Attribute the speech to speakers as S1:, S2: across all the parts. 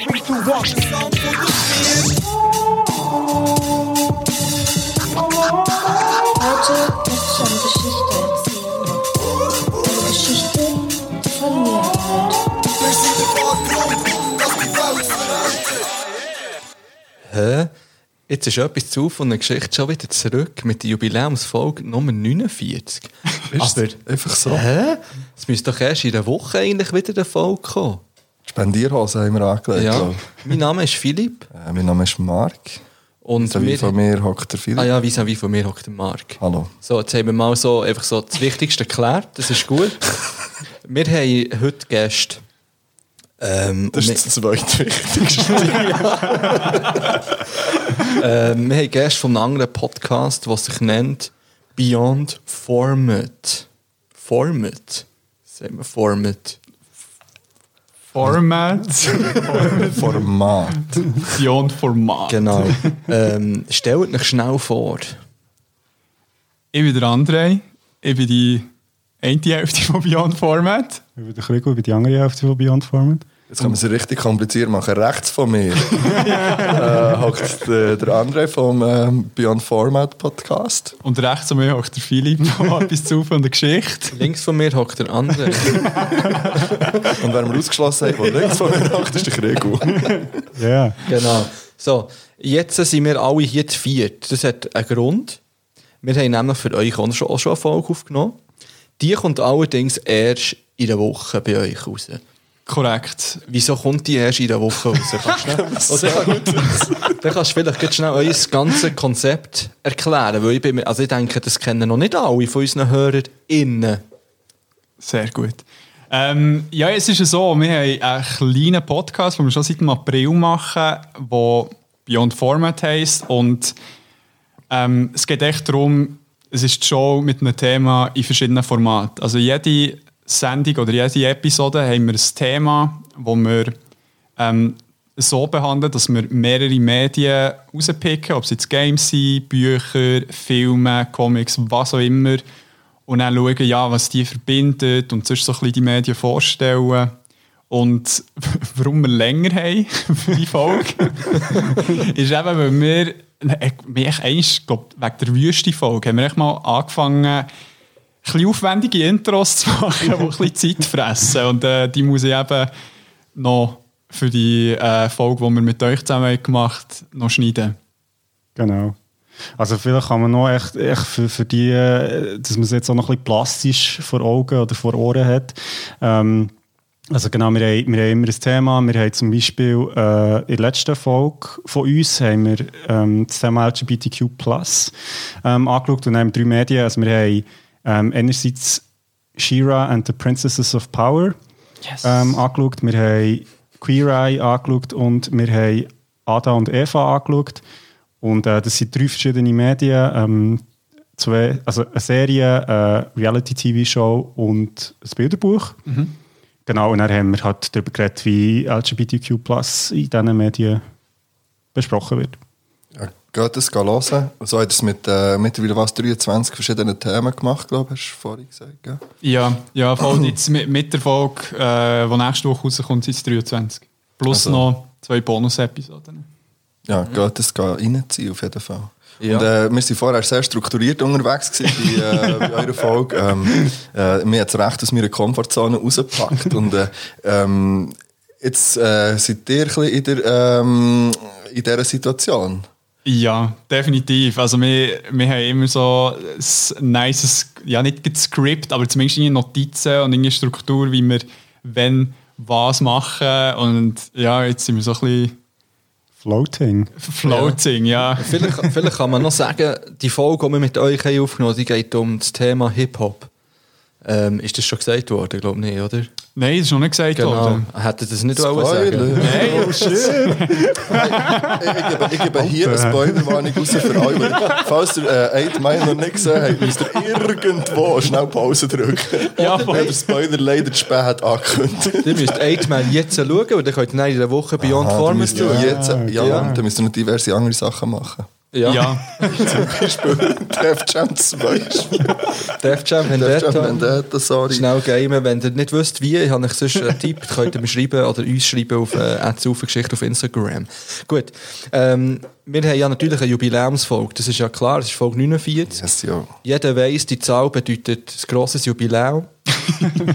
S1: Three, two, one.
S2: Heute möchte ich eine Geschichte erzählen. Eine Geschichte von mir halt.
S3: Hä? Jetzt ist etwas zu von der Geschichte schon wieder zurück mit der Jubiläumsfolge Nummer 49.
S4: Ist
S3: Aber-
S4: einfach so.
S3: Hä? Es müsste doch erst in einer Woche eigentlich wieder eine Folge kommen.
S4: Die Spendierhose haben wir angelegt.
S3: Ja.
S4: glaub
S3: mein Name ist Philipp.
S4: ich. Äh, mein Name ist Marc.
S3: Und
S4: So wie
S3: wir,
S4: von mir hockt der Philipp.
S3: ah ja, vis-à-vis von mir hockt der Marc.
S4: Hallo.
S3: So, jetzt haben wir mal so, einfach so das Wichtigste geklärt. Das ist gut. wir haben heute Gäste. Ähm,
S4: Das
S3: und
S4: ist das zweitwichtigste.
S3: wir, ähm, wir haben Gäste von einem anderen Podcast, der sich nennt Beyond Format. Format. Sagen wir Format.
S5: Format,
S4: Format.
S5: Beyond Format.
S3: Genau. ähm, stellt euch schnell vor.
S5: Ich bin der André, ich bin die eine Hälfte von Beyond Format.
S6: Über den Krieg über die andere Hälfte von Beyond Format.
S4: Jetzt kann man es richtig kompliziert machen. Rechts von mir äh, hockt der, der André vom ähm, Beyond Format Podcast.
S5: Und rechts von mir hockt der Philipp, der etwas zu von der Geschichte.
S3: Links von mir hockt der andere.
S4: Und wer wir ausgeschlossen haben, der links von mir hockt, ist der Gregor.
S6: Ja.
S3: genau. So, jetzt sind wir alle hier zu viert. Das hat einen Grund. Wir haben nämlich für euch auch schon, auch schon eine Folge aufgenommen. Die kommt allerdings erst in der Woche bei euch raus.
S5: Korrekt.
S3: Wieso kommt die erst in der Woche raus? Kannst du nicht? Oder dann- dann kannst du vielleicht ganz schnell euer ganzes Konzept erklären. Weil ich, bin mir, also ich denke, das kennen noch nicht alle von unseren HörerInnen.
S5: Sehr gut. Ähm, ja, es ist ja so, wir haben einen kleinen Podcast, den wir schon seit dem April machen, der Beyond Format heisst. Und ähm, es geht echt darum, es ist die Show mit einem Thema in verschiedenen Formaten. Also jede Sendung oder jede Episode haben wir ein Thema, wo wir ähm, so behandeln, dass wir mehrere Medien rauspicken, ob es jetzt Games sind, Bücher, Filme, Comics, was auch immer. Und dann schauen, ja, was die verbindet und sonst so ein bisschen die Medien vorstellen. Und warum wir länger haben für die Folge, ist eben, weil wir, äh, wir echt eins, glaub, wegen der Wüste-Folge haben wir echt mal angefangen, ein bisschen aufwendige Intros zu machen, die ein bisschen Zeit fressen. Und äh, die muss ich eben noch für die äh, Folge, die wir mit euch zusammen haben gemacht haben, noch schneiden.
S6: Genau. Also vielleicht kann man noch echt, echt für, für die, äh, dass man es jetzt auch noch ein bisschen plastisch vor Augen oder vor Ohren hat. Ähm, also genau, wir haben, wir haben immer ein Thema. Wir haben zum Beispiel äh, in der letzten Folge von uns haben wir, ähm, das Thema LGBTQ ähm, angeschaut und haben drei Medien. Also wir haben ähm, einerseits She-Ra and the Princesses of Power ähm, angeschaut, wir haben Queer Eye angeschaut und wir haben Ada und Eva angeschaut. Und äh, das sind drei verschiedene Medien. Ähm, zwei, also eine Serie, eine Reality-TV-Show und ein Bilderbuch. Genau, und dann haben wir halt darüber geredet, wie LGBTQ in diesen Medien besprochen wird.
S4: Ja, geht Also, das gehen hören. So hat er es mit äh, mittlerweile was 23 verschiedenen Themen gemacht, glaube ich, hast du vorhin gesagt. Gell?
S5: Ja, ja voll jetzt mit, mit der Folge, äh, die nächste Woche rauskommt, sind es 23. Plus
S4: Also.
S5: noch zwei Bonus-Episoden.
S4: Ja, geht das gehen reinziehen, auf jeden Fall.
S3: Ja.
S4: Und, äh, wir waren vorher sehr strukturiert unterwegs gewesen bei, äh, bei eurer Folge. Ähm, äh, mir hat es recht aus meiner Komfortzone rausgepackt. Und, äh, ähm, jetzt äh, seid ihr ein bisschen in, der, ähm, in dieser Situation.
S5: Ja, definitiv. Also wir, wir haben immer so ein nices, ja nicht gerade Skript, aber zumindest irgendwie Notizen und eine Struktur, wie wir wenn was machen. Und ja, jetzt sind wir so ein
S6: Floating.
S5: bisschen floating, ja.
S3: Vielleicht, vielleicht kann man noch sagen, die Folge, die wir mit euch haben aufgenommen haben, die geht um das Thema Hip-Hop. Ähm, ist das schon gesagt worden? Ich glaube nicht, oder?
S5: Nein, das ist noch nicht gesagt
S3: Genau.
S5: worden.
S3: Hätte das nicht wollen sagen
S4: Hey. ich, gebe, ich gebe hier eine Spoilerwarnung raus für euch. weil Falls ihr äh, Eight Mile noch nicht gesehen habt, müsst ihr irgendwo schnell Pause drücken.
S5: Ja,
S4: Wenn der Spoiler leider zu spät hat angekündigt.
S3: Ihr müsst Eightmal jetzt schauen, weil dann könnt ihr dann in der Woche Beyond
S4: Ah, dann
S3: Format
S4: müsst ihr
S3: schauen.
S4: jetzt, ja,
S6: genau.
S4: dann müsst ihr noch diverse andere Sachen machen.
S3: Ja,
S5: Ja.
S4: Def Jam 2.
S3: Def Jam
S4: Def Jam
S3: Vendetta.
S4: Vendetta, sorry.
S3: Schnell gamen, wenn ihr nicht wisst, wie, ich habe euch sonst einen Tipp, könnt ihr mir schreiben oder uns schreiben auf äh, Geschichte auf Instagram. Gut, ähm, wir haben ja natürlich eine Jubiläumsfolge, das ist ja klar, es ist Folge 49.
S4: Yes, ja.
S3: Jeder weiß, die Zahl bedeutet ein grosses Jubiläum.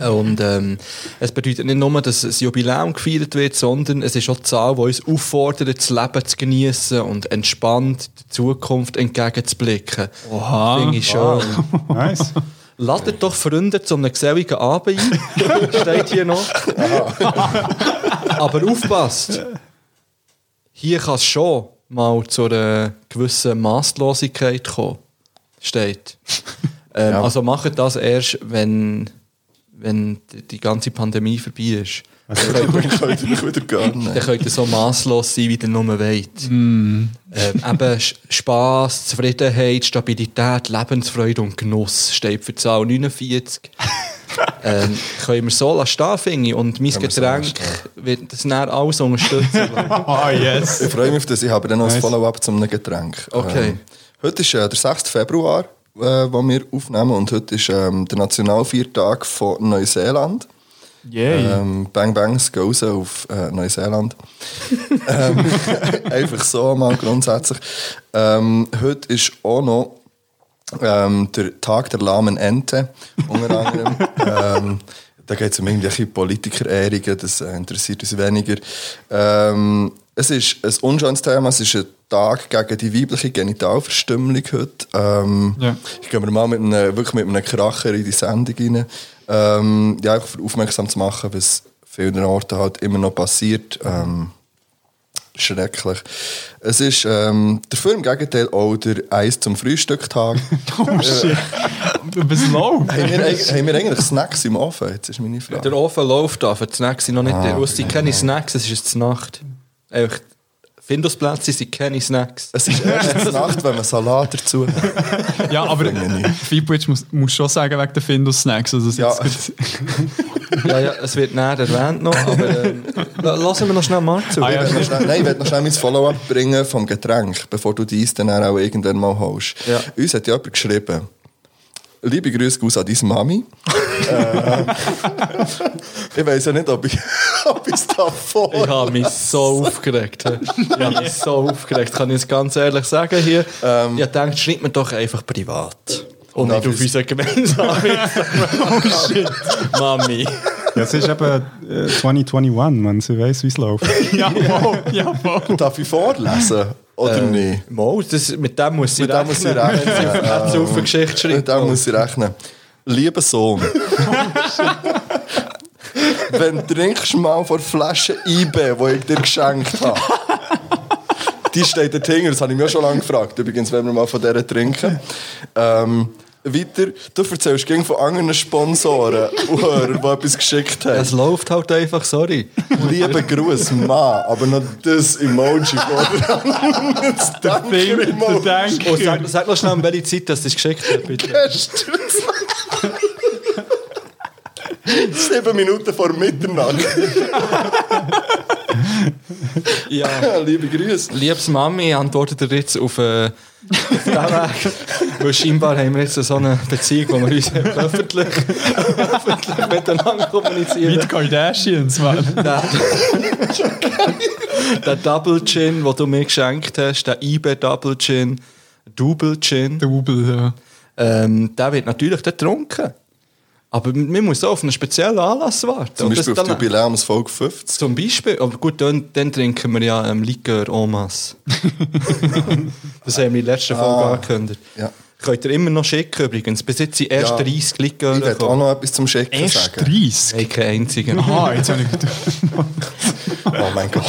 S3: und ähm, es bedeutet nicht nur, dass ein Jubiläum gefeiert wird, sondern es ist auch die Zahl, die uns auffordert, das Leben zu genießen und entspannt der Zukunft entgegenzublicken. Oha. Finde ich schon.
S6: Nice.
S3: Ladet doch Freunde zu einem geselligen Abend ein. Steht hier noch. Aber aufpasst! Hier kann es schon mal zu einer gewissen Maßlosigkeit kommen. Steht. Ähm,
S4: Ja.
S3: Also macht das erst, wenn, wenn die- die ganze Pandemie vorbei ist.
S4: Dann könnt ihr euch wieder
S3: Dann
S4: gönnen.
S3: könnt ihr so maßlos sein, wie ihr nur wollt. Ähm, eben Sch- Spass, Zufriedenheit, Stabilität, Lebensfreude und Genuss steht für die Zahl 49. ähm, können wir so lassen stehen, finde ich. Und mein
S4: wir so lassen
S3: Getränk wird das näher alles unterstützen.
S5: Ah, yes.
S4: Ich freue mich auf das. Ich habe dann noch ein Follow-up zum Getränk.
S3: Okay.
S4: Ähm, heute ist äh, der 6. Februar, äh, wo wir aufnehmen. Und heute ist ähm, der Nationalviertag von Neuseeland.
S5: Yay.
S4: Ähm, Bang Bangs gehen raus auf äh, Neuseeland. ähm, einfach so mal grundsätzlich. Ähm, heute ist auch noch ähm, der Tag der lahmen Ente, unter anderem. ähm, da geht es um irgendwelche Politikerehrungen, das äh, interessiert uns weniger. Ähm, es ist ein unschönes Thema, es ist ein Tag gegen die weibliche Genitalverstümmelung heute. Ähm,
S5: Ja.
S4: Ich gehe mir mal mit einem, wirklich mit einem Kracher in die Sendung rein. Ähm, ja, einfach für aufmerksam zu machen, was vielen Orten halt immer noch passiert. Ähm, Schrecklich. Es ist ähm, dafür im Gegenteil auch der Eis zum Frühstücktag.
S5: Oh, shit. Was läuft?
S4: haben, wir, eig- haben wir eigentlich Snacks im Ofen? Jetzt ist meine Frage.
S3: Der Ofen läuft da, für die Snacks sind noch nicht
S4: Ah,
S3: da. Es sind keine Snacks, es ist jetzt Nacht. Einfach, Findersplätze sind keine Snacks.
S4: Es ist erst in der Nacht, wenn man Salat dazu hat.
S5: Ja, aber Fibu, jetzt musst du schon sagen, wegen der Findus-Snacks. Also, das
S4: Ja.
S5: jetzt gut-
S3: Ja, ja, es wird näher erwähnt noch, aber ähm, la- lassen wir noch schnell mal zu.
S5: Ah,
S4: Ich
S5: ja.
S4: will noch schnell, nein, ich will noch schnell mein Follow-up bringen vom Getränk, bevor du dies dann auch irgendwann mal holst.
S3: Ja.
S4: Uns hat jemand geschrieben, liebe Grüße aus an deine Mami. äh, ich weiß ja nicht, ob ich ob ich's davor...
S3: Ich habe mich so aufgeregt. hä. Ich habe mich so aufgeregt, kann ich es ganz ehrlich sagen hier. Ähm, ich dachte, schreibt mir doch einfach privat. Und
S4: Darf
S3: nicht auf
S4: ich-
S3: unsere gemeinsame Oh, Mami.
S6: Ja, es ist eben äh, 2021, man. Sie weiss, wie es läuft.
S5: Ja, voll. Ja, Äh. voll.
S4: Darf ich vorlesen? Oder nicht?
S3: Mo, das, mit dem muss Ähm. sie
S4: Mit dem muss ich rechnen.
S3: Wenn sie auf eine Geschichte
S4: Mit
S3: schreibt.
S4: dem muss ich rechnen. Lieber Sohn. Wenn trinkst du mal vor Flasche IB, die ich dir geschenkt habe. Die steht dort hinten, das habe ich mir auch schon lange gefragt. Übrigens, wenn wir mal von dieser trinken. Ähm, weiter, du erzählst gegen von anderen Sponsoren, und Hörern, die etwas geschickt haben.
S3: Es läuft halt einfach, sorry.
S4: Liebe Gruß, Mann, aber noch das Emoji vorne. Das
S5: Find-
S4: Danke-Emoji.
S5: Danke.
S3: Oh, sag, sag noch schnell, um welche Zeit dass das geschickt hat, bitte.
S4: Sieben Minuten vor Mitternacht.
S3: Ja.
S4: Liebe Grüße.
S3: Liebes Mami, antwortet ihr jetzt auf, äh, auf den Weg. Weil scheinbar haben wir jetzt so eine Beziehung, wo wir uns öffentlich, öffentlich miteinander kommunizieren.
S5: Mit Kardashians, Mann.
S3: Der, der Double Gin, den du mir geschenkt hast, der IB Double Gin, Double Gin,
S5: Double, ja.
S3: ähm, der wird natürlich dort getrunken. Aber man muss auch auf einen speziellen Anlass warten.
S4: Zum
S3: Und das
S4: Beispiel auf die
S3: dann-
S4: Jubiläumsfolge 50.
S3: Zum Beispiel, aber gut, dann, dann trinken wir ja ähm, Likör Omas. das haben wir in der letzten Folge
S4: Ah,
S3: angekündigt.
S4: ja.
S3: Könnt ihr immer noch schicken übrigens. Bis jetzt sind erst
S4: Ja.
S3: 30
S4: Ich
S3: Likör
S4: werde auch noch etwas zum Schicken
S5: Erst
S4: sagen.
S5: 30.
S3: Hey, kein einziger.
S5: Aha, jetzt habe ich gedacht,
S4: Oh mein Gott.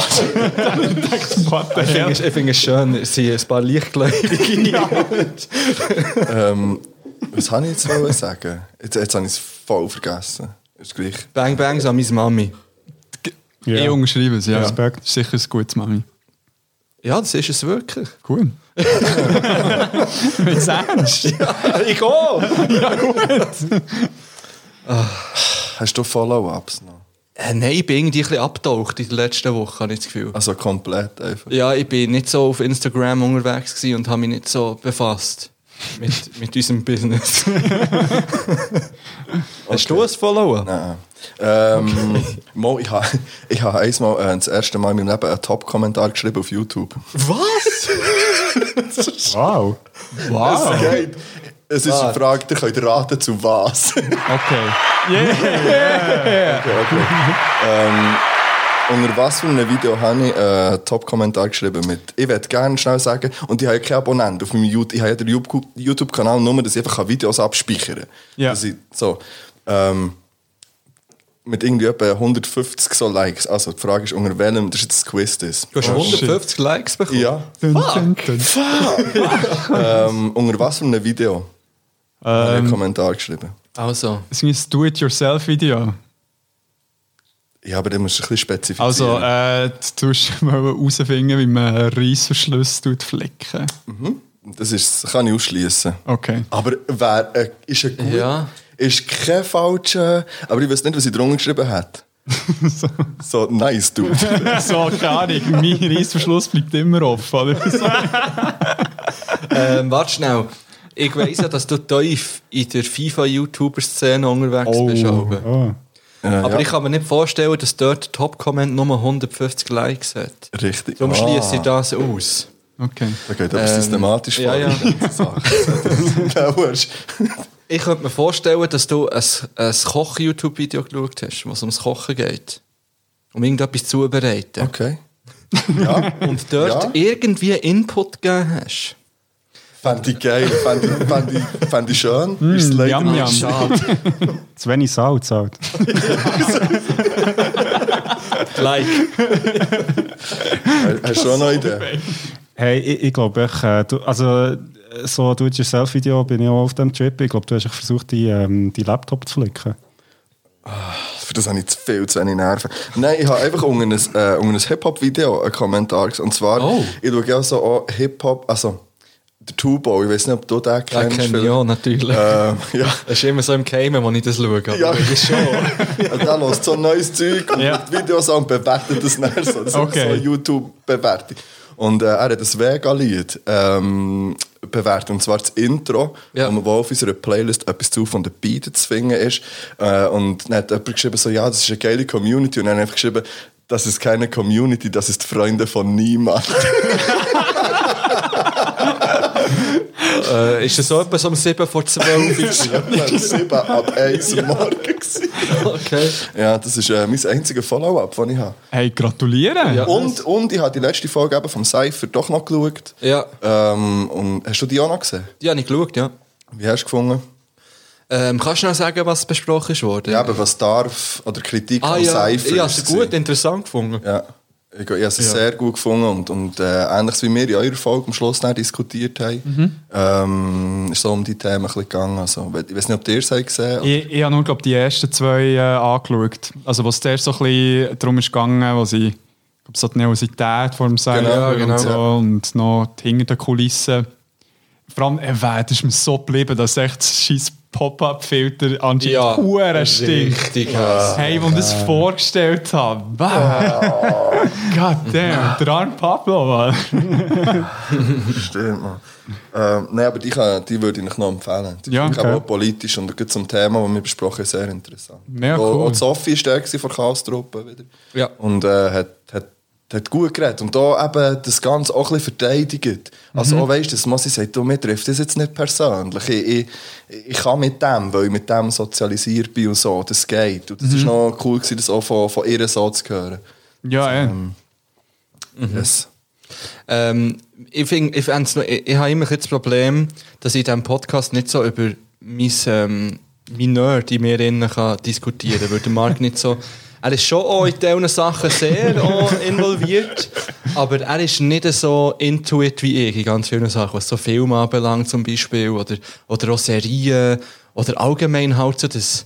S5: what the
S3: Ich finde
S5: hell?
S3: es- ich finde es schön, es sind ein paar Lichtgläubige.
S4: ähm, was habe ich jetzt wollen sagen? Jetzt, jetzt habe ich es voll vergessen. Ist gleich.
S3: Bang Bangs an meine Mami.
S6: Ja.
S5: Ich unterschreibe Eh, es, ja.
S6: Respekt.
S5: Sicher ein gutes Mami.
S3: Ja, das ist es wirklich.
S5: Cool. Mit ernst?
S3: ich auch!
S4: Hast du Follow-ups noch?
S3: äh, nein, ich bin irgendwie ein bisschen abgetaucht in den letzten Wochen, habe ich das Gefühl.
S4: Also komplett einfach.
S3: Ja, ich bin nicht so auf Instagram unterwegs gewesen und habe mich nicht so befasst mit, mit unserem Business. Hast du es verloren?
S4: Nein. Ähm, mal, ich habe ich ha einmal äh, das erste Mal in meinem Leben einen Top-Kommentar geschrieben auf YouTube.
S3: Was?
S6: Wow.
S4: Es
S3: Wow.
S4: geht. Es ist eine Frage, ihr könnt raten, zu was.
S5: Okay.
S4: Ähm, Unter was für einem Video habe ich äh, einen Top-Kommentar geschrieben mit «Ich würde gerne schnell sagen» und ich habe ja keinen Abonnenten auf meinem YouTube. Ich habe ja den YouTube- YouTube-Kanal nur, dass ich einfach Videos abspeichern kann.
S5: Ja.
S4: Dass ich, so, ähm, mit irgendwie etwa 150 so Likes. Also die Frage ist, unter welchem, das ist jetzt ein Quiz. Das.
S3: Du hast 150 Likes bekommen.
S4: Ja. Ähm, unter was für einem Video habe ich einen Kommentar geschrieben?
S3: Also,
S5: Das ist ein Do-it-yourself-Video.
S4: Ja, aber den musst du ein bisschen spezifizieren.
S5: Also, äh, du musst mal herausfinden, wie man einen Reissverschluss tut flicken.
S4: Mhm. das, ist, das kann ich ausschließen.
S5: Okay.
S4: Aber wer, äh, ist ein gut,
S3: Ja.
S4: ist kein falscher, aber ich weiß nicht, was sie drunter geschrieben hat. so. nice, du.
S5: so, keine Ahnung. Mein Reissverschluss bleibt immer offen. Oder? So.
S3: ähm, warte schnell. Ich weiss ja, dass du tief in der FIFA-YouTuber-Szene unterwegs bist. Alben.
S6: Oh.
S3: Aber ich kann mir nicht vorstellen, dass dort der Top-Comment nur 150 Likes hat.
S4: Richtig.
S3: Darum
S4: Ah,
S3: schließe ich das aus.
S5: Okay.
S4: Da geht etwas
S3: Ähm,
S4: systematisch
S3: ja,
S4: vor.
S3: ja.
S4: die ganze Sache. Ja, wurscht.
S3: Ich könnte mir vorstellen, dass du ein, ein Koch-YouTube-Video geschaut hast, was ums Kochen geht. Um irgendetwas zuzubereiten.
S4: okay. Ja,
S3: Und dort
S4: Ja.
S3: irgendwie Input gegeben hast.
S4: fand ich geil, fand ich, fand ich, fand ich schön.
S5: Hm,
S4: ist leider
S5: yum,
S4: nicht
S5: yum.
S4: schade.
S6: Zu wenig Salz halt.
S3: Like.
S4: Hast du auch noch Idee?
S6: Hey, ich, ich glaube, ich, äh, du, also äh, so Do-it-yourself-Video bin ich auch auf dem Trip. Ich glaube, du hast echt versucht, die, ähm, die Laptop zu flicken.
S4: Für das habe ich zu viel, zu wenig Nerven. Nein, ich habe einfach unter ein, äh, unter ein Hip-Hop-Video einen Kommentar gesehen. Und zwar,
S3: Oh.
S4: ich schaue ja so auch Hip-Hop, also der Tubo, ich weiß nicht, ob du den
S3: Ja,
S4: kennst.
S3: kenne ich
S4: vielleicht.
S3: auch, natürlich.
S4: Ähm, ja.
S3: Das ist immer so im Geheimen, wenn ich das schaue. aber
S4: Ja.
S3: ich schon.
S4: Und der lässt so neues Zeug und
S5: Ja.
S4: macht Videos an und bewertet das dann so. Das
S5: Okay.
S4: ist so YouTube-Bewertung. Und äh, er hat ein Vega-Lied ähm, bewertet, und zwar das Intro,
S3: Ja.
S4: wo man- wo auf unserer Playlist etwas zu von den Beiden zu finden ist. Äh, und dann hat jemand geschrieben, so, ja, das ist eine geile Community. Und dann hat er einfach geschrieben, das ist keine Community, das ist Freunde von niemand.
S3: Äh, ist das so etwas um 7 vor 12
S4: das war etwa 7 ab 1 am Morgen. gewesen.
S3: Uhr? Okay.
S4: Ja, das ist äh, mein einziger Follow-up, den ich habe.
S5: Hey, gratulieren!
S3: Ja.
S4: Und, und ich habe die letzte Folge eben vom Cypher doch noch geschaut.
S3: Ja,
S4: Ähm, und hast du die auch noch gesehen?
S3: die habe ich geschaut, ja.
S4: Wie hast du gefunden?
S3: Ähm, kannst du noch sagen, was besprochen wurde?
S4: Ja, aber was darf oder Kritik
S3: ah,
S4: am
S3: ja.
S4: Cypher?
S3: Ich habe es
S4: ist
S3: gut,
S4: gewesen.
S3: interessant gefunden.
S4: Ja. Ich, ich habe es sehr gut gefunden und, und äh, ähnlich wie wir in eurer Folge am Schluss dann diskutiert haben,
S3: Mhm.
S4: ähm, ist so um die Themen ein bisschen gegangen. Also, ich weiß nicht, ob ihr es habt gesehen habt.
S5: Ich, ich habe nur, glaube die ersten zwei äh, angeschaut. Also, was der so ein bisschen darum ist gegangen, was ich glaub, so die Nervosität vor dem Seil
S4: Genau,
S5: und
S4: genau.
S5: so und noch die hinter den Kulissen. Vor allem, äh, weh, das ist mir so geblieben, dass echt scheiß Pop-Up-Filter anscheinend
S3: Ja,
S5: Huren stinkt.
S3: Richtig. Ja.
S5: Hey, wo ich das vorgestellt habe. Wow. God damn, der arme Pablo, Mann.
S4: Stimmt, Mann. Ähm, nein, aber die, kann, die würde ich euch noch empfehlen. Die
S5: Ja,
S4: finde ich
S5: okay.
S4: aber auch politisch und gerade zum Thema, das wir besprochen haben, sehr interessant.
S5: Ja,
S4: Auch-
S5: cool.
S4: Auch die Sophie war stark von Chaos-Truppe wieder.
S3: Ja.
S4: Und äh, hat, hat, hat gut geredet. Und da eben das Ganze auch ein bisschen verteidigt.
S5: Mhm.
S4: Also auch weißt du, dass Mossi sagt, du, mir trifft das jetzt nicht persönlich. Ich, ich, ich kann mit dem, weil ich mit dem sozialisiert bin und so, das geht. Und das
S5: Mhm.
S4: war noch cool, gewesen, das auch von, von ihr so zu hören.
S5: Ja, eh. ja.
S4: Yes.
S3: Ähm, ich find, ich, fänd's noch- ich, ich habe immer ein bisschen das Problem, dass ich in diesem Podcast nicht so über mein, ähm, mein Nerd in mir innen kann diskutieren kann, weil der Marc nicht so... Er ist schon auch in diesen Sachen sehr auch involviert, aber er ist nicht so intuit wie ich in ganz vielen Sachen, was so Filme anbelangt zum Beispiel oder, oder auch Serien oder allgemein halt so das...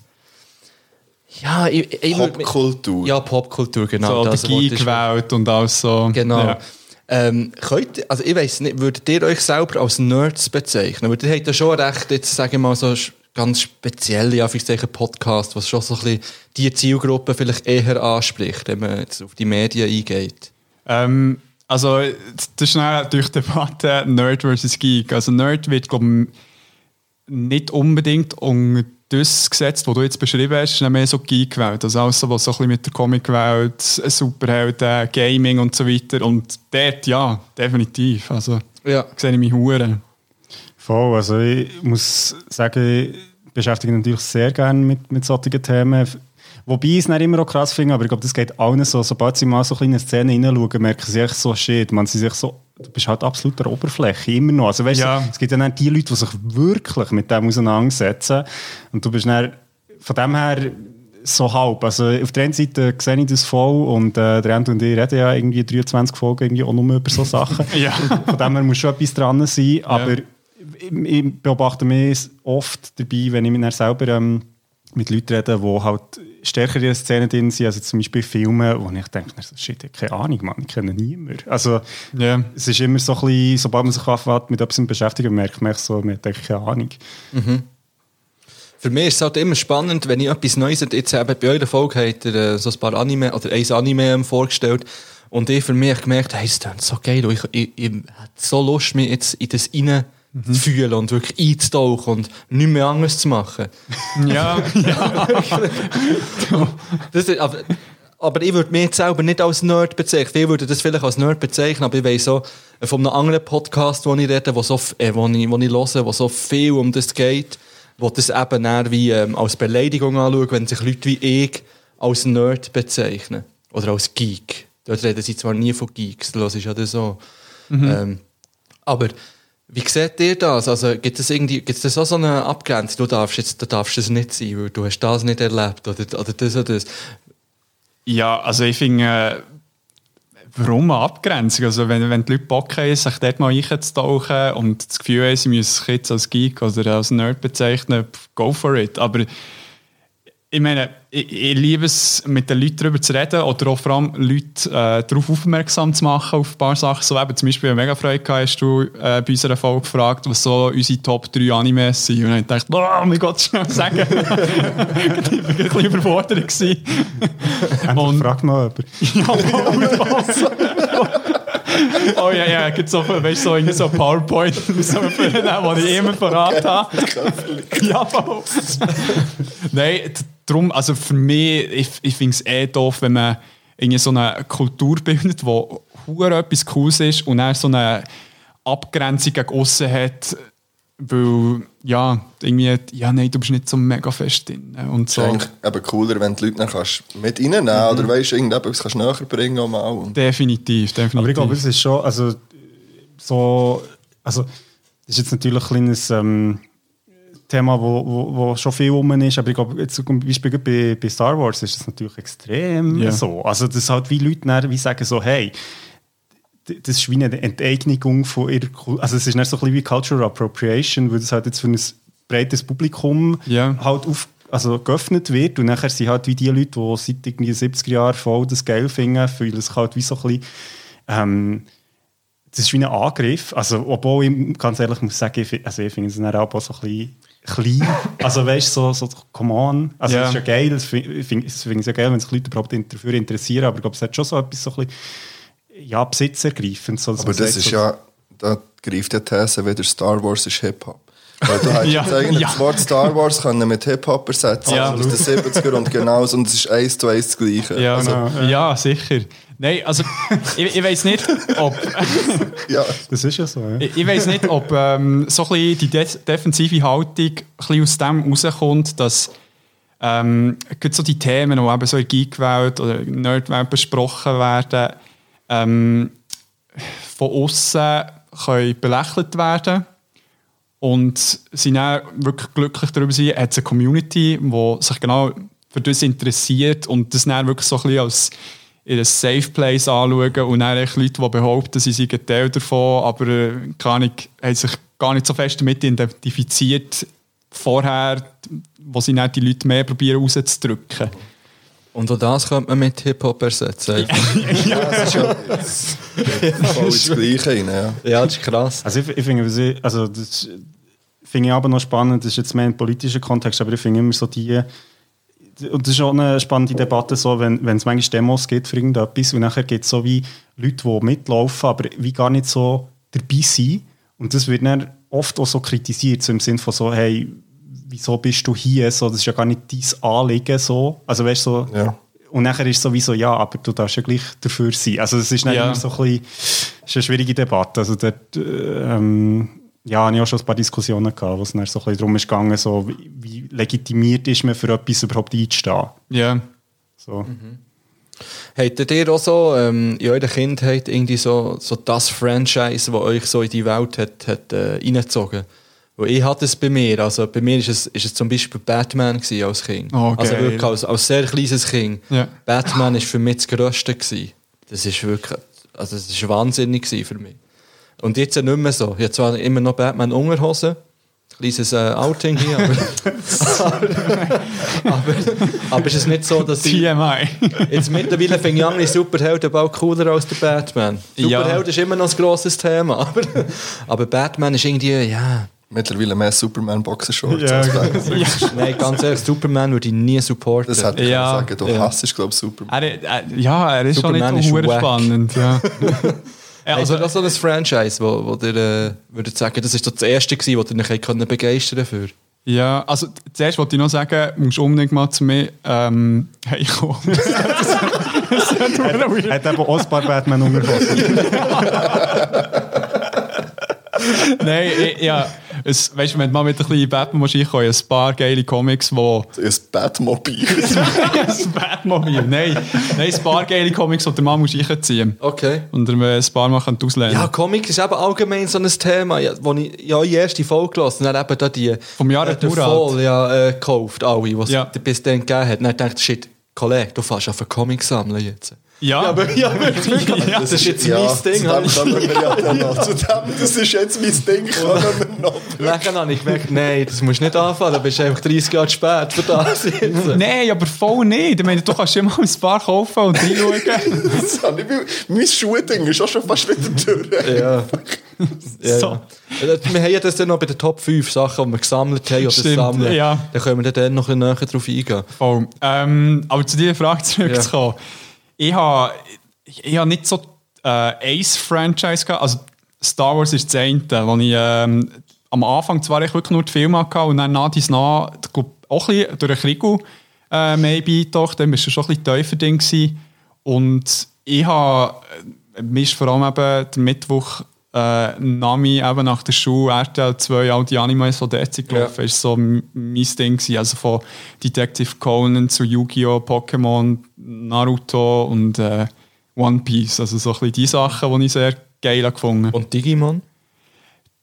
S3: Ja, ich, ich, ich würd mich-
S4: Popkultur.
S3: Ja, Popkultur, genau.
S5: So,
S3: das
S5: der
S3: Wort
S5: Guy
S3: ist-
S5: gewählt und alles so.
S3: Genau.
S5: Ja.
S3: Ähm, könnt, also ich weiß nicht, würdet ihr euch selber als Nerds bezeichnen? Weil ihr habt ja schon recht, jetzt sage ich mal so, sch- ganz spezielle Anführungszeichen Podcast, was schon so ein bisschen die Zielgruppe vielleicht eher anspricht, wenn man jetzt auf die Medien eingeht.
S5: Ähm, also, das ist dann durch die Debatte Nerd versus Geek. Also, Nerd wird, glaube ich, nicht unbedingt unter das gesetzt, was du jetzt beschrieben hast, ist dann mehr so die Geek-Welt. Also, alles, was so ein bisschen mit der Comic-Welt, äh, Superhelden, Gaming und so weiter. Und dort, ja, definitiv. Also,
S3: Ja.
S5: sehe ich mich Huren.
S6: Voll, also ich muss sagen, ich beschäftige mich natürlich sehr gerne mit, mit solchen Themen. Wobei ich es nicht immer auch krass finde, aber ich glaube, das geht allen so. Sobald sie mal so kleine Szenen hineinschauen, merken sie echt so, shit, man, sie sich so, du bist halt absolut der Oberfläche, immer noch. Also weißt
S5: Ja.
S6: du, es gibt ja dann die Leute, die sich wirklich mit dem auseinandersetzen und du bist dann von dem her so halb. Also auf der einen Seite sehe ich das voll und äh, der Ant und ich reden ja irgendwie 23 Folgen irgendwie auch nur über so Sachen.
S5: Ja.
S6: Von dem her muss schon etwas dran sein, aber ich, ich beobachte mich oft dabei, wenn ich mit mir selber ähm, mit Leuten rede, die halt stärker in der Szene drin sind, also zum Beispiel Filme, wo ich denke, na, shit, ich habe keine Ahnung, Mann, ich kenne niemanden. Also
S5: Ja.
S6: es ist immer so ein bisschen, sobald man sich anfängt, mit etwas beschäftigen, merkt man echt so, man hat eigentlich keine Ahnung.
S3: Für mich ist es halt immer spannend, wenn ich etwas Neues und jetzt eben bei eurer Folge habt ihr äh, so ein paar Anime oder ein Anime ähm, vorgestellt und ich für mich gemerkt, hey, es klingt so geil und ich, ich, ich hätte so Lust, mich jetzt in das rein zu fühlen und wirklich einzutauchen und nichts mehr anders zu machen.
S5: Ja.
S3: Das ist, aber, aber ich würde mich jetzt selber nicht als Nerd bezeichnen. Viele würden das vielleicht als Nerd bezeichnen, aber ich weiss so von einem anderen Podcast, wo ich rede, wo, so, f- äh, wo, ich, wo ich höre, wo so viel um das geht, wo das eben eher wie ähm, als Beleidigung anschaut, wenn sich Leute wie ich als Nerd bezeichnen. Oder als Geek. Dort reden sie zwar nie von Geeks, das ist ja das so. Ähm, aber wie seht ihr das? Also gibt es irgendwie, gibt es auch so eine Abgrenzung? Du darfst jetzt, du darfst es nicht sein, weil du hast das nicht erlebt oder, oder das oder das.
S5: Ja, also ich finde, äh, warum eine Abgrenzung? Also wenn, wenn die Leute Bock haben, sich dort mal einzutauchen und das Gefühl haben, sie müssen sich jetzt als Geek oder als Nerd bezeichnen, pff, go for it. Aber ich meine, ich, ich liebe es, mit den Leuten darüber zu reden oder auch vor allem Leute äh, darauf aufmerksam zu machen, auf ein paar Sachen. So eben, zum Beispiel, mega Freude gehabt, hast du äh, bei unserer Folge gefragt, was so unsere Top 3 Animes sind. Und dann dachte ich, oh mein Gott, schnell sagen. ich war ein bisschen überfordert. gewesen.
S6: Endlich fragt mal jemand.
S5: Oh ja, ja, gibt so, weißt, so, irgendwie so PowerPoint, so Filme, die ich immer verraten habe. ja, voll. Nein, d- drum, also für mich, ich, ich finde es eh doof, wenn man irgendwie so eine Kultur bildet, wo hure etwas Cooles ist und dann so eine Abgrenzung gegen aussen hat, weil, ja, irgendwie, ja, nein, du bist nicht so mega fest drin und
S4: ist
S5: so.
S4: eigentlich eben cooler, wenn du die Leute dann kannst mit reinnehmen kannst oder weißt, irgendetwas kannst du näher bringen. auch Mal. Und
S5: Definitiv, definitiv.
S6: Aber ich glaube, es ist schon, also so, also das ist jetzt natürlich ein kleines ähm, Thema, wo, wo, wo schon viel rum ist, aber ich glaube, jetzt zum Beispiel gerade bei, bei Star Wars ist das natürlich extrem
S5: Ja.
S6: so. Also das ist halt wie Leute dann, wie sagen so, hey, d- das ist wie eine Enteignung von ihrer Kultur. Also es ist nicht so ein bisschen wie Cultural Appropriation, weil das halt jetzt für ein breites Publikum
S5: Ja.
S6: halt auf, also geöffnet wird und nachher sind halt wie die Leute, die seit irgendwie 70er Jahren voll das geil finden, fühlen sich halt wie so ein bisschen ähm, das ist wie ein Angriff. Also, obwohl ich ganz ehrlich muss sagen, ich, fi- also ich finde es dann auch so ein bisschen klein. Also, weißt du, so, so, come on. Also,
S5: Ja.
S6: das ist ja geil. Das fi- Ich finde es ja geil, wenn sich Leute überhaupt in- dafür interessieren. Aber ich glaube, es hat schon so etwas so ein bisschen, ja, besitzergreifend. So, dass
S4: Aber
S6: man
S4: das
S6: sagt,
S4: ist
S6: so,
S4: ja, da greift die These wieder, Star Wars ist Hip-Hop. Weil du hättest
S5: Ja,
S4: jetzt eigentlich
S5: ja.
S4: das Wort Star Wars können mit Hip-Hop ersetzen also
S5: Ja.
S4: aus den 70er und genauso, und es ist eins zu eins das Gleiche.
S5: ja, genau,
S4: also,
S5: ja. sicher. Nein, also ich, ich weiß nicht, ob
S4: ja.
S6: Das ist ja so, ja.
S5: ich, ich weiß nicht, ob ähm, so ein bisschen die de defensive Haltung ein bisschen aus dem herauskommt, dass ähm, gerade so die Themen, die eben so in der Geek-Welt oder Nerd-Welt besprochen werden, ähm, von außen können belächelt werden und sind dann wirklich glücklich darüber sein, hat es eine Community, die sich genau für das interessiert und das dann wirklich so ein bisschen als ihr Safe Place anschauen und dann echt Leute, die behaupten, sie seien Teil davon, aber äh, keine Ahnung, haben sich gar nicht so fest damit identifiziert vorher, wo sie dann die Leute mehr probieren rauszudrücken.
S3: Und auch das könnte man mit Hip-Hop ersetzen.
S4: ja, es ist ja es geht voll ins Gleiche rein. Ja.
S3: ja, das ist krass.
S6: Also ich, ich finde, was ich- also das finde ich aber noch spannend, das ist jetzt mehr im politischen Kontext, aber ich finde immer so die, und das ist auch eine spannende Debatte, so, wenn, wenn es manchmal Demos gibt für irgendetwas und nachher gibt es so wie Leute, die mitlaufen, aber wie gar nicht so dabei sind. Und das wird dann oft auch so kritisiert, so im Sinn von so, hey, wieso bist du hier? So, das ist ja gar nicht dein Anliegen. So. Also weißt du, so,
S4: Ja.
S6: und nachher ist sowieso, ja, aber du darfst ja gleich dafür sein. Also es ist nicht
S5: Ja.
S6: immer so ein bisschen, es ist eine schwierige Debatte. Also dort, äh, ähm, ja, habe ich auch schon ein paar Diskussionen gehabt, wo es dann so ein bisschen darum ist gegangen, so, wie, wie legitimiert ist man für etwas überhaupt einzustehen.
S5: Ja.
S6: So.
S3: Hättet ihr auch so ähm, in eurer Kindheit irgendwie so, so das Franchise, das euch so in die Welt hat, hat äh, reingezogen? Weil ich hatte es bei mir. Also bei mir ist es, ist es zum Beispiel Batman gewesen als Kind.
S5: Oh,
S3: Also
S5: geil.
S3: wirklich als, als sehr kleines Kind.
S5: Ja.
S3: Batman war für mich das Größte. Gewesen. Das ist wirklich, also das ist wahnsinnig gewesen für mich. Und jetzt ja nicht mehr so. Ich habe zwar immer noch Batman Unterhosen, kleines äh, Outing hier, aber, aber, aber ist es nicht so, dass ich...
S5: TMI.
S3: Jetzt mittlerweile finde ich andere Superhelden bald cooler als der Batman.
S5: Ja.
S3: Superheld ist immer noch ein grosses Thema, aber, aber Batman ist irgendwie, ja...
S4: Mittlerweile mehr Superman-Boxershorts.
S6: Ja,
S4: als Batman.
S3: Nein, ganz ehrlich, Superman würde ich nie supporten.
S4: Das hätte ich
S5: Ja.
S4: können sagen. Du
S3: Ja.
S4: hasst, glaube ich, Superman.
S5: Er, er, ja, er ist
S3: Superman
S5: schon nicht so
S3: ist
S5: hure
S3: wack.
S5: spannend. Ja. ja,
S3: also
S5: also,
S3: das ist so ein Franchise, wo, wo ihr äh, würdet sagen, das ist so das erste gewesen, wo ihr euch können begeistern für.
S5: ja, also z- zuerst wollte ich noch sagen, du musst unbedingt mal zu mir ähm, heimkommen. Oh,
S6: Hat eben auch ein paar Batman umgebracht.
S5: Nein, ich, eh, ja, es, weißt du, wenn du mal mit ein bisschen Batman musst reinkommen, ich habe ein paar geile Comics, die
S4: Ein Batmobil.
S5: das Batmobil, nein, nein, ein paar geile Comics, die der Mann muss reinziehen muss.
S3: Okay.
S5: Und er äh, ein paar Mal kann auslehnen
S3: Ja, Comic ist eben allgemein so ein Thema, ja, wo ich ja die erste Folge gelesen habe, dann eben da die...
S5: Vom Jahr
S3: äh, der
S5: Murat.
S3: Fall, ja, äh, gekauft, alle, was
S5: Ja.
S3: es bis dann gegeben hat. Dann dachte ich, shit, Kollege, du fährst auf einen Comic sammeln jetzt.
S5: Ja, aber,
S3: ja, wirklich.
S5: Ja, dus-
S3: das ist jetzt mein Ding.
S4: Zu
S3: habe
S4: dem
S3: ich-
S4: kommen wir ja dann noch. Zu dem, das ist jetzt mein Ding. Können wir noch.
S3: Nachher habe ich gemerkt, nein, das musst du nicht anfangen, da bist du einfach 30 Jahre zu spät für das jetzt.
S5: nein, aber voll nicht. Ich meine, du kannst immer ein paar kaufen und reinschauen.
S4: Das habe ich, bei- mein Schuhding ist auch schon fast wieder durch.
S3: ja. ja.
S5: So.
S3: Ja, Äh, Wir haben ja das dann noch bei den Top 5 Sachen, die wir gesammelt haben oder
S5: Stimmt,
S3: sammeln.
S5: ja.
S3: Da können wir dann noch ein bisschen näher drauf eingehen.
S5: Voll. Ähm, aber zu dieser Frage zurückzukommen. Ich habe ich, ich habe nicht so äh, Ace-Franchise gehabt. Also Star Wars ist das eine, wo ich ähm, am Anfang zwar echt wirklich nur die Filme hatte und dann nach dies nach, ich glaube, auch ein bisschen durch den Krieg äh, mehr beigetragen. Dann war es schon ein bisschen tiefer drin. gewesen. Und ich habe äh, mir ist vor allem eben der Mittwoch äh, Nami eben nach der Schule RTL 2 all die Animes, die dort sind gelaufen, ist so m- mein Ding gewesen. Also von Detective Conan zu Yu-Gi-Oh!, Pokémon, Naruto und äh, One Piece. Also so ein bisschen die Sachen, die ich sehr geil gefunden habe.
S3: Und Digimon?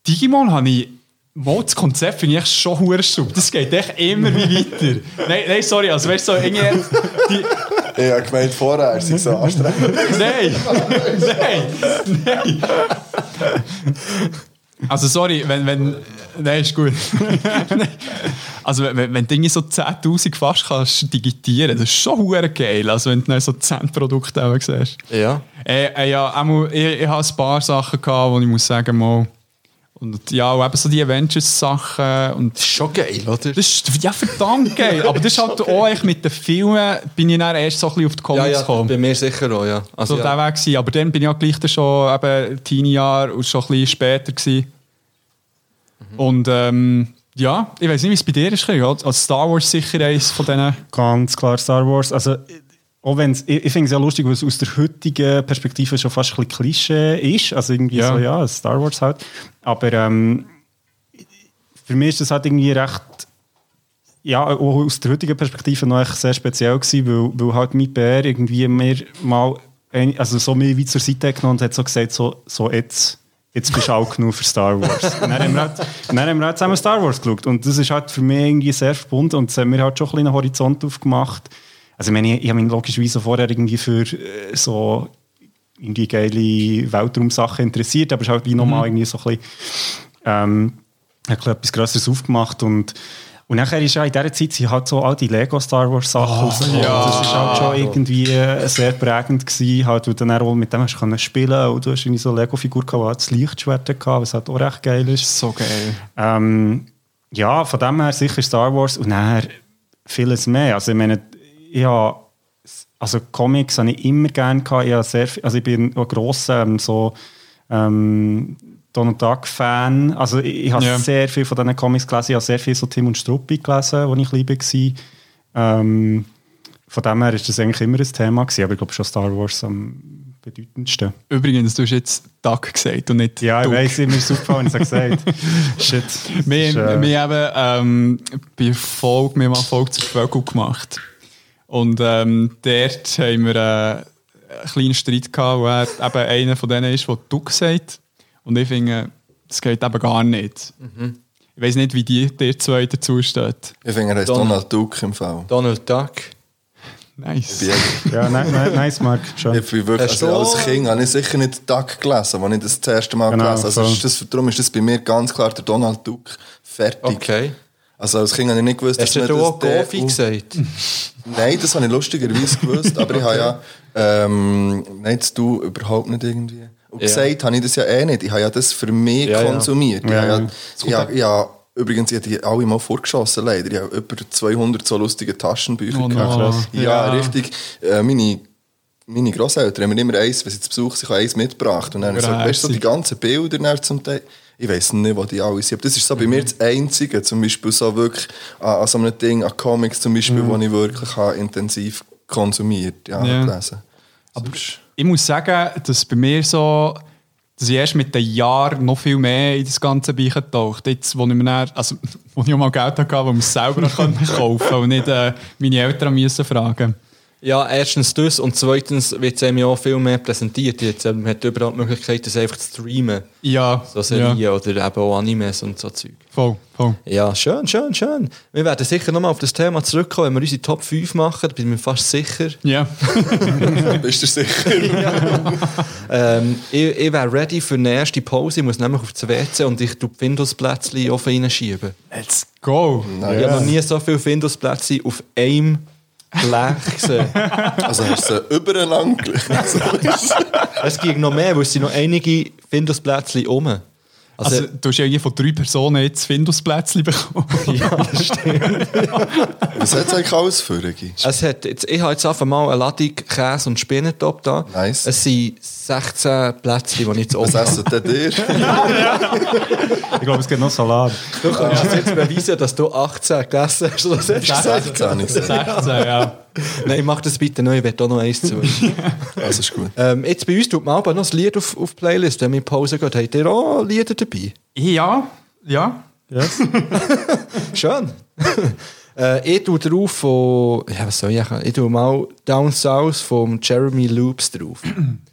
S5: Digimon habe ich. Mal, das Konzept finde ich echt schon hure super. Das geht echt immer wie weiter. Nein, nein, sorry, also weißt du, so, irgendwie die,
S4: Ich habe gemeint, vorher sei so anstrengend.
S5: Nein! Nein! Nein! Also sorry, wenn... wenn nein, ist gut. Nein. also wenn- wenn, wenn Dinge so 10'000 fast kannst digitieren, das ist schon hure geil. Also wenn du dann so 10 Produkte auch siehst.
S3: Ja.
S5: Äh, äh, ja, einmal, ich, ich hatte ein paar Sachen, gehabt, wo ich muss sagen mal... Und ja, auch eben so die eh, Avengers-Sachen und...
S3: Schon geil, oder?
S5: Das ist Dus, ja verdammt geil, aber das ist halt auch echt mit den Filmen, bin ich dann erst so ein bisschen auf
S3: ja,
S5: die Comics
S3: ja,
S5: gekommen
S3: bei mir sicher auch, ja. Also,
S5: so
S3: ja.
S5: der Weg gewesen. Aber dann bin ich auch gleich dann schon eben Teenie-Jahr und schon ein bisschen später gewesen.
S6: Mhm.
S5: Und ähm, ja, ich weiß nicht, wie es bei dir ist. Kiri, Als als Star Wars sicher eines von denen.
S6: Ganz klar Star Wars. Also, ich- auch wenn's, ich, ich finde es ja lustig, weil es aus der heutigen Perspektive schon fast ein bisschen Klischee ist. Also irgendwie
S5: Ja.
S6: so, ja, Star Wars halt. Aber ähm, für mich ist das halt irgendwie recht, ja, auch aus der heutigen Perspektive noch echt sehr speziell gewesen, weil, weil halt mein Bär irgendwie mir mal, ein- also so mir wie zur Seite genommen und hat so gesagt, so, so jetzt, jetzt bist du auch genug für Star Wars. Und dann, haben wir halt, und dann haben wir halt zusammen Star Wars geschaut und das ist halt für mich irgendwie sehr verbunden und es hat mir halt schon ein bisschen einen Horizont aufgemacht. Also ich meine, ich, ich habe mich logischerweise vorher irgendwie für äh, so irgendwie geile Weltraumsachen interessiert, aber es ist halt wie nochmal irgendwie so ein bisschen ähm, hat glaub, etwas Größeres aufgemacht und und nachher ist ja in dieser Zeit sind halt so all die Lego Star Wars Sachen rausgekommen. Das ist halt schon irgendwie äh, sehr prägend gewesen, halt, weil du dann auch mit dem hast du können spielen und du halt hast irgendwie so Lego Figur gehabt, die auch das Lichtschwert hatte, was halt auch recht geil ist.
S5: So geil.
S6: Ähm, ja, von dem her sicher Star Wars und nachher vieles mehr. Also ich meine, ja, also Comics habe ich immer gerne gehabt. Ich, habe sehr, viel- also ich bin auch grosser ähm, so, ähm, Donald Duck-Fan. Also ich, ich habe
S5: Ja.
S6: sehr viel von diesen Comics gelesen. Ich habe sehr viel so Tim und Struppi gelesen, als ich klein war. Ähm, von dem her ist das eigentlich immer ein Thema gewesen. Aber ich glaube schon Star Wars am bedeutendsten.
S5: Übrigens, du hast jetzt Duck gesagt und nicht
S6: Ja, ich
S5: Duck.
S6: weiss, mir ist aufgefallen, ich habe gesagt. Shit. Das
S5: Wir,
S6: ist, äh,
S5: wir haben eben ähm, bei Folge, wir haben mal Folge zu Vögel gemacht. Und ähm, dort haben wir äh, einen kleinen Streit gehabt, wo er eben einer von denen ist, der du sagt. Und ich finde, das geht eben gar nicht. Ich weiß nicht, wie die, die zwei dazu steht.
S4: Ich finde, er heisst
S3: Donald.
S4: Donald Duck im Fall.
S3: Donald Duck.
S5: Nice.
S4: Ich bin-
S6: ja, nein, nein, nice, Mark. Schön.
S4: Ich bin wirklich,
S3: Hast
S4: also
S3: du-
S4: als Kind habe ich sicher nicht Duck gelesen, als ich das, das erste Mal
S6: Genau,
S4: gelesen habe. Also
S6: voll.
S4: ist das, darum ist das bei mir ganz klar der Donald Duck fertig.
S3: Okay.
S4: Also als Kind habe ich nicht gewusst,
S3: Hast du
S4: man
S3: da auch
S4: das-
S3: Gofi gesagt?
S4: Nein, das habe ich lustigerweise gewusst, aber ich habe ja ähm, nein, das du überhaupt nicht irgendwie. Und
S3: Ja.
S4: gesagt habe ich das ja eh nicht. Ich habe ja das für mich
S3: Ja, ja.
S4: konsumiert.
S6: Ja,
S4: Ich
S6: ja.
S4: habe, ja- ich habe, ich habe, übrigens, ich habe die alle mal vorgeschossen, leider. Ich habe über 200 so lustige Taschenbücher
S5: Oh no.
S4: gehabt.
S5: Krass.
S4: Ja,
S5: Ja.
S4: richtig. Äh, meine meine Großeltern haben mir immer eins, wenn sie zu Besuch sind, eins mitgebracht. Und dann habe ich gesagt, weißt du, so die
S5: Herzig.
S4: ganzen Bilder dann zum Teil. Ich weiß nicht, wo die alle sind. Aber das ist so bei mir das Einzige, zum Beispiel so wirklich an, an so einem Ding, an Comics zum Beispiel, wo ich wirklich habe, intensiv konsumiert ja,
S5: Ja.
S4: gelesen.
S5: Aber ich muss sagen, dass bei mir so, dass ich erst mit den Jahren noch viel mehr in das Ganze bin eingetaucht. Jetzt, wo ich mir dann, also, wo ich auch mal Geld hatte, wo ich es selber noch kaufen konnte und nicht äh, meine Eltern müssen fragen
S3: Ja, erstens das und zweitens wird es einem ja auch viel mehr präsentiert. Jetzt, äh, man hat überall die Möglichkeit, das einfach zu streamen.
S5: Ja,
S3: So Serien
S5: ja
S3: oder eben auch Animes und so Zeug.
S5: voll, voll.
S3: Ja, schön, schön, schön. Wir werden sicher nochmal auf das Thema zurückkommen, wenn wir unsere Top 5 machen, da bin ich mir fast sicher.
S5: Ja,
S4: Bist du sicher?
S3: Ähm, ich ich wäre ready für eine erste Pause, ich muss nämlich auf das WC und ich tue die Windows-Plätzchen offen reinschieben.
S5: let's go.
S4: Nein.
S3: Ich habe noch nie so viele Windows-Plätzchen auf einem Blech gesehen.
S4: Also hast du sie übereinander gelesen.
S3: es ging noch mehr, weil es sind noch einige Windows-Plätzchen um. Also,
S5: Also, du hast ja irgendwie von drei Personen jetzt Findusplätzchen bekommen.
S3: ja, das stimmt.
S4: Was hat es eigentlich alles für Regi?
S3: Es hat jetzt, ich habe jetzt einfach mal eine Ladung Käse und Spinnentop da.
S4: Nice.
S3: Es sind 16 Plätzchen, die ich jetzt oben
S4: Was
S3: habe.
S4: essen denn dir?
S6: Ich glaube, es gibt noch Salat.
S3: Du kannst uns jetzt beweisen, dass du 18 gegessen hast. Oder was hast du gesagt?
S4: 16 habe ich gesagt.
S5: 16, ja.
S3: Nein, mach das bitte nicht, ich will auch noch eins zu.
S4: Das Also, ist gut.
S3: ähm, jetzt bei uns tut man aber noch ein Lied auf, auf die Playlist, wenn wir in die Pause gehen. Habt ihr auch Lieder dabei?
S5: Ja, ja.
S6: Yes.
S3: Schön. äh, ich tue drauf von... Ja, was soll ich machen? Ich tue mal Down South von Jeremy Loops drauf.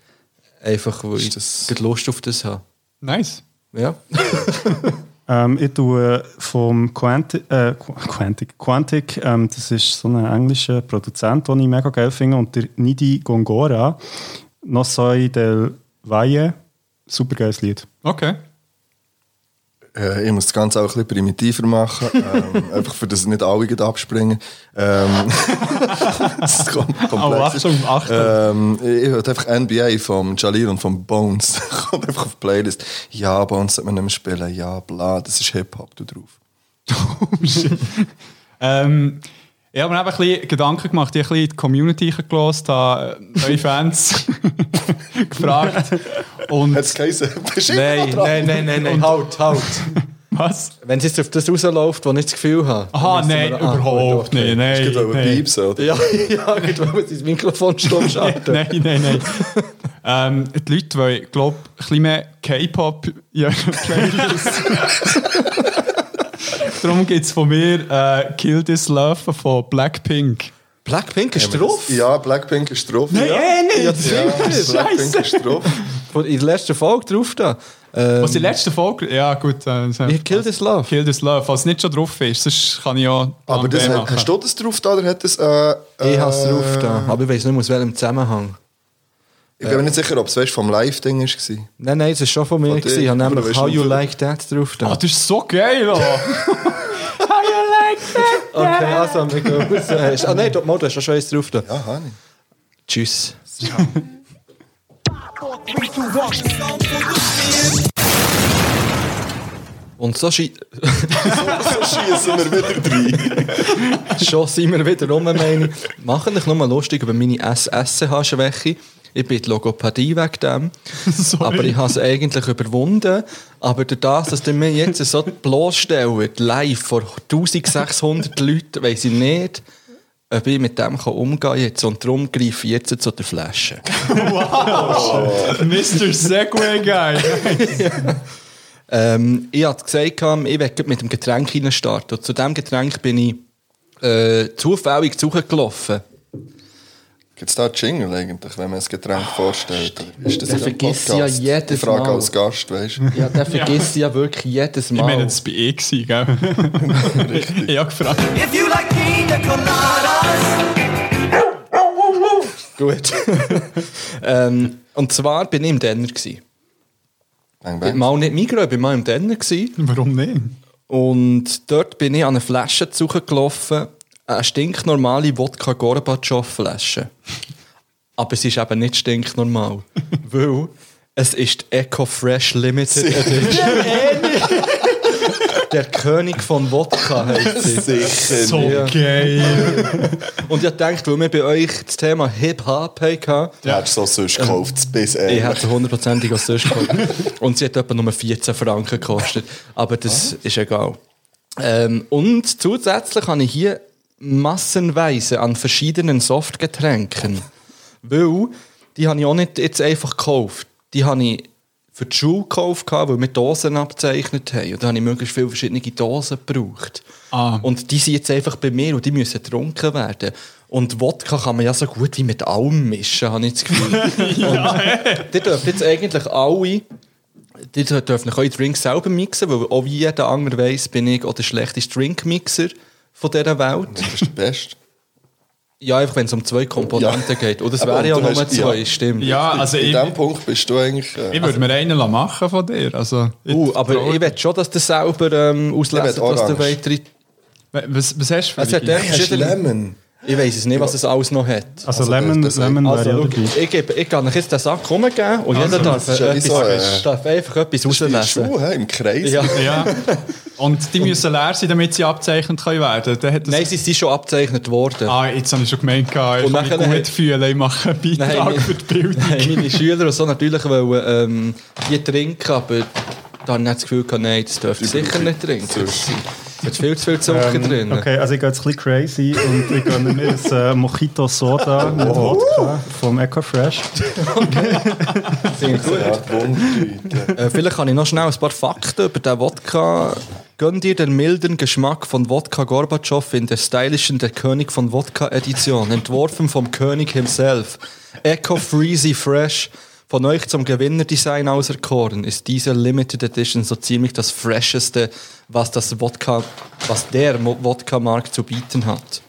S3: Einfach, weil ich
S4: das-
S3: gerade Lust auf das habe.
S5: Nice.
S3: Ja.
S6: ähm, ich tue vom Quantic, äh, Qu- Quantic, Quantic ähm, das ist so ein englischer Produzent, den ich mega geil finde, und der Nidi Gongora, «No soy del Valle», super geiles Lied.
S5: Okay.
S4: Äh, ich muss das Ganze auch ein bisschen primitiver machen, ähm, einfach für das nicht alle gleich abspringen. Ähm, das ist kom
S5: Oh,
S4: komplex. ist.
S5: Achtung, Achtung.
S4: Ähm, ich höre einfach NBA vom Jalil und vom Bones. Kommt einfach auf die Playlist. Ja, Bones sollte man nicht mehr spielen. Ja, bla, das ist Hip-Hop da drauf.
S5: Ähm, ich habe mir eben ein bisschen Gedanken gemacht, ich habe ein bisschen in die Community gelost, habe äh, neue Fans gefragt. Und
S4: Hat es geheißen? Bist du immer
S3: Nein,
S4: noch dran?
S3: nein, nein, nein, nein. Halt, halt.
S5: was?
S3: Wenn es jetzt auf das rausläuft, wo ich das Gefühl habe.
S5: Aha,
S3: dann müssen
S5: nein,
S3: wir- ah,
S5: überhaupt
S3: gut, okay.
S4: Hast
S5: nicht. Nein,
S4: du gerade wollen
S5: nein,
S4: piepsen, oder?
S3: Ja, ja, gut, weil wir das Mikrofon stumm schalten.
S5: nein, nein, nein. ähm, die Leute wollen, glaube ich, ein bisschen mehr K-Pop in ihrer Playlist. Darum gibt es von mir äh, Kill This Love von Blackpink.
S3: Blackpink ist drauf.
S4: Ja, Blackpink ist drauf. ja.
S5: eh
S3: Ja, das
S4: Ja,
S3: ist
S4: Blackpink ist drauf.
S3: Von- In der letzten Folge drauf da. Ähm,
S5: Was die letzte Folge? Ja, gut. Äh,
S3: Wir Kill This Love.
S5: Kill This Love, falls es nicht schon drauf ist, sonst kann ich
S3: Ah,
S5: ja...
S4: Aber
S5: Plan
S4: das,
S5: B
S4: hat-
S5: machen.
S4: hast du das drauf da oder hat das... Äh,
S3: Ich habe es
S4: äh,
S3: drauf da. Aber ich weiß nicht, aus welchem Zusammenhang.
S4: Ich bin mir nicht sicher, ob es weißt, vom Live-Ding war.
S3: Nein, nein, es war schon von mir.
S4: Von
S3: gewesen. Ich
S4: dir.
S3: habe
S4: Aber
S3: nämlich
S4: weißt
S3: How
S4: du,
S3: You
S4: wie-
S3: Like That drauf
S5: Ah,
S3: da.
S5: das ist so geil, oh. How you like that?
S3: Okay, also, wir gehen raus. Hast- Ah, nein, du mal, du hast auch schon eins drauf da.
S4: Ja, habe ich.
S3: Tschüss. Und so, schi-
S4: So schießen wir wieder rein.
S3: schon sind wir wieder rum, meine ich. Machen dich nur lustig über meine SSH-Schwäche. Ich bin die Logopädie wegen dem. Aber ich habe es eigentlich überwunden. Aber durch das, dass ihr mir jetzt so bloßstellt, live vor 1600 Leuten, weiss ich nicht, ob ich mit dem kann umgehen kann jetzt. Und darum greife ich jetzt zu der Flasche.
S5: Mr. Segway Guy.
S3: Ähm, ich hatte gesagt, gehabt, ich werde mit dem Getränk rein starten. Und zu diesem Getränk bin ich äh, zufällig zugelaufen.
S4: Gibt es da einen Jingle eigentlich, wenn man ein Getränk
S3: Ah,
S4: vorstellt? Oder Ist das
S3: Ich
S4: in einem
S3: vergiss
S4: Podcast?
S3: ja jedes
S4: Ich frage
S3: Mal.
S4: als Gast, weißt du?
S3: Ja, den vergisst ich ja wirklich jedes
S5: Ich
S3: Mal.
S5: meine, das war ich, gewesen, gell? ich habe gefragt.
S1: If you like pina coladas,
S3: Gut. ähm, und zwar bin ich im Denner. Gewesen.
S4: Bang,
S3: Ich bin
S4: bang.
S3: mal nicht Migros, ich bin mal im Denner. Gewesen.
S5: Warum nicht?
S3: Und dort bin ich an eine Flasche zugelaufen. Eine stinknormale Wodka Gorbatschow-Flasche. Aber es ist eben nicht stinknormal. weil es ist die Eco Fresh Limited Edition. Der König von Wodka heißt sie.
S4: Sicher.
S5: So
S3: Ja.
S5: geil.
S3: Und ich dachte, weil wir bei euch das Thema Hip-Hop hatten,
S4: Du hättest so sonst
S3: Ähm,
S4: gekauft, bis
S3: Ich
S4: ehrlich.
S3: hätte hundertprozentig aus sonst gekauft. Und sie hat etwa nur 14 Franken gekostet. Aber das ist egal. Ähm, und zusätzlich habe ich hier massenweise an verschiedenen Softgetränken. Weil, die habe ich auch nicht jetzt einfach gekauft. Die habe ich für die Schule gekauft, weil wir Dosen abgezeichnet haben. Und da habe ich möglichst viele verschiedene Dosen gebraucht.
S5: Ah.
S3: Und die sind jetzt einfach bei mir und die müssen getrunken werden. Und Wodka kann man ja so gut wie mit allem mischen, habe ich das Gefühl. Die dürfen jetzt eigentlich alle, die dürfen auch ihre Drinks selber mixen, weil auch wie jeder andere weiss, bin ich auch der schlechteste Drinkmixer von dieser Welt.
S4: Das ist der Beste.
S3: Ja, einfach wenn es um zwei Komponenten
S4: Ja.
S3: geht. Oder es
S4: Aber
S3: wäre ja
S4: du
S3: nur
S4: hast-
S3: zwei,
S4: ja.
S3: stimmt.
S5: Ja, also
S4: In
S5: ich,
S4: diesem Punkt bist du eigentlich... Äh,
S5: ich würde mir einen lassen machen von dir. Also, ich-
S3: Uh, aber ich will schon, dass du selber ähm, auslesen,
S4: Ich will
S3: dass du
S4: orange.
S3: weitere...
S5: was, was hast du für
S3: Es hat
S5: Idee?
S3: echt verschiedene- Ich weiß es nicht, was es alles noch hat.
S6: Also,
S4: Also,
S6: Lemon,
S4: das- das-
S6: Lemon
S3: Also,
S6: wäre ja
S3: schau,
S6: dabei.
S3: ich, gebe, ich kann euch jetzt den Sack rumgeben und jeder darf,
S4: das ist ja wie
S3: etwas,
S4: so, äh,
S3: darf einfach etwas rauslesen.
S4: Schuhe hä, im Kreis.
S3: Ja.
S5: Ja. Und die müssen leer sein, damit sie abzeichnet können werden. Dann hat das-
S3: Nein, sie sind schon abgezeichnet worden.
S5: Ah, jetzt habe ich schon gemeint, ich kann
S3: Und
S5: mich
S3: nachher
S5: gut
S3: hat-
S5: fühlen, ich mache einen Beitrag
S3: Nein,
S5: für die Bildung.
S3: haben meine Schüler und so natürlich wollen, ähm, die trinken, aber da habe ich nicht das Gefühl gehabt, nein, das dürft ihr sicher nicht Ähm, trinken. Es ist viel zu viel Zucker drin.
S6: Okay, also ich gehe jetzt ein bisschen crazy und ich gönne mir ein äh, Mojito Soda mit Wodka vom EcoFresh.
S3: Finde ich gut.
S4: Ja, Wunderdeuten.
S3: Äh, vielleicht kann ich noch schnell ein paar Fakten über den Wodka. Gönn dir den milden Geschmack von Wodka Gorbatschow in der stylischen Der König von Wodka Edition, entworfen vom König himself. Eco Freezy Fresh, von euch zum Gewinnerdesign auserkoren, ist diese Limited Edition so ziemlich das Fresheste, was das Wodka, was der Mo- Wodka-Markt zu bieten hat.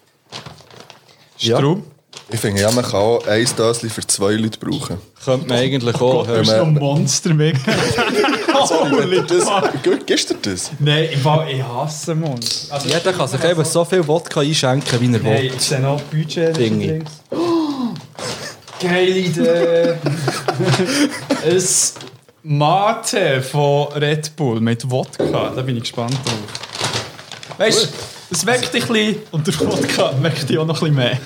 S3: Ja,
S5: Drum.
S4: Ich finde, ja, man kann auch ein Döschen für zwei Leute brauchen.
S3: könnte man eigentlich auch.
S5: Du bist
S3: hören.
S5: noch ein Monster weg. Holy
S4: Das,
S5: fuck.
S4: gut, gibst du dir das?
S5: Nein, ich, wa- ich hasse Monster. Also,
S3: Jeder kann sich eben so viel Wodka einschenken, wie er
S5: Nein,
S3: will.
S5: ich sehe noch Budget.
S3: Dinge.
S5: links. Geile Idee. ein Mate von Red Bull mit Wodka. Da bin ich gespannt drauf. Weißt du, es weckt dich ein bisschen und der Wodka weckt dich auch noch ein bisschen mehr.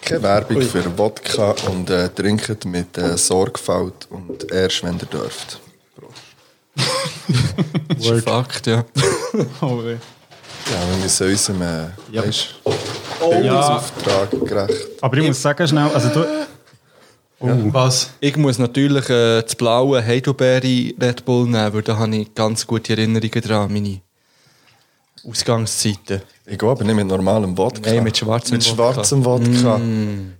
S4: Keine Werbung für Wodka und äh, trinkt mit äh, Sorgfalt und erst, wenn ihr dürft.
S3: Das ist ein Fakt, ja.
S5: Oh, weh.
S4: Ja, wir müssen unserem äh,
S5: Ja.
S4: weißt,
S5: ja,
S4: Bildungsauftrag gerecht.
S6: Aber ich muss sagen, schnell, also du,
S5: was?
S3: Ich muss natürlich äh, das blaue Heidelberry Red Bull nehmen, weil da habe ich ganz gute Erinnerungen dran, meine Ausgangszeiten.
S4: Ich gehe aber nicht mit normalem Wodka.
S3: Nein, mit schwarzem
S4: Mit
S3: Wodka. Mm.
S4: schwarzem Wodka.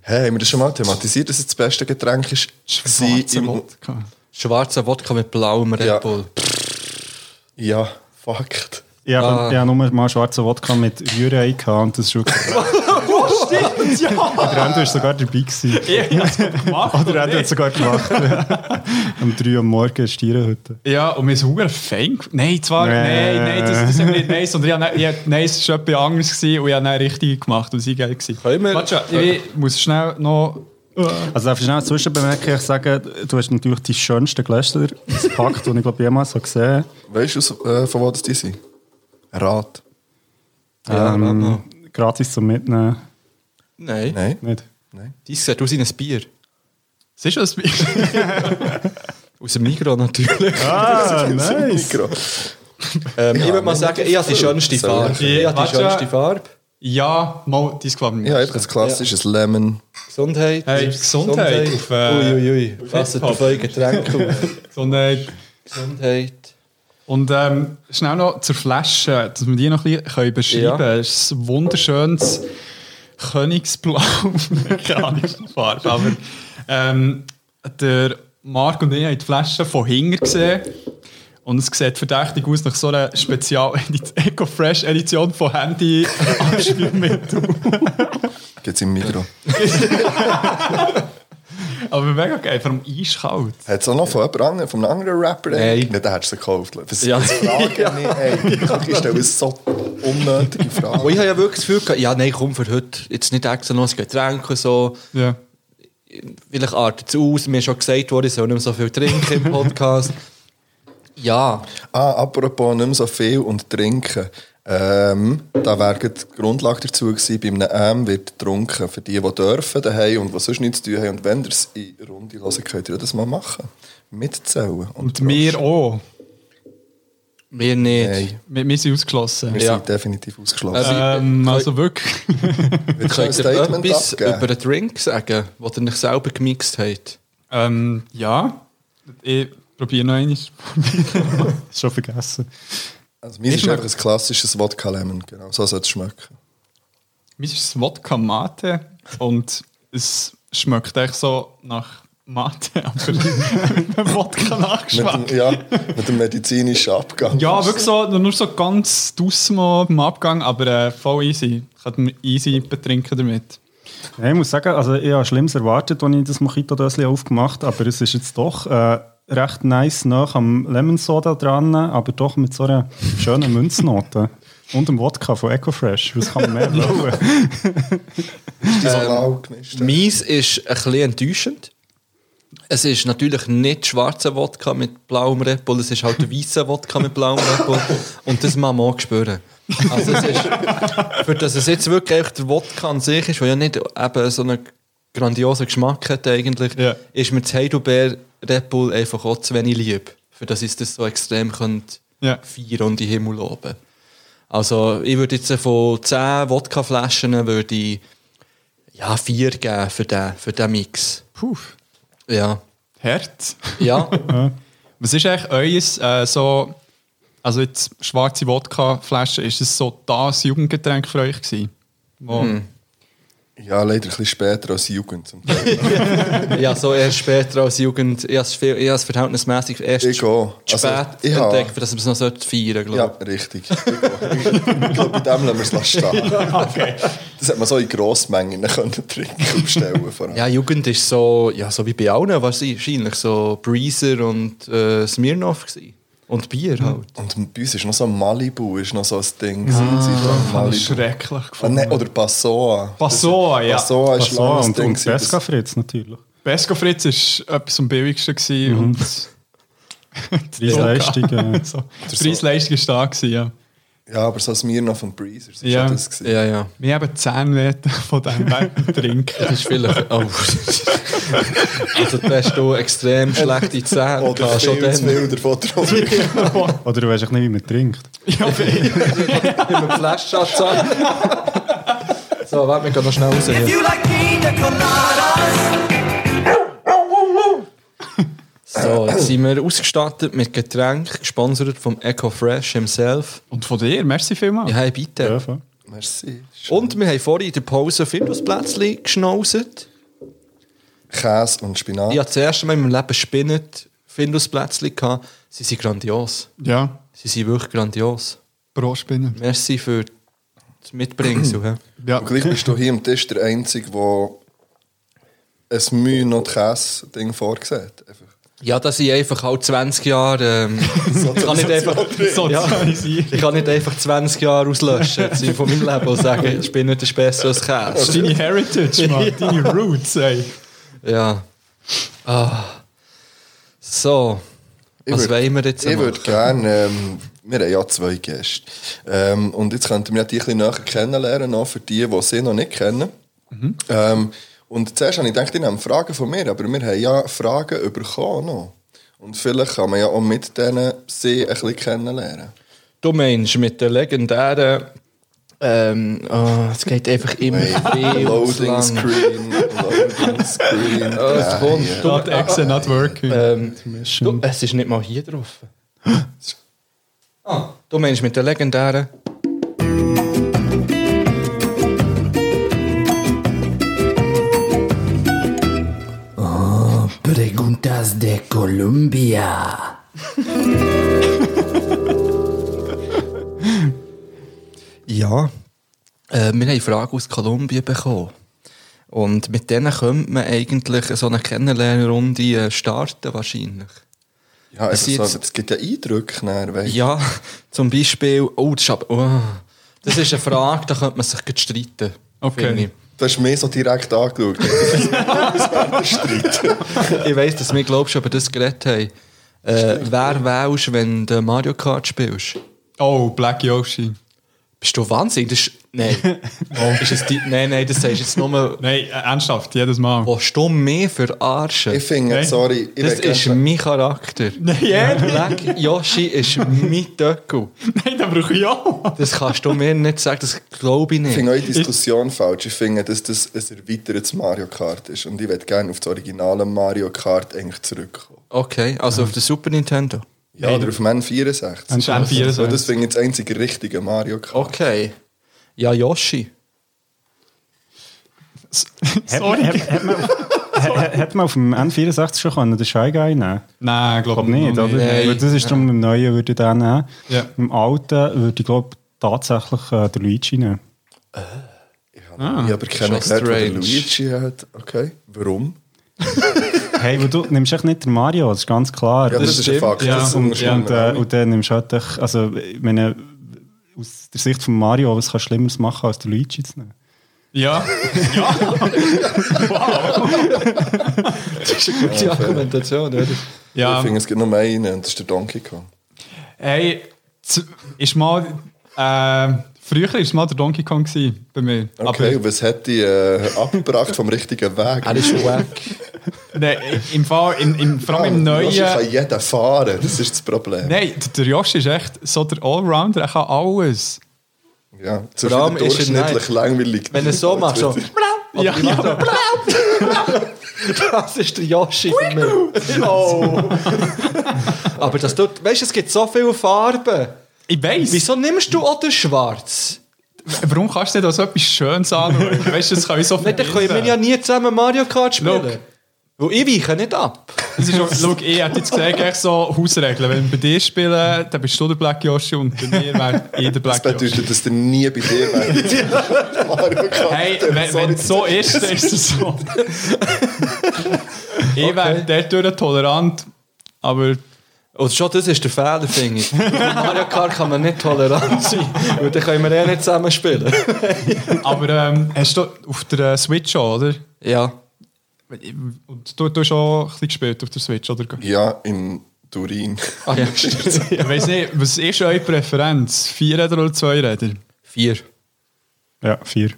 S4: Hey, haben wir das schon mal thematisiert, dass es das beste Getränk ist? Sie
S5: Schwarzer
S4: im-
S5: Wodka.
S3: Schwarzer Wodka mit blauem Red
S4: Ja.
S3: Bull.
S4: Ja, Fakt.
S6: ich habe ich habe nur mal schwarzen Wodka mit Jurei gehabt und das ist schon krass.
S5: Stimmt, ja!
S6: Der Endo war sogar dabei. Gewesen.
S5: Ich hab's gemacht.
S6: Der Endo hat es sogar gemacht. um 3 Uhr am Morgen ist die heute.
S5: Ja, und wir sind super Fan. Nein, zwar,
S6: Nee.
S5: nein, nein, das, das ist eben nicht nice. Und ich habe, ich habe, nice ist etwas anderes gewesen und ich habe dann richtig gemacht und sie geil gewesen.
S3: Können wir-
S5: Warte schon, ich muss schnell noch
S6: Also darf ich schnell zwischenbemerken, ich sage, du hast natürlich die schönsten Gläser gepackt, die ich glaube jemals habe gesehen
S4: Weißt du, aus- äh, von wo das die sind? Rat.
S3: Ja, Ah, Ähm, warte mal.
S6: habe. Ähm, Gratis zum Mitnehmen.
S3: Nein.
S4: Nein.
S6: Nicht.
S3: Die sieht aus wie ein Bier.
S5: Siehst du das Bild?
S3: Aus dem Migros natürlich.
S6: Ah, nice.
S4: Mikro.
S3: Ähm, ich würde mal sagen, ich habe die schönste
S4: Soll
S3: Farbe.
S5: ich?
S3: Ich habe die
S5: Warte.
S3: schönste Farbe.
S5: ja, mal, dein Club
S4: Ja, einfach ein klassisches Lemon.
S3: Gesundheit.
S5: Hey, Gesundheit auf, äh,
S3: Uiuiui. Passet auf euer Getränk auf.
S5: Sondern,
S3: Gesundheit.
S5: und ähm, schnell noch zur Flasche, dass wir die noch ein bisschen können beschreiben
S3: Ja.
S5: können. Es ist ein wunderschönes Königsblau. Keine Ahnung, was für eine Farbe. Aber ähm, der Marc und ich haben die Flasche von hinten gesehen. Und es sieht verdächtig aus nach so einer Spezial-Eco-Fresh-Edition von Handy-Abspielmittel.
S4: Gibt es im Mikro.
S5: Aber mega geil, vor allem eiskalt.
S4: Hat es auch noch von jemand anderem, von einem anderen Rapper?
S3: Nein.
S4: Nicht, den hättest du gekauft. Was
S3: Ja.
S4: ja. das Frage? ja. Ey, ich stelle so unnötige Fragen.
S3: Und ich habe ja wirklich das Gefühl gehabt, ja, nein, komm für heute. Jetzt nicht extra noch ein Getränk und so.
S5: Ja.
S3: Vielleicht artet es aus. Mir ist schon gesagt worden, ich soll nicht mehr so viel trinken im Podcast. Ja.
S4: Ah, apropos nicht mehr so viel und trinken. Ähm, da wäre gerade die Grundlage dazu gewesen, bei einem M wird getrunken. Für die, die dürfen daheim und die sonst nichts zu tun haben. Und wenn ihr es in Runde hören, könnt ihr das mal machen. Mitzählen.
S5: Und wir auch.
S3: Mir nicht. Äh,
S4: Nein,
S5: Wir, wir sind ausgeschlossen.
S4: wir
S3: Ja.
S4: sind definitiv ausgeschlossen.
S5: Ähm, also wirklich.
S4: wir können ein
S3: Könnt ihr
S4: Statement
S3: etwas über
S4: abgeben.
S3: den Drink sagen, den ihr nicht selber gemixt habt?
S5: Ähm, ja. Ich probiere noch einmal.
S6: Schon vergessen.
S4: Also, mir ist
S5: Geschmack.
S4: einfach ein klassisches Wodka-Lemon. Genau, so sollte es schmecken.
S5: Mir ist es Wodka Mate und es schmeckt echt so nach Mate, aber mit einem Wodka
S4: Mit
S5: nachgeschmeckt.
S4: dem, ja, mit dem medizinischen Abgang.
S5: Ja, wirklich so, nur so ganz draussen mal beim Abgang, aber äh, voll easy. Ich kann ihn easy betrinken damit.
S6: Nein, ich muss sagen, also ich habe Schlimmes erwartet, als ich das Mojito-Döschen aufgemacht habe, aber es ist jetzt doch äh, recht nice nach am Lemon Soda dran, aber doch mit so einer schönen Münznote. Und dem Wodka von Ecofresh. Was kann man mehr wollen?
S4: Die so
S5: ähm,
S4: laut gemischt.
S3: Meins ist ein bisschen enttäuschend. Es ist natürlich nicht schwarzer Wodka mit blauem Red Bull, es ist halt weißer Wodka mit blauem Red Bull. Und das muss man auch spüren. Also es ist, für das es jetzt wirklich echt der Wodka an sich ist, der ja nicht eben so einen grandiosen Geschmack hat eigentlich,
S5: Ja.
S3: ist mir das Heidelbeer Red Bull einfach auch zu wenig lieb, für das ich das so extrem könnte
S5: Ja.
S3: feiern und in den Himmel loben. Also ich würde jetzt von 10 Wodkaflaschen würde ich ja, vier geben für den, für den Mix.
S5: Puh,
S3: Ja.
S5: hart.
S3: Ja.
S5: Was ist eigentlich euer äh, so, also jetzt schwarze Wodka-Flasche, ist es so das Jugendgetränk für euch gewesen? Wo-
S4: Ja, leider ein bisschen später als Jugend. Zum Teil.
S3: ja, so erst später als Jugend. Ich habe es viel- ich habe es verhältnismäßig erst
S4: Ich auch.
S3: spät
S4: Also, ich habe-
S3: entdeckt, dass man es noch feiern sollte, glaube ich.
S4: Ja, richtig. Ich glaube, bei dem lassen wir es lassen stehen. Das hat man so in grossen Mengen können trinken bestellen vor allem.
S3: Ja, Jugend ist so, ja, so wie bei allen wahrscheinlich, so Breezer und äh, Smirnoff gewesen. Und Bier halt.
S4: Und bei uns ist noch so Malibu, ist noch so ein Ding. Ah,
S5: Das ist
S4: Malibu.
S5: schrecklich
S4: Ah, nein, oder Passoa.
S5: Passoa, ja.
S4: Passoa ist
S6: So,
S4: lange ein
S6: und,
S4: Ding.
S6: und
S4: gewesen, das-
S6: Pesca Fritz natürlich.
S5: Pesco Fritz war etwas am billigsten gewesen und
S6: Preis-Leistung. Äh,
S5: so. Die Preis-Leistung war da. Gewesen, ja.
S4: Ja, aber so Smirnoff und Breezer, das
S5: Ja.
S4: war schon das. Gewesen.
S3: Ja, ja.
S5: Wir haben 10 Liter von diesem Wein getrunken.
S3: Das ist vielleicht. Oh. also, da hast du extrem schlechte Zähne.
S4: Oder
S3: gehabt, schon
S4: viel zu
S3: dann.
S4: viel davon getrunken.
S6: oder du weißt echt nicht, wie man trinkt.
S3: Mit Flaschschatz an. So, warte, wir gehen noch schnell raus. hier.
S1: If you like pina coladas,
S3: So, jetzt sind wir ausgestattet mit Getränk, gesponsert vom EcoFresh himself.
S5: Und von dir, merci vielmals.
S3: Ja, hey, bitte.
S6: Dürfen.
S4: Merci.
S3: Und wir haben vorhin in der Pause Findusplätzchen geschnauset.
S4: Käse und Spinat.
S3: Ich hatte das erste Mal in meinem Leben spinnend Findusplätzchen. gehabt. Sie sind grandios.
S5: Ja,
S3: Sie sind wirklich grandios.
S5: Brotspinnen.
S3: Merci für das Mitbringen.
S5: Ja.
S4: Und gleich bist du hier am Tisch der Einzige, der ein Mühe noch Käse-Ding vorsieht. Einfach.
S3: ja, dass ich einfach auch 20 Jahre... Ähm, ich, kann nicht einfach,
S5: Oh, Sozialisieren.
S3: ich kann nicht einfach 20 Jahre auslöschen jetzt von meinem Leben und sagen, Spinnen ist besser als Käse.
S5: Deine Heritage, Mann. Deine Roots, ey.
S3: Ja. Ah. So.
S4: Ich
S3: Was
S4: würd-
S3: wollen wir jetzt
S4: Ich
S3: machen?
S4: würde gerne, ähm, wir haben ja zwei Gäste. Ähm, und jetzt könnten wir die ein bisschen näher kennenlernen, auch für die, die sie noch nicht kennen.
S3: Mhm.
S4: Ähm, und zuerst habe ich gedacht, die haben Fragen von mir, aber wir haben ja Fragen bekommen noch. Und vielleicht kann man ja auch mit denen sie ein bisschen kennenlernen.
S3: Du meinst mit der legendären. Ähm, oh, es geht einfach immer viel zu
S4: Loading
S3: lang. Oh,
S4: Screen, Loading Screen.
S3: es kommt.
S4: Ja, ja.
S5: Dot Exe not working.
S3: Ähm, du, es ist nicht mal hier drauf. Ah, du meinst mit der legendären.
S7: Preguntas de Colombia.
S3: Ja. Äh, wir haben Fragen aus Kolumbien bekommen. Und mit denen könnte man eigentlich so eine Kennenlernrunde äh, starten, wahrscheinlich.
S4: Ja, einfach
S3: Es
S4: so,
S3: jetzt-
S4: aber es gibt ja Eindrücke, nachher, weißt du.
S3: Ja, zum Beispiel, oh, das ist, aber, oh, das ist eine Frage, da könnte man sich gut streiten.
S5: Okay.
S3: finde ich.
S4: Das ist mir so direkt angeschaut.
S3: Ich weiss, dass wir, glaubst über das geredet haben. Äh, wer wählst, wenn du Mario Kart spielst?
S5: Oh, Black Yoshi.
S3: Bist du wahnsinnig? Das ist, nein. Oh, ist es die, nein, nein, das sagst du jetzt nur...
S5: Nein, äh, ernsthaft, jedes Mal.
S3: Willst du mich verarschen?
S4: Ich finde,
S5: Nein.
S4: sorry, ich
S3: das
S4: will
S3: ist
S4: gerne-
S3: mein Charakter.
S5: ehrlich?
S3: Black Yoshi ist mein Döckel.
S5: Nein, da brauche ich auch.
S3: Das kannst du mir nicht sagen, das glaube ich
S4: Ich
S3: nicht.
S4: finde eure Diskussion falsch. Ich finde, dass das ein erweitertes Mario Kart ist. Und ich würde gerne auf das originale Mario Kart eigentlich zurückkommen.
S3: Okay, also auf der Super Nintendo.
S4: Ja, oder auf dem N64.
S5: Das ist M64.
S4: Weil das finde ich das einzige richtige Mario Kart.
S3: Okay. Ja, Yoshi.
S6: Hat, hat, hat, man, hat, hat man auf dem N64 schon können, den Shy Guy nehmen
S5: Nein,
S6: Ich
S5: glaube
S6: glaube nicht, oder?
S3: Nein.
S6: Weil Das ist darum, im Neuen würde ich den nehmen.
S5: Ja.
S6: Im Alten würde ich, glaube tatsächlich äh, den Luigi nehmen.
S5: Ah.
S4: Ich habe aber kennengelernt, wo der
S3: strange.
S4: Luigi hat. Okay, warum?
S6: Hey, weil du nimmst echt nicht den Mario, das ist ganz klar.
S4: Ja, das, ist ein
S5: stimmt,
S4: Fakt.
S5: ja.
S4: Das
S5: Und-
S4: unterstellen
S6: und,
S4: wir
S6: äh,
S4: alle.
S6: und dann nimmst du halt, dich- also, ich meine, aus der Sicht von Mario, was kannst du Schlimmeres machen, als den Luigi zu nehmen?
S5: Ja.
S3: Das ist eine gute Argumentation, oder?
S5: ja.
S4: Ich finde, es gibt nur einen und das ist der Donkey Kong.
S5: Hey, z- ist mal. Äh, früher war mal der Donkey Kong gewesen, bei mir.
S4: Okay, und was hat die äh, abgebracht vom richtigen Weg?
S3: Er ist wack.
S5: Aber nein, im Fall, im, im, vor allem im
S4: Ja, Yoshi kann
S5: Neuen. Ne.
S4: jeder fahren, das ist das Problem.
S5: Nein, der- der Yoshi ist echt so der Allrounder, er kann alles.
S4: Ja, zu
S3: Vor allem
S4: viel
S3: ist er-
S4: durchschnittlich langweilig.
S3: Wenn er so macht, so.
S5: Ja, ja.
S3: Das ist der Yoshi für mich. Aber das tut, weißt du, es gibt so viele Farben.
S5: Ich weiß.
S3: Wieso nimmst du auch den Schwarz?
S5: Warum kannst du nicht auch so etwas Schönes anschauen? Weißt du, das kann ich so
S3: Nein, dann können wir ja nie zusammen Mario Kart spielen. Weil ich weiche nicht ab.
S5: Das ist auch, schau, ich hätte jetzt gesagt, echt so Hausregeln. Wenn wir bei dir spielen, dann bist du der Black Yoshi und bei mir wäre ich der
S4: Das
S5: Black Yoshi.
S4: bedeutet, dass der nie bei dir wäre. Mario Kart.
S5: Hey, wenn wenn es so ist, dann ist es so. ich wäre dadurch tolerant, aber
S3: Und schon das ist der Fehler, finde ich. Mit Mario Kart kann man nicht tolerant sein, weil dann können wir eh nicht zusammen spielen.
S5: Aber ähm, hast du auf der äh, Switch schon, oder?
S3: Ja.
S5: Und du, du hast auch ein bisschen gespielt auf der Switch, oder?
S4: Ja, in Turin.
S3: Ah, ja.
S5: Ich weiß nicht, was ist eure Präferenz? Vierräder oder Zweiräder?
S3: Vier.
S6: Ja, vier.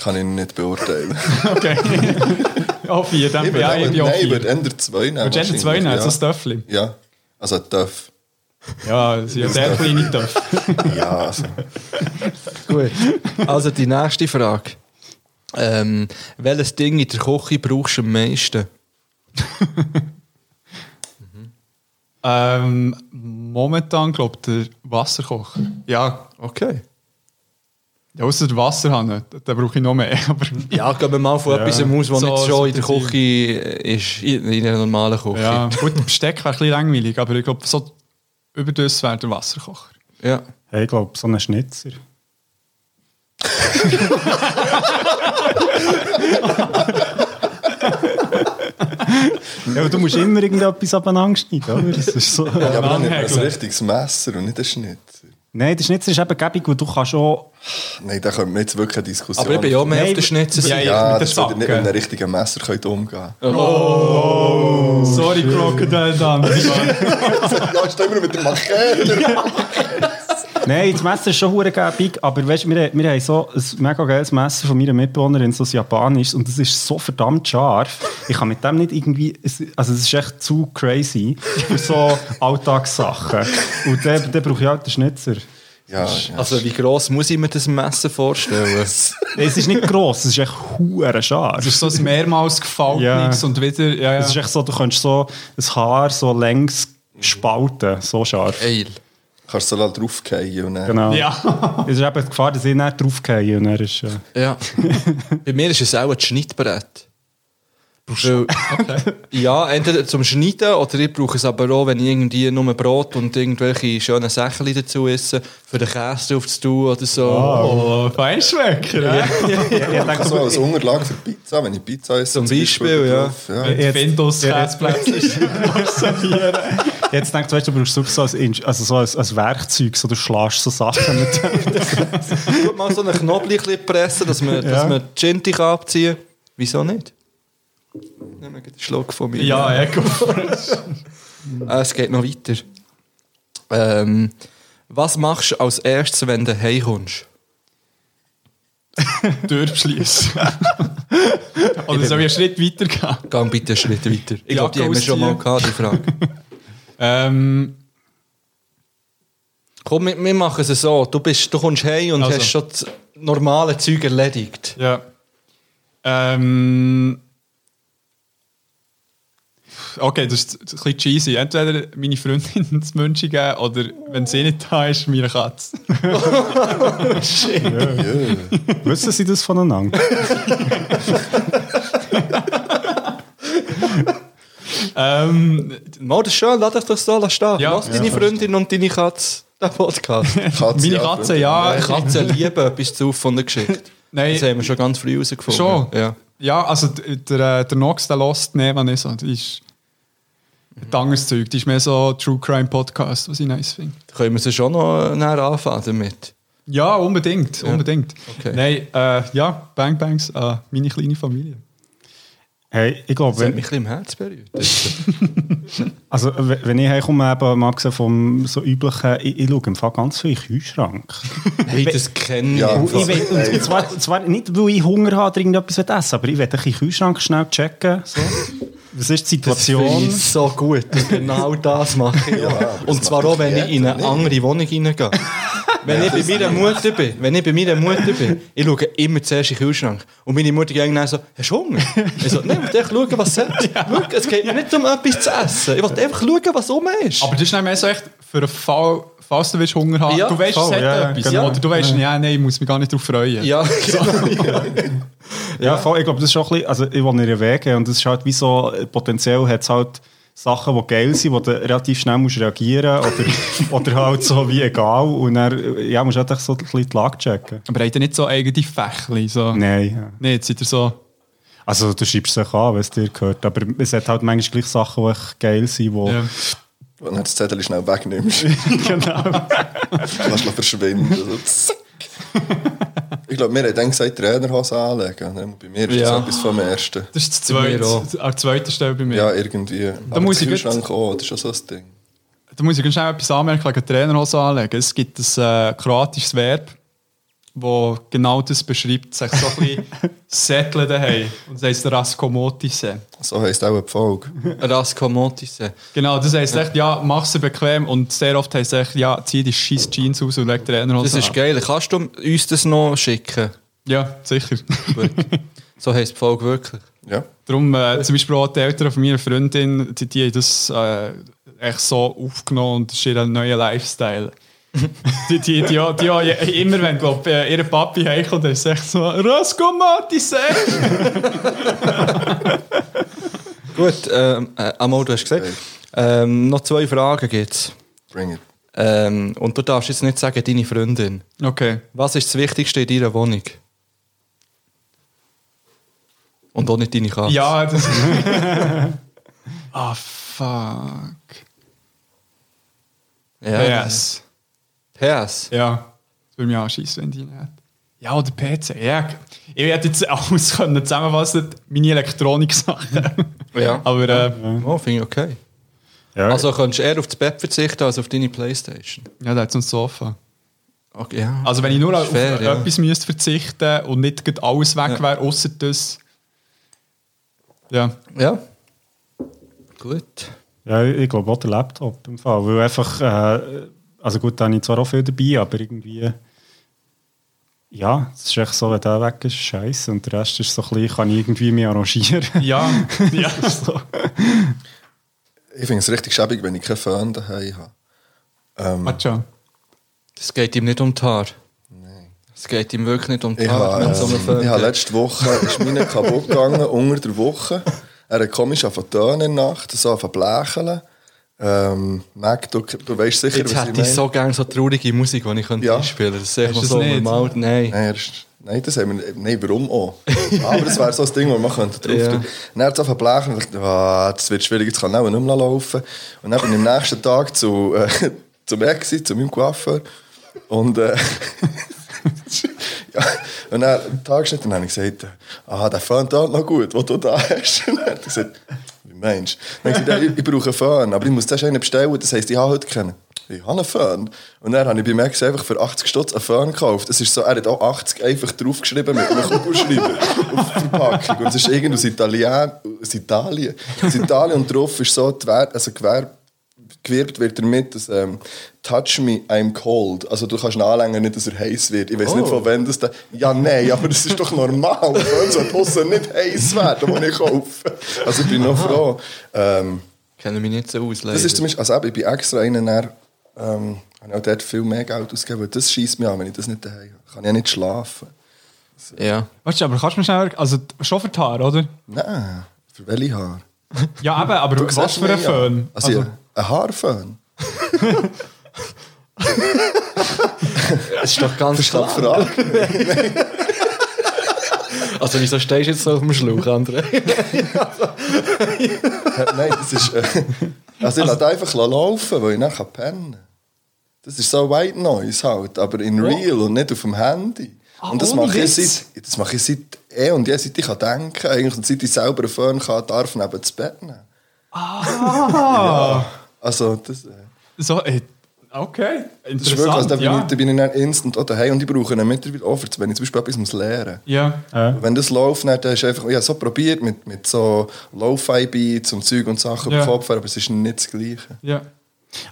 S4: Kann ich nicht beurteilen.
S5: Okay. auch vier, dann bin ja, ich bin auch
S4: nein, ich
S5: vier.
S4: würde Ender 2 nehmen.
S5: Und Gender 2
S4: wahrscheinlich,
S5: nehmen,
S4: ja.
S5: so ein Töffli.
S4: Ja, also Duff.
S5: Ja, das sind ja sehr kleine Töffli.
S4: Ja, also.
S3: Gut. Also die nächste Frage. Ähm, welches Ding in der Küche brauchst du am meisten?
S5: Ähm, momentan, glaube ich, der Wasserkocher. Ja,
S3: Okay.
S5: ja außer der Wasserhahn, da brauche ich noch mehr. Aber
S3: Ja, gehen wir mal von etwas aus, was
S5: So,
S3: nicht
S5: so
S3: schon in der
S5: Petersilie.
S3: Küche äh, ist, in in einer normalen Küche.
S5: ja, gut, Besteck wäre ein bisschen langweilig, aber ich glaube, so über das wäre der Wasserkocher.
S3: ja.
S6: Hey, ich glaube, so ein Schnitzer. ja, aber du musst immer irgendetwas abeinander schneiden, oder? Das ist so.
S4: Ja, aber dann nimmt man
S5: Anhäkeln.
S4: ein richtiges Messer und nicht ein Schnitt.
S6: Nein, der Schnitzer ist eben gäbig, weil du kannst auch...
S4: Nein, da können wir jetzt wirklich eine Diskussion.
S3: Aber ich bin ja auch mehr
S6: Nein,
S3: auf der Schnitzer.
S5: ja,
S3: Ja,
S4: ja,
S5: ja. mit der
S4: dass ihr nicht mit einem
S5: Zacke.
S4: richtigen Messer könnt umgehen
S5: Sorry, Crocodile Dundee.
S4: Ja, stehen wir mit dem Machete.
S6: Nein, das Messer ist schon hure gäbig, aber weißt, wir, wir haben so ein mega geiles Messer von meiner Mitbewohnerin, so ein japanisches, und das ist so verdammt scharf. Ich kann mit dem nicht irgendwie, es- also es ist echt zu crazy für so Alltagssachen. Und dann, dann brauche ich halt den Schnitzer.
S4: Ja, ja.
S3: Also, wie gross muss ich mir das Messer vorstellen?
S6: Nein, Es ist nicht gross, es ist echt hure scharf.
S5: Das ist so ein mehrmals gefällt
S6: Ja.
S5: nichts und wieder. Ja,
S6: Es ist
S5: ja.
S6: echt so, du kannst so ein Haar so längs spalten, so scharf.
S3: Eil.
S4: kannst du so draufgehen und dann...
S6: Genau.
S5: ja.
S6: Es ist eben die Gefahr, dass ich nicht draufgehe und er ist... Äh,
S3: Ja. Bei mir ist es auch ein Schnittbrett. Weil, Ja, entweder zum Schneiden oder ich brauche es aber auch, wenn ich irgendwie nur Brot und irgendwelche schönen Säckchen dazu esse, für den Käse drauf zu tun oder so.
S5: Oh, Feinschmecker. Ja.
S6: ich denke,
S4: So Also, als Unterlage für Pizza, wenn ich Pizza esse.
S3: Zum Beispiel, ja.
S4: drauf, ja.
S6: Jetzt-
S5: Findus-Käseplätzchen.
S6: Jetzt denkst du, weißt, du brauchst es wirklich so als, Inst- also so als, als Werkzeug, so du schlägst so Sachen mit dem.
S3: Gut, mal so einen Knoblauch ein bisschen pressen, dass man, dass
S6: Ja.
S3: man die Shinty kann abziehen kann. Wieso nicht? Nehmen wir gleich einen Schluck von mir.
S5: Ja, ja, gut.
S3: Äh, es geht noch weiter. Ähm, was machst du als erstes, wenn du heimkommst?
S5: Durchschließen. Oder soll ich einen Schritt weitergehen?
S3: Gang bitte einen Schritt weiter. Ich glaube, die
S5: Jacke
S3: haben wir schon mal
S5: ausziehen.
S3: gehabt, die Frage.
S5: Ähm,
S3: Komm, wir, wir machen es so. Du, bist, du kommst heim und
S5: Also.
S3: hast schon das normale Zeug erledigt.
S5: ja. Ähm. Okay, das ist ein bisschen cheesy. Entweder meine Freundin ins München geben oder, wenn sie nicht da ist, meine Katze.
S6: Wissen sie das voneinander?
S5: Ähm,
S3: Mal das ist schön, lass dich doch so lass stehen.
S5: Ja.
S3: Lass deine Freundin und deine Katze den Podcast.
S4: Katze,
S5: meine
S4: ja,
S5: Katze,
S4: Freunde.
S5: ja.
S3: Äh, Katzen lieben etwas zu von der Geschichte.
S5: Nein.
S3: Das haben wir schon ganz früh herausgefunden.
S5: Schon?
S3: Ja.
S5: Ja, also d- der, äh, der Nox, der lässt nebenan ist, die ist
S3: Mhm.
S5: ein anderes Zeug. Die ist mehr so True Crime Podcast, was ich nice finde.
S3: Da können wir sie schon noch äh, näher anfangen damit.
S5: Ja, unbedingt, unbedingt.
S3: Okay.
S5: Nein, äh, ja, Bang Bangs, äh, meine kleine Familie.
S6: Hey, ich glaube,
S3: Das hat
S6: wenn,
S3: mich ein bisschen im Herz berührt.
S6: also, w- wenn ich heimkomme, eben, mal abgesehen vom so üblichen, ich, ich schaue im Fall ganz viel in den Kühlschrank.
S3: Hey, das also, kenne ich.
S4: Ja.
S6: Und ich will, und
S4: Ey.
S6: zwar, zwar nicht, weil ich Hunger habe oder irgendetwas will essen aber ich will ein bisschen in den Kühlschrank schnell checken. So. Was ist die
S3: Das finde
S6: Situation?
S3: ich so gut. Genau das mache ich. auch.
S4: aber
S3: Und
S4: das
S3: zwar
S4: macht
S3: auch, wenn
S4: jeder
S3: ich in eine
S4: nicht.
S3: andere Wohnung hineingehe. Wenn ich bei meiner Mutter bin, wenn ich bei meiner Mutter bin, ich schaue immer zuerst in den Kühlschrank. Und meine Mutter ging dann so, hast du Hunger? Ich so, nein, ich will einfach schauen, was es hat. Schau, es geht mir nicht um etwas zu essen. Ich will einfach schauen, was rum ist.
S5: Aber das ist nicht mehr so echt für einen Fall, falls du willst Hunger haben
S3: Ja,
S5: du weißt, es
S6: voll,
S5: hat
S6: ja,
S5: etwas.
S6: genau.
S5: Oder du weißt, ja. nein, ich muss mich gar nicht darauf freuen.
S3: ja, genau.
S6: Ja, voll, ich glaube, das ist schon ein bisschen, also ich wohne in einer Wege und das ist halt wie so, äh, potenziell hat es halt Sachen, die geil sind, wo du relativ schnell musst reagieren musst oder, oder halt so wie egal und dann äh, ja, musst du halt echt so ein bisschen die Lage checken.
S5: Aber habt ihr nicht so eigene Fächli? So.
S6: Nein, ja.
S5: Nein, jetzt seid ihr so.
S6: also du schreibst es an, wenn es dir gehört, aber es hat halt manchmal gleich Sachen, die echt geil sind, wo
S5: Ja.
S4: Und dann das Zettel schnell wegnimmst. genau. Lass mal verschwinden. so zack. Also, Ich glaube, wir haben dann gesagt, Trainerhose anlegen. Bei mir ist
S3: Ja.
S4: das etwas vom Ersten.
S5: Das ist das
S3: Bei mir auch.
S5: zweite, an zweiter Stelle bei mir.
S4: Ja, irgendwie. Aber
S5: muss
S4: der
S5: ich
S4: Kühlschrank auch, das ist schon so ein Ding.
S5: Da muss ich ganz schnell etwas anmerken wegen Trainerhose anlegen. Es gibt ein äh, kroatisches Verb, das genau das beschreibt, sich so ein bisschen setteln daheim. Und das heisst Raskomotise.
S4: So heisst auch eine Folge.
S3: Raskomotise.
S5: Genau, das heisst echt, ja, mach sie bequem und sehr oft heisst es echt, ja, zieh die scheiß Jeans aus und leg Trainerhose
S3: Das
S4: Also.
S3: ist
S5: an.
S3: geil. Kannst du uns das noch schicken?
S5: Ja, sicher.
S3: Gut. So heisst die Folge wirklich.
S4: Ja.
S5: Darum, äh, zum Beispiel auch die Eltern von meiner Freundin, die, die haben das äh, echt so aufgenommen und das ist ihr neuer Lifestyle. die, die, die, die, die, die immer, wenn glaub, äh, ihr Papi heimkommt, dann ist es echt so «Rosco Matisse!»
S3: Gut, ähm, äh, Amol, du hast gesagt,
S4: Okay.
S3: ähm, noch zwei Fragen gibt es.
S4: Bring it.
S3: Ähm, und du darfst jetzt nicht sagen, deine Freundin.
S5: Okay.
S3: Was ist das Wichtigste in deiner Wohnung? Und auch nicht deine Katze.
S5: Ja, das... Ah, fuck.
S3: Ja,
S5: Yes.
S3: PS.
S5: Ja. Das würde mich anschiessen, wenn ich ihn hätte. Ja, oder PC. Ja. Ich hätte jetzt alles können zusammenfassen meine Elektronik-Sachen.
S3: Ja.
S5: Aber äh,
S3: Oh, finde ich okay.
S6: Ja,
S3: Also kannst du eher auf das Bett verzichten als auf deine Playstation.
S5: ja, da hat es uns Sofa.
S3: Okay, ja.
S5: Also wenn ich nur auf
S3: Fair, ja.
S5: etwas müsste verzichten und nicht gleich alles weg
S3: Ja.
S5: wäre, außer das. Ja.
S3: Ja. Gut.
S6: ja ich glaube auch der Laptop im Fall. Weil einfach, äh, also gut, da habe ich zwar auch viel dabei, aber irgendwie, ja, es ist echt so, wenn der weg ist, scheiße. Und der Rest ist so ein bisschen, kann ich irgendwie mich arrangieren.
S5: Ja. ja.
S6: so.
S4: Ich finde es richtig schäbig, wenn ich keinen Föhn daheim habe.
S5: Warte schon.
S3: Es geht ihm nicht um die Haare. Es geht ihm wirklich nicht um die
S4: Ich
S3: Haare.
S4: habe,
S3: mit so einem
S4: ähm, ich
S3: Föhn.
S4: habe letzte Woche ist meine kaputt gegangen, unter der Woche. Er hat komisch auf den Tönen in der Nacht, so auf den Blecheln. Ähm, Mac, du, du weißt sicher,
S3: Jetzt hätte ich so gerne so traurige Musik, die ich könnte
S4: Ja.
S3: einspielen könnte. Das ist
S5: Hast du
S3: so
S5: das nicht?
S3: normal. Nein.
S4: Nein, erst- nein, das haben wir Nein, warum auch? Aber das wäre so ein Ding, wo man könnte drauf
S3: Ja.
S4: tun. Dann hat es auf Blechen und dachte, ah, das wird schwierig, jetzt kann ich auch nicht mehr laufen. Und dann bin ich am nächsten Tag zu, äh, zum Exi, zu meinem Coiffeur. Und, äh, ja, und dann, am Tagschnitt, dann habe ich gesagt, ah, der Föhn tut noch gut, was du da hast. Und dann hat er gesagt, wie meinst du? Dann habe ich gesagt, ja, ich, ich brauche einen Föhn, aber ich muss zuerst einen bestellen, das heisst, ich habe heute keinen. Ich habe einen Föhn. Und dann habe ich bei Max einfach für 80 Stutz einen Föhn gekauft. Es ist so, er hat auch 80 einfach draufgeschrieben mit einem Kugelschreiber auf die Verpackung. Und es ist irgendwie aus Italien. Aus Italien. Aus Italien und drauf ist so, die Wer- also Gewerbe gewirbt wird damit, dass ähm, Touch me, I'm cold. Also du kannst ihn anlängen, nicht, dass er heiß wird. Ich weiß nicht, von wem das da... Ja, nein, aber das ist doch normal. Wenn so draussen nicht heiß werden, wo ich kaufe. Also ich bin noch froh. Ähm,
S3: Ich kenne mich nicht so aus. Leider.
S4: das ist zum Beispiel... Also eben, ich bin extra einen dann, ähm, habe ich auch dort viel mehr Geld ausgegeben. weil Das schießt mich an, wenn ich das nicht daheim habe. Kann ich ja nicht schlafen.
S3: ja.
S5: Warte, aber kannst du mir schnell... Also schon für die Haare, oder?
S4: Nein, für welche Haare?
S5: Ja, eben, aber
S4: Du
S5: was
S4: siehst
S5: für ein
S4: mich ja.
S5: Föhn?
S4: Also, also ein Haarföhn?
S3: Es ist doch ganz
S4: Verstehe
S3: klar.
S4: die Frage.
S3: Also wieso stehst du jetzt so auf dem Schlauch, André?
S4: Äh, Nein, das ist. Äh, also, ich lasse einfach laufen, weil ich nachher pennen kann. Das ist so White Noise halt, aber in real und nicht auf dem Handy. und das
S5: Oh. Ah, ohne
S4: mache, ich
S5: Witz?
S4: seit, das mache ich seit eh und je, seit ich kann denken eigentlich, und seit ich selber einen Fern kann, darf ich neben das Bett nehmen. Ah! ja, also, das, äh,
S5: So, ey, okay.
S4: das ist wirklich, also,
S5: Interessant,
S4: da, bin
S5: ja.
S4: ich, da bin ich dann instant auch daheim und ich brauche ihn mittlerweile auch, für- wenn ich zum Beispiel etwas muss lernen
S5: ja.
S6: äh,
S4: wenn das läuft, dann hast du einfach ja, so probiert mit, mit so Lo-Fi-Beats und Zeug und Sachen
S5: Ja.
S4: im Kopf, aber es ist nicht das Gleiche.
S5: ja.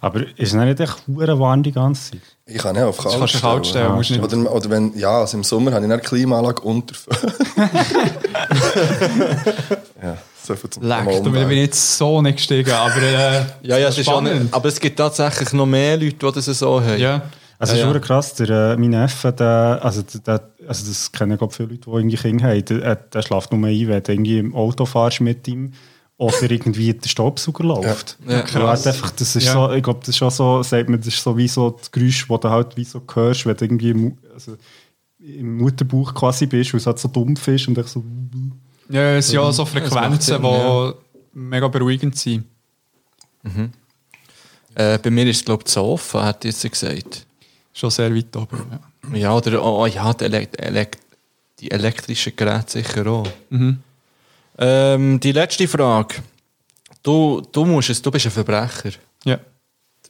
S6: aber ist nicht echt hure warm die ganze Zeit?
S4: Ich kann nicht auf Couch
S5: kannst du Couch stellen, musst nicht-
S4: Oder, oder wenn, ja, also im Sommer habe ich eine Klimaanlage unter. ja, so viel zum
S5: Leck,
S4: Thema
S5: da bin ich
S4: Umwelt.
S5: jetzt so nicht gestiegen, aber äh,
S3: ja, ja, es ist auch
S5: spannend.
S3: nicht, aber es gibt tatsächlich noch mehr Leute, die das so haben.
S5: Ja.
S6: Also,
S3: Ja,
S6: es ist
S3: ja.
S6: hure krass. Der, äh, mein Neffe, der, also, der- der, also, das kennen glaube viele Leute, die irgendwie Kinder haben. Der, äh, der schläft nur ein, wenn du irgendwie im Auto fährst mit ihm oder irgendwie der Staubsauger läuft.
S3: Ja,
S6: Weil
S5: krass.
S6: halt Einfach, das ist
S5: Ja.
S6: so, ich glaube, das ist auch so, sagt man, das ist so wie so das Geräusch, das du halt wie so hörst, wenn du irgendwie im, Mu- also, im Mutterbuch quasi bist, weil es halt so dumpf ist und ich so.
S5: Ja, es sind ja auch so
S3: macht Sinn,
S5: Frequenzen, die
S3: ja.
S5: mega beruhigend sind.
S3: Äh, bei mir ist es, glaube ich, das Sofa, hat jetzt gesagt.
S5: Schon sehr weit oben. Ja.
S3: Ja, oder oh, oh, ja, die, Elekt Elekt die elektrischen Geräte sicher auch.
S5: Mhm.
S3: Ähm, die letzte Frage. Du, du musst es, du bist ein Verbrecher.
S5: Ja.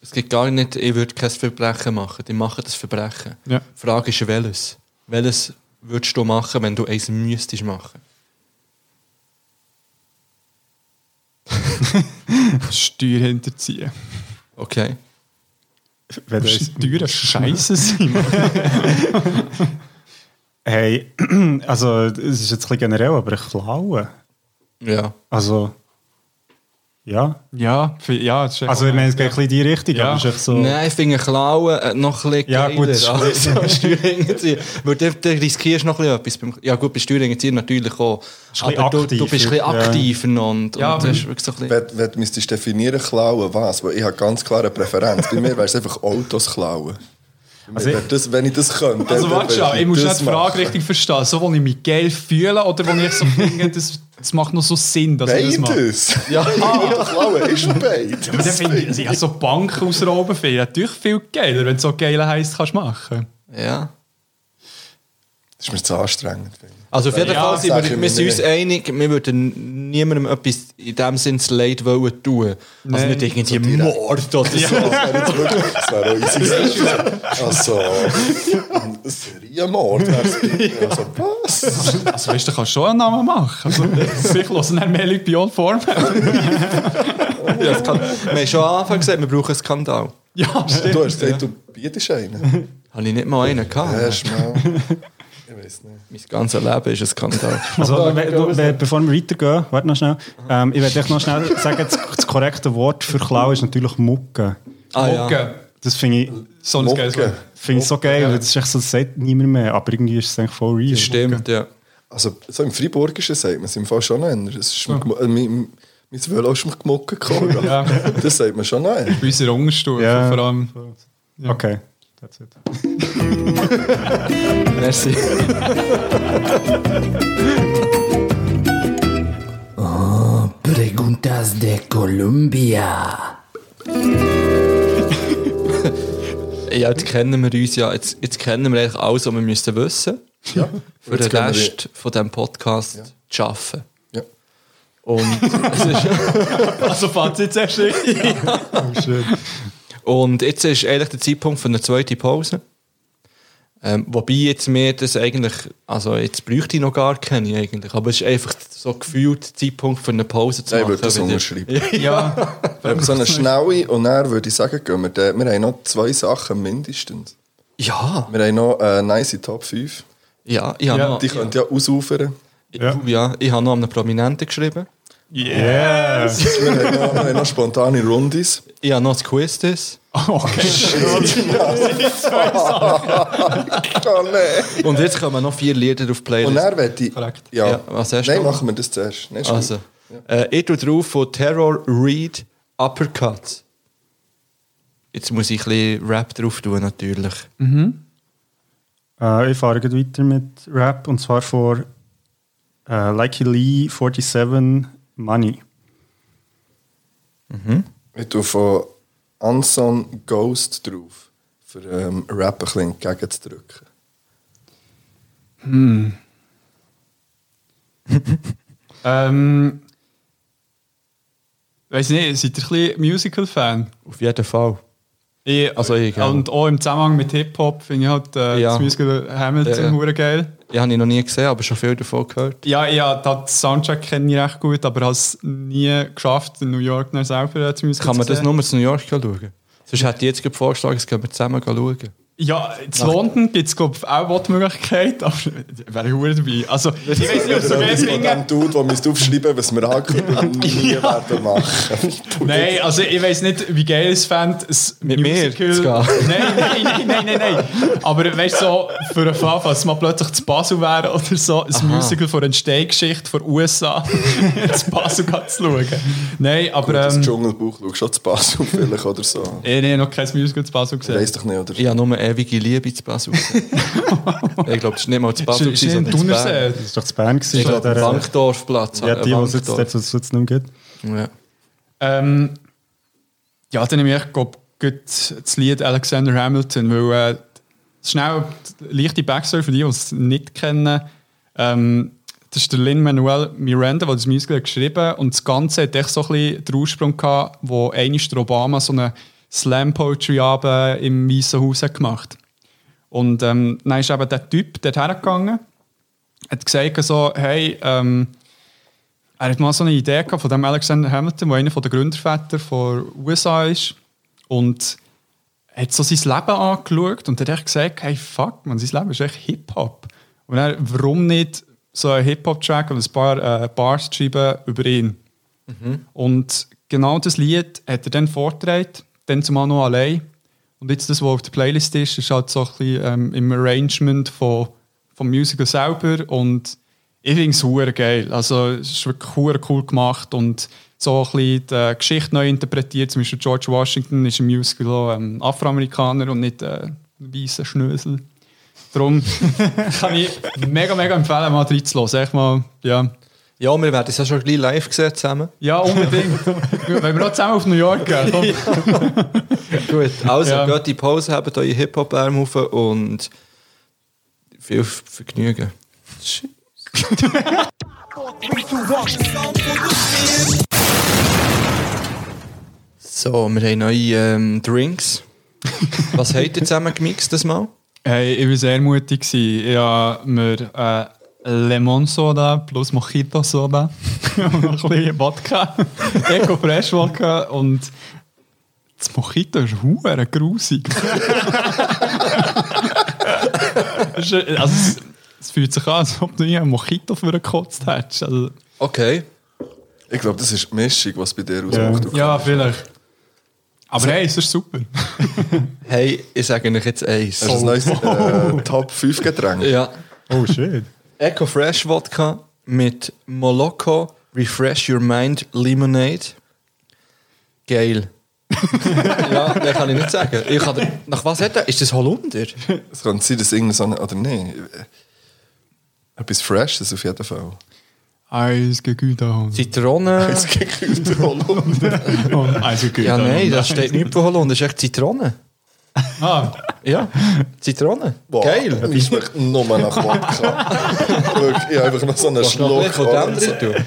S3: Es gibt gar nicht, ich würde kein Verbrechen machen. Die machen das Verbrechen.
S5: Ja.
S3: Die Frage ist, welches? Welches würdest du machen, wenn du eins müsstest machen?
S5: Steuer hinterziehen.
S3: Okay.
S6: Wenn
S5: Das ist teure Scheiße sein.
S6: Hey, also, es ist jetzt ein bisschen generell, aber ich klaue.
S3: Ja.
S6: Also, ja.
S5: ja, für, ja, das ist
S6: Also ich meine, es geht ein bisschen in die Richtung,
S5: Ja.
S6: aber es ist echt so...
S3: Nein, ich finde Klauen äh, noch ein bisschen
S6: Ja, gut, das ist
S3: geiler als am Steuerhinterziehen. Weil du, du riskierst noch ein bisschen etwas. beim- Ja gut, bei Steuerhinterziehen natürlich auch.
S6: Ist ein
S3: Aber du,
S6: bisschen
S3: du bist ein bisschen
S6: aktiver, ja.
S3: aktiver noch und,
S5: Ja,
S3: und
S5: aber-
S3: hast wirklich so ein bisschen...
S4: Wenn, wenn du müsstest definieren, klauen was? Weil ich habe ganz klare Präferenz. Bei mir wäre es einfach Autos klauen.
S6: Also
S4: wenn,
S6: ich-
S4: das, wenn ich das könnte.
S5: Also
S4: dann
S5: warte
S4: würde
S5: schon, ich muss nicht
S4: das
S5: die Frage
S4: machen.
S5: richtig verstehen. So, wo ich mich geil fühle oder wo ich so finde, das, das macht noch so Sinn, dass ich das mache.
S4: Beides! Ja, ja. Klauen ist beides.
S5: Aber dann finde ich, also ich habe so Banken ausrauben finde ich natürlich viel geiler, wenn du so geile heisst, kannst du machen.
S3: Ja.
S4: Das ist mir zu anstrengend. finde ich.
S3: Also auf jeden
S5: Ja,
S3: Fall sind
S4: sag
S3: wir,
S4: ich
S3: wir
S4: mir
S3: sind uns
S4: nicht.
S3: einig, wir würden niemandem etwas in dem Sinne zu leid wollen tun. Also
S5: Nein.
S3: nicht irgendwie
S4: direkt.
S3: Mord oder so.
S5: Also,
S4: Das wäre jetzt wirklich- das wäre auch easy. Also, ein Serienmord wäre es. irgendwie. Also, was?
S5: Also weißt du, du kannst schon einen Namen machen. Also, vielleicht hören dann mehr Leute Beyond Form.
S3: Ja, es kann, wir haben schon am Anfang gesagt, wir brauchen einen Skandal.
S5: ja, stimmt.
S4: Du hast gesagt, du bietest einen.
S3: Habe ich nicht mal einen gehabt.
S4: Erst mal. Ich weiß nicht.
S3: Mein ganzes Leben ist ein Skandal.
S6: Also, we- we- we- bevor wir weitergehen, warte noch schnell. Ähm, ich werde echt noch schnell sagen, das, das korrekte Wort für Klauen ist natürlich Mucke.
S3: Ah, ja.
S5: Mucke.
S6: Das finde ich,
S5: So ein geiles
S4: Mucke.
S5: Wort.
S6: find ich so geil, weil das ist echt so, das sagt niemand mehr, aber irgendwie ist es eigentlich voll real.
S3: Stimmt, ja.
S4: Also, so im Freiburgischen sagt man es im Fall schon noch. Das ist mir gemo- äh, mein, mein Velo ist mir gemockt gekommen.
S5: Ja.
S4: Das sagt man schon noch.
S5: Bei unserer Unterstufe
S6: Ja.
S5: vor allem.
S6: Okay, that's it.
S3: Merci.
S7: Preguntas de Colombia.
S3: Ja, jetzt kennen wir uns ja, jetzt, jetzt kennen wir eigentlich alles, was wir müssen wissen
S4: Ja.
S3: für den
S4: Jetzt können wir-
S3: Rest von diesem Podcast zu arbeiten.
S4: Ja.
S3: Und, es ist,
S5: Also Fazit zuerst richtig.
S3: und jetzt ist eigentlich der Zeitpunkt für eine zweite Pause. Ähm, wobei jetzt mir das eigentlich, also jetzt bräuchte ich noch gar keine eigentlich, aber es ist einfach so gefühlt der Zeitpunkt für eine Pause zu
S4: Nein, ich
S3: machen.
S4: würde das
S3: wieder.
S4: unterschreiben.
S5: Ja.
S4: Ja. So eine schnelle und dann würde ich sagen, gehen wir, da- wir haben noch zwei Sachen mindestens.
S3: Ja,
S4: Wir haben noch eine nice Top 5.
S3: ja, ich habe
S5: Ja,
S3: noch,
S4: Die könnt ja ausufern.
S3: ja. ich habe noch an einen Prominenten geschrieben.
S6: Yeah!
S4: Wir haben noch, wir haben noch spontane Rundis.
S3: Ich habe noch das Quiz. das.
S4: Oh nein!
S3: Und jetzt kommen noch vier Lieder auf die
S4: Und
S3: Playlist.
S4: dann werde ich...
S5: Korrekt.
S4: Ja.
S3: dus Ja, was hast du?
S4: nein, machen wir das zuerst. Nein, ist gut.
S3: Also, äh, ich tue drauf von Terror Read Uppercuts. Jetzt muss ich ein bisschen Rap drauf tun, natürlich.
S6: Äh, ich fahre gleich weiter mit Rap und zwar vor äh, Likey Lee 47 Money.
S4: Ich tue von Anson Ghost drauf, für ähm, Rap ein bisschen entgegenzudrücken.
S5: ähm, weiß nicht, seid ihr ein bisschen Musical-Fan?
S3: Auf jeden Fall.
S5: Ich,
S3: Also ich, ja.
S5: Und auch im Zusammenhang mit Hip-Hop finde ich halt äh,
S3: Ja.
S5: das Musical Hamilton
S3: Ja, ja.
S5: hure geil.
S3: Ich habe ihn noch nie gesehen, aber schon viel davon gehört.
S5: Ja, ja, den Soundtrack kenne ich recht gut, aber habe es nie geschafft, in New York dann selber äh, zu Musical
S3: Kann man
S5: zu
S3: das
S5: sehen.
S3: nur in New York schauen? Sonst hätte ich jetzt gerade vorgeschlagen, es können wir zusammen schauen.
S5: Ja, in London gibt es glaube ich auch die Möglichkeit, aber wäre ich hure dabei. Also, ich weiß nicht, ob es so mehr
S4: Das von
S5: finden.
S4: dem Dude, der müsste aufschreiben was wir angekommen nie werden machen.
S5: Nein, also ich weiß nicht, wie geil es fände, es
S3: Mit mir
S5: Musical-
S3: zu gehen.
S5: Nein, nein, nein, nein, nein, nein. Aber weißt du, so, für einen Fall, falls mal plötzlich zu Basel wäre oder so, ein Musical von der Entstehungsgeschichte von USA zu Basel gehen zu schauen. Nein,
S4: Gut,
S5: aber.
S4: das
S5: Ähm,
S4: Dschungelbuch schaust schon zu Basel vielleicht oder so.
S5: ich habe noch kein Musical zu Basel
S4: Ich
S5: gesehen.
S4: weiss doch nicht, oder?
S3: Ich habe nur ewige Liebe zu Basel gesehen. ich glaube, das war nicht mal zu Basel,
S5: Ist- ist
S3: sondern
S5: in
S3: zu Bern.
S5: Thunersee.
S6: Das war doch das Band.
S3: Ich glaube, am Wankdorfplatz.
S6: ja, die, die es jetzt,
S3: Wankdorf.
S6: dort, was es jetzt nicht mehr gibt.
S3: Ja.
S5: Ähm, ja, dann nehme ich glaub, gut das Lied Alexander Hamilton, weil äh, schnell die leichte Backstory für die, die es nicht kennen. Ähm, das ist der Lin-Manuel Miranda, der das Musical hat geschrieben und das Ganze hat echt so ein bisschen den Ursprung gehabt, wo einst der Obama so einen Slam-Poetry-Abend im Weißen Haus hat gemacht Und ähm, dann ist eben der Typ dort hergegangen, hat gesagt so, hey, ähm, er hat mal so eine Idee gehabt von dem Alexander Hamilton, der einer der Gründerväter von USA ist. Und hat so sein Leben angeschaut und hat echt gesagt, hey, fuck, man, sein Leben ist echt Hip-Hop. Und dann, warum nicht so einen Hip-Hop-Track und ein paar äh, Bars schreiben über ihn? Und genau das Lied hat er dann vorgetragen, dann zumal noch allein. Und jetzt das, was auf der Playlist ist, ist halt so ein bisschen ähm, im Arrangement von, vom Musical selber. Und ich finde es hure geil. Also es ist wirklich hure cool gemacht und so ein bisschen die Geschichte neu interpretiert. Zum Beispiel George Washington ist im Musical auch, ähm, Afroamerikaner und nicht äh, weißen Schnösel. Darum kann ich mega, mega empfehlen, mal reinzulassen. Echt mal, ja.
S3: Ja, wir werden es ja schon gleich live gesehen zusammen.
S5: Ja, unbedingt. Wenn wir noch zusammen auf New York gehen. Komm.
S3: Gut, also
S5: Ja.
S3: geht in die Pause, habt eure Hip-Hop-Lärm auf und viel Vergnügen. So, wir haben neue ähm, Drinks. Was habt ihr zusammen gemixt das Mal?
S5: Hey, ich war sehr mutig. gewesen. Ich habe mir äh, Lemon Soda plus Mojito Soda und noch ein bisschen Wodka, Eco Fresh Wodka und das Mojito ist hure grusig. Es ist, äh, also, es, es fühlt sich an, als ob du nie einen Mojito für einen gekotzt hättest. Also,
S3: Okay.
S4: Ich glaube, das ist die Mischung, was bei dir ausmacht.
S5: ja, vielleicht. Aber hey, es ist super.
S3: Hey, ich sage euch jetzt eins.
S4: Das ist ein neues äh, Top 5 Getränk.
S3: Also, Ja.
S6: Oh, shit.
S3: Eco Fresh Wodka mit Moloko Refresh Your Mind Lemonade. Geil. ja, mehr kann ich nicht sagen. Ich kann, dir- nach was hat er? Ist das Holunder?
S4: Es kann sein, dass irgendeine so eine, oder nein. äh, Etwas Freshes auf jeden Fall.
S5: Eis gegüter.
S3: Zitrone?
S4: Es gekühlt Holunder.
S5: Eis gegüter.
S3: Ja, nein, da steht nichts von Holunder. Das ist echt Zitrone.
S5: Ah,
S3: Ja, Zitrone. Geil.
S4: Ich schmeckt nur nach Wodka. Wirklich, ich habe einfach noch so einen
S3: Was noch
S4: Schluck.
S3: von dem drin
S4: Holunder.
S3: tun?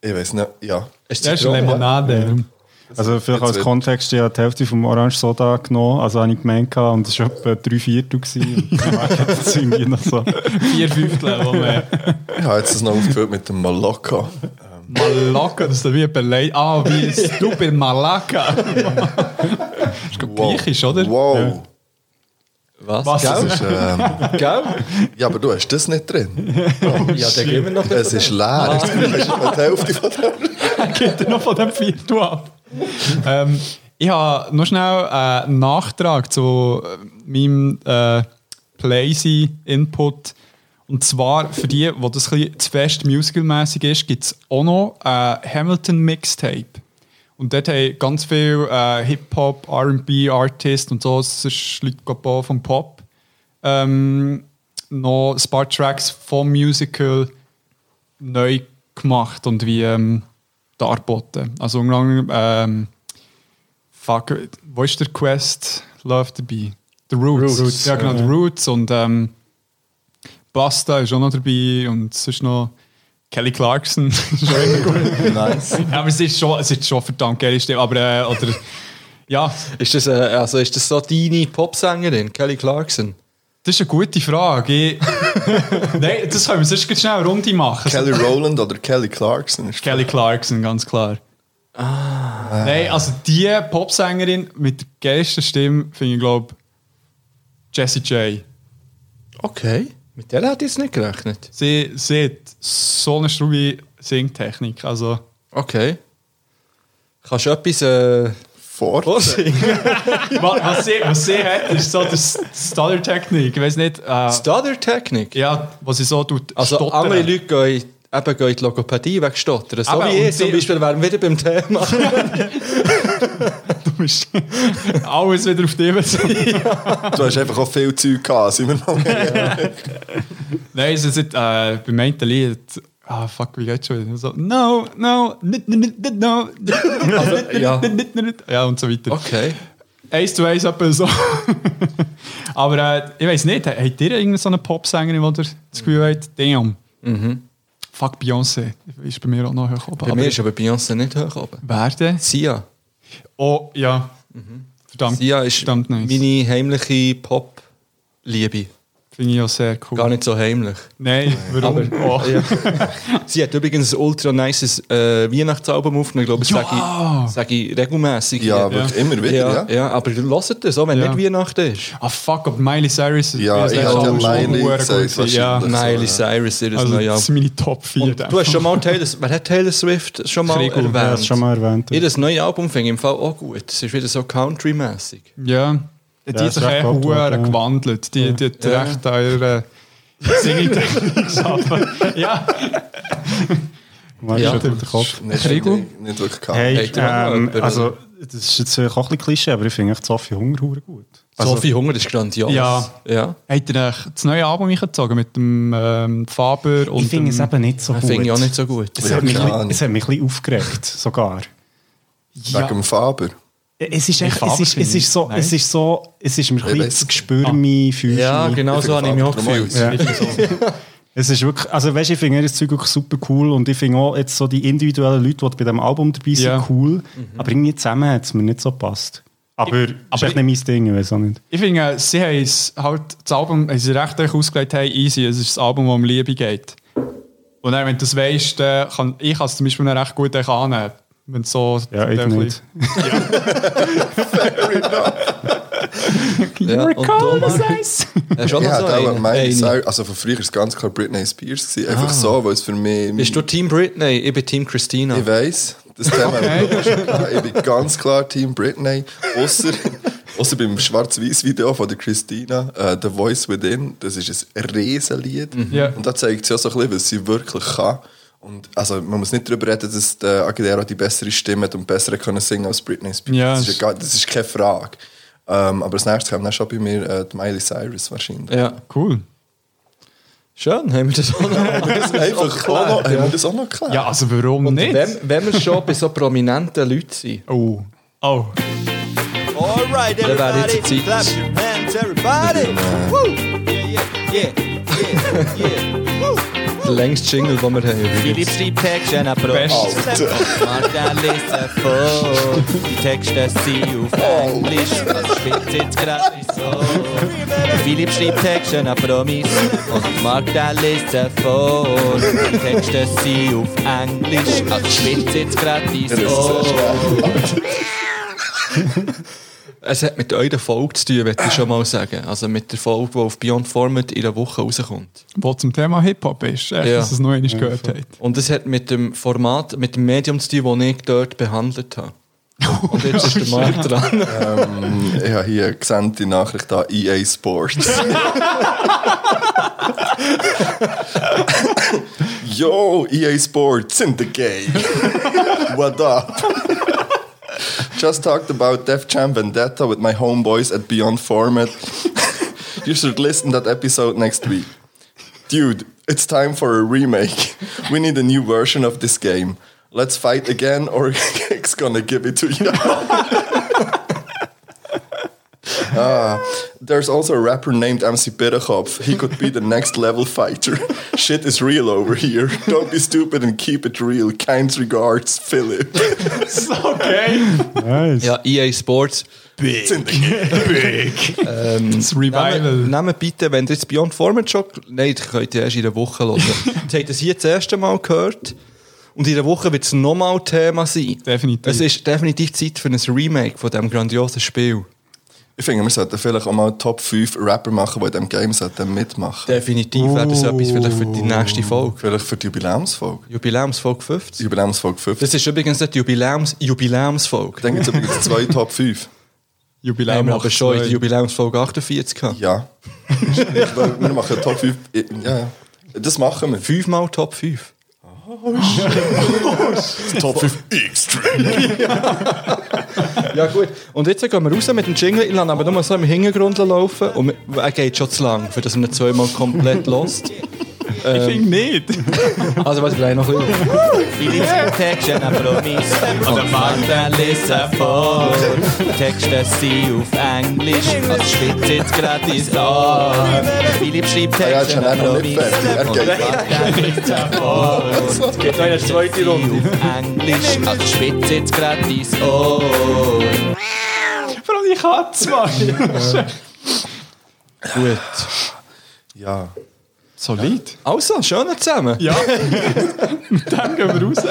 S4: Ich weiß nicht, ja.
S3: Ist
S5: das ist
S3: Zitrone.
S5: Limonade.
S6: Also vielleicht
S4: Jetzt
S6: als
S4: wird-
S6: Kontext, ich habe die Hälfte vom Orange Soda genommen, also habe ich gemeint, gehabt, und das war etwa drei Viertel. gewesen. Und dann merke ich, das ist irgendwie noch so.
S5: Vier Fünftel, die man...
S4: Ich habe jetzt das noch aufgefüllt mit dem Malaka.
S5: Malaka, das ist doch wie beleidigt. Ah, wie ist du bei Malaka? ist doch griechisch, oder?
S4: Wow.
S3: Was?
S5: Was?
S3: Gell?
S4: Das ist, ähm,
S3: Gell?
S4: ja, aber du hast das nicht drin.
S3: Ja, dann gehen wir noch
S4: Es ist leer. Es ist die Hälfte von dem.
S5: Geht er noch von dem Viertel ab? ähm, ich habe noch schnell äh, einen Nachtrag zu äh, meinem äh, Playsy-Input. Und zwar für die, wo das ein bisschen zu fest musicalmäßig ist, gibt es auch noch äh, Hamilton Mixtape. Und dort haben ganz viele äh, Hip-Hop, RB-Artists und so, es ist Leute gekommen vom Pop, ähm, noch ein paar Tracks vom Musical neu gemacht und wie ähm, darboten. Also unter anderem, ähm, fuck, wo ist der Quest Love dabei? The Roots.
S6: Roots,
S5: ja, genau,
S6: ja.
S5: The Roots und ähm, Basta ist auch noch dabei und es ist noch Kelly Clarkson. ist auch immer gut.
S4: Nice.
S5: Ja, aber es ist schon, es ist schon verdammt geil, stimmt. Aber, äh, oder, ja,
S3: Ist das, äh, also ist das so deine Popsängerin, Kelly Clarkson?
S5: das ist eine gute Frage. Ich, Nein, das können wir sonst gleich schnell eine Runde machen.
S4: Kelly Rowland oder Kelly Clarkson ist
S5: Kelly Clarkson, ganz klar.
S3: Ah.
S5: Nein, also die Popsängerin mit der geilsten Stimme finde ich, glaube Jessie J.
S3: Okay. Mit der hat ich jetzt nicht gerechnet.
S5: Sie, sie hat so eine strube Singtechnik. Also,
S3: Okay. Kannst du etwas äh,
S4: fort.
S3: vorsingen?
S5: was, was, sie, was sie hat, ist so die Stutter-Technik. Ich weiß nicht, äh,
S3: Stuttertechnik?
S5: ja, was sie so tut.
S3: Also
S5: stottern.
S3: andere Leute gehen, in- eben gehen in die Logopädie wegen Stottern. So
S5: Aber
S3: wie
S5: und
S3: ich zum
S5: sie-
S3: Beispiel, wären wir wieder beim Thema.
S5: bist. Alles wieder auf die Ebene.
S4: Du hast einfach auch viel Zeug gehabt, sind wir noch
S5: Nein, es ist nicht, äh, bei meinen Lied. Ah, fuck, wie geht's schon? wieder? So, no, no, nicht, nicht, nicht, no, nicht, nicht,
S3: ja.
S5: nicht, nicht, nicht. Ja, und so weiter.
S3: Okay.
S5: Eins zu eins, etwa so. Aber äh, ich weiß nicht, ha- habt ihr irgendeine so eine Popsängerin, die ihr das Gefühl habt, damn.
S3: Mhm.
S5: Fuck, Beyoncé. Ist bei mir auch noch hoch oben.
S3: Bei mir ist aber Beyoncé nicht hoch oben.
S5: Wer denn?
S3: Sia.
S5: Oh, ja. Verdammt.
S3: Mhm. Sia ist
S5: verdammt nice.
S3: meine heimliche Pop-Liebe.
S5: Finde ich auch sehr cool.
S3: Gar nicht so heimlich.
S5: Nein, warum? oh.
S3: Ja. Sie hat übrigens ein ultra nices äh, Weihnachtsalbum aufgenommen. Ich glaube, das
S5: Ja.
S3: sage ich, sage ich regelmäßig.
S4: Ja, wirklich immer wieder,
S3: ja,
S4: ja.
S3: ja, aber hört das auch, wenn
S5: Ja.
S3: nicht Weihnachten ist.
S5: Ah, fuck, ob Miley Cyrus
S4: Ja, ich
S5: das
S4: hätte
S5: auch
S4: ja
S5: schon
S4: Miley gesagt,
S5: verdammt gut gewesen. Ja,
S4: wahrscheinlich.
S5: also,
S4: Nein,
S3: Miley Cyrus, ihr
S6: Also
S5: das
S3: neues
S5: ist
S3: Album.
S5: meine Top 4.
S3: Und du hast schon mal Taylor, wer hat Taylor Swift schon mal
S5: Gregor,
S6: Ja, das
S3: erwähnt?
S6: ist schon mal erwähnt.
S3: Ihr das neue Album finde ich im Fall auch gut. Es ist wieder so Country-mässig.
S5: Ja, die
S6: das
S5: hat sich
S6: ist
S5: echt
S6: recht gut,
S5: huere
S6: ja.
S5: gewandelt. Die, die hat
S3: Ja.
S5: recht eure Singing-Technik geschaffen. Ja,
S6: Mal
S3: Ja.
S6: schüttelt den Kopf.
S4: Nicht,
S5: Krigo?
S4: nicht, nicht wirklich gehabt.
S6: Hey,
S3: Hey, genau, du hast noch
S6: ähm,
S3: jemanden,
S6: also das ist jetzt vielleicht auch ein bisschen Klischee, aber ich finde echt Sophie Hunger verdammt gut.
S3: Sophie Hunger ist grandios.
S5: Ja.
S3: ja.
S5: Habt ihr euch das neue Album eingezogen mit dem ähm, Faber und
S6: Ich finde es
S5: dem,
S6: eben nicht so
S3: Das
S6: gut.
S3: finde ich auch nicht so gut.
S6: Es hat mich,
S4: keine
S6: ein bisschen-
S4: Ahnung.
S6: es hat mich ein bisschen aufgeregt, sogar.
S5: ja,
S4: Wegen dem Faber.
S6: Es ist echt, es
S5: Farbe
S6: ist, es
S5: finde ich-
S6: ist so,
S5: Nein.
S6: es ist so, es ist mir ein
S4: weiss.
S6: bisschen zu Gespürmi, Füße.
S3: Ja, genau
S4: Ich
S3: so habe ich mich
S4: finde
S3: auch
S4: Faber
S3: gefühlt.
S4: drum
S6: Es ist wirklich, also weißt, ich finde ihr Zeug wirklich super cool und ich finde auch jetzt so die individuellen Leute, die bei diesem Album dabei sind,
S5: Ja.
S6: cool. Aber irgendwie zusammen hat es mir nicht so gepasst. Aber, ist
S5: aber
S6: echt nicht mein Ding, ich weiß auch nicht.
S5: Ich finde, sie haben es halt das Album, haben sie recht euch ausgelegt, hey, easy, es ist das Album, das um Liebe geht. Und dann, wenn du das weißt, dann kann, ich kann es zum Beispiel noch recht gut euch annehmen. Wenn so
S6: Ja, ich
S5: dann ein
S6: nicht.
S3: Ja, und Thomas, hast du auch
S4: Ich
S3: noch so
S4: hatte auch
S3: einen?
S4: Miley
S3: Eine. Ah.
S4: Cyrus, also von früher war es ganz klar Britney Spears. Gewesen. Einfach so, weil es für mich...
S3: Bist du Team Britney? Ich bin Team Christina.
S4: Ich weiss, das Thema haben wir schon gehabt. Ich bin ganz klar Team Britney, außer außer beim Schwarz-Weiß-Video von der Christina, äh, The Voice Within, das ist ein Riesenlied.
S5: Ja.
S4: Und da zeigt sie auch so ein bisschen, was sie wirklich kann. Und also, man muss nicht darüber reden, dass die Aguilera die bessere Stimme hat und besser können singen als Britney Spears.
S5: Ja,
S4: das, ist
S5: es-
S4: ja gar, das ist keine Frage. Ähm, aber das nächste kam dann schon bei mir äh, die Miley Cyrus wahrscheinlich.
S3: Ja.
S5: Cool.
S3: Schön, haben wir das auch noch.
S4: Das einfach auch noch, haben wir das auch noch geklärt?
S5: Ja, also warum nicht?
S3: Wenn, wenn wir schon bei so prominenten Leuten sind,
S5: Oh. Oh.
S1: Alright,
S3: Dann wäre jetzt die
S1: everybody,
S3: Zeit.
S1: clap your hands, everybody. Woo! Yeah, yeah, yeah, yeah, yeah. Woo!
S3: der längste Jingle, den wir haben.
S1: Die
S3: übrigens.
S1: liebste Texte nach Pro.
S5: Best.
S3: Ah.
S1: Marta lese vor. Die Texte sind auf Englisch. Das schwitzt jetzt gerade nicht so. Philipp schreibt Texte nach Promis. Und Marta lese vor. Die Texte sind auf Englisch. Das schwitzt jetzt gerade nicht so.
S3: Es hat mit eurer Folge zu tun, möchte ich schon mal sagen. Also mit der Folge, die auf Beyond Format in einer Woche rauskommt.
S5: Wo zum Thema Hip-Hop ist, echt,
S3: Ja.
S5: dass ihr es noch einmal gehört habt.
S3: Und es hat mit dem Format, mit dem Medium zu tun, das ich dort behandelt habe. Und jetzt ist der Markt dran.
S4: Ich habe hier eine gesandte Nachricht an EA Sports. Yo, EA Sports in the game. What up? Just talked about Def Jam Vendetta with my homeboys at Beyond Format. you should listen that episode next week. Dude, it's time for a remake. We need a new version of this game. Let's fight again or it's gonna give it to you. There's also a rapper named MC Perekov. He could be the next level fighter. Shit is real over here. Don't be stupid and keep it real. Kind regards, Philip.
S6: Nice.
S3: Ja, EA Sports.
S5: Das Revival.
S3: Nehmt nehmt bitte, wenn ihr jetzt Beyond Format schon... Nein, das könnt ihr erst in der Woche hören. Ihr habt es hier das erste Mal gehört. Und in der Woche wird es nochmal Thema sein.
S5: Definitiv.
S3: Es ist definitiv Zeit für ein Remake von diesem grandiosen Spiel.
S4: Ich finde, wir sollten vielleicht auch mal Top 5 Rapper machen, die in diesem Game sollten mitmachen.
S3: Definitiv wäre das etwas vielleicht für die nächste Folge.
S4: Vielleicht für die Jubiläumsfolge.
S3: Jubiläumsfolge 50.
S4: Jubiläumsfolge 50.
S3: Das ist übrigens nicht die Jubiläums Jubiläumsfolge.
S4: Dann gibt es übrigens zwei Top 5.
S5: Jubiläum.
S3: Haben wir aber schon in der
S5: 82.
S3: Jubiläumsfolge 48 gehabt.
S4: Ja. Weil wir machen Top 5. Ja, ja. Das machen wir.
S3: Fünfmal Top 5.
S4: Top 5 Extreme.
S3: Ja gut, und jetzt gehen wir raus mit dem Jingle, ich lasse aber nur so im Hintergrund laufen und er geht schon zu lang, für dass man ihn zweimal komplett lost.
S5: Ich finde
S3: ähm,
S5: nicht.
S3: Also was vielleicht noch ein bisschen.
S1: Die liebsten Texte nach Promis. Und Marta lese vor. Die Texte sind auf Englisch. Das schwitzt jetzt gerade ins Ohr. Philipp
S3: Ah
S1: schreibt
S4: Ja,
S1: Texte
S4: Janelle
S1: nach
S4: noch nicht
S1: Promis.
S4: fertig. Er geht weg.
S1: Geht eine zweite Runde. Auf Englisch, also schwitzt jetzt gerade dein Ohr.
S5: Vor allem, ich habe zwei.
S3: Gut.
S4: Ja.
S5: Solid.
S3: Also, schön zusammen.
S5: Ja. Mit dem gehen wir raus.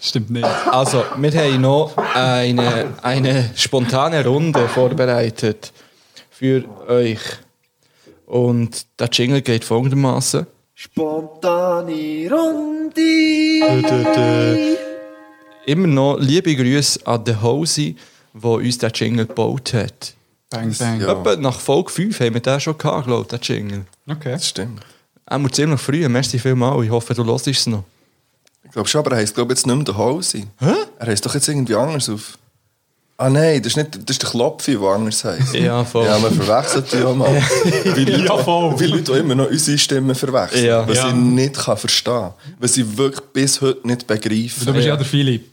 S5: Stimmt nicht.
S3: Also, wir haben noch eine, eine spontane Runde vorbereitet für euch. Und der Jingle geht folgendermaßen.
S1: Spontane Runde.
S3: Immer noch liebe Grüße an den Hosi, der uns den Jingle gebaut hat.
S5: Bang, bang.
S4: Ja.
S3: Etwa nach Folge 5 haben wir den schon gehabt, glaube ich, den Jingle.
S5: Okay.
S4: Das stimmt.
S3: Er muss ziemlich früh, merci vielmals. Ich hoffe, du hörst es noch.
S4: Ich glaube schon, aber er heisst glaub, jetzt nicht mehr der Hausi. Hä? Er heisst doch jetzt irgendwie anders auf. Ah nein, das ist, nicht, das ist der Klopfi, der anders heisst.
S3: Ja, voll.
S4: Ja, man verwechselt die ja mal. Wie Leute,
S5: Ja, voll.
S4: Wie Leute auch immer noch unsere Stimmen verwechseln.
S3: Ja.
S4: Was
S5: Ja.
S4: ich nicht kann verstehen kann. Was ich wirklich bis heute nicht begreife.
S5: Du bist ja der Philipp.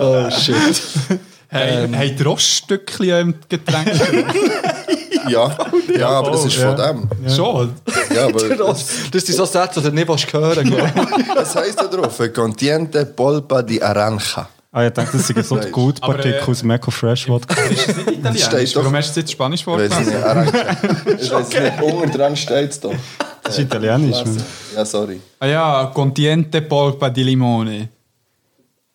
S3: Oh shit. Ähm.
S5: Hey, hey, Roststückchen im Getränk.
S4: Ja, ja, aber das ist von dem.
S5: Schon.
S4: Ja, aber
S3: Das sind so Sätze, die du nicht willst hören willst.
S4: das heisst da drauf: Contiente polpa di aranja.
S6: Ah, ich dachte, das sind so die Gutpartikel
S5: Aber, äh,
S6: aus Meco Fresh Wodka.
S5: Ist das nicht
S4: Stehst
S5: italienisch?
S4: doch-
S5: Warum hast du es jetzt Spanisch
S4: Ich weiß
S5: vorgelesen?
S4: nicht, aranja. Ich weiß nicht, unten dran steht es doch.
S6: Das ist italienisch. ne?
S4: Also,
S6: man.
S4: Ja, sorry.
S5: Ah ja, contiente polpa di limone.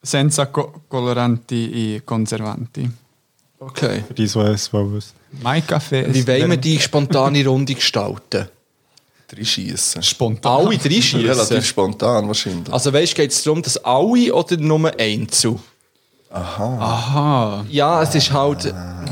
S5: Senza co coloranti e conservanti.
S3: Okay.
S6: Für die, die es wohl wissen.
S5: Mein Kaffee ist
S3: Wie wollen wir die spontane Runde gestalten?
S4: Drei schießen.
S5: spontan.
S3: Alle drei
S4: Relativ
S3: schießen.
S4: spontan wahrscheinlich.
S3: Also weißt du, geht es darum, dass alle oder nur einzeln?
S5: Aha.
S3: Ja, es ist halt.
S4: Ah.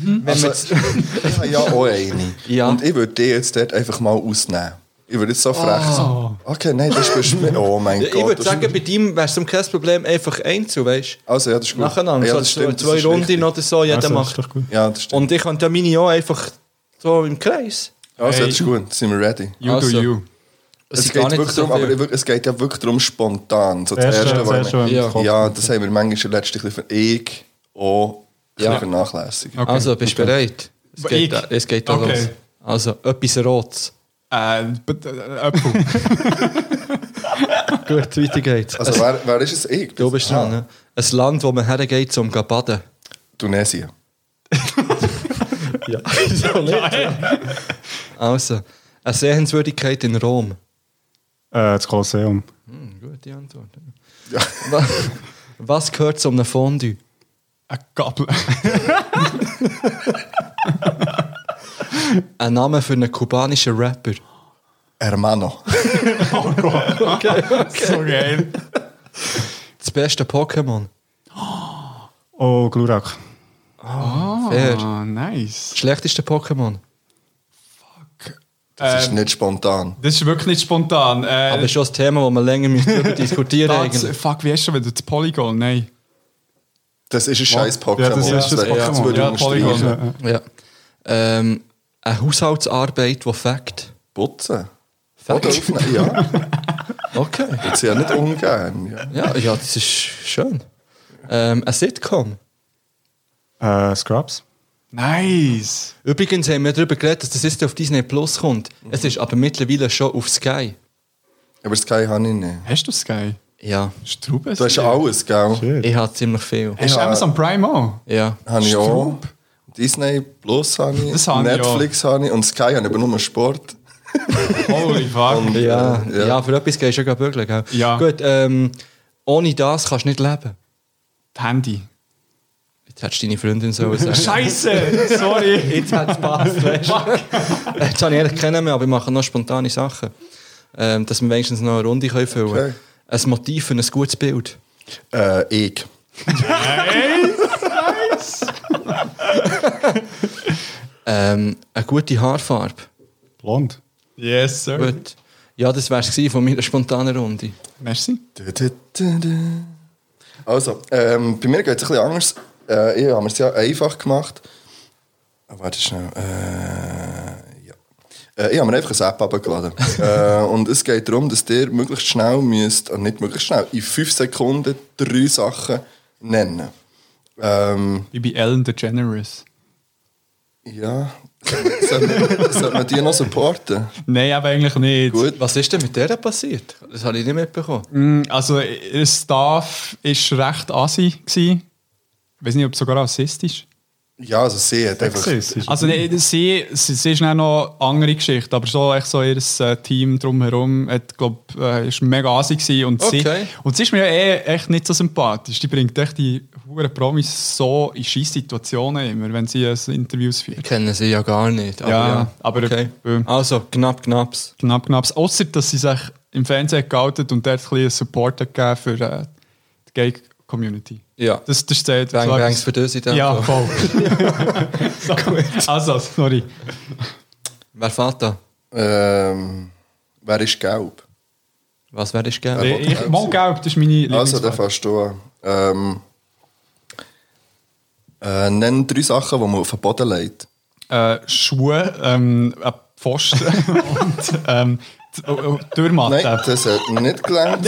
S3: Wenn man jetzt-
S4: Ich habe Also, ja auch eine.
S3: Ja.
S4: Und ich würde die jetzt dort einfach mal ausnehmen. Ich würde jetzt so frech sein. Okay, nein, das bist du mir. Oh mein
S3: Ah. ich
S4: Gott.
S3: würde
S4: das
S3: sagen,
S4: ist-
S3: bei deinem wäre es kein Problem, einfach einzeln, weißt du?
S4: Also, ja, das ist gut.
S3: Nacheinander,
S4: ja,
S3: so
S4: das das
S3: zwei
S4: ist
S3: Runden
S4: richtig.
S3: oder so, jeder
S6: Also, das
S3: macht.
S6: ist doch gut.
S4: Ja, das stimmt.
S3: Und ich könnte ja meine auch einfach so im Kreis.
S4: also,
S5: Hey.
S4: das ist gut. Sind wir ready?
S5: You
S3: Also.
S5: do you.
S4: Es
S3: sind
S4: geht,
S3: gar nicht
S4: wirklich
S3: so
S4: darum, aber
S3: viele.
S4: ich- es geht ja wirklich darum, spontan. So das
S6: Erste,
S4: Erste,
S6: das
S4: was
S6: Erste,
S4: man-
S6: was mir
S3: Ja.
S6: in den Kopf
S4: Ja, das haben wir manchmal letztlich ein bisschen ver- ich auch ein
S3: Ja.
S4: bisschen vernachlässigt.
S5: Okay.
S3: Also, bist du bereit? Es
S5: Ich?
S3: geht, da- es geht da
S5: Okay.
S3: los. Also, etwas Rotes.
S5: Äh, b- äh, Apple.
S3: Gut, weiter geht's.
S4: Also, wer, wer ist es? Ich?
S3: du bist dran. ne? Ein Land, wo man hergeht, um zu baden.
S4: Tunesien.
S3: Ja, wieso nicht? Also, eine Sehenswürdigkeit in Rom.
S6: Äh, das Kolosseum.
S3: Hm, gute Antwort. Wa- Was gehört zu einem Fondue?
S5: Eine Gabel.
S3: Ein Name für einen kubanischen Rapper.
S4: Hermano.
S3: Ähm.
S5: So geil.
S3: Das beste Pokémon.
S6: Oh, Glurak.
S3: Fair.
S5: Ah, nice.
S3: Schlechteste Pokémon.
S4: Das ist
S5: Ähm,
S4: nicht spontan.
S5: Das ist wirklich nicht spontan. Äh,
S3: Aber schon ein Thema, das wir länger müssen darüber diskutieren
S5: das,
S3: eigentlich.
S5: fuck, wie hast du wieder das Polygon? Nein.
S4: Das ist ein scheiß Pokémon.
S6: Ja, das ist
S4: das
S6: ein
S4: das
S6: Pokémon.
S4: würde ich
S5: Ja,
S4: unterstreichen.
S5: Polygon.
S6: Ja.
S3: Ja. Ähm, eine Haushaltsarbeit, die fängt.
S4: Putzen. Oder aufnehmen, ja.
S3: Okay.
S4: Das ist ja nicht ungern. Ja.
S3: Ja, ja, das ist schön. Ähm, ein Sitcom.
S6: Äh, Scrubs.
S5: Nice.
S3: Übrigens haben wir darüber geredet, dass das jetzt auf Disney Plus kommt. Es ist aber mittlerweile schon auf Sky.
S4: Aber Sky habe ich nicht.
S5: Hast du Sky?
S3: Ja,
S5: Strube?
S4: Du hast alles, gell?
S6: Shit.
S3: ich habe ziemlich viel.
S5: Hast du
S4: Ja.
S5: Amazon Prime auch?
S3: Ja.
S4: Habe ich auch. Disney Plus habe ich.
S5: Das habe ich
S4: Netflix habe ich. Und Sky habe ich aber nur Sport.
S5: Holy fuck.
S3: Ja,
S4: Ja.
S3: ja. für etwas gehst du ja bügeln, gell?
S5: Ja.
S3: Gut, ähm, ohne das kannst du nicht leben.
S5: Die Handy.
S3: Jetzt hättest du deine Freundin sollen sagen.
S5: Scheiße, sorry.
S3: Jetzt hat es passt, weißt du? Jetzt habe ich ehrlich keinen mehr, aber ich mache noch spontane Sachen. Ähm, dass wir wenigstens noch eine Runde können füllen
S4: Okay.
S3: können. Ein Motiv für ein gutes Bild.
S4: Äh, ich.
S3: Ähm, eine gute Haarfarbe.
S6: Blond.
S5: Yes, sir.
S3: Gut. Ja, das wär's gewesen von meiner spontanen Runde.
S5: Merci.
S4: Du, du, du, du. Also, ähm, bei mir geht es ein bisschen anders. Äh, ich habe es ja einfach gemacht. Oh, warte schnell. Äh, ja. äh, ich habe mir einfach eine App abgeladen. äh, und es geht darum, dass ihr möglichst schnell müsst, äh, nicht möglichst schnell, in fünf Sekunden drei Sachen nennen. Ähm,
S5: Ich bin Ellen DeGeneres.
S4: ja. Sollte man, sollte man die noch supporten?
S5: Nein, aber eigentlich nicht.
S4: Gut.
S3: Was ist denn mit der passiert? Das habe ich nicht mitbekommen.
S5: Mm, Also, ihr Staff war recht assi. gewesen. Ich weiß nicht, ob sogar rassistisch.
S4: Ja, also sie hat einfach...
S6: Sexistisch.
S5: Also, nee, sie, sie, sie ist dann noch eine andere Geschichte, aber so, echt so ihr äh, Team drumherum hat, glaub, äh, ist mega assi gewesen und
S3: Okay.
S5: sie, und sie ist mir ja eh echt nicht so sympathisch. Die bringt echt die huren Promis so in scheisse Situationen immer, wenn sie äh, Interviews führt.
S3: Kennen sie ja gar nicht. Aber
S5: Ja,
S3: ja,
S5: aber-
S3: Okay.
S5: äh,
S3: Also, knapp, knapps.
S5: Knapp, knapp. Außer, dass sie sich im Fernsehen hat geoutet und dort ein bisschen Support hat gegeben für äh, die Gay-Community.
S3: Ja.
S5: Das, das zählt.
S3: Bang,
S5: So
S3: bangs
S5: etwas-
S3: für das in dem
S5: Ja,
S3: Fall.
S5: voll. so, also, sorry.
S3: Wer fährt da?
S4: Ähm, wer ist gelb?
S3: Was wärst du gerne?
S4: Ja.
S5: Ich, ich mal gelb, das ist meine
S4: Also,
S5: Lieblingsfarbe.
S4: dann fängst du an. Ähm, äh, nenn drei Sachen, die man auf den Boden legt.
S5: äh, Schuhe, ähm, ein Pfosten und ähm, t- oh, oh,
S4: Nein,
S5: Dürrmatte.
S4: das hat nicht gelangt.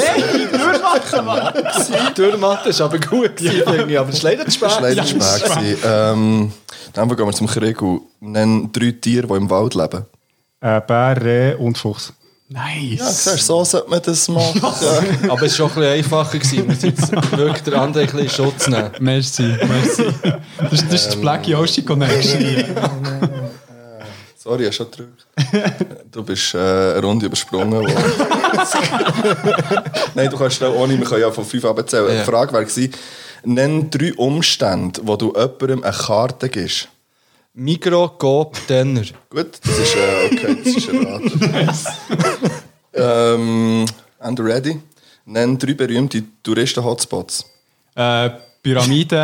S3: Die Dürrmatte ist aber gut, gewesen, finde ich. aber es ist leider zu
S4: Das war
S3: spät.
S4: leider zu spät. gewesen. Ähm, dann gehen wir zum Kriegel. Nenn drei Tiere, die im Wald leben.
S6: Äh, Bär, Reh und Fuchs.
S4: Ja,
S5: Nice.
S4: siehst, so sollte man das machen.
S3: Aber es war schon ein bisschen einfacher. Gewesen. Man jetzt wirklich den anderen ein bisschen in Schutz nehmen.
S5: Merci, merci. Das, ist- das ist die Black Yoshi Connection.
S4: Sorry, hast du schon gedrückt. Du bist äh, eine Runde übersprungen worden. Nein, du kannst schnell ohne, wir können ja von fünf abzählen.
S3: Ja.
S4: Die Frage wäre gewesen, nenn drei Umstände, wo du jemandem eine Karte gibst.
S3: Mikro, Coop, Denner.
S4: Gut, das ist äh, okay, das ist erraten. ähm, and ready? Nenn drei berühmte Touristen-Hotspots.
S5: äh, Pyramide,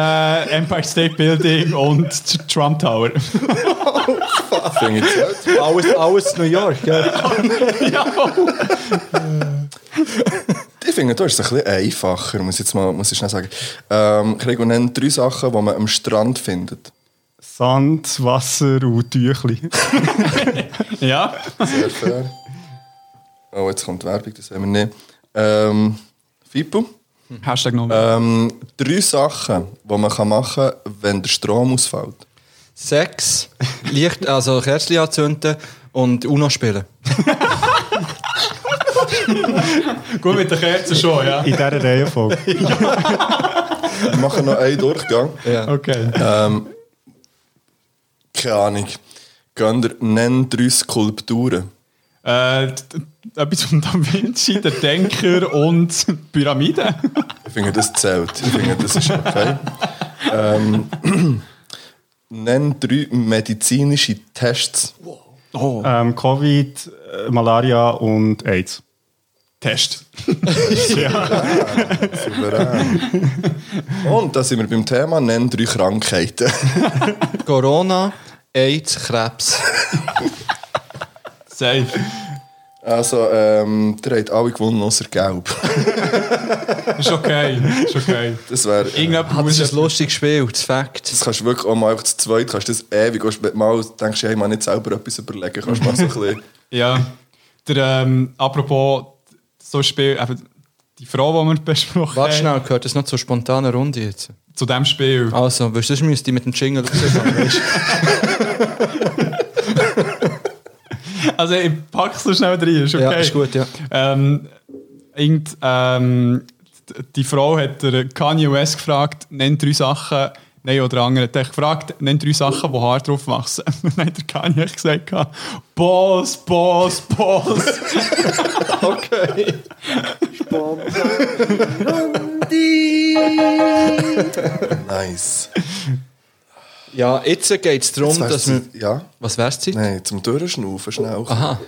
S5: Empire State Building und die Trump Tower.
S4: Finde ich zählt.
S3: Alles, alles New York. Ja.
S4: Ich finde, da ist es ein bisschen einfacher, muss ich jetzt mal muss ich schnell sagen. Ähm, Gregor, nenn drei Sachen, die man am Strand findet.
S6: Sand, Wasser und Tüchli.
S5: Ja?
S4: Sehr fair. Oh, jetzt kommt die Werbung, das haben wir nicht. Ähm, Fippo,
S5: Hashtag nochmal.
S4: ähm, drei Sachen, die man kann machen kann, wenn der Strom ausfällt.
S3: Sex, Licht, also Kerzen anzünden und UNO spielen.
S5: Gut mit der Kerze schon, ja.
S6: In dieser Reihenfolge.
S4: Wir machen noch einen Durchgang.
S5: Okay.
S4: Keine Ahnung. Gönner, nenn drei Skulpturen.
S5: Äh, d- d- etwas von Da Vinci, der Denker und die Pyramide.
S4: Ich finde, das zählt. Ich finde, das ist okay. ähm, nenn drei medizinische Tests.
S6: Ähm, Covid, äh, Malaria und AIDS.
S5: Test.
S4: Souverän. Und da sind wir beim Thema, nenn drei Krankheiten.
S3: Corona, AIDS, Krebs.
S5: Safe.
S4: Also, ähm, ihr habt alle gewonnen, außer Gelb.
S5: Ist okay. Ist okay.
S4: Das äh, wäre...
S5: Irgendjemand
S3: Hat
S5: muss
S3: sich
S5: ja
S3: das lustig gespielt, das Fakt.
S4: Das kannst du wirklich auch mal einfach zu zweit, kannst das ewig, kannst du mal denkst, hey, man nicht selber etwas überlegen, kannst mal so ein bisschen...
S5: Ja, der, ähm, apropos so ein Spiel, eben die Frau, die wir besprochen
S3: Warte schnell, gehört das noch zur spontanen Runde jetzt?
S5: zu dem Spiel.
S3: Also, weißt du, das müsste ich mit dem Jingle rauskommen.
S5: Also ich pack's so schnell rein, ist okay.
S3: Ja, ist gut, ja.
S5: Ähm, irgend, ähm, d- die Frau hat der Kanye West gefragt, nennt drei Sachen, nein oder andere, hat er gefragt, nennt drei Sachen, die Haar drauf wachsen. Dann hat der Kanye gesagt, Boss, Boss, Boss.
S3: Okay.
S4: Nice.
S3: Ja, jetzt geht es darum,
S4: Jetzt wär's
S3: dass wir...
S4: Zeit- ja?
S3: Was wär's Zeit?
S4: Nein, zum Durchschnaufen schnell.
S3: Nein,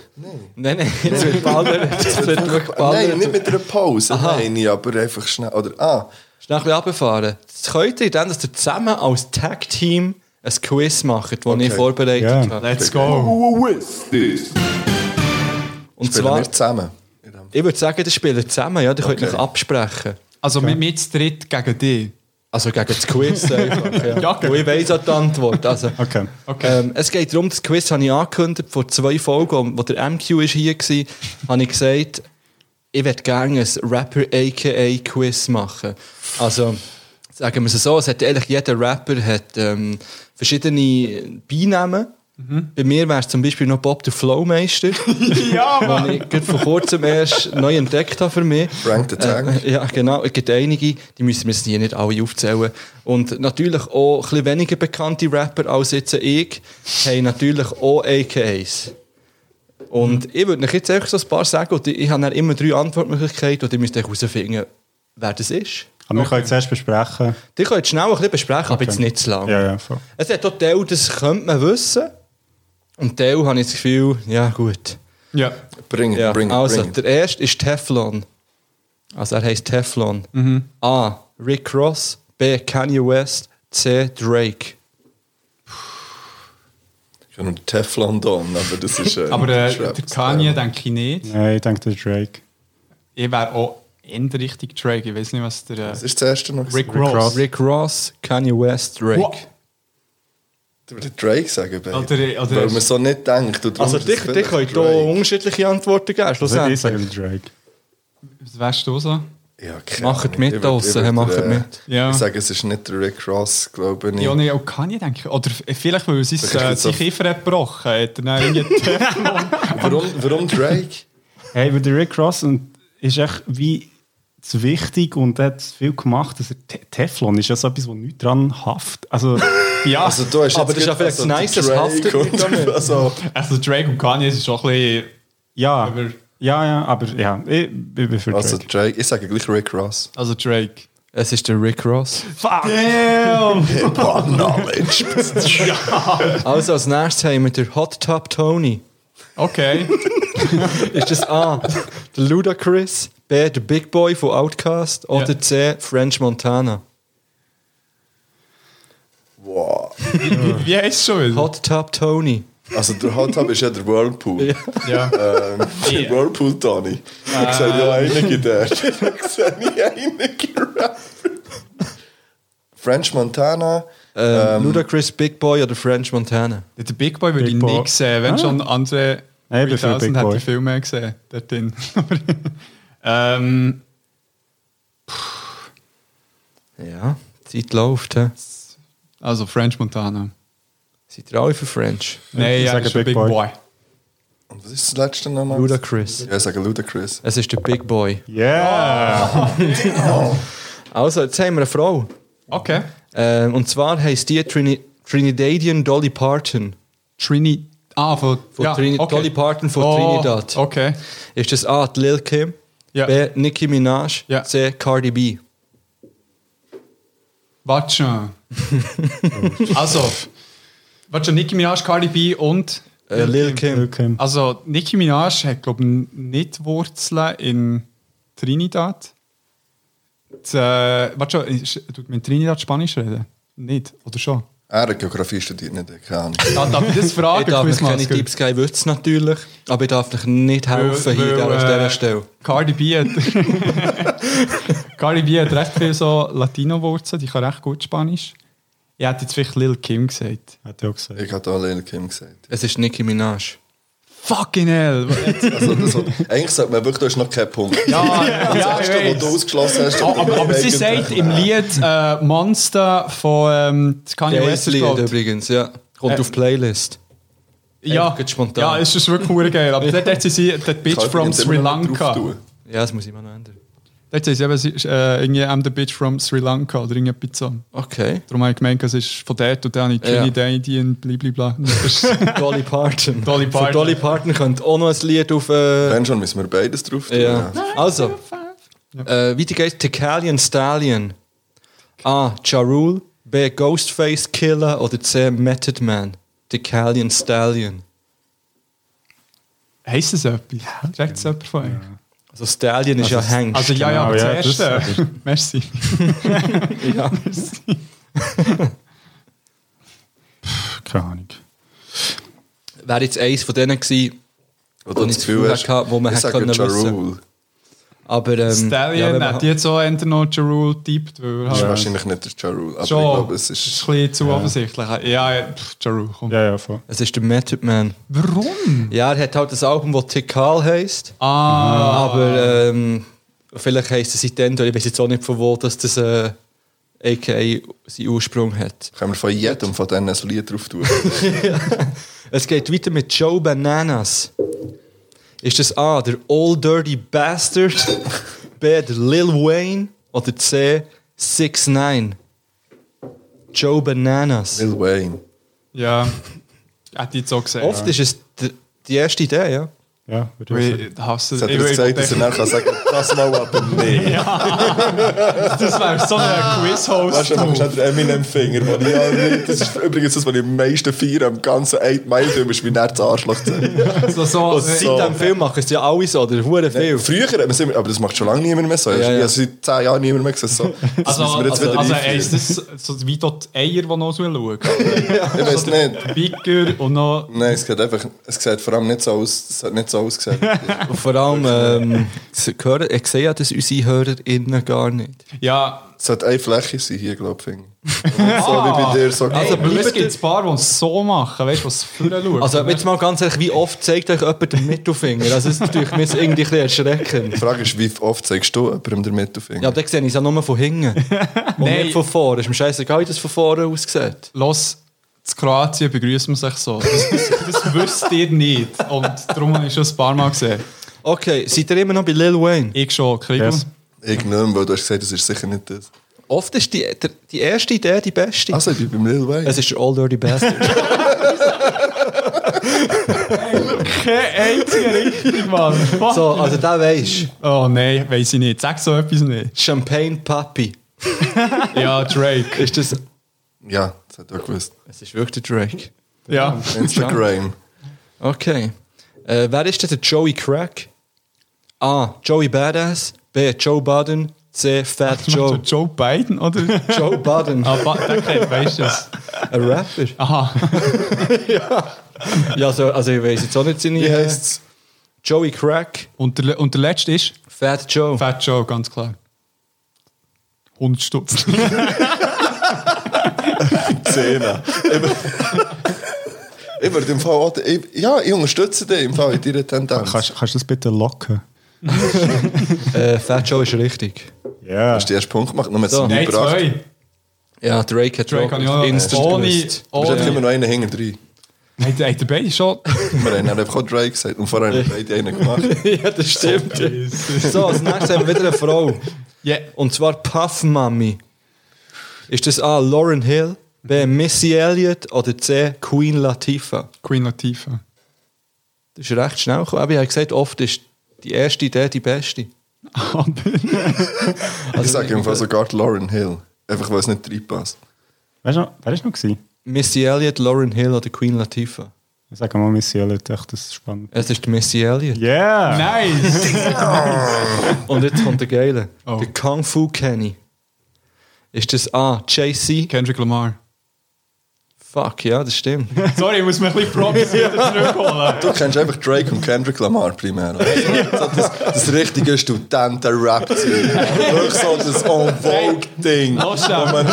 S3: nein, jetzt wird ballert. Jetzt wird wirklich ballert.
S4: Nein, nicht mit einer Pause, nein, aber einfach schnell. Oder, ah,
S3: Schnell ein bisschen runterfahren. Das könnt ihr dann, dass ihr zusammen als Tag-Team ein Quiz macht, das ich
S4: Okay.
S3: vorbereitet
S6: Ja.
S3: habe.
S5: Let's go.
S3: Und
S4: spielen
S3: zwar,
S4: wir zusammen.
S3: ich würde sagen, ihr spielt zusammen, ja, ihr könnt euch absprechen.
S5: Also mit mir zu dritt gegen dich.
S3: Also gegen das Quiz einfach. Ja.
S5: Ja, genau.
S3: Wo ich weiss auch die Antwort. Also,
S6: Okay.
S5: Okay.
S3: ähm, es geht darum, das Quiz habe ich angekündigt, vor zwei Folgen, wo der MQ ist hier war, habe ich gesagt, ich würde gerne ein Rapper aka Quiz machen. Also, sagen wir es so, es hat eigentlich jeder Rapper hat, ähm, verschiedene Beinamen.
S5: Mhm.
S3: Bei mir wäre es zum Beispiel noch Bob der Flowmeister,
S5: ja,
S3: den ich gerade vor kurzem erst neu entdeckt habe für mich.
S4: Frank the Tank.
S3: Äh, ja, genau. Es gibt einige, die müssen wir jetzt hier nicht alle aufzählen. Und natürlich auch ein bisschen weniger bekannte Rapper als jetzt ich, haben natürlich auch AKAs. Und ich würde euch jetzt einfach so ein paar sagen, und ich, ich habe dann immer drei Antwortmöglichkeiten und ihr müsst euch herausfinden, wer das ist.
S6: Aber wir können zuerst besprechen.
S3: Die könnt ihr schnell ein bisschen besprechen, aber
S6: Okay.
S3: jetzt nicht zu lange.
S6: Ja, ja, voll.
S3: Es hat auch Teil, das könnte man dus wissen. Und Teil habe ich das Gefühl, ja gut.
S5: ja.
S4: Bring it,
S3: Ja,
S4: bring it,
S3: also,
S4: bring it.
S3: der erste ist Teflon. Also, er heißt Teflon.
S4: Mhm.
S3: A. Rick Ross. B. Kanye West. C. Drake.
S4: Ich habe nur Teflon Don, aber das ist. Äh,
S5: Aber äh,
S4: Schwäbs.
S5: der Kanye denke ich nicht.
S6: Nein, ich denke, der Drake.
S5: ich wäre auch in der Richtung Drake. Ich weiß nicht, was der.
S4: Das ist das erste noch.
S5: eh, Rick Ross.
S3: Rick Ross, Kanye West, Drake.
S5: Wow.
S4: Du würdest Drake sagen, Babe.
S5: Oder- oder-
S4: Weil man so nicht denkt. und darum
S3: äh, Also,
S4: ist das
S3: dich, dich
S4: vielleicht
S3: könnt hier
S4: Drake.
S3: unterschiedliche Antworten geben,
S6: Also ich
S3: schlussendlich.
S6: sage Drake.
S5: Was wärst du so?
S4: Ja, keine
S3: Macht
S4: Ahnung. Ich
S3: mit
S4: würd- ich
S3: draussen,
S4: würd,
S3: hey, macht
S4: äh,
S3: mit.
S5: Ja.
S4: Ich sage, es ist nicht der Rick Ross, glaube ich.
S5: Ja, Oh, nee, auch Kanye, denke ich. Oder f- vielleicht, weil sein,
S4: Vielleicht
S5: äh,
S4: jetzt so-
S5: seine Kiefer hat gebrochen hat. er dann irgendwie Teflon-
S4: warum, warum Drake?
S6: Hey, aber der Rick Ross und ist echt wie zu wichtig und hat zu viel gemacht. Also Te Teflon ist ja so etwas, wo nichts dran haft. Also,
S5: ja, Ah, dus
S4: Also, du hast
S3: Aber das
S4: jetzt
S3: ist ja
S4: gerade- also
S3: vielleicht nice, das
S4: Drake
S3: haftet
S4: und-
S3: nicht damit.
S4: also,
S5: also Drake und Kanye es ist schon ein bisschen.
S6: ja.
S5: Aber-
S6: ja, ja, aber ja, ich, ich bin für
S4: also
S6: Drake.
S4: Drake, ich sage gleich Rick Ross.
S5: Also Drake.
S3: Es ist der Rick Ross.
S4: Hip-Hop Knowledge.
S3: Also als nächstes haben wir den Hot Top Tony.
S5: Okay.
S3: Ist das A, der Ludacris, B, der Big Boy von Outkast oder
S5: Ja.
S3: C, French Montana?
S4: wow.
S5: Wie, wie heisst es schon wieder?
S3: Hot Top Tony.
S4: Also der Hot Tub ist ja der Whirlpool.
S5: Ja. Ah.
S4: Ähm, Der Whirlpool Tony. Ich sehe ja einige dort. Ich sehe nicht einige Rapper. French Montana.
S3: Ähm, Ludacris, Big Boy oder French Montana?
S5: Der Big Boy würde
S6: Big
S5: ich
S6: Boy.
S5: nicht sehen. Wenn
S6: Ah.
S5: schon andere
S6: Nein, ich bin für Big
S5: 3000 hätte
S6: Boy.
S5: ich viel mehr gesehen dort drin. Aber, ähm,
S3: Ja, die Zeit läuft. He.
S5: also French Montana.
S3: Seid ihr alle für French?
S5: Nein,
S6: ich
S5: ja,
S6: sage
S5: das ist Big,
S6: Big
S5: Big
S6: Boy.
S5: Boy.
S4: Und was ist das letzte nochmal?
S3: Ludacris.
S4: Ja, ich sage Ludacris.
S3: Es ist der Big Boy.
S6: Yeah!
S3: Also, jetzt haben wir eine Frau.
S5: Okay.
S3: Ähm, und zwar heisst die Trini Trinidadian Dolly Parton.
S5: Trini. Ah, von, Oh,
S3: Von Trini Dolly Parton von Trinidad.
S5: Okay.
S3: Ist das A, die Lil Kim,
S5: Ja.
S3: B, Nicki Minaj,
S5: Ja.
S3: C, Cardi B?
S5: Warte schon. also, warte schon, Nicki Minaj, Cardi B und.
S3: Äh, Lil Kim.
S6: Okay.
S5: Also, Nicki Minaj hat, glaube ich, nicht Wurzeln in Trinidad. Die, äh, warte schon, ist- tut man in Trinidad Spanisch reden? Nicht, oder schon?
S4: Er hat Geografie studiert nicht, keine Ahnung.
S5: Da darf ich das fragen,
S3: Ich darf euch keine
S5: Quizmaster?
S3: Tipps geben, wüsste natürlich, aber ich darf euch nicht helfen
S5: Weil-
S3: hier
S5: weil,
S3: an
S5: äh,
S3: dieser Stelle.
S5: Cardi B hat, Cardi B hat recht viel so Latino-Wurzeln, die kann recht gut Spanisch. Ich hätte jetzt vielleicht Lil Kim gesagt.
S6: Hat er auch gesagt.
S4: Ich habe da Lil Kim gesagt.
S3: Es ist Nicki Minaj.
S5: Fucking hell!
S4: Also, das, eigentlich sollte man wirklich, du hast noch keinen Punkt.
S5: Ja,
S4: das
S5: ja, ich
S4: erste, was
S5: weiß.
S4: du ausgeschlossen hast.
S5: Oh, aber, aber sie sagt im Lied äh, Monster von ähm, Kanye West.
S3: Geiles
S5: ist
S3: Lied
S5: glaub ich.
S3: übrigens, ja. Kommt
S5: Äh,
S3: auf Playlist.
S5: Ja,
S3: Einfach gerade spontan.
S5: ja, es ist wirklich verdammt geil. Aber dort hat sie sie, der Bitch from Sri Lanka. Äh.
S3: Ja, das muss ich mal noch ändern.
S5: Dort sagt sie eben, sie ist, äh, irgendwie I'm the Bitch from Sri Lanka oder irgendetwas so.
S3: Okay.
S5: Darum habe ich gemeint, es ist von dort und dann habe ich
S3: Ja.
S5: Trinidad Indian, blablabla. Das ist-
S3: Dolly Parton.
S5: Dolly
S3: Von
S5: Parton.
S3: Dolly Parton könnte auch noch ein Lied auf... Äh,
S4: Wenn schon, müssen wir beides drauf tun.
S3: ja. Also, äh, weiter geht's. Tecalian Stallion. A. Ja Rule. B. Ghostface Killer. Oder C. Method Man. Tecalian Stallion.
S5: Heisst es etwas? Sagt es jemand von euch?
S3: Also Stallion ist ja Hengst.
S5: Also ja, ja, aber
S6: Genau, ja,
S5: das
S6: das-
S5: erste. Merci.
S6: Keine Ahnung.
S3: Wäre jetzt eins von denen gewesen,
S4: Wo
S3: Und
S4: du das
S3: ich das
S4: Gefühl
S3: Gefühl
S4: hast,
S3: hatte, wo man
S4: ich
S3: hat
S4: sage
S3: können
S4: Ja
S3: wissen.
S4: Rule.
S3: aber... Ähm, ja,
S5: Stallion äh,
S3: wenn man-
S5: hat jetzt auch entweder noch Jerule tippt, weil er
S4: Das ist
S5: halt
S4: wahrscheinlich nicht der Ja Rule, aber
S5: schon,
S4: ich glaube, es
S5: ist
S4: ist...
S5: ein bisschen zu offensichtlich. Ja, ja, pff, Jerule, komm.
S6: Ja, ja, voll.
S3: Es ist der Method Man.
S5: Warum?
S3: Ja, er hat halt das Album, das Tikal heisst.
S5: Ah,
S3: Aber ähm, vielleicht heisst es seitdem, weil ich weiß jetzt auch nicht von wo, dass das äh, AKA seinen Ursprung hat.
S4: Können wir von jedem von denen ein Lied drauf tun?
S3: Es geht weiter mit Joe Bananas. Ist das A, der All Dirty Bastard, B, der Lil Wayne oder C, 6 9 Joe Bananas.
S4: Lil Wayne.
S5: ja. Hätte ich jetzt auch gesagt.
S3: Oft ist es d- die erste Idee, ja.
S6: Ja, würde ich sagen.
S5: Ich hasse
S4: Jetzt hat er gesagt, dass er nachher sagen kann, das mal ab und nicht.
S5: Das wäre so ein
S4: Weißt du,
S5: Quiz-Host.
S4: du hast den Eminem-Finger, den ich anlege. Das ist übrigens das, was ich am meisten feiere am ganzen 8 Mile film ist mein nerz Arschloch zu sehen.
S5: So, so,
S3: Seit dem Film machen es ja alle so, oder? Hure viel.
S4: Früher hat man es immer, aber das macht schon lange niemand mehr so.
S3: Ja,
S4: Ich
S3: ja.
S4: habe seit 10 Jahren niemand mehr gesehen. So. Das
S5: also,
S4: müssen wir jetzt
S5: also,
S4: wieder
S5: also
S4: einführen.
S5: ist das so wie dort die Eier, die noch so schauen?
S4: Ich weiß nicht.
S5: also, Bigger und noch...
S4: Nein, es sieht einfach, es sieht vor allem nicht so aus, es hat nicht so ausgesehen.
S3: Und vor allem, ähm, sie hören- ich sehe ja das unsere HörerInnen gar nicht.
S5: Ja,
S4: Es sollte eine Fläche sein hier, glaube ich. finde ich. Und so wie bei dir. So
S5: also
S4: also,
S5: aber es gibt ein paar, die es so machen, weißt du, was vorne schaut.
S3: Also jetzt mal ganz ehrlich, wie oft zeigt euch jemand den Mittelfinger? Also das ist natürlich mir jetzt irgendwie ein bisschen erschreckend.
S4: die Frage ist, wie oft zeigst du jemandem den Mittelfinger?
S3: Ja, dann sehe ich es ja nur von hinten. Und
S5: Nein.
S3: nicht von vorne. Ist mir scheißegal, wie das von vorne aussieht.
S5: Los, in Kroatien begrüßt man sich so. Das, das, das wisst ihr nicht. Und darum habe ich schon ein paar Mal gesehen.
S3: Okay, seid ihr immer noch bei Lil Wayne?
S5: Ich schon, Kriegel.
S6: Yes.
S4: Ich nehme, weil du hast gesagt, das ist sicher nicht das.
S3: Oft ist die, der, die erste Idee die beste.
S4: Also, ich bin beim Lil Wayne.
S3: es ist der All Dirty Bastard.
S5: Keine einzige Richtung, Mann. Fuck.
S3: so, also da weisst
S5: Oh nein, weiß ich nicht. Sag so etwas nicht.
S3: Champagne Papi.
S5: Ja, Drake.
S3: Ist das...
S4: ja, das hat auch gewusst.
S3: Es ist wirklich der Drake.
S5: Ja.
S4: Instagram.
S3: Okay. Äh, wer ist denn der Joey Crack? A. Joey Badass. B. Joe Budden. C. Fat
S5: Joe.
S3: Joe.
S5: Joe Biden, oder?
S3: Joe Budden.
S5: ah, ba der kennt, weißt du es.
S3: Ein Rapper?
S5: Aha.
S3: Ja, also, also ich weiß jetzt auch nicht seine...
S4: Wie
S3: äh,
S4: heisst es?
S3: Joey Crack.
S5: Und der, le- und der letzte ist
S3: Fat Joe.
S5: Fat Joe, ganz klar. 100 Stutz.
S4: Zähne. Ich würde im Fall auch, ich, ja, ich unterstütze dich im Fall in deiner Tendenz.
S6: Kannst, kannst du das bitte locken?
S3: Äh, Fat Joe ist richtig.
S6: Ja.
S4: Hast du den ersten Punkt gemacht? Nur mit
S3: So.
S4: so.
S5: Nein,
S4: gebracht. Du
S5: zwei.
S3: Ja, Drake hat
S5: Drake
S3: Drake
S5: kann ich auch.
S3: instant
S5: Ohne.
S3: gewusst.
S4: bist einfach immer
S5: ohne.
S4: noch einen hinten drin.
S5: Hat hat der Beide schon?
S4: Wir haben dann einfach auch Drake gesagt und vorher haben wir beide einen gemacht.
S3: ja, das stimmt. oh. so, als nächstes haben wir wieder eine Frau.
S5: Ja.
S3: Und zwar Puff Mami. Ist das A. Lauren Hill, B. Missy Elliott oder C. Queen Latifah?
S5: Queen Latifah.
S3: Das ist recht schnell gekommen. Aber ich habe gesagt, oft ist die erste Idee die beste.
S4: ich sage im Fall sogar Lauren Hill. Einfach weil es nicht reinpasst.
S6: Weißt du noch, wer ist noch gewesen?
S3: Missy Elliott, Lauren Hill oder Queen Latifah?
S6: Ich sage mal, Missy Elliott, echt, das ist spannend.
S3: Es ist die Missy Elliott.
S6: Yeah!
S5: Nice!
S3: Und jetzt kommt der Geile.
S5: Oh.
S3: Der Kung Fu Kenny. Ist das ah, A. JC?
S5: Kendrick Lamar.
S3: Fuck, ja, das stimmt.
S5: Sorry, ich muss mich ein bisschen Props wieder zurückholen.
S4: Du kennst einfach Drake und Kendrick Lamar primär. oder? So das, das richtige Studenten-Rap-Ziel. Wirklich so das En-Vogue-Ding.
S5: Lass den, lass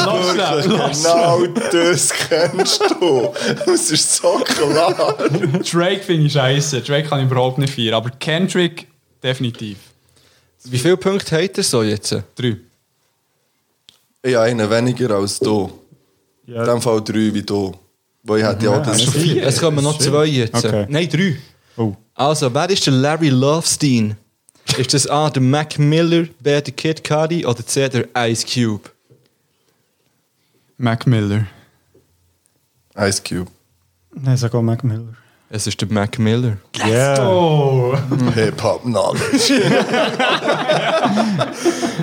S5: den, lass
S4: Genau das kennst du. Es ist so klar.
S5: Drake finde ich scheiße. Drake kann ich überhaupt nicht feiern. Aber Kendrick, definitiv.
S3: Wie viele Punkte hat er so jetzt?
S5: Drei.
S4: Ich habe einen weniger als du. In
S6: Ja.
S4: dem Fall drei wie du. Weil ich hätte ja auch das...
S5: Mhm. vier.
S3: Es kommen noch zwei jetzt.
S6: Okay.
S3: Nein, drei.
S6: Oh.
S3: Also, wer ist der Larry Lovestein? Ist das A, der Mac Miller, B, der Kid Cudi oder C, der Ice Cube?
S5: Mac Miller.
S4: Ice Cube.
S6: Nein, sag auch Mac Miller.
S3: Es ist der Mac Miller.
S6: Yeah!
S5: Oh!
S4: Hip-Hop-Knowledge.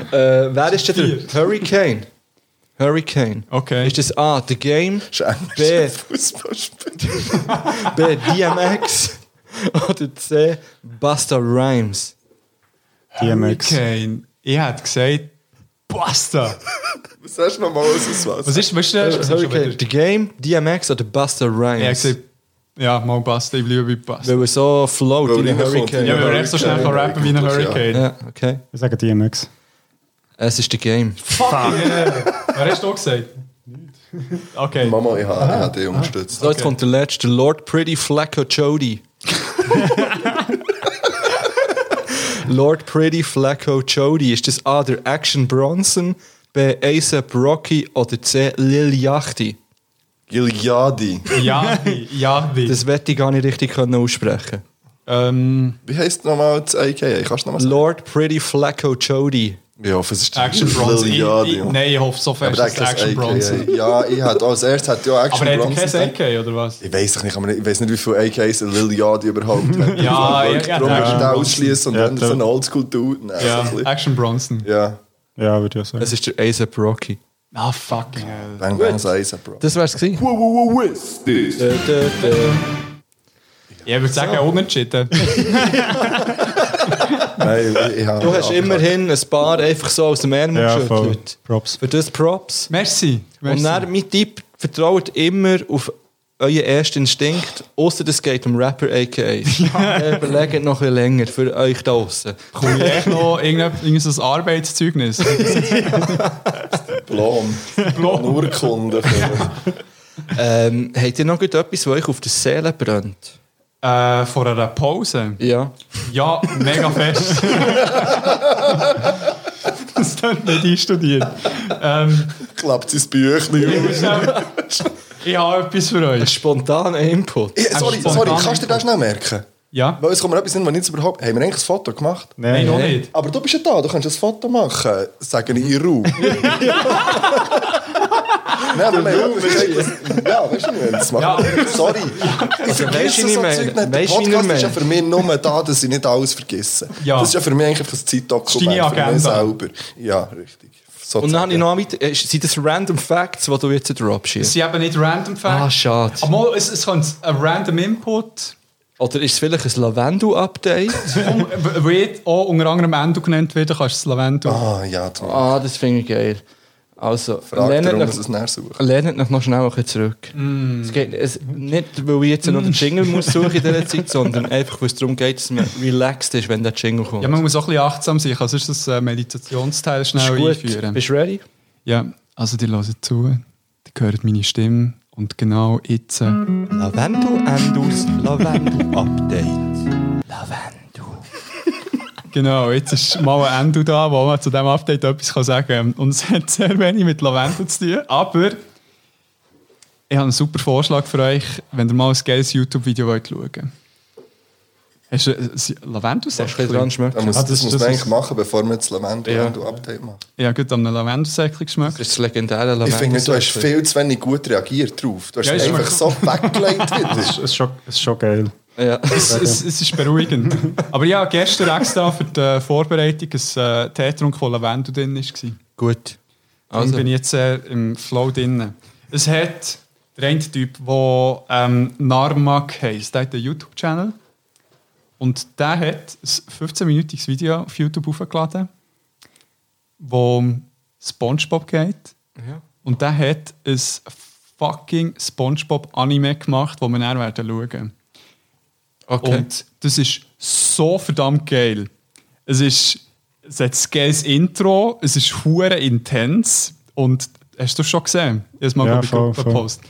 S3: Äh, wer ist denn der Hurricane? Hurricane.
S5: Okay.
S3: Ist das A, The Game, B,
S4: Schämlich. Fußballspiel.
S3: B, DMX oder C, Busta Rhymes?
S6: DMX.
S5: Hurricane. Ich hätte gesagt, basta!
S4: Was hast du nochmal aus
S5: Was ist, weißt du, was ist schon wieder?
S3: Hurricane, The Game, DMX oder Busta
S5: Ich hätte
S3: Rhymes?
S5: gesagt, ja, mal basta, ich bleibe bei basta.
S3: weil wir so float in den Hurricane.
S5: Ja, weil er so schnell kann rappen wie ein Hurricane.
S3: Ja, okay.
S6: Ich sage DMX.
S3: Es ist The Game.
S5: Wer hast du gesagt? Okay.
S4: Mama, ich habe ich habe dich
S5: Ah.
S4: unterstützt.
S3: So, jetzt kommt der letzte, Lord Pretty Flacco Jody. Lord Pretty Flacco Jody. Ist das A, der Action Bronson, B, ASAP Rocky oder C, Lil Yachty?
S4: Giljadi.
S5: Ja, ja, wie.
S3: Das wette ich gar nicht richtig können aussprechen.
S5: Ähm,
S4: Wie nou heisst nochmal das AKA? Kannst du nochmal sagen?
S3: Lord Pretty Flacco Jody.
S4: Ich hoffe, es ist
S5: Action Bronson. Ich- ich-
S4: Giljadi.
S5: Nein, ich hoffe so fest,
S4: Aber
S5: dass
S4: das
S5: Action
S4: Action
S5: Bronson.
S4: Ja, ich hätte als erstes hätte ja Action
S5: Aber er hat
S4: Bronson.
S5: kein
S4: gedacht.
S5: Senke, oder was?
S4: Ich weiß nicht, aber ich weiß nicht, wie viele AKs ein Lil Yachty überhaupt hat.
S5: Ja, ja, ja,
S4: Darum kannst du
S5: ja, Action
S4: den ausschliessen und
S6: Ja,
S4: dann so
S6: klar.
S4: einen Oldschool-Dude nehmen.
S5: Ja,
S4: So ein bisschen.
S5: Action Bronson.
S4: Ja.
S6: Ja, würde ich auch sagen.
S3: Es ist der ASAP Rocky.
S5: Ah, fucking hell.
S4: Bang Bang Seisen, Bro.
S3: Das wär's gewesen. Dö, dö, dö.
S5: Ich würde sagen, unentschieden.
S4: Nein, ich, ich habe-
S3: Du hast
S4: ja,
S3: immerhin ein paar einfach so aus dem Ärmel
S6: ja, voll.
S3: geschüttelt.
S6: Props.
S3: Für das Props.
S5: Merci. Merci.
S3: Und dann, mein Tipp vertraut immer auf euer erster Instinkt, außer das geht um Rapper AKA. Äh, Überlegt noch ein bisschen länger für euch da draußen.
S5: Komme ich echt noch irgendein irgendein Arbeitszeugnis?
S4: Blom. Blom. Urkunde.
S3: Ähm, habt ihr noch etwas, was euch auf der Seele brennt?
S5: äh, vor einer Pause?
S3: Ja.
S5: Ja, mega fest. das hat nicht einstudiert. Ähm,
S4: Klappt sein Büchlein.
S5: ich habe etwas für euch.
S3: Spontaner Input.
S4: Ja, sorry,
S5: Spontan.
S4: sorry, kannst du dir das schnell nou merken?
S5: Ja?
S4: Weil es kommt mir etwas in, was ich jetzt überhaupt... Haben wir eigentlich ein Foto gemacht?
S5: Nein,
S6: Nein,
S5: noch
S6: nein.
S5: nicht.
S4: Aber du bist ja da, du kannst ein Foto machen. Sage ich in Ruhe. Nein, aber mein Ruhe Ja, weißt du nicht, das macht Sorry. Ich
S3: weisst du,
S4: vergesse
S3: wie ich
S4: so
S3: meine?
S4: Zeug nicht. Der
S3: Weisst du, wie ich
S4: Podcast ist ja
S3: meine?
S4: für mich nur da, dass ich nicht alles vergesse.
S5: Ja.
S4: Das ist ja für mich eigentlich ein Zeitdokument.
S5: Das ist deine
S4: Für mich
S5: Agenda.
S4: selber. Ja, richtig.
S3: Und dann habe ich
S4: Sozusagen.
S3: noch mit. äh, Sind das Random Facts, die du jetzt
S5: Es
S3: dropschiebst?
S5: sind eben nicht random Facts.
S3: Ah, schade.
S5: Aber mal, es, es könnte ein random Input,
S3: Oder ist es vielleicht ein Lavendel-Update?
S5: um, wie auch unter anderem Endo genannt werden, kannst du das Lavendel.
S4: Ah, ja, du
S3: ah, das finde ich geil. Also,
S4: fragst
S3: lernt
S4: darum,
S3: noch-
S4: dass es näher suchen.
S3: Lernt euch noch schnell ein bisschen zurück.
S5: Mm.
S3: Es geht es, nicht, weil ich jetzt noch den Jingle muss suchen in dieser Zeit, sondern einfach, weil es darum geht, dass man relaxed ist, wenn der Jingle kommt.
S5: Ja, man muss auch ein bisschen achtsam sein, sonst ist das äh, Meditationsteil
S3: ist
S5: schnell
S3: gut.
S5: einführen.
S3: Bist du ready?
S5: Ja, also die hören zu, die hören meine Stimme und genau jetzt. äh,
S3: Lavendel Endus Lavendel Update.
S5: Genau, jetzt ist mal ein Endo da, wo man zu diesem Update etwas kann sagen kann. Und es hat sehr wenig mit Lavendel zu tun, aber ich habe einen super Vorschlag für euch, wenn ihr mal ein geiles YouTube-Video wollt schauen wollt. Hast du äh, ein
S3: Kannst du ein bisschen dran
S5: Lavendelsäckchen?
S4: Da
S3: schmecken?
S4: muss,
S6: Ah,
S4: das,
S6: das-
S4: muss
S6: das
S4: man
S6: ist-
S4: eigentlich machen, bevor man das Lavendel
S3: Ja.
S4: Lavendel Update macht.
S5: Ja, gut, an einem Lavendelsäckchen geschmeckt.
S3: Das ist das legendäre Lavendel.
S4: Ich finde, du hast viel zu wenig gut reagiert drauf. Du hast
S5: Ja, ist
S4: einfach so weggelegt
S6: Es
S4: wieder.
S6: ist schon, es ist schon geil.
S3: Ja.
S5: Es, es, es ist beruhigend. Aber ja, gestern extra für die äh, Vorbereitung ein äh, Tee getrunken, wo Lavendel drin war.
S3: Gut.
S5: Also.
S3: Also,
S5: bin ich jetzt äh, im Flow drin. Es hat der eine Typ, der ähm, Narmak heisst, der hat einen YouTube-Channel. Und der hat ein 15-minütiges Video auf YouTube hochgeladen, wo um Spongebob geht.
S3: Ja.
S5: Und der hat ein fucking Spongebob-Anime gemacht, das wir dann werden schauen.
S3: okay.
S5: Und das ist so verdammt geil. Es ist es hat ein geiles Intro, es ist hure intens und hast du schon gesehen? Ich habe es mal
S6: Ja,
S5: ja, bei
S6: voll,
S5: Gruppe
S6: voll.
S5: gepostet.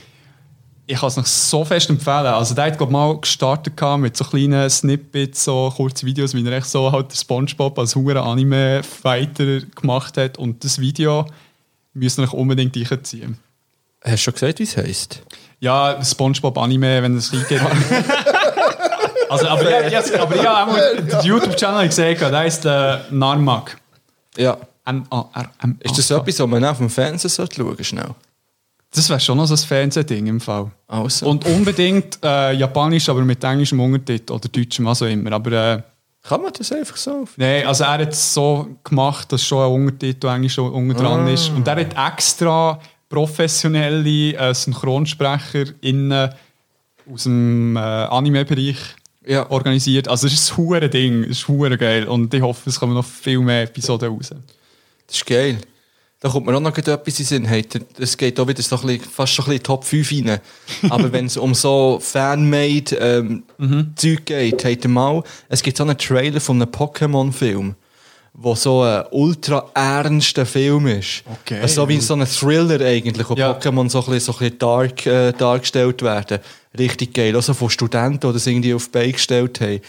S5: Ich kann es noch so fest empfehlen. Also der hat glaub, mal gestartet gehabt mit so kleinen Snippets, so kurze Videos, wie er echt so halt den Spongebob als hure Anime-Fighter gemacht hat und das Video müssen euch unbedingt einziehen.
S3: hast du schon gesagt, wie es heisst?
S5: Ja, Spongebob Anime, wenn es reingeht. also, aber ja, yes, aber ja, einmal den YouTube-Channel gesehen, der heisst äh, Narmak.
S3: Ja.
S5: N-A-R-M.
S3: Ist das etwas, was man auf dem Fernseher sollte schauen sollte? Schnell.
S5: Das wäre schon noch so ein Fernsehding im Fall.
S3: Also.
S5: Und unbedingt äh, japanisch, aber mit englischem Untertitel oder deutschem, also immer. Aber äh,
S3: Kann man das einfach so? auf-
S5: nein, also er hat es so gemacht, dass schon ein Untertitel englisch unten dran
S3: Ah.
S5: ist. Und er hat extra professionelle äh, Synchronsprecher aus dem äh, Anime-Bereich
S3: Ja.
S5: organisiert. Also es ist ein hure Ding, es ist hure geil und ich hoffe, es kommen noch viel mehr Episoden raus.
S3: Das ist geil. Da kommt mir auch noch gerade etwas in den Sinn. Hey, Es geht auch wieder so ein bisschen, fast schon ein bisschen in die Top 5 rein. Aber wenn es um so Fanmade ähm,
S5: Mhm.
S3: Zeug geht, habt ihr mal, es gibt so einen Trailer von einem Pokémon-Film, wo so ein ultra ernster Film ist.
S5: Okay.
S3: Also so wie so ein Thriller eigentlich, wo
S5: Ja.
S3: Pokémon so ein bisschen, so ein bisschen dark äh, dargestellt werden. Richtig geil. Also von Studenten, die das irgendwie auf die Beine gestellt haben.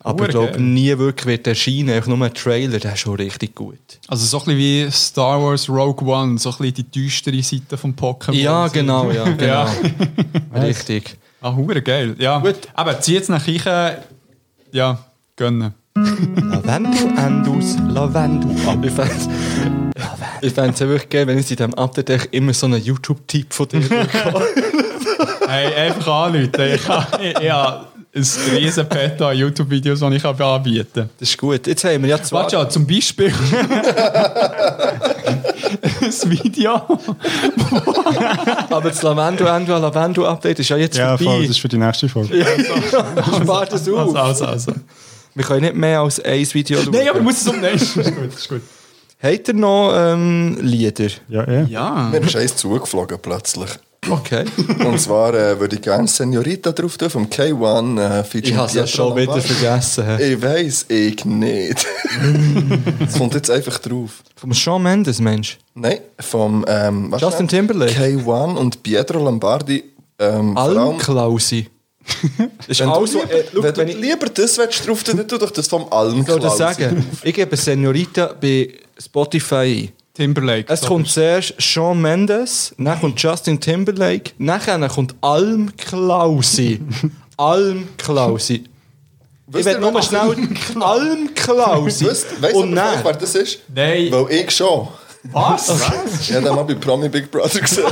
S3: Aber ich
S5: Hure
S3: glaube,
S5: geil.
S3: nie wirklich wird erscheinen. Einfach nur ein Trailer, der ist schon richtig gut.
S5: Also so ein bisschen wie Star Wars Rogue One, so ein bisschen die düstere Seite von Pokémon.
S3: Ja, genau, ja, genau.
S5: Ja.
S3: Richtig.
S5: Ah, hure geil. Ja.
S3: Gut.
S5: Aber zieh jetzt nach Kirche, ja, gönnen.
S3: Lavendel Endus, Lavendel ab. Ich fänd's- Ich fände es wirklich geil, wenn ich in diesem Update echt immer so einen YouTube-Tipp von dir bekomme.
S5: Hey, einfach anrufen. Ich habe ich, ich habe ein riesen Pet an YouTube-Videos, die ich anbieten kann.
S3: Das ist gut. Jetzt haben wir ja zwei.
S5: Warte ja, zum Beispiel. das Video.
S3: Aber das Lavendel Endus, Lavendel Update ist ja jetzt
S6: Ja, voll,
S3: vorbei.
S6: das ist für die nächste Folge.
S3: Spart das auf.
S5: Also, also, also.
S3: Wir können nicht mehr als ein Video schauen.
S5: Nein, aber muss es um nächstes. Ist gut, ist gut.
S3: Habt ihr noch ähm, Lieder?
S6: Ja, eh.
S5: Ja.
S4: Dus Mir ist eins zugeflogen plötzlich.
S3: Okay.
S4: Und zwar äh, würde ich gerne Senorita drauf tun, vom K1 äh, featuring
S3: Ich habe es ja
S4: Pietro
S3: schon wieder
S4: Lombardi.
S3: vergessen.
S4: Ich weiß, ich nicht.
S3: Mm.
S4: Es kommt jetzt einfach drauf.
S3: Vom Shawn Mendes, Mensch.
S4: Nein, vom ähm, was
S3: Justin
S4: schnell?
S3: Timberlake.
S4: K1 und Pietro Lombardi. Ähm, vor allem,
S3: Almklausi. Das ist
S4: wenn
S3: alles,
S4: du,
S3: was-
S4: lieber,
S3: äh, schau,
S4: wenn du
S3: wenn ich-
S4: lieber das willst, drauf tun, dann tu doch das vom Alm
S3: Ich soll das sagen. Ich gebe Senorita bei Spotify ein.
S5: Timberlake.
S3: Es kommt zuerst Shawn Mendes, dann kommt Justin Timberlake, nachher kommt Alm Klausi. Alm Klausi. Ich
S4: Wisst ihr,
S3: will nur
S4: wer-
S3: schnell nou- Alm Klausi.
S4: Weißt weißt du,
S3: Und
S4: aber vielleicht, wer
S3: dann,
S4: das ist?
S5: Nein.
S4: Weil ich schon.
S5: Was?
S4: Ich habe den mal bei Promi Big Brother gesehen.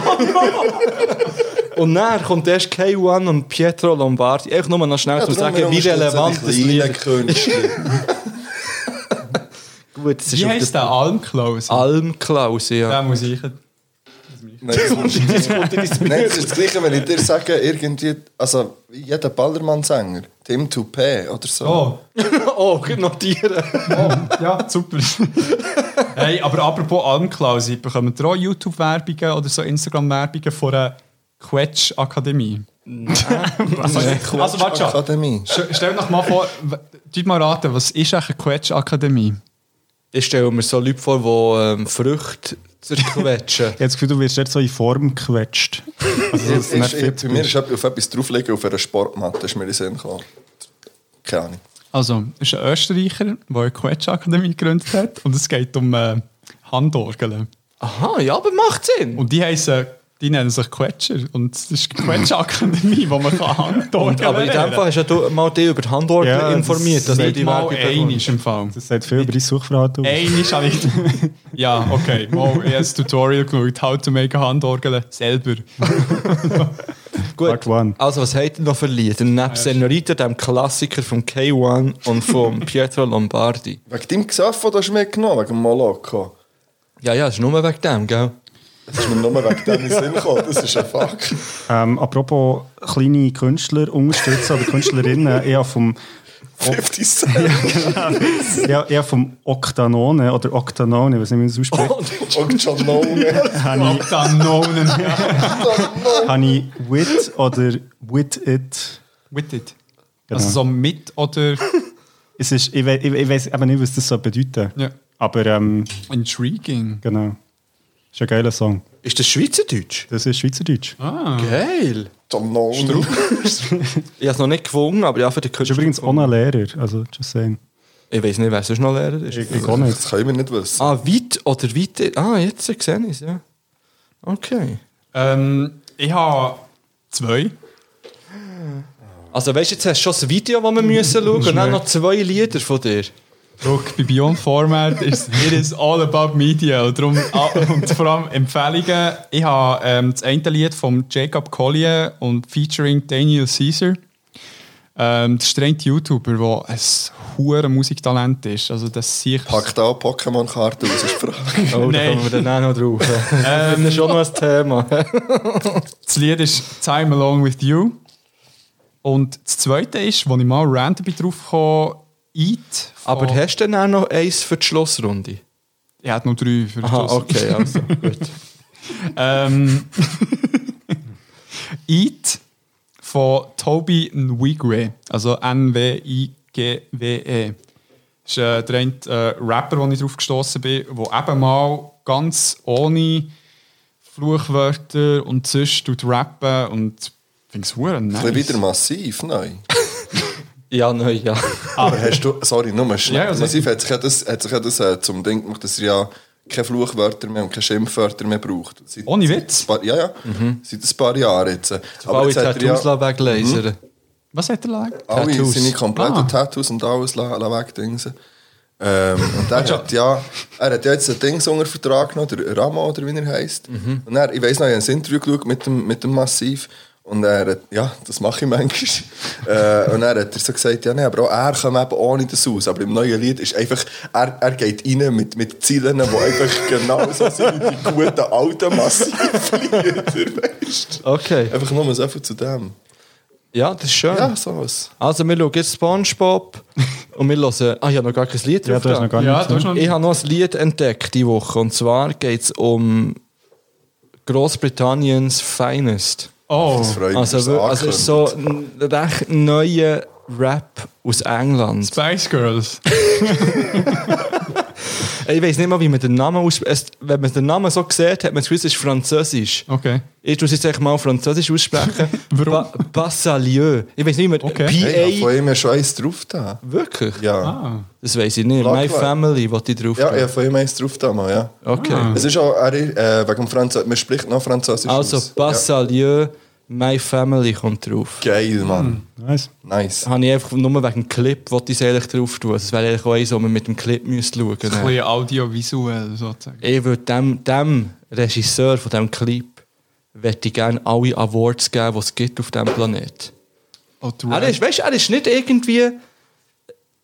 S3: und dann kommt erst K1 und Pietro Lombardi. Einfach nur noch schnell zu
S4: darum, wir
S3: sagen, wie
S4: unterstützen
S3: relevant das
S4: die kleinen
S3: Lied
S4: Künstler.
S3: Gut, es ist.
S5: Wie
S3: auf
S5: heisst der Almklaus?
S3: Alm Klausi, ja.
S5: Da muss ich.
S4: Nein, das ist- Nein, das ist das Gleiche, wenn ich dir sage, irgendwie, also jeder Ballermann-Sänger, Tim Toupé oder so.
S5: Oh,
S3: Oh, notieren.
S5: ja, super. hey, aber apropos Almklaus, bekommen ihr auch YouTube-Werbungen oder so Instagram-Werbungen von der Quetsch-Akademie? Was? also, warte schon.
S4: Akademie.
S5: Sch- Stell doch mal vor, w- tut mal raten, was ist eigentlich eine Quetsch-Akademie?
S3: Ich stelle mir so Leute vor, die ähm, Früchte zerquetschen.
S6: Ich habe das Gefühl, du wirst jetzt so in Form gequetscht. Also, dass
S4: Ist,
S6: du nicht
S4: ist,
S6: fit
S4: bei mir
S6: bist.
S4: ist auf etwas drauflegen auf einer Sportmatte, ist mir in den Sinn gekommen. Keine Ahnung.
S5: Also, es ist ein Österreicher, der eine Quetsch-Akademie gegründet hat und es geht um äh, Handorgeln.
S3: Aha, ja, aber macht Sinn.
S5: Und die heißen, die nennen sich Quetscher und es ist die Quetsch-Akademie, wo man kann Handorgeln
S3: aber in dem Fall hast ja du mal dich über die Handorgel
S6: Ja, das
S3: informiert, dass
S5: das
S3: du
S5: ist
S3: die
S5: mal
S3: Werbung
S5: einisch
S3: bekommst.
S5: im Fall.
S6: Das sagt viel über dein Suchverhalten aus.
S5: Einisch habe ich... ja, okay. Mal ich habe ein Tutorial geschaut, how to make a Handorgel selber.
S6: Part one.
S3: Gut, also was habt ihr noch für Lieder? Neben Senorita, dem Klassiker von K1 und von Pietro Lombardi.
S4: Wegen deinem Gesoffen, das hast du mir genommen, wegen dem Moloko.
S3: Ja, ja, es ist nur wegen dem, gell?
S4: Das ist mir nur wegen dem in den Sinn gekommen, das ist ein Fakt.
S6: Ähm, apropos kleine Künstler unterstützen oder Künstlerinnen, ich habe vom,
S4: 50 Cent.
S6: ich habe- ich habe vom Octanone oder Octanone, ich weiß nicht, wie man es ausspricht,
S4: Und John Nolan.
S6: habe ich,
S5: Abdanonen.
S6: habe ich Wit oder Wit It.
S5: With it.
S6: Genau.
S5: Also so mit oder
S6: es ist, ich, we- ich, ich weiß eben nicht, was das so bedeutet.
S5: Ja.
S6: Aber ähm,
S5: intriguing.
S6: genau. Ist ein geiler Song.
S3: Ist das Schweizerdeutsch?
S6: Das ist Schweizerdeutsch.
S5: Ah,
S3: Geil.
S4: John Nolan.
S3: Ich habe es noch nicht gefunden, aber ja, für den
S6: Ist
S3: Künstler.
S6: übrigens auch noch ein Lehrer, also just saying.
S3: Ich weiß nicht, wer sonst noch Lehrer ist.
S6: Ich, ich auch nicht.
S4: Das können wir nicht wissen.
S3: Ah, weit oder weiter. Ah, jetzt sehe ich es, ja. Okay.
S5: Ähm, ich habe zwei.
S3: Also weißt du, jetzt hast du schon das Video, das wir müssen schauen und dann noch zwei Lieder von dir.
S5: Look, bei Beyond Format ist it is all about media. Und, darum, ah, und vor allem Empfehlungen. Ich habe ähm, das eine Lied von Jacob Collier und featuring Daniel Caesar. Ähm, das ist der eine YouTuber, der ein hohes Musiktalent ist. Also das sehe ich...
S4: Packt auch Pokémon-Karten aus, ist die Frage.
S3: Oh, da
S5: Nein.
S3: kommen wir dann auch noch drauf. Das
S6: Ähm.
S3: ist schon noch ein Thema.
S5: Das Lied ist Time Alone With You. Und das zweite ist, wo ich mal random bin drauf kam, Eat. von-
S6: Oh.
S3: Aber hast du denn auch noch eins für die Schlussrunde?
S5: Ich hatte noch drei für
S3: Aha,
S5: das.
S3: okay, also gut.
S5: Ähm, Eat von Toby Nwigwe, also N-W-I-G-W-E. Das E. ist äh, der eine äh, Rapper, den ich drauf gestoßen bin, der eben mal ganz ohne Fluchwörter und sonst tut rappen und ich finde es
S4: Ein
S5: verdammt
S4: bisschen wieder
S5: nice.
S4: massiv, nein.
S3: Ja, nein, ja.
S4: Aber hast du, sorry, nur schnell.
S5: Ja, also ja,
S4: Massiv hat sich ja das, hat sich ja das äh, zum Ding gemacht, dass er ja keine Fluchwörter mehr und keine Schimpfwörter mehr braucht. Seit,
S5: Ohne Witz? Mhm.
S4: Seit ein paar, ja, ja. Seit ein paar Jahren jetzt.
S3: Aber jetzt hat
S4: er ja
S3: Tattoos ja. Mhm. weglasern.
S5: Was hat er gesagt?
S4: alle
S3: Tattoos.
S4: seine kompletten
S5: Ah.
S4: Tattoos und alles la, la wegdingsen. Ähm, und er hat ja, er hat ja jetzt einen Dings unter Vertrag genommen, der Rama oder wie er heisst.
S3: Mhm.
S4: Und er, ich weiss noch, ich habe ein Interview geschaut mit dem, mit dem Massiv. Und er hat, ja, das mache ich manchmal. äh, und er hat er so gesagt, ja, nee, aber auch er kommt eben ohne das aus. Aber im neuen Lied ist einfach, er, er geht rein mit, mit Zielen, die einfach genau so sind wie die guten alten Massiv-Lieder. weisst du.
S3: Okay.
S4: Einfach nur so viel zu dem.
S3: Ja, das ist schön.
S4: Ja, sowas.
S3: Also wir schauen jetzt Spongebob und wir hören... Ah, ich habe noch gar kein Lied
S6: Ja, du hast noch gar
S5: Ja,
S6: nicht.
S5: du hast noch
S3: Ich habe noch ein Lied entdeckt diese Woche und zwar geht es um Großbritanniens Finest.
S5: Oh,
S4: Das freut mich.
S3: Also,
S4: dass
S3: wir-
S4: es
S3: also es ist so
S4: angekündigt.
S3: ein recht neuer Rap aus England.
S5: Spice Girls.
S3: Ich weiß nicht mal, wie man den Namen ausspricht. Wenn man den Namen so sieht, hat man das Gefühl, es ist französisch.
S5: Okay.
S3: Ich muss jetzt einfach mal französisch aussprechen.
S5: Warum?
S3: Ba Bassalieu. Ich weiß nicht, wie man...
S5: Okay.
S3: PA...
S4: Hey, ich hab von ihm ja schon eins drauf da.
S3: Wirklich?
S4: Ja.
S5: Ah.
S3: Das weiß ich nicht.
S4: Klar,
S3: My
S4: klar.
S3: Family, was ich drauf
S4: Ja, ich hab von ihm eins drauf da mal, ja.
S3: Okay.
S5: Ah.
S4: Es ist auch, er, äh, wegen Französisch, man spricht noch Französisch
S3: Also,
S4: aus.
S3: Bassalieu, My Family kommt drauf.
S4: Ja. Geil, Mann.
S6: Nice.
S4: Nice.
S3: Habe ich einfach nur wegen dem Clip, wollte ich es eigentlich drauf tun. Also, Es wäre eigentlich auch eins, wo man mit dem Clip müsste schauen
S5: Ein
S3: müsste.
S5: bisschen audiovisuell sozusagen.
S3: Ich würde dem, dem Regisseur von diesem Clip möchte ich gerne alle Awards geben, die es gibt auf diesem Planeten.
S5: Oh, die
S3: Er Ah, ist, weißt, er ist nicht irgendwie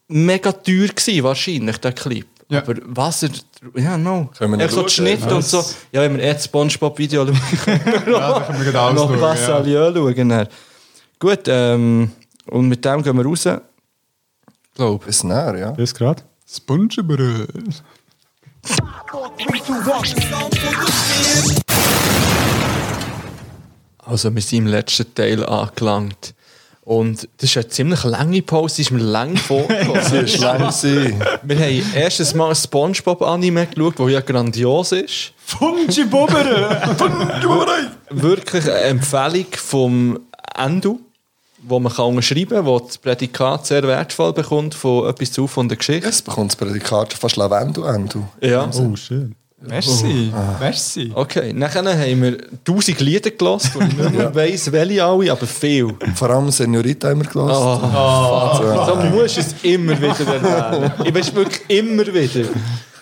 S3: mega teuer gewesen, wahrscheinlich, der Clip.
S5: Ja.
S3: Aber was er... Ja, no.
S4: Können wir noch
S3: Echt so
S4: schauen,
S3: die Schnitte
S4: ja.
S3: und so. Ja, wenn wir jetzt Spongebob-Video schauen,
S5: Ja, da können wir gerade alles
S3: noch
S5: schauen,
S3: was
S5: ja.
S3: ja. schauen. dann. Gut, ähm, und mit dem gehen wir raus. Glaub.
S4: Bis näher, ja.
S6: Bis gerade.
S5: Spongebröt.
S3: Also, wir sind im letzten Teil angelangt. Und das ist eine ziemlich lange Pause, die ist mir lang vorgekommen.
S4: Sie ist lang sein.
S3: wir haben erstes Mal ein Spongebob-Anime geschaut, das ja grandios ist.
S5: Spongebröt!
S3: wirklich eine Empfehlung vom Endo, wo man kann unterschreiben kann, wo das Prädikat sehr wertvoll bekommt von etwas zu von der Geschichte.
S4: Jetzt bekommt das Prädikat fast Lavendel an, du.
S3: Ja.
S6: Oh, schön.
S5: Merci, merci.
S3: Okay, nachher haben wir tausend Lieder gelassen, und ich nicht mehr weiss, welche alle, aber viel.
S4: Vor allem Senorita haben wir gelassen.
S3: So musst du es immer wieder erwähnen. Ich weiß wirklich immer wieder.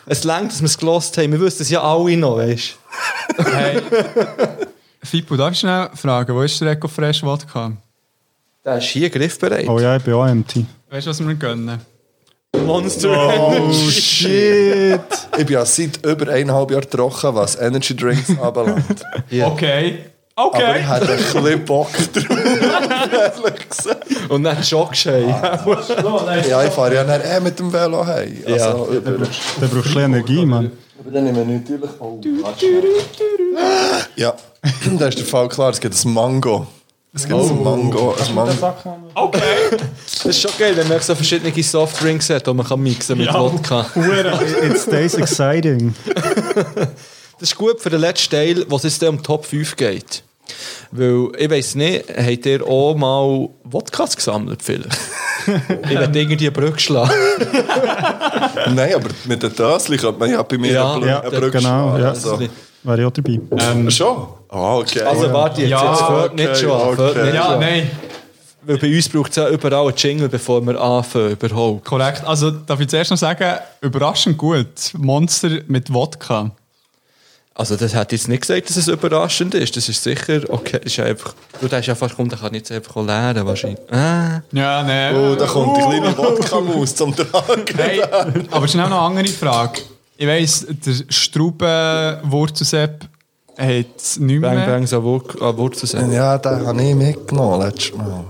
S3: Es langt, dass wir es gelassen haben. Wir wissen es ja alle noch, weißt du?
S5: Hey. Fippo, darf ich schnell fragen, wo ist der EcoFresh Wodka?
S3: Der ist hier griffbereit.
S6: Oh ja, ich bin auch empty.
S5: Weißt du, was wir ihm gönnen?
S3: Monster
S4: Oh
S3: Energy.
S4: shit! ich bin ja seit über eineinhalb Jahren trocken, was Energy Drinks anbelangt.
S5: Okay.
S4: Aber ich
S5: Okay.
S4: hatte ein bisschen Bock drauf, ehrlich gesagt.
S3: Und dann Jockshake.
S4: Ja, ich fahre ja dann eh mit dem Velo heim. Also, über-
S6: Dann brauchst du ein bisschen Energie, Mann.
S4: Aber dann nehmen wir natürlich auch. Ja, da ist der Fall klar. Es gibt ein Mango. Es gibt ein Mango. Ein Mango.
S3: Das ist schon geil, wenn man so verschiedene Softdrinks hat, die man kann mixen mit Wodka.
S6: It stays exciting.
S3: Das ist gut für den letzten Teil, was es dann um die Top 5 geht. Weil, ich weiss nicht, habt ihr auch mal Wodkas gesammelt vielleicht? ich werde irgendwie eine Brücke schlagen.
S4: Nein, aber mit den Tösli könnte man ja bei mir
S3: Ja,
S4: eine Br-
S6: ja, Ähm,
S4: eine Brücke
S6: genau,
S4: schlagen,
S6: ja.
S4: also.
S6: Wäre ich auch dabei.
S4: Schon? Ah, okay.
S3: Also warte jetzt,
S5: Ja,
S3: jetzt fällt
S4: okay,
S3: nicht schon an. fällt
S4: okay.
S3: Nicht schon
S5: Ja,
S3: an.
S5: nein.
S3: Weil bei uns braucht es ja überall einen Jingle, bevor wir anfangen, überhaupt.
S5: Korrekt. Also, darf ich zuerst noch sagen, überraschend gut. Monster mit Wodka.
S3: Also das hat jetzt nicht gesagt, dass es überraschend ist. Das ist sicher, okay, ist ja einfach... Du hast ja fast kommt, ich kann jetzt einfach auch lernen wahrscheinlich. Ah,
S5: Ja, nein.
S4: Oh, da kommt die kleine Wodka-Maus zum Tragen.
S5: Hey, aber schnell noch eine andere Frage. Ich weiss, der Straubenwurzelsepp hat es nicht mehr.
S3: bang, bang, so Wur- an Wurzeln. setzen.
S4: Ja, den habe ich mitgenommen letztes Mal.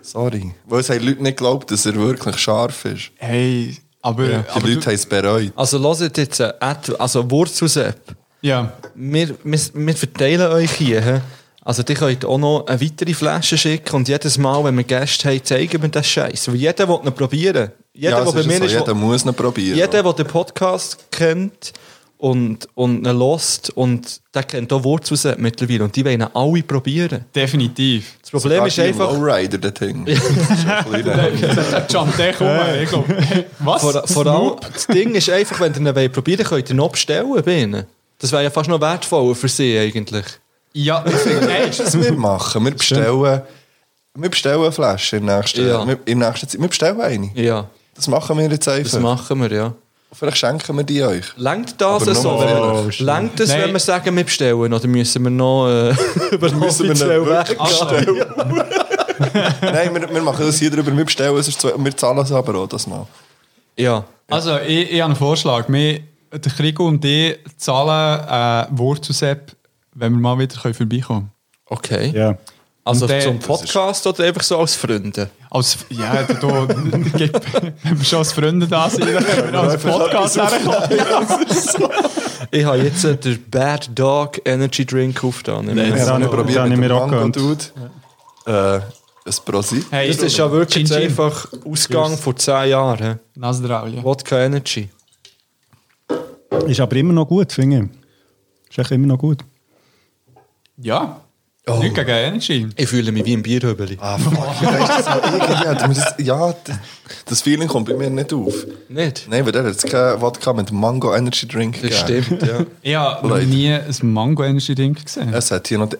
S4: Sorry. Weil es haben Leute nicht geglaubt, dass er wirklich scharf ist.
S5: Hey, aber.
S4: Die
S5: aber
S4: Leute haben es bereut.
S3: Also hört jetzt, äh, at- also Wurzelsepp,
S5: ja.
S3: wir, wir, wir verteilen euch hier. hä? Also die könnt auch noch eine weitere Flasche schicken und jedes Mal, wenn wir Gäste haben, zeigen wir den Scheiß. Weil jeder will ihn probieren. Jeder,
S4: ja,
S3: der
S4: es
S3: bei mir
S4: so.
S3: ist,
S4: jeder
S3: will-
S4: muss ihn probieren.
S3: jeder, der den Podcast kennt und, und ihn lost und der kennt auch Wurzelsepp mittlerweile und die wollen ihn alle probieren.
S5: Definitiv.
S3: Das Problem ist einfach...
S4: Lowrider, der Ding. Das ist ein kleiner-
S5: Jump dich um. Ich glaub, was?
S3: Vor, vor allem, das Ding ist einfach, wenn ihr ihn wollt probieren wollt, könnt ihr ihn noch bestellen bei ihnen. Das wäre ja fast noch wertvoller für sie eigentlich.
S5: Ja, ich finde, hey,
S4: Was wir machen, wir bestellen, wir bestellen eine Flasche in nächster,
S3: Ja.
S4: wir, in nächster Zeit. Wir bestellen eine.
S3: Ja,
S4: Das machen wir jetzt
S3: das
S4: einfach.
S3: machen wir, ja.
S4: Vielleicht schenken wir die euch.
S3: Langt das
S4: Aber
S3: so?
S4: nur mal
S3: Wenn wir, langt das,
S5: Nein.
S3: wenn wir sagen, wir bestellen? Oder müssen wir noch äh, über den
S4: Müssen wir ihn
S3: offiziellen
S4: wirklich
S3: Weg gehen?
S4: Nein, wir, wir machen das hier drüber. Wir bestellen es, ist zwei, wir zahlen es aber auch das Mal.
S3: Ja.
S5: Also, e- ich, ich habe einen Vorschlag. Wir, der Krigo und ich eh, zahlen äh, Wurzelsepp, wenn wir mal wieder können vorbeikommen
S3: Okay.
S6: Ja.
S3: Also
S5: Und der-
S3: zum
S5: das
S3: Podcast oder einfach so als Freunde?
S5: Als, ja, du, du, gib- wenn wir schon als Freunde da sind, dann können wir als Podcast herkommen.
S3: Ich habe jetzt äh, den Bad Dog Energy Drink aufgetan.
S6: das-
S3: Das
S6: Ja, dann-
S4: probiert mit
S6: dann haben wir
S4: dem
S6: auch
S4: Mango
S6: gegönnt.
S4: Dude. Äh, ein Prosit.
S5: Hey,
S3: ist ja wirklich
S5: Chin, chin.
S3: einfach Ausgang vor 10 Jahren.
S5: Nase drauf, ja.
S3: Wodka Energy.
S6: Ist aber immer noch gut, finde ich. Ist echt immer noch gut.
S5: Ja. Nicht gegen Energy.
S3: Ich fühle mich wie ein Bierhöbeli.
S4: Ah, fuck, weisst du, das habe ich gelernt. Aber das- Ja, das, das Feeling kommt bei mir nicht auf.
S3: Nicht?
S4: Nein, weil der hat jetzt keinen Wodka mit Mango Energy Drink
S3: Das
S4: gegeben.
S3: stimmt, ja.
S5: Ich habe noch
S4: Leute.
S5: nie ein Mango-Energy-Ding gesehen.
S4: Es hat hier noch...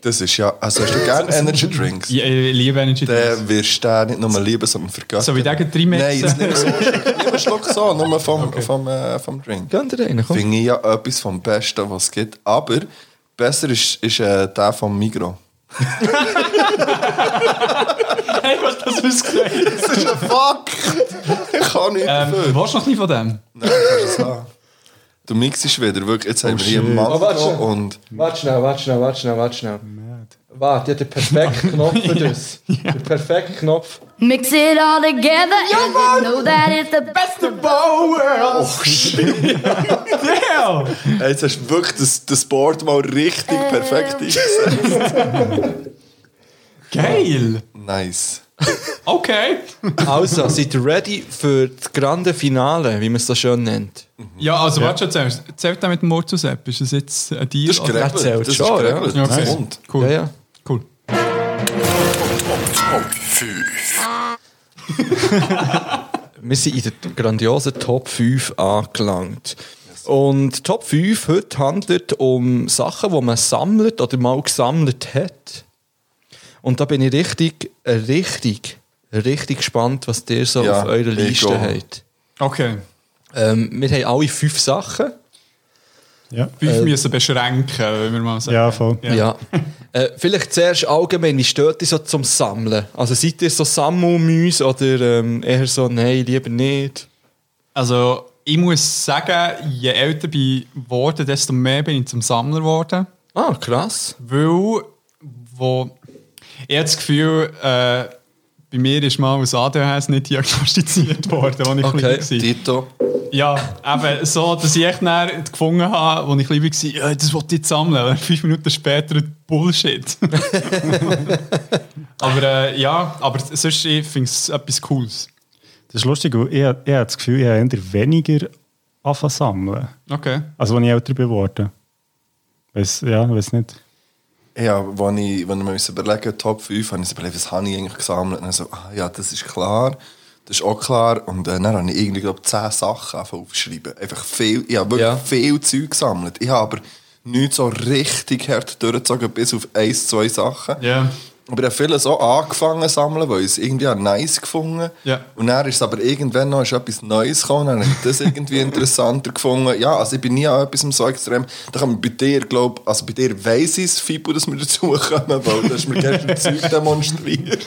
S4: Das ist ja... Also hast du gerne Energy Drinks?
S5: Ich, ich liebe eh, Energy Drinks.
S4: Dann wirst du den nicht nur lieben, sondern vergessen.
S5: So wie der gegen drei
S4: Nein, jetzt
S5: Metzen.
S4: nicht so. Nimm einen Schluck so, nur vom, vom, äh, vom Drink.
S3: Gönn dir einen, komm.
S4: Finde ich ja etwas vom Besten, was es gibt. Aber besser ist, ist äh, der vom Migro.
S5: Hey, was das ist gesagt?
S4: Das ist ein Fuck! ich kann nicht
S5: Ähm,
S4: dafür.
S5: willst du noch nie von dem?
S4: Nein, kannst du es haben. Du mixest wieder, wirklich. Jetzt haben wir hier
S3: Oh, warte.
S4: Mango und...
S3: Warte schnell, warte schnell, warte schnell, warte schnell. Warte, ich habe den perfekten Knopf für das. Den perfekten Knopf.
S8: Mix it all together and you know that it's the best of
S4: Hey, jetzt hast du wirklich das, das Board mal richtig perfekt eingesetzt.
S5: Geil!
S4: Nice.
S5: Okay.
S3: Also, seid ihr ready für das grande Finale, wie man es so schön nennt?
S5: Ja, also warte schon, zählt, zählt der mit dem Murzusepp? Ist das jetzt ein Deal?
S4: Das ist geregelt.
S3: Das zählt
S4: Das ist
S3: schon, ja.
S4: geregelt.
S5: Ja, okay.
S4: Das kommt.
S5: Cool.
S3: Ja, ja.
S5: Cool.
S3: Wir sind in der grandiosen Top 5 angelangt. Und Top 5 heute handelt um Sachen, die man sammelt oder mal gesammelt hat. Und da bin ich richtig, äh, richtig, richtig gespannt, was ihr so
S4: Ja,
S3: auf eurer
S4: ich
S3: Liste
S4: auch.
S3: habt.
S5: Okay.
S3: Ähm, wir haben alle fünf Sachen.
S6: Ja.
S5: Fünf müssen beschränken, wenn wir mal sagen.
S6: Ja, voll.
S5: Ja.
S3: Äh. Ja. äh, vielleicht zuerst allgemein, wie steht ihr so zum Sammeln? Also seid ihr so Sammelmäuse oder ähm, eher so, nein, lieber nicht?
S5: Also, ich muss sagen, je älter ich geworden desto mehr bin ich zum Sammler geworden.
S3: Ah, krass.
S5: Weil, wo ich habe das Gefühl, äh, bei mir ist mal aus ADHS nicht diagnostiziert worden, als ich
S3: Okay.
S5: klein war.
S4: Tito.
S5: Ja, eben so, dass ich echt nachher gefunden habe, als ich klein war, ja, das wollte ich jetzt sammeln. Und Fünf Minuten später Bullshit. aber äh, ja, aber sonst ich finde es etwas Cooles.
S6: Das ist lustig, weil ich, ich habe das Gefühl, ich habe eher weniger anfangen sammeln.
S5: Okay.
S6: Also, als ich älter geworden bin. Weiss, ja, weiß nicht.
S4: Ja, wenn ich, wenn ich mir überlegen Top 5, habe ich so überlegt, was habe ich eigentlich gesammelt? Und dann so, ah, ja, das ist klar, das ist auch klar. Und äh, dann habe ich irgendwie, glaube ich, 10 Sachen angefangen aufgeschrieben. Einfach viel, ich habe wirklich
S3: Ja.
S4: viel Zeug gesammelt. Ich habe aber nicht so richtig hart durchgezogen, bis auf eins, zwei Sachen.
S5: Ja.
S4: Aber ich habe viele so angefangen zu sammeln, weil ich es irgendwie auch nice gefunden
S5: Ja.
S4: Und dann ist es aber irgendwann noch ist etwas Neues gekommen, dann habe ich das irgendwie interessanter gefunden. Ja, also ich bin nie an etwas so extrem. Da kann man bei dir, glaube also bei dir weiss ich es, Fibu, dass wir dazukommen, weil du hast mir gestern Zeug demonstriert.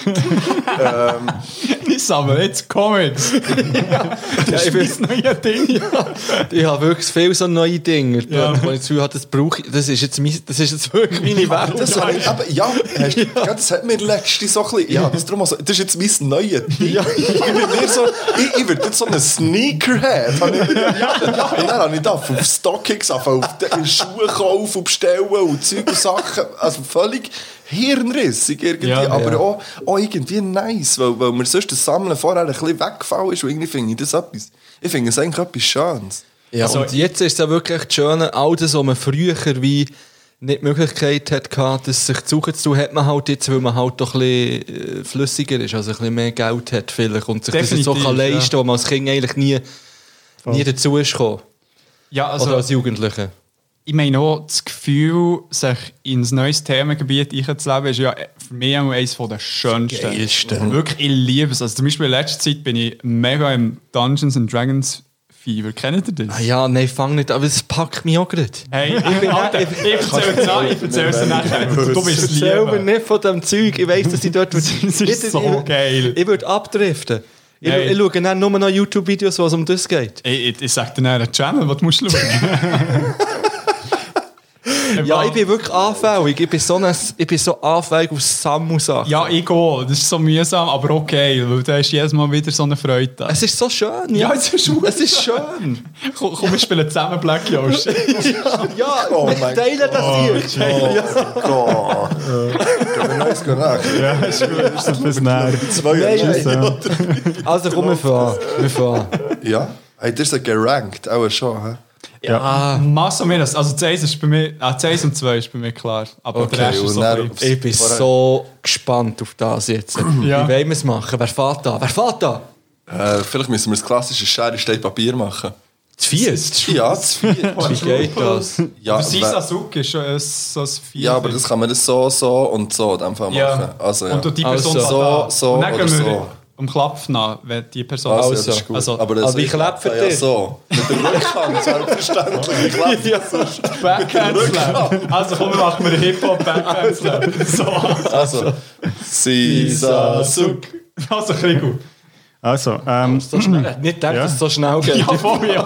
S5: Ich sammle jetzt Comics.
S3: Ja, ich bin-
S5: neue Ding.
S3: Ich habe wirklich viele so neue Dinge,
S5: Ja.
S3: wo ich das Gefühl habe, das brauche ich, das ist jetzt, mein, das ist jetzt wirklich meine Welt.
S4: Das, habe ich, aber, ja, hast, du- gell, das hat mir letzte so ein bisschen, ja, das, ist darum auch so, das ist jetzt mein neues Ding. Ich, bin mir so, ich, ich würde jetzt so einen Sneakerhead. Habe ich, ja, ja. Und dann habe ich da auf Stockings, angefangen, auf den Schuhe kaufen, und bestellen und Zeug und Sachen. Also völlig hirnrissig irgendwie,
S5: Ja,
S4: aber
S3: ja.
S4: Auch, auch irgendwie nice, weil, weil mir sonst das Sammeln vorher ein bisschen weggefallen ist und irgendwie finde ich das etwas, ich finde es eigentlich etwas Schönes.
S3: Ja,
S5: Also-
S3: und jetzt ist es ja wirklich das Schöne, all das, was man früher wie nicht die Möglichkeit hat, gehabt, das sich zu suchen zu tun, hat man halt jetzt, weil man halt doch ein bisschen äh, flüssiger ist, also ein bisschen mehr Geld hat vielleicht und sich das jetzt so
S5: Definitiv,
S3: kann leisten kann,
S5: ja.
S3: was man als Kind eigentlich nie, nie dazu ist gekommen.
S5: Ja,
S3: Oder als
S5: also
S3: Jugendliche.
S5: ich meine auch, das Gefühl, sich ins neues Themengebiet einzuleben, ist ja für mich auch eines der schönsten.
S3: Geilsten.
S5: Wirklich, ich liebe es. Also zum Beispiel in letzter Zeit bin ich mega im Dungeons and Dragons Fever. Kennt ihr das?
S3: Ah ja, nein, fang nicht an, weil es packt mich auch gerade.
S5: dus? Hey, ich bin Alter, ich erzähl's nach, ich erzähl's dir nachher. Du bist
S3: selber
S5: lieber.
S3: nicht von dem Zeug. Ich weiss, dass ich dort... das
S5: ist so geil.
S3: Ich würde abdriften. Ich,
S5: Nein.
S3: ich schaue dann nur noch YouTube-Videos, wo es um das geht.
S5: Ich, ich, ich sag dir nachher einen Channel, was du musst schauen.
S3: Ja, ich bin wirklich anfällig. Ich bin so, ein, ich bin so anfällig auf Samu-Sachen.
S5: Ja, ich auch. Das ist so mühsam, aber okay, weil du hast jedes Mal wieder so eine Freude. da.
S3: Es ist so schön. Ja,
S5: Ja, es ist schön.
S3: es ist schön.
S5: Komm, komm, wir spielen zusammen Black Yoshi.
S3: ja,
S5: Oh
S3: wir teilen das hier.
S4: Gott. Können wir neues gehen nach?
S6: Ja, ist gut. Ist ein bisschen näher.
S4: Zwei
S3: Nein,
S4: Nein.
S3: Also komm, wir fahren. Wir fahren.
S4: Ja? Hey, das ist gerankt, auch schon. hä?
S5: Ah, Mass und minus. Also, das 1 ist bei mir, ah, das 1 und 2 ist bei mir klar. Aber der Rest
S4: und
S5: ist so
S4: dann
S5: ein bisschen-
S3: Ich bin so gespannt auf das jetzt.
S5: Ja.
S3: Wie wollen wir es machen? Wer fährt da? Wer fährt da?
S4: Äh, vielleicht müssen wir das klassische Schere, Stein, Papier machen.
S3: Zu vier?
S4: Ja, das vier.
S3: Wie geht das?
S4: Ja,
S5: Aber
S4: wer-
S5: Seisazuki ist schon äh, so ein Vier.
S4: ja, aber das kann man das so, so und so in dem Fall machen.
S5: ja.
S4: Also, ja.
S5: Und du die
S3: Also,
S5: Person
S4: so,
S5: da-
S4: so
S5: Und dann
S4: oder
S5: gehen wir
S4: so.
S5: am Klapf nach, wenn die Person.
S4: also,
S3: also.
S4: das ist gut.
S5: Also,
S4: aber das
S3: also ich klappe für
S4: ja,
S3: dich.
S4: so. Mit der Rückhand, selbstverständlich. Ich klappe.
S5: Backhand Slam. Also, komm, wir machen wir einen Hip-Hop Backhand Slam. So.
S4: Also, Sisasuk.
S5: Also, ein bisschen gut.
S6: Also, ähm,
S3: So schnell. Nicht gedacht, dass es so schnell geht.
S5: Ja, voll, ja.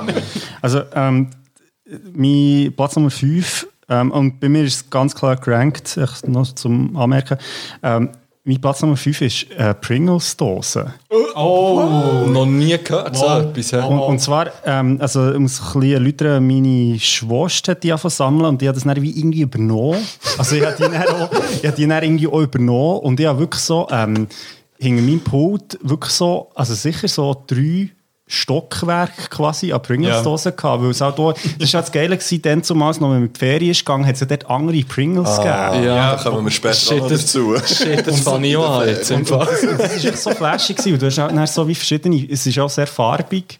S6: Also, ähm, mein Platz Nummer 5, ähm, und bei mir ist es ganz klar gerankt, echt noch zum Anmerken. Ähm, mein Platz Nummer 5 ist äh, Pringles-Dose.
S5: Oh.
S3: Noch nie gehört so etwas. hä?
S6: Und, und zwar, ähm, also ich muss ein bisschen erläutern, meine Schwester hat die angefangen zu sammeln und die hat das dann wie irgendwie übernommen. Also ich habe die, dann auch- ich habe die dann irgendwie auch übernommen und ich habe wirklich so, ähm, hinter meinem Pult wirklich so, also sicher so drei Stockwerke quasi an Pringles-Dosen gehabt, weil es halt auch da, das war das Geile gewesen, dann zumals noch, wenn man in die Ferien ist gegangen, hat es ja dort andere Pringles gegeben.
S4: Ja, da kommen wir später
S3: Shit,
S4: auch noch
S3: das-
S4: dazu.
S3: Shit, das fange ich auch an jetzt. im Fall.
S6: Es war echt so flashig gewesen, weil du hast auch- dann so wie verschiedene, es ist auch sehr farbig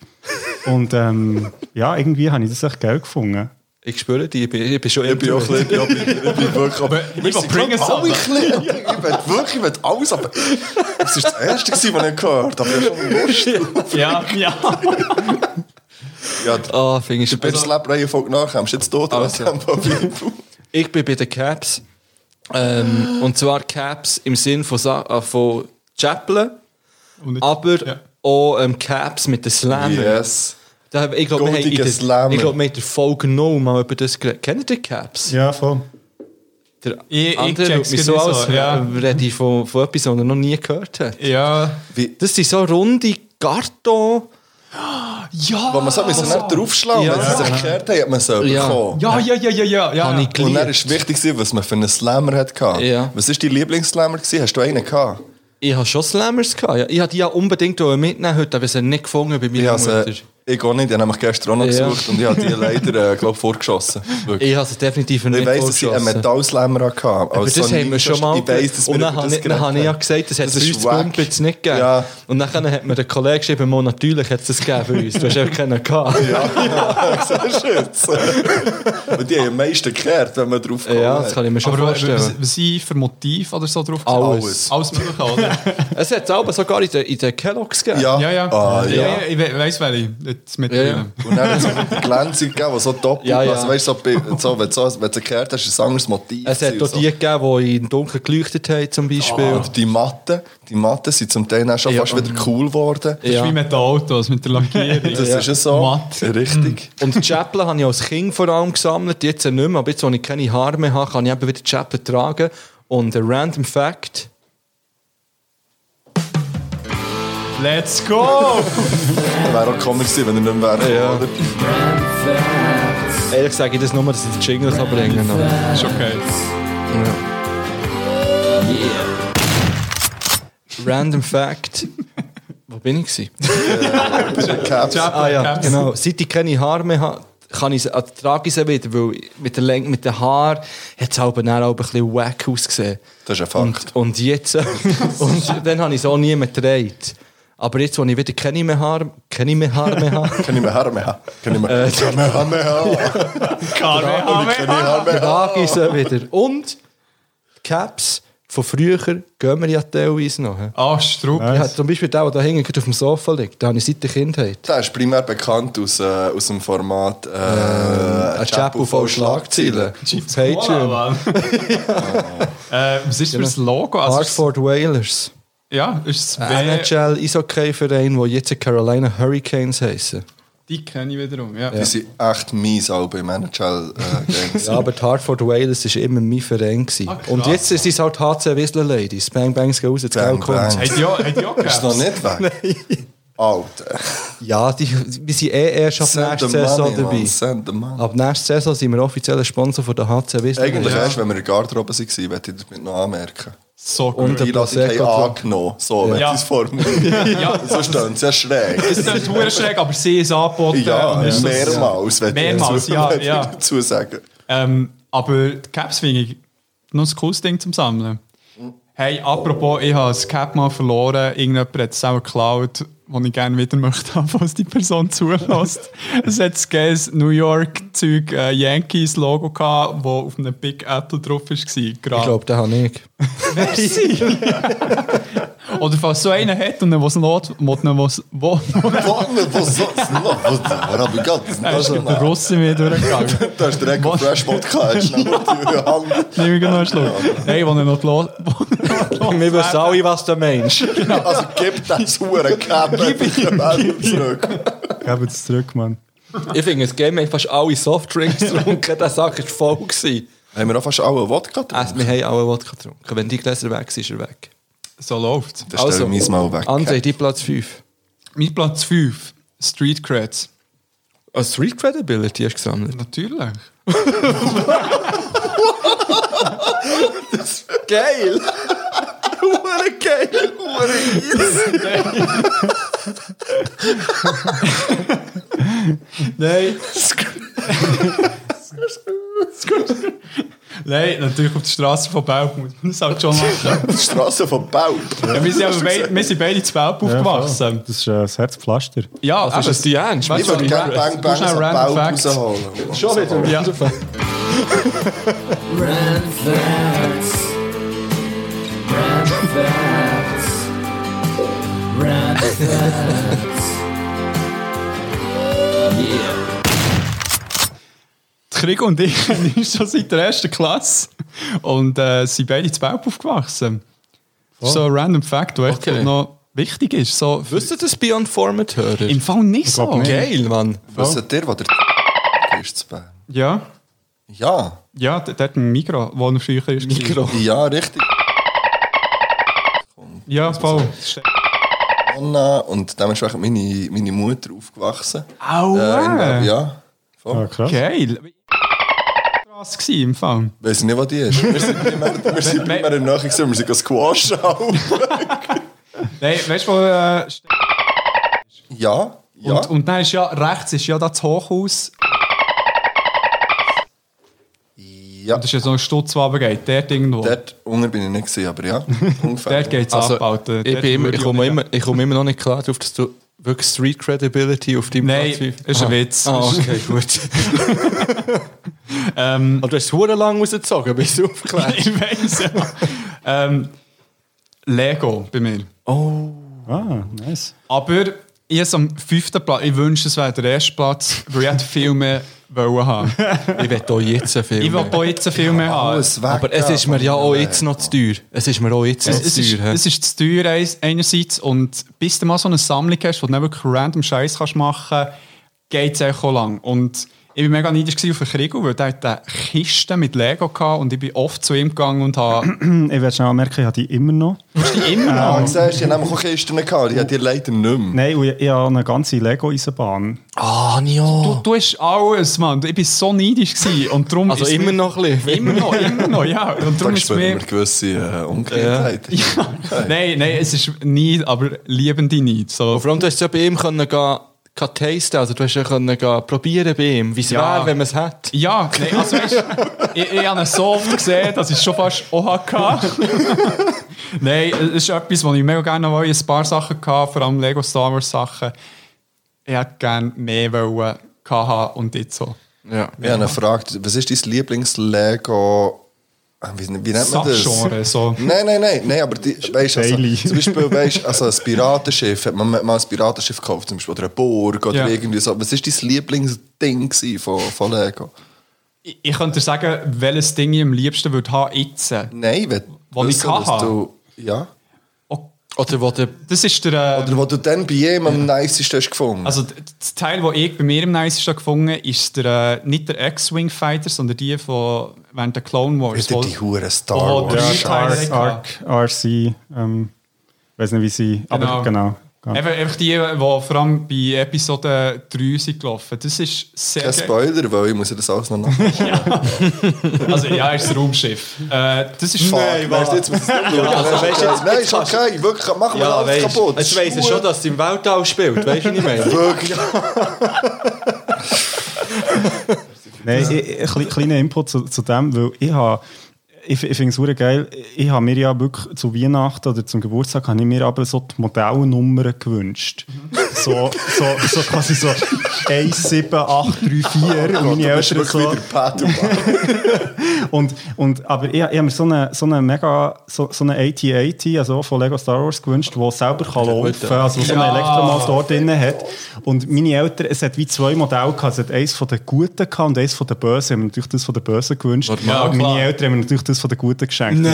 S6: und ähm, ja, irgendwie habe ich das echt geil gefunden.
S3: Ich spüre die, ich bin, ich bin schon
S4: Ich bin auch ein bisschen, ja, ich bin- ich bin wirklich, aber
S5: Ich
S4: wir
S5: will
S4: sind
S5: Pringles
S4: gerade alle
S5: haben.
S4: ein bisschen- Ich will wirklich, ich will alles, aber es ist das Erste, gewesen, was ich gehört habe, aber ich habe
S3: Also-
S4: schon Lust.
S5: Ja, ja.
S4: Ja, der
S3: Ah, finde ich
S4: also,
S3: spitz.
S4: Slap-Reihenfolge nachkommst, jetzt tot
S3: Also. Ich bin bei den Caps. Ähm, und zwar Caps im Sinn von, Sa äh, von Chaplin,
S5: Und
S3: aber
S5: Ja.
S3: auch ähm, Caps mit den Slammern.
S4: Yes.
S3: Da haben, ich glaube, wir haben in
S4: Goldige
S3: der, ich
S4: Slammer.
S3: glaube, wir haben in der Folge noch mal über das geredet. Kennt ihr die Caps?
S6: Ja, voll.
S3: Der
S5: Ich- ich
S3: andere
S5: check's
S3: schaut mich so
S5: genau
S3: aus,
S5: so, ja.
S3: äh, rede ich von, von etwas, das er noch nie gehört hat.
S5: Ja.
S3: Das sind so runde Karton.
S4: Wo man so müssen nicht draufschlagen,
S3: Oh. Ja.
S4: wenn sie sich gekehrt haben, hat man so
S3: Ja.
S4: bekommen.
S5: Ja, ja, ja, ja, ja. ja.
S3: Habe ich
S4: Und
S3: geliebt.
S4: dann ist wichtig, gewesen, was man für einen Slammer hatte.
S3: Ja.
S4: Was war dein Lieblingsslammer? gewesen? Hast du einen gehabt?
S3: Ich habe schon Slammers gehabt. Ja. Ich habe die ja unbedingt auch mitnehmen heute, aber sie nicht gefunden bei meiner
S4: Ich, also,
S3: Mutter.
S4: ich auch nicht, ich habe nämlich gestern auch noch
S3: Ja.
S4: gesucht und ich habe die leider, äh, glaube ich, vorgeschossen. Wirklich.
S3: Ich habe sie definitiv nicht
S4: Ich weiss, dass ich einen
S3: vorgeschossen.
S4: Metallslammer hatte. Also
S3: Aber das haben wir schon mal
S4: Ich weiss, dass wir
S3: Und dann
S4: über
S3: habe
S4: das
S3: ich- dann
S4: geredet
S3: habe ich ja
S4: haben.
S3: gesagt, das hätte
S4: Das
S3: es für
S4: ist
S3: uns
S4: wack.
S3: Gumpitz nicht gegeben.
S4: Ja.
S3: Und dann hat mir der Kollege geschrieben, «Mo, natürlich hätte es das gegeben für uns. Du hast einfach keinen gehabt.
S4: Schütze. Und die haben am meisten gekehrt, wenn man drauf kommt.
S3: Ja, das kann ich mir schon
S5: Aber was,
S3: vorstellen.
S5: was, was sind für Motiv oder so drauf?
S3: Alles.
S5: Alles mögliche, oder?
S3: Es hat es aber sogar in den, in den Kelloggs gegeben.
S4: ja.
S5: ja, ja.
S4: Ah,
S5: ja.
S4: ja.
S5: ja, Ich we weiss, welche. Jetzt mit
S3: Ja, ja.
S5: denen.
S4: Und dann hat es so die Glänzung gegeben, die so doppelt
S3: Ja, ja.
S4: Also, weißt, du, so, bei- so, wenn, so, wenn du gekehrt hast, ist ein anderes Motiv.
S3: Es hat
S4: gewesen,
S3: auch
S4: so.
S3: die gegeben, die in Dunkel geleuchtet haben, zum Beispiel.
S5: Ah,
S4: Und die Matten, die Matten sind zum Teil auch schon
S3: Ja.
S4: fast wieder cool geworden.
S5: Das
S3: Ja.
S5: ist wie mit den Autos, mit der Lackierung.
S4: Das ist ja so.
S5: Matt.
S4: Richtig.
S3: Und Chaplin habe ich als Kind vor allem gesammelt, jetzt ja nicht mehr, aber jetzt, wo ich keine Haare mehr habe, kann ich eben wieder Chaplin tragen. Und ein random Fact,
S5: Let's go!
S4: Wäre auch komisch gewesen, wenn er nicht mehr wäre. oder?
S3: ehrlich sage ich das nur, dass ich den Jingle kann bringen kann.
S5: ist okay.
S3: Random Fact, wo bin ich gewesen?
S4: Caps.
S3: Ah ja, genau. Seit ich keine Haare mehr habe, kann ich sie, also trage ich sie wieder, weil mit der Länge, mit den Haaren hat es halt dann auch ein bisschen wack ausgesehen.
S4: Das ist ein Fakt.
S3: Und, und jetzt, und dann habe ich es auch nie mehr gedreht. Aber jetzt, wo ich wieder keine mehr Haare, keine mehr Haare mehr habe,
S4: Kann ich mehr Haare mehr haben? Kann ich
S3: Äh.
S4: mehr Haare mehr haben? Kann ich
S5: Karma.
S4: Haare mehr haben?
S3: trage ich sie wieder. Und die Caps von früher gehen wir ja teilweise noch. he?
S5: Ah, Strupp.
S3: Ich habe zum Beispiel den, der da hinten gerade auf dem Sofa liegt, den habe ich seit der Kindheit.
S4: Der ist primär bekannt aus, äh, aus dem Format äh, ein
S3: Ein Chapel voll Schlagzeilen. Auf Patreon.
S5: Voilà, Eh, Mann. äh, was ist das für ein Logo? Also, ist-
S3: Hartford Whalers.
S5: ja, ist es W-
S3: Ah, NHL Eishockey-Verein, der jetzt die Carolina Hurricanes heissen.
S5: Die kenne ich wiederum, ja.
S4: Die sind echt mies auch beim NHL-Games.
S3: Ja, aber die Hartford Whalers war immer mein Verein. gewesen.
S5: krass.
S3: Und jetzt sind es halt HC Whistler Ladies. Bang Bangs gehen raus, jetzt
S4: Bang,
S3: Geld kommt.
S4: bang.
S5: Hat die auch, hat die auch
S4: Ist noch
S5: gehabt?
S4: nicht weg? Alter.
S3: Ja, die, wir sind eh erst ab
S4: Send
S3: nächster
S4: the money,
S3: Saison
S4: man.
S3: dabei.
S4: Send the money.
S3: Ab nächster Saison sind wir offizieller Sponsor von der HC Whistler
S4: Eigentlich
S3: Ladies.
S4: erst, wenn wir in der Garderobe waren, wollte ich damit noch anmerken.
S5: So
S4: Und
S5: gut.
S4: die Einladung
S3: Prosecco-
S4: haben angenommen, so, wenn
S5: Ja.
S4: sie es formulieren. So stehen sie ja schräg.
S5: Das ist natürlich schräg, aber sie ist angeboten.
S4: Ja,
S5: und ist das-
S4: mehrmals, wenn
S5: Mehrmals,
S4: ich dazu-
S5: ja,
S4: wenn ich
S5: ja.
S4: dazu sagen.
S5: Ähm, aber die Caps finde ich noch ein cooles Ding zum Sammeln. Hey, apropos, ich habe das Cap mal verloren. Irgendjemand hat es auch geklaut, wo ich gerne wieder möchte haben, was die Person zulässt. es hat das Gaze New York-Zeug äh, Yankees-Logo gehabt, wo auf einem Big Apple drauf war. Ich
S3: Ich glaube, den habe ich.
S5: Oder falls so einen hat und was Not, wo, wo, wo,
S4: Wanne, was sonst noch? Was- Woran bin ich ganz-
S5: also, der
S4: Das
S5: Russe mir durchgegangen.
S4: Da ist direkt ein Fresh Podcast. Schnell die Hand.
S5: Nehmen wir noch einen Schluck. Hey, wo er noch los.
S3: Wir wissen alle, was du meinst.
S4: Also gib das Huren Käppchen zurück.
S6: Geben es zurück, Mann.
S3: ich finde, es geben haben fast alle Softdrinks getrunken. Diese Sache war voll. Gewesen.
S4: Haben wir auch fast alle Wodka
S3: Also,
S4: getrunken?
S3: Äh, wir haben alle Wodka getrunken. Wenn die Gläser weg sind, ist er weg.
S5: So läuft's.
S4: Das stellen wir
S5: Also,
S4: uns mal weg.
S3: André, die Platz 5.
S5: Mein Platz 5, Street Creds.
S3: Oh, Street Credibility hast du gesammelt.
S5: Natürlich.
S3: Geil! Hure geil!
S5: Nein. Nein, natürlich auf der Straße von Belp muss man das halt schon machen.
S4: Die Straße von Baub.
S5: Ja, wir, sind aber beide, wir sind beide zu Belp
S6: Ja,
S5: aufgewachsen.
S6: voll. das ist äh, das Herzpflaster.
S5: Ja,
S3: Was ist das die Ernst?
S5: Weißt
S4: Ich würde
S5: du,
S4: gerne Bang Bang
S5: musst
S4: aus
S5: auch
S4: dem
S5: Random
S4: Baub
S5: Facts.
S4: rausholen.
S3: Schon wieder.
S5: Ja. Krieg und ich sind schon seit der ersten Klasse und äh, sind beide zu Belp aufgewachsen. Das ist So ein random Fact, der echt
S3: Okay.
S5: noch wichtig ist. So,
S3: Wisst ihr, dass Beyond Format hören? Oh,
S5: Im Fall nicht so.
S6: glaub nicht.
S3: Geil, Mann.
S4: Wisst ihr, wo der ist zu Bern?
S5: Ja,
S4: Ja,
S5: ja, d- dort ein Mikro, wo noch früher ist.
S3: Mikro.
S4: ja, richtig.
S5: Ja, voll.
S4: Anna und dementsprechend meine, meine Mutter aufgewachsen.
S5: Au,
S4: in
S5: äh,
S4: Bern, ja. Voll.
S6: Ah, krass.
S5: Geil. Krass gewesen, im Fall.
S4: Weiß nicht, wo die ist. Wir sind primär, wir sind primär in der Nähe, gewesen, wir sind Squash auch.
S5: Nein, weißt du, wo. Äh, steht?
S4: Ja, ja.
S5: und, und dann ist ja rechts ist ja das Hochhaus.
S4: ja.
S5: Das ist ja so ein Stutz, der runtergeht. Dort irgendwo. Dort,
S4: Dort unten bin ich nicht gesehen, aber ja. Ungefähr.
S5: dort geht es
S3: Also,
S5: ab, Alter.
S3: ich,
S5: Dort
S3: bin immer,
S5: würde
S3: ich, komme
S5: auch nicht-
S3: immer, ich komme immer noch nicht klar darauf, dass du wirklich Street Credibility auf deinem
S5: Nein,
S3: Platz fünf-
S5: ist ein
S3: Ah.
S5: Witz.
S3: Ah, okay, gut. Aber du hast hure lang rausgezogen, bis du aufgeklärt
S5: Ähm, ich weiß ja. ähm, Lego bei mir.
S6: Ah, nice.
S5: Aber ich habe am fünften Platz. Ich wünschte, es wäre der erste Platz, weil ich hätte viel mehr wollen haben.
S3: Ich will hier jetzt einen Film.
S5: Ich will auch jetzt viel mehr haben.
S4: Alles weg.
S3: Aber es ist mir ja auch jetzt noch zu teuer. Es ist mir auch jetzt noch
S5: Es, Äh, es,
S3: zu
S5: ist,
S3: teuer.
S5: es ist zu teuer eins- einerseits und bis du mal so eine Sammlung hast, wo du nicht wirklich random Scheiß kannst machen, geht es auch lang. Und ich bin mega neidisch gewesen auf den Krieg, weil der hat eine Kiste mit Lego gehabt und ich bin oft zu ihm gegangen und habe
S6: Hm, Ich werde schnell merken, ich habe die immer noch.
S5: die immer noch.
S4: Ah, du siehst, die haben nämlich auch Kisten gehabt, die hat ihr leider nicht mehr.
S6: Nein, und ich, ich habe eine ganze Lego-Eisenbahn.
S3: Ah, Nio.
S5: «Oh, Du, du hast alles, Mann. Ich bin so neidisch gewesen und darum
S3: Also
S5: ist
S3: immer
S5: mir-
S3: noch ein bisschen.
S5: Immer noch, immer noch, ja. Und darum
S4: Da
S5: ist
S4: spüren wir
S5: mir...
S4: gewisse äh, Ungereimtheiten.
S5: Nein, nein, es ist Neid, aber liebende Neid. So.
S3: Und vor allem, du hast es ja bei ihm können gehen, gehen tasten, also du hast ja können gehen, probieren bei ihm, wie es
S5: Ja.
S3: wäre, wenn man es hat.
S5: Ja, nee, also weißt du, ich, ich habe ihn so oft gesehen, dass ich schon fast OHK Nein, es ist etwas, was ich mega gerne wollte. Ich hatte ein paar Sachen, gehabt, vor allem Lego Star Wars Sachen. Ich hätte gerne mehr wollen, gehabt haben und jetzt so.
S3: Ja.
S4: Ich habe ihn gefragt, was ist dein Lieblings-Lego? Ah, Wie, wie nennt man das?
S5: Subgenre, so.
S4: Nein, nein, nein, nein, aber die, weißt, also,
S6: Daily.
S4: zum Beispiel weißt, also ein Piratenschiff, hat man mal ein Piratenschiff gekauft, zum Beispiel, oder eine Burg oder
S5: Ja.
S4: irgendwie so. Was war dein Lieblingsding gewesen von, von Lego?
S5: Ich, ich könnte dir sagen, welches Ding ich am liebsten würde haben jetzt.
S4: Nein, wenn
S5: Wo ich
S4: wissen,
S5: kann
S4: dass
S5: haben.
S4: du, ja,
S3: Oder wo der
S5: Oh, Das ist der. Äh,
S4: Oder wo du dann bei jemandem am nicesten hast gefunden
S5: also d- das Teil, das ich bei mir im nicesten gefunden habe, ist der, äh, nicht der X-Wing Fighter, sondern die von während der Clone Wars.
S4: Wieder
S5: wo-
S4: die Huren Star
S5: Oh,
S4: Wars.
S5: der-
S6: Ja, Arc, Arc, RC, ähm, weiß nicht wie sie, aber
S5: Genau.
S6: genau. Ja.
S5: Eben, einfach die, eh, die vor allem bei Episode 3 sind gelaufen. Das ist sehr
S4: Kein
S5: geil.
S4: Spoiler, weil ich muss ja das alles noch nachschauen.
S5: Also ja, ist das Raumschiff. Äh, das ist
S4: Nein, weißt du, jetzt muss ich es schauen.
S3: weisst du, jetzt-
S4: Nein,
S3: jetzt
S4: ist okay, wirklich, mach mal
S3: Ja,
S4: alles
S3: weißt
S4: kaputt.
S3: du. Jetzt weiss er schon, dass es im Weltall spielt. Weißt du, was ich meine?
S4: Wirklich.
S6: Nein, ich- ich- ein kleiner Input zu, zu dem, weil ich habe, ich, ich finde es super geil, ich habe mir ja wirklich zu Weihnachten oder zum Geburtstag habe ich mir aber so die Modellnummern gewünscht.
S4: Mhm.
S6: So, so, so quasi so 17834 und meine
S4: Oh Du bist
S6: Eltern
S4: wirklich
S6: so...
S4: wieder Paddleback.
S6: und, und, aber ich, ich habe mir so eine, so eine mega, so, so eine AT-AT, also auch von Lego Star Wars gewünscht, die selber kann laufen kann, also so einen Elektromotor drin hat. Und meine Eltern, es hat wie zwei Modelle gehabt, es hat eins von den Guten gehabt und eins von den Bösen, haben mir natürlich das von den Bösen gewünscht.
S5: Ja,
S6: und
S5: klar.
S6: meine Eltern haben mir natürlich das von den Guten geschenkt. Ich,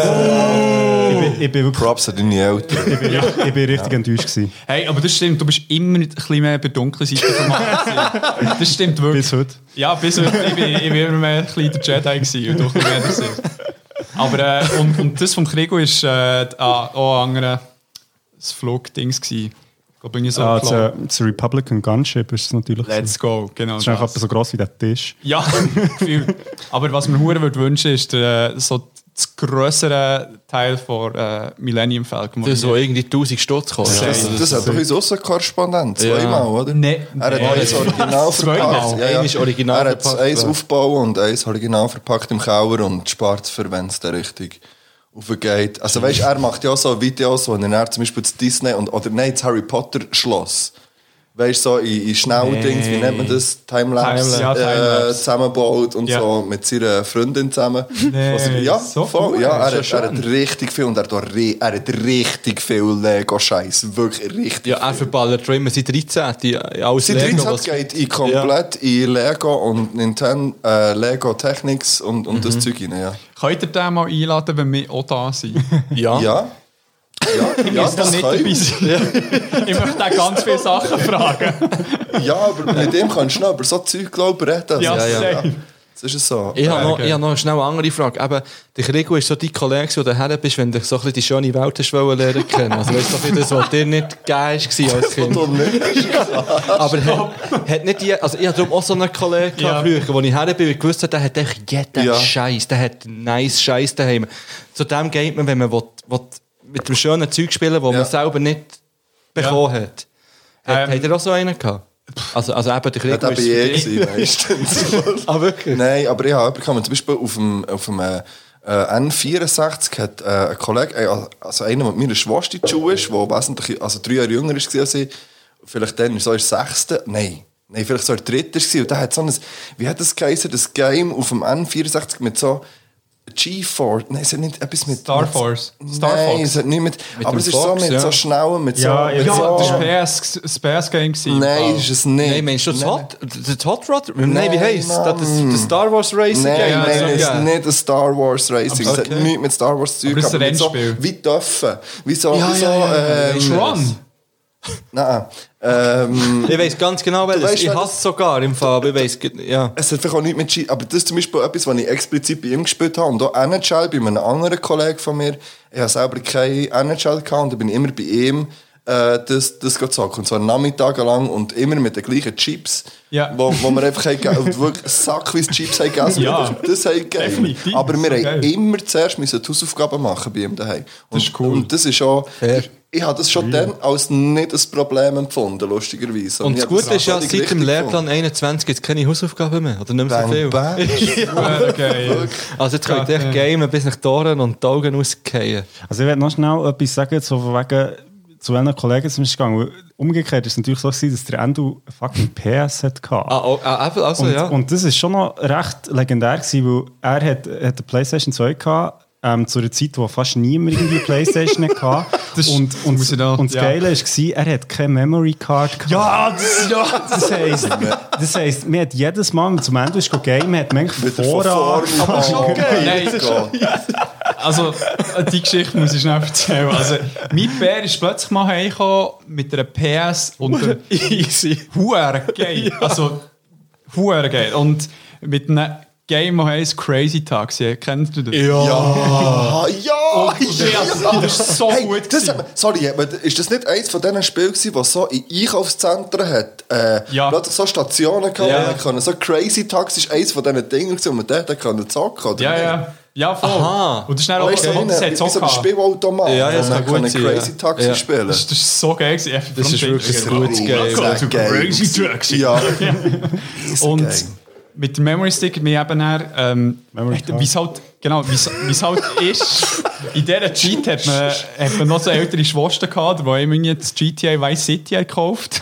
S6: bin, ich, bin wirklich,
S4: Props an deine Eltern.
S6: ich, bin, richtig- ich bin richtig enttäuscht gewesen.
S5: Hey, aber das stimmt, du bist immer ein bisschen mehr bei der dunklen Seite vom Magazin. Das stimmt wirklich.
S6: Bis heute.
S5: Ja, bis heute. Ich bin, ich bin immer mehr ein bisschen der Jedi gewesen und doch mehr der Sith. Aber äh, und, und das vom Krigo ist äh, die- ah, auch ein anderer das Flugdings gewesen. Ich glaube, irgendwie so
S6: Ah, das,
S5: geflogen.
S6: äh, das Republican Gunship ist es natürlich. gewesen.
S5: Let's go, genau.
S6: Das ist einfach
S5: das.
S6: etwa so gross wie der Tisch.
S5: Ja, Gefühl. aber was mir hure würde wünschen, ist der, äh, so das größere Teil von äh, Millennium Falcon. wo
S3: Das,
S5: die-
S3: wo irgendwie 1000 Stutz Also, kostet.
S5: Das-
S4: Das hat doch unser Aussenkorrespondent zweimal, oder?
S5: Nee.
S4: Er hat
S5: Nee.
S4: eins original verpackt.
S5: Zweimal.
S4: Ja, ja.
S3: Eines original
S4: er hat
S3: verpackt,
S4: eins
S3: ja.
S4: aufbauen und eins original verpackt im Keller und spart es für, wenn es dann richtig aufgeht. Also weißt, er macht ja auch so Videos, wo er dann zum Beispiel das Disney und, oder nein, das Harry Potter Schloss weißt so in, in schnellen Dings, wie nennt man das, Timelapse,
S5: Timelapse. Ja,
S4: äh,
S5: Timelapse.
S4: zusammenbaut und
S5: Ja.
S4: so mit seiner Freundin zusammen.
S5: Nee,
S4: Was er- ja,
S5: so
S4: voll,
S5: cool,
S4: ja er,
S5: ist
S4: hat, er hat richtig viel und er hat, auch ri- er hat richtig viel Lego-Scheiß, wirklich richtig
S3: Ja, er verballert schon immer seit 13. Die, alles
S4: Seit
S3: Lego,
S4: 13
S3: was-
S4: geht ich komplett in Lego und Nintendo, äh, Lego Technics und, und
S3: Mhm.
S4: das Zeug rein, ja.
S5: Könnt ihr den mal einladen, wenn wir auch da sind?
S3: Ja.
S4: Ja, ja, ja,
S5: Ist da
S4: das
S5: nicht
S4: können
S5: dabei
S4: wir.
S5: sein? Ich möchte da ganz viele Sachen fragen.
S4: ja, aber mit dem kannst du noch über so Zeug glaube ich, reden.
S5: Ja, safe.
S4: Das ist es so.
S3: Ich habe noch,
S5: okay.
S3: ich hab noch schnell eine andere Frage. Eben, der Krigo ist so dein Kollege, gewesen, der daher bist, wenn du so ein bisschen die schöne Welt hast wollen lernen kennen. Also weißt du, so viel das, was dir nicht gegeben war als Kind.
S4: Dumm, ne?
S3: Aber hat, hat nicht die, also ich hatte darum auch so einen Kollegen
S5: Ja.
S3: gehabt früher, wo ich her bin, weil ich gewusst habe, der hat echt jeden
S4: Ja.
S3: Scheiß, der hat nice Scheiß daheim. Zu dem geht man, wenn man will, will mit dem schönen Zeug spielen, wo
S4: Ja.
S3: man selber nicht bekommen hat. Hat,
S5: Ähm.
S3: hat er auch so einen gehabt? Also, also eben, der Krieg
S4: Hat E eben
S3: ist...
S4: je gewesen, meistens.
S3: Ah, wirklich?
S4: Nein, aber ich habe jemanden gehabt, zum Beispiel auf dem, auf dem äh, äh, N64 hat äh, ein Kollege, äh, also einer, der mit meiner Schwester in die Schule ist, der wesentlich, also drei Jahre jünger war als ich, vielleicht dann so in der sechsten, nein, nein, vielleicht so in der dritten war, und der hat so ein, wie hat das geheißen, das Game auf dem N64 mit so G-Force, nein, es hat nicht etwas mit...
S5: Star
S4: mit,
S5: Force. Star
S4: nein,
S5: Fox.
S4: es hat nicht mit, aber
S3: dem
S4: es ist so
S3: Fox,
S4: mit
S3: ja.
S4: so schnellen, mit
S6: Ja,
S4: so...
S6: ja,
S4: Mit
S5: Ja,
S4: so
S5: das war das PS-Game.
S4: Nein, ist es nicht.
S3: Nein, meinst du das Hot, das Hot Rod? Nein, wie heisst es? Das,
S4: Mann.
S3: das Star Wars Racing
S4: Nein,
S3: Game?
S4: nein, es ist
S3: Ja.
S4: nicht ein Star Wars Racing. Es hat
S3: Okay.
S4: nichts mit Star Wars zu tun.
S5: Aber es ist ein
S4: mit so,
S5: Rennspiel.
S4: wie dürfen. Wie so, wie so, ähm,
S5: Run!
S4: Nein, ähm,
S3: Ich weiss ganz genau, welches.
S4: weißt,
S3: ich
S4: wenn-
S3: hasse es sogar im Fall, aber ich weiss... ge- Ja.
S4: es hat vielleicht auch nichts mit Ski, aber das ist zum Beispiel etwas, was ich explizit bei ihm gespielt habe. Und auch NHL bei einem anderen Kollegen von mir. Ich habe selber keine NHL gehabt und ich bin immer bei ihm äh, das, das gezockt. Und zwar Nachmittag lang und immer mit den gleichen Chips,
S5: Ja.
S4: wo, wo wir einfach haben, ge- wirklich sackweise Chips haben gegessen
S5: Ja.
S4: Und Das haben wir gegeben.
S5: Definitiv.
S4: Aber wir
S5: So
S4: haben
S5: geil.
S4: immer zuerst müssen die Hausaufgaben machen bei ihm daheim. Und,
S5: ist cool.
S4: Und das ist auch...
S3: Fair.
S4: Ich habe das schon dann als nicht ein Problem empfunden, lustigerweise.
S3: Und
S4: ich
S3: das
S4: habe
S3: Gute ist ja,
S4: völlig
S3: seit dem
S4: richtig
S3: Lehrplan 21 gibt es keine Hausaufgaben mehr. Oder nicht mehr so viel.
S4: gefunden. Bang, bang.
S5: Äh, Okay.
S3: Also jetzt könnt ihr echt gamen, bis nach die Ohren und die Augen ausgehen.
S6: Also ich werde noch schnell etwas sagen, so von wegen zu welchen Kollegen es ist gegangen. Weil Umgekehrt ist es natürlich so, gewesen, dass der Endo ein fucking PS hat gehabt.
S3: Ah, oh, ah Apple, also
S6: und,
S3: ja.
S6: und das ist schon noch recht legendär gewesen, weil er hat, hat eine Playstation 2 gehabt, ähm, zu einer Zeit, wo fast niemand irgendwie Playstation hatte.
S5: Das
S6: und, und,
S5: muss ich da-
S6: und das
S5: ja.
S6: Geile war, er hat keine Memory Card gehabt.
S5: Ja, das, ja.
S6: Das heisst, das heisst, man hat jedes Mal, wenn man zum Ende ist, gegangen, man hat man eigentlich von
S4: Wieder von
S6: vorne Oh
S4: vorne
S6: an-
S4: anfangen.
S5: Nein,
S4: Let's go.
S5: Also, äh, die Geschichte muss ich schnell erzählen. Also, mein Bär ist plötzlich mal heimgekommen mit einer PS und der
S3: Easy.
S5: Huere geil. Also, Huere geil. Und mit einem Game, das heisst Crazy Taxi. Kennst du das?
S4: Ah, ja,
S5: ja, das ist so
S4: hey,
S5: gut
S4: Das
S5: gewesen.
S4: hat, man- sorry, hat man- ist das nicht eines von diesen Spielen, gewesen, was so in Einkaufszentren hat? Äh,
S5: Ja.
S4: plötzlich so Stationen gehabt,
S5: Ja.
S4: wo man können. So Crazy Taxi ist eines von diesen Dingen, gewesen, wo man dort hat können zocken konnte.
S5: Ja, ja. Ja, voll.
S3: Aha.
S5: Und das ist dann auch
S4: Weißt du,
S5: so, das
S4: okay.
S5: hat
S4: so
S5: so
S4: ein
S5: gehabt.
S4: Spielautomat,
S3: Ja, ja,
S4: wo
S3: das
S4: man
S3: kann gut
S4: können
S3: sein,
S4: Crazy
S3: ja.
S4: Taxi
S3: Ja.
S4: spielen
S5: Das, das ist so geil. gewesen.
S3: Das ist wirklich ein gutes Game.
S5: Let's go to
S4: Game.
S5: Crazy Taxi.
S4: Ja,
S5: Und
S4: Game.
S5: mit dem Memory Stick mir eben dann, ähm,
S6: Memory Card.
S5: wie es halt, genau, wie's- wie's halt ist, in dieser Zeit hat man, hat man noch so ältere Schwester gehabt, die haben irgendwie das GTA Vice City haben gekauft.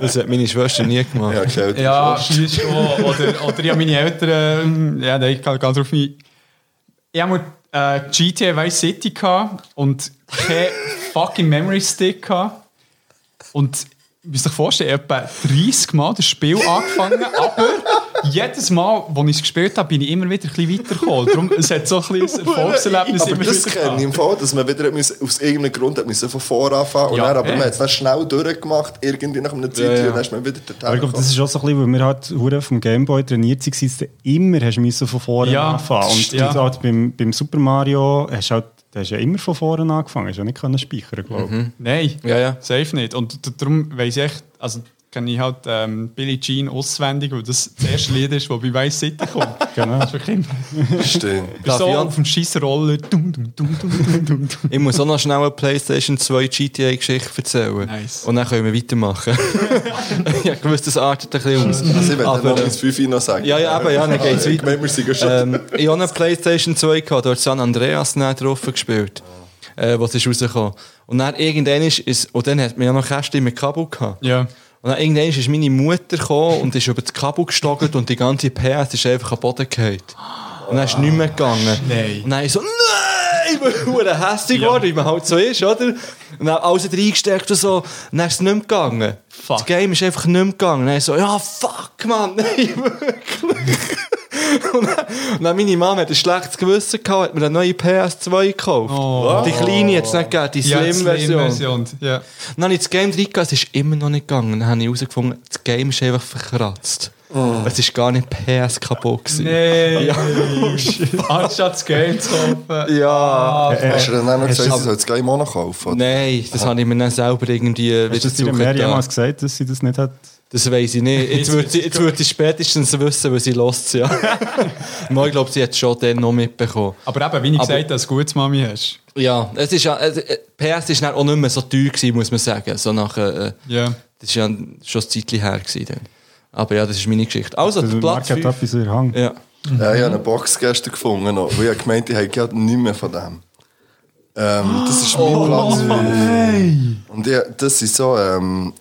S3: Das hat meine Schwester nie gemacht.
S4: ja, okay.
S5: Ja, schon. Oder, oder ja, meine Eltern, ähm, ja, nein, ich kann ganz drauf ein. Ich habe mal äh, GTA Vice City gehabt und keinen fucking Memory Stick gehabt. Und ich muss euch vorstellen, ich habe etwa 30 Mal das Spiel angefangen, aber jedes Mal, als ich es gespielt habe, bin ich immer wieder ein bisschen weitergekommen. Darum, es hat so ein kleines Erfolgserlebnis
S4: Aber
S5: immer
S4: das
S5: wieder
S4: kenne ich
S5: gehabt.
S4: im Fall, dass man wieder muss- aus irgendeinem Grund hat müssen von vorne anfangen und
S5: Ja,
S4: dann, aber
S5: eh.
S4: man hat es dann schnell durchgemacht, irgendwie nach einer Zeit,
S3: Ja, ja.
S4: und dann ist man wieder dorthin
S6: Aber ich glaube, das ist auch so ein bisschen, weil wir halt hure vom Gameboy trainiert waren, dass du immer hast müssen von vorne
S5: Ja,
S6: anfangen
S5: das
S6: Und
S5: ist- ja.
S6: du halt beim, beim Super Mario hast du halt, du hast ja immer von vorne angefangen, hast ja nicht können speichern, glaube ich.
S5: Nein,
S3: Ja, ja.
S5: safe nicht. Und d- darum weiss ich echt, also kann ich halt ähm, Billie Jean auswendig, weil das das erste Lied ist, das bei Vice City kommt.
S6: Genau.
S5: Das ist wirklich immer-
S4: Stimmt.
S5: bist so
S3: ich an-
S5: auf dem Scheissroller. Dum, dum, dum, dum, dum, dum, dum.
S3: Ich muss auch noch schnell eine PlayStation 2 GTA-Geschichte erzählen.
S5: Nice.
S3: Und dann können wir weitermachen. ja, ich wusste, das artet ein bisschen aus.
S4: Also ich will dann noch
S3: Aber, äh,
S4: ins 5 noch sagen.
S3: Ja, ja, eben, ja, dann geht's
S4: Ich
S3: weiter.
S4: meine, wir sind schon...
S3: ähm, ich habe eine Playstation 2 gehabt, dort San Andreas dann drauf gespielt,
S5: Ah.
S3: äh, was ist rausgekommen. Und dann irgendwann ist, ist und dann hat man ja noch Kästchen mit Kabel gehabt.
S5: Ja.
S3: Und dann irgendwann ist meine Mutter gekommen und ist über das Kabel gestockt und die ganze PS ist einfach am Boden gefallen. Und dann ist nicht mehr gegangen.
S5: Nein.
S3: Und dann ich so, nein, ich bin verdammt hässlich geworden, wie man halt so ist, oder? Und dann alles reingesteckt und so, und dann ist es nicht mehr gegangen.
S5: Fuck.
S3: Das Game ist einfach nicht mehr gegangen. Und dann ich so, ja, fuck, Mann, nein, und dann meine Mama hat ein schlechtes Gewissen gehabt, hat mir eine neue PS2 gekauft.
S5: Oh.
S3: Die kleine hat es nicht gegeben, die
S5: Ja, die
S3: Slim-Version.
S5: Slim-Version. Ja.
S3: dann habe ich das Game reingegeben, es ist immer noch nicht gegangen. Dann habe ich herausgefunden, das Game ist einfach verkratzt. Es ist gar nicht PS kaputt gewesen.
S5: Nee. Anstatt das Game zu kaufen.
S3: Ja.
S4: Hast du dann
S3: äh,
S4: auch noch gesagt, sie soll das gleich Mono kaufen? oder?
S3: Nein, das habe ich mir dann selber irgendwie
S6: Hast du
S3: wieder
S6: das dir mehr
S3: zugetan.
S6: jemals gesagt, dass sie das nicht hat?
S3: Das weiß ich nicht. Jetzt würde sie, jetzt würde sie spätestens wissen, weil sie lost ja. Mal, ich glaube, sie hat es schon dann noch mitbekommen.
S5: Aber eben, wie ich
S3: Aber-
S5: gesagt habe, dass du gutes Mami hast.
S3: Ja, es ist, ja- es- äh, PS ist dann auch nicht mehr so teuer gewesen, muss man sagen. So nach, äh,
S5: Ja.
S3: Das ist ja schon ein Zeitchen her gewesen dann. Aber ja, das ist meine Geschichte. Also,
S6: Also,
S3: Platz
S6: Marc hat
S3: fünf.
S6: etwas in der Hand.
S3: Ja.
S4: Ja, ich habe eine Box gestern gefunden. Noch, weil ich gemeint habe, ich habe nicht mehr von dem. Ähm, das ist mein
S3: Oh,
S4: Platz. Und ja, das sind so ähm,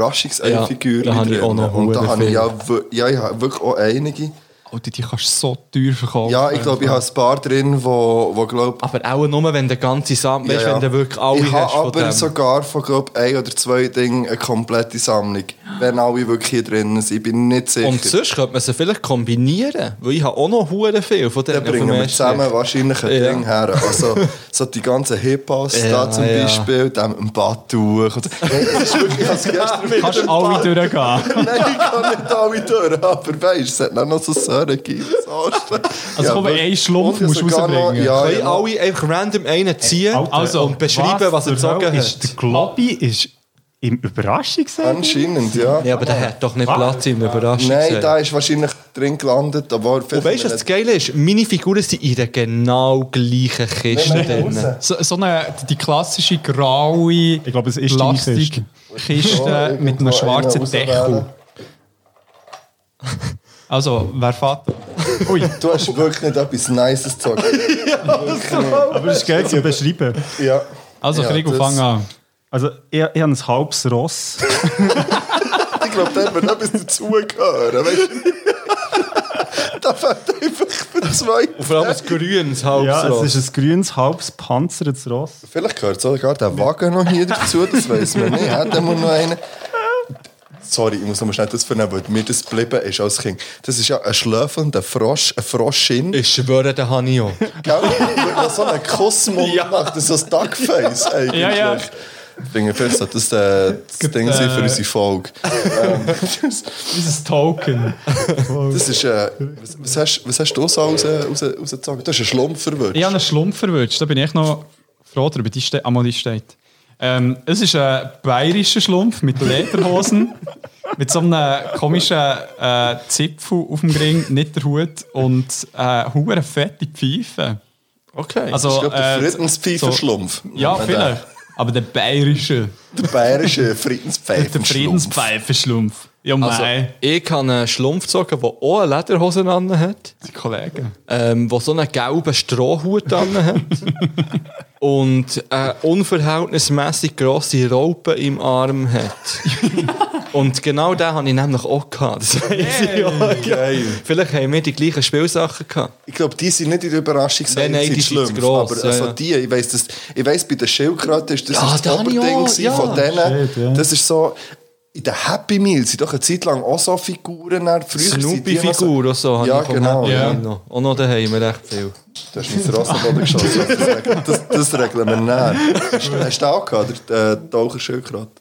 S4: Überraschungsfiguren
S3: Ja, da habe ich auch noch
S4: Und da
S3: verdammt
S4: habe ich
S3: viel.
S4: ja, w- ja, ich habe wirklich auch einige.
S5: Alter, die kannst du so teuer verkaufen.
S4: Ja, ich glaube, ich habe ein paar drin, wo, wo glaube
S3: Aber auch nur, wenn der ganze Sammlung, weißt,
S4: ja, ja.
S3: wenn du wirklich alle hast
S4: ich habe
S3: von
S4: aber
S3: dem.
S4: sogar von glaub, ein oder zwei Dingen eine komplette Sammlung. Wenn alle wirklich hier dus drin sind, ich bin nicht sicher.
S3: Und sonst könnte man sie vielleicht kombinieren, weil ich habe auch noch hure viel von denen.
S4: Dann bringen
S3: vom
S4: wir
S3: ersten
S4: zusammen
S3: Jahr.
S4: wahrscheinlich ein
S3: Ja.
S4: Ding her. Also, so die ganzen Hip-Hops
S3: Ja,
S4: da zum
S3: ja.
S4: Beispiel, dem ein Batuch. und so. Nein, das ist wirklich, ich hab's gestern mit
S5: Kannst du alle durchgehen.
S4: Nein, ich kann nicht alle durch, aber weißt es hat auch noch so Sören gegeben. Also,
S5: Also komm, einen Schlumpf musst du rausbringen.
S4: Ja,
S3: Können
S4: ja, noch-
S3: alle einfach random einen ziehen
S5: Also,
S3: und beschreiben, was, er
S6: zur
S3: gezogen
S6: Hölle ist- Der
S3: hat?
S6: Globby ist im Überraschungseinsatz.
S4: anscheinend, ja.
S3: Ja, aber der hat doch
S6: Ah.
S3: nicht Platz in der Überraschung.
S4: Nein,
S3: gesehen.
S4: da ist wahrscheinlich drin gelandet, aber
S3: Und weißt du, was das
S4: geht?
S3: Geile ist? Meine Figuren sind in der genau gleichen Kiste drin.
S5: So, so eine, die klassische graue
S6: Ich glaube, es ist deine Kiste.
S5: Plastikkiste Äh, mit einem schwarzen Deckel. Also, wer Vater? Ui.
S4: Du hast wirklich nicht etwas Nices gezogen.
S6: Aber es ist geil zu beschreiben.
S4: Ja.
S5: Also,
S4: Ja,
S5: Gregor,
S4: das-
S5: fang an.
S6: Also, ich, ich habe ein halbes Ross.
S4: Ich glaube, der wird etwas dazugehören. Weißt du? da fällt einfach für den zweiten.
S3: Vor allem das Grünes halb
S6: Ja,
S3: so.
S6: es ist ein grünes, halbes panzertes Ross.
S4: Vielleicht gehört sogar der Wagen noch hier dazu, das weiß man nicht. Hat er noch einen? Sorry, ich muss noch mal schnell das vernehmen, weil mir das geblieben ist als Kind. Das ist ja ein schlöfelnder Frosch, ein Froschin.
S3: Ich schwöre, den habe ich auch.
S4: Gell? Mit so einem Kussmund
S3: Ja.
S4: macht, das ist so ein Duckface eigentlich.
S5: Ja, ja.
S4: Ich finde, vielleicht sollte das äh, das Ding sein für
S5: äh,
S4: unsere Folge. ähm, das,
S5: Dieses Token.
S4: das ist, äh, was, was, hast, was hast du so raus, raus, äh, rausgezogen? Du hast einen Schlumpf verwirrt.
S5: Ich habe einen Schlumpf verwünscht, da bin ich noch froh darüber, die steht, einmal die steht. Ähm, es ist ein bayerischer Schlumpf mit Lederhosen, mit so einem komischen äh, Zipfel auf dem Ring, nicht der Hut und äh, hure fette Pfeife.
S3: Okay.
S5: Also,
S4: das ist, glaube
S5: äh,
S4: der Friedenspfeiferschlumpf.
S5: Ja,
S4: Wenn der-
S5: vielleicht. Aber der bayerische,
S4: Der bayerische
S5: der
S4: Friedenspfeiferschlumpf.
S5: Friedenspfeifenschlumpf. Ja,
S3: Also,
S5: nein,
S3: ich habe einen Schlumpf gezogen, der auch eine Lederhose dran hat,
S5: die Kollegen.
S3: ähm, der so einen gelben Strohhut dran hat und eine unverhältnismäßig grosse Raupe im Arm hat. und genau den habe ich nämlich auch gehabt. Das weiss ich auch.
S4: Geil.
S3: Vielleicht haben wir die gleichen Spielsachen gehabt.
S4: Ich glaube, die sind nicht in der Überraschung
S3: Nein, nein, die sind zu gross,
S4: aber
S3: ja,
S4: also
S3: ja.
S4: die, ich weiss, das, ich weiss bei den Schildkröten ist das
S3: Ja,
S4: ist das
S3: da hab ich
S4: Oberding
S3: auch,
S4: gewesen
S3: ja.
S4: von denen.
S6: Shit, ja.
S4: Das ist so, in den Happy Meals sind doch eine Zeit lang auch so Figuren dann, früher sind die noch so-
S3: Snoopy-Figur oder so. habe
S4: Ja,
S3: ich auch
S4: genau.
S3: gehabt.
S5: Ja.
S3: Noch. Auch noch daheim recht viel.
S4: Du hast mein Rassenboden geschossen. Das regeln- Das, das regeln wir nicht. Hast, du- hast du auch gehabt, der äh, Taucherschildkröte?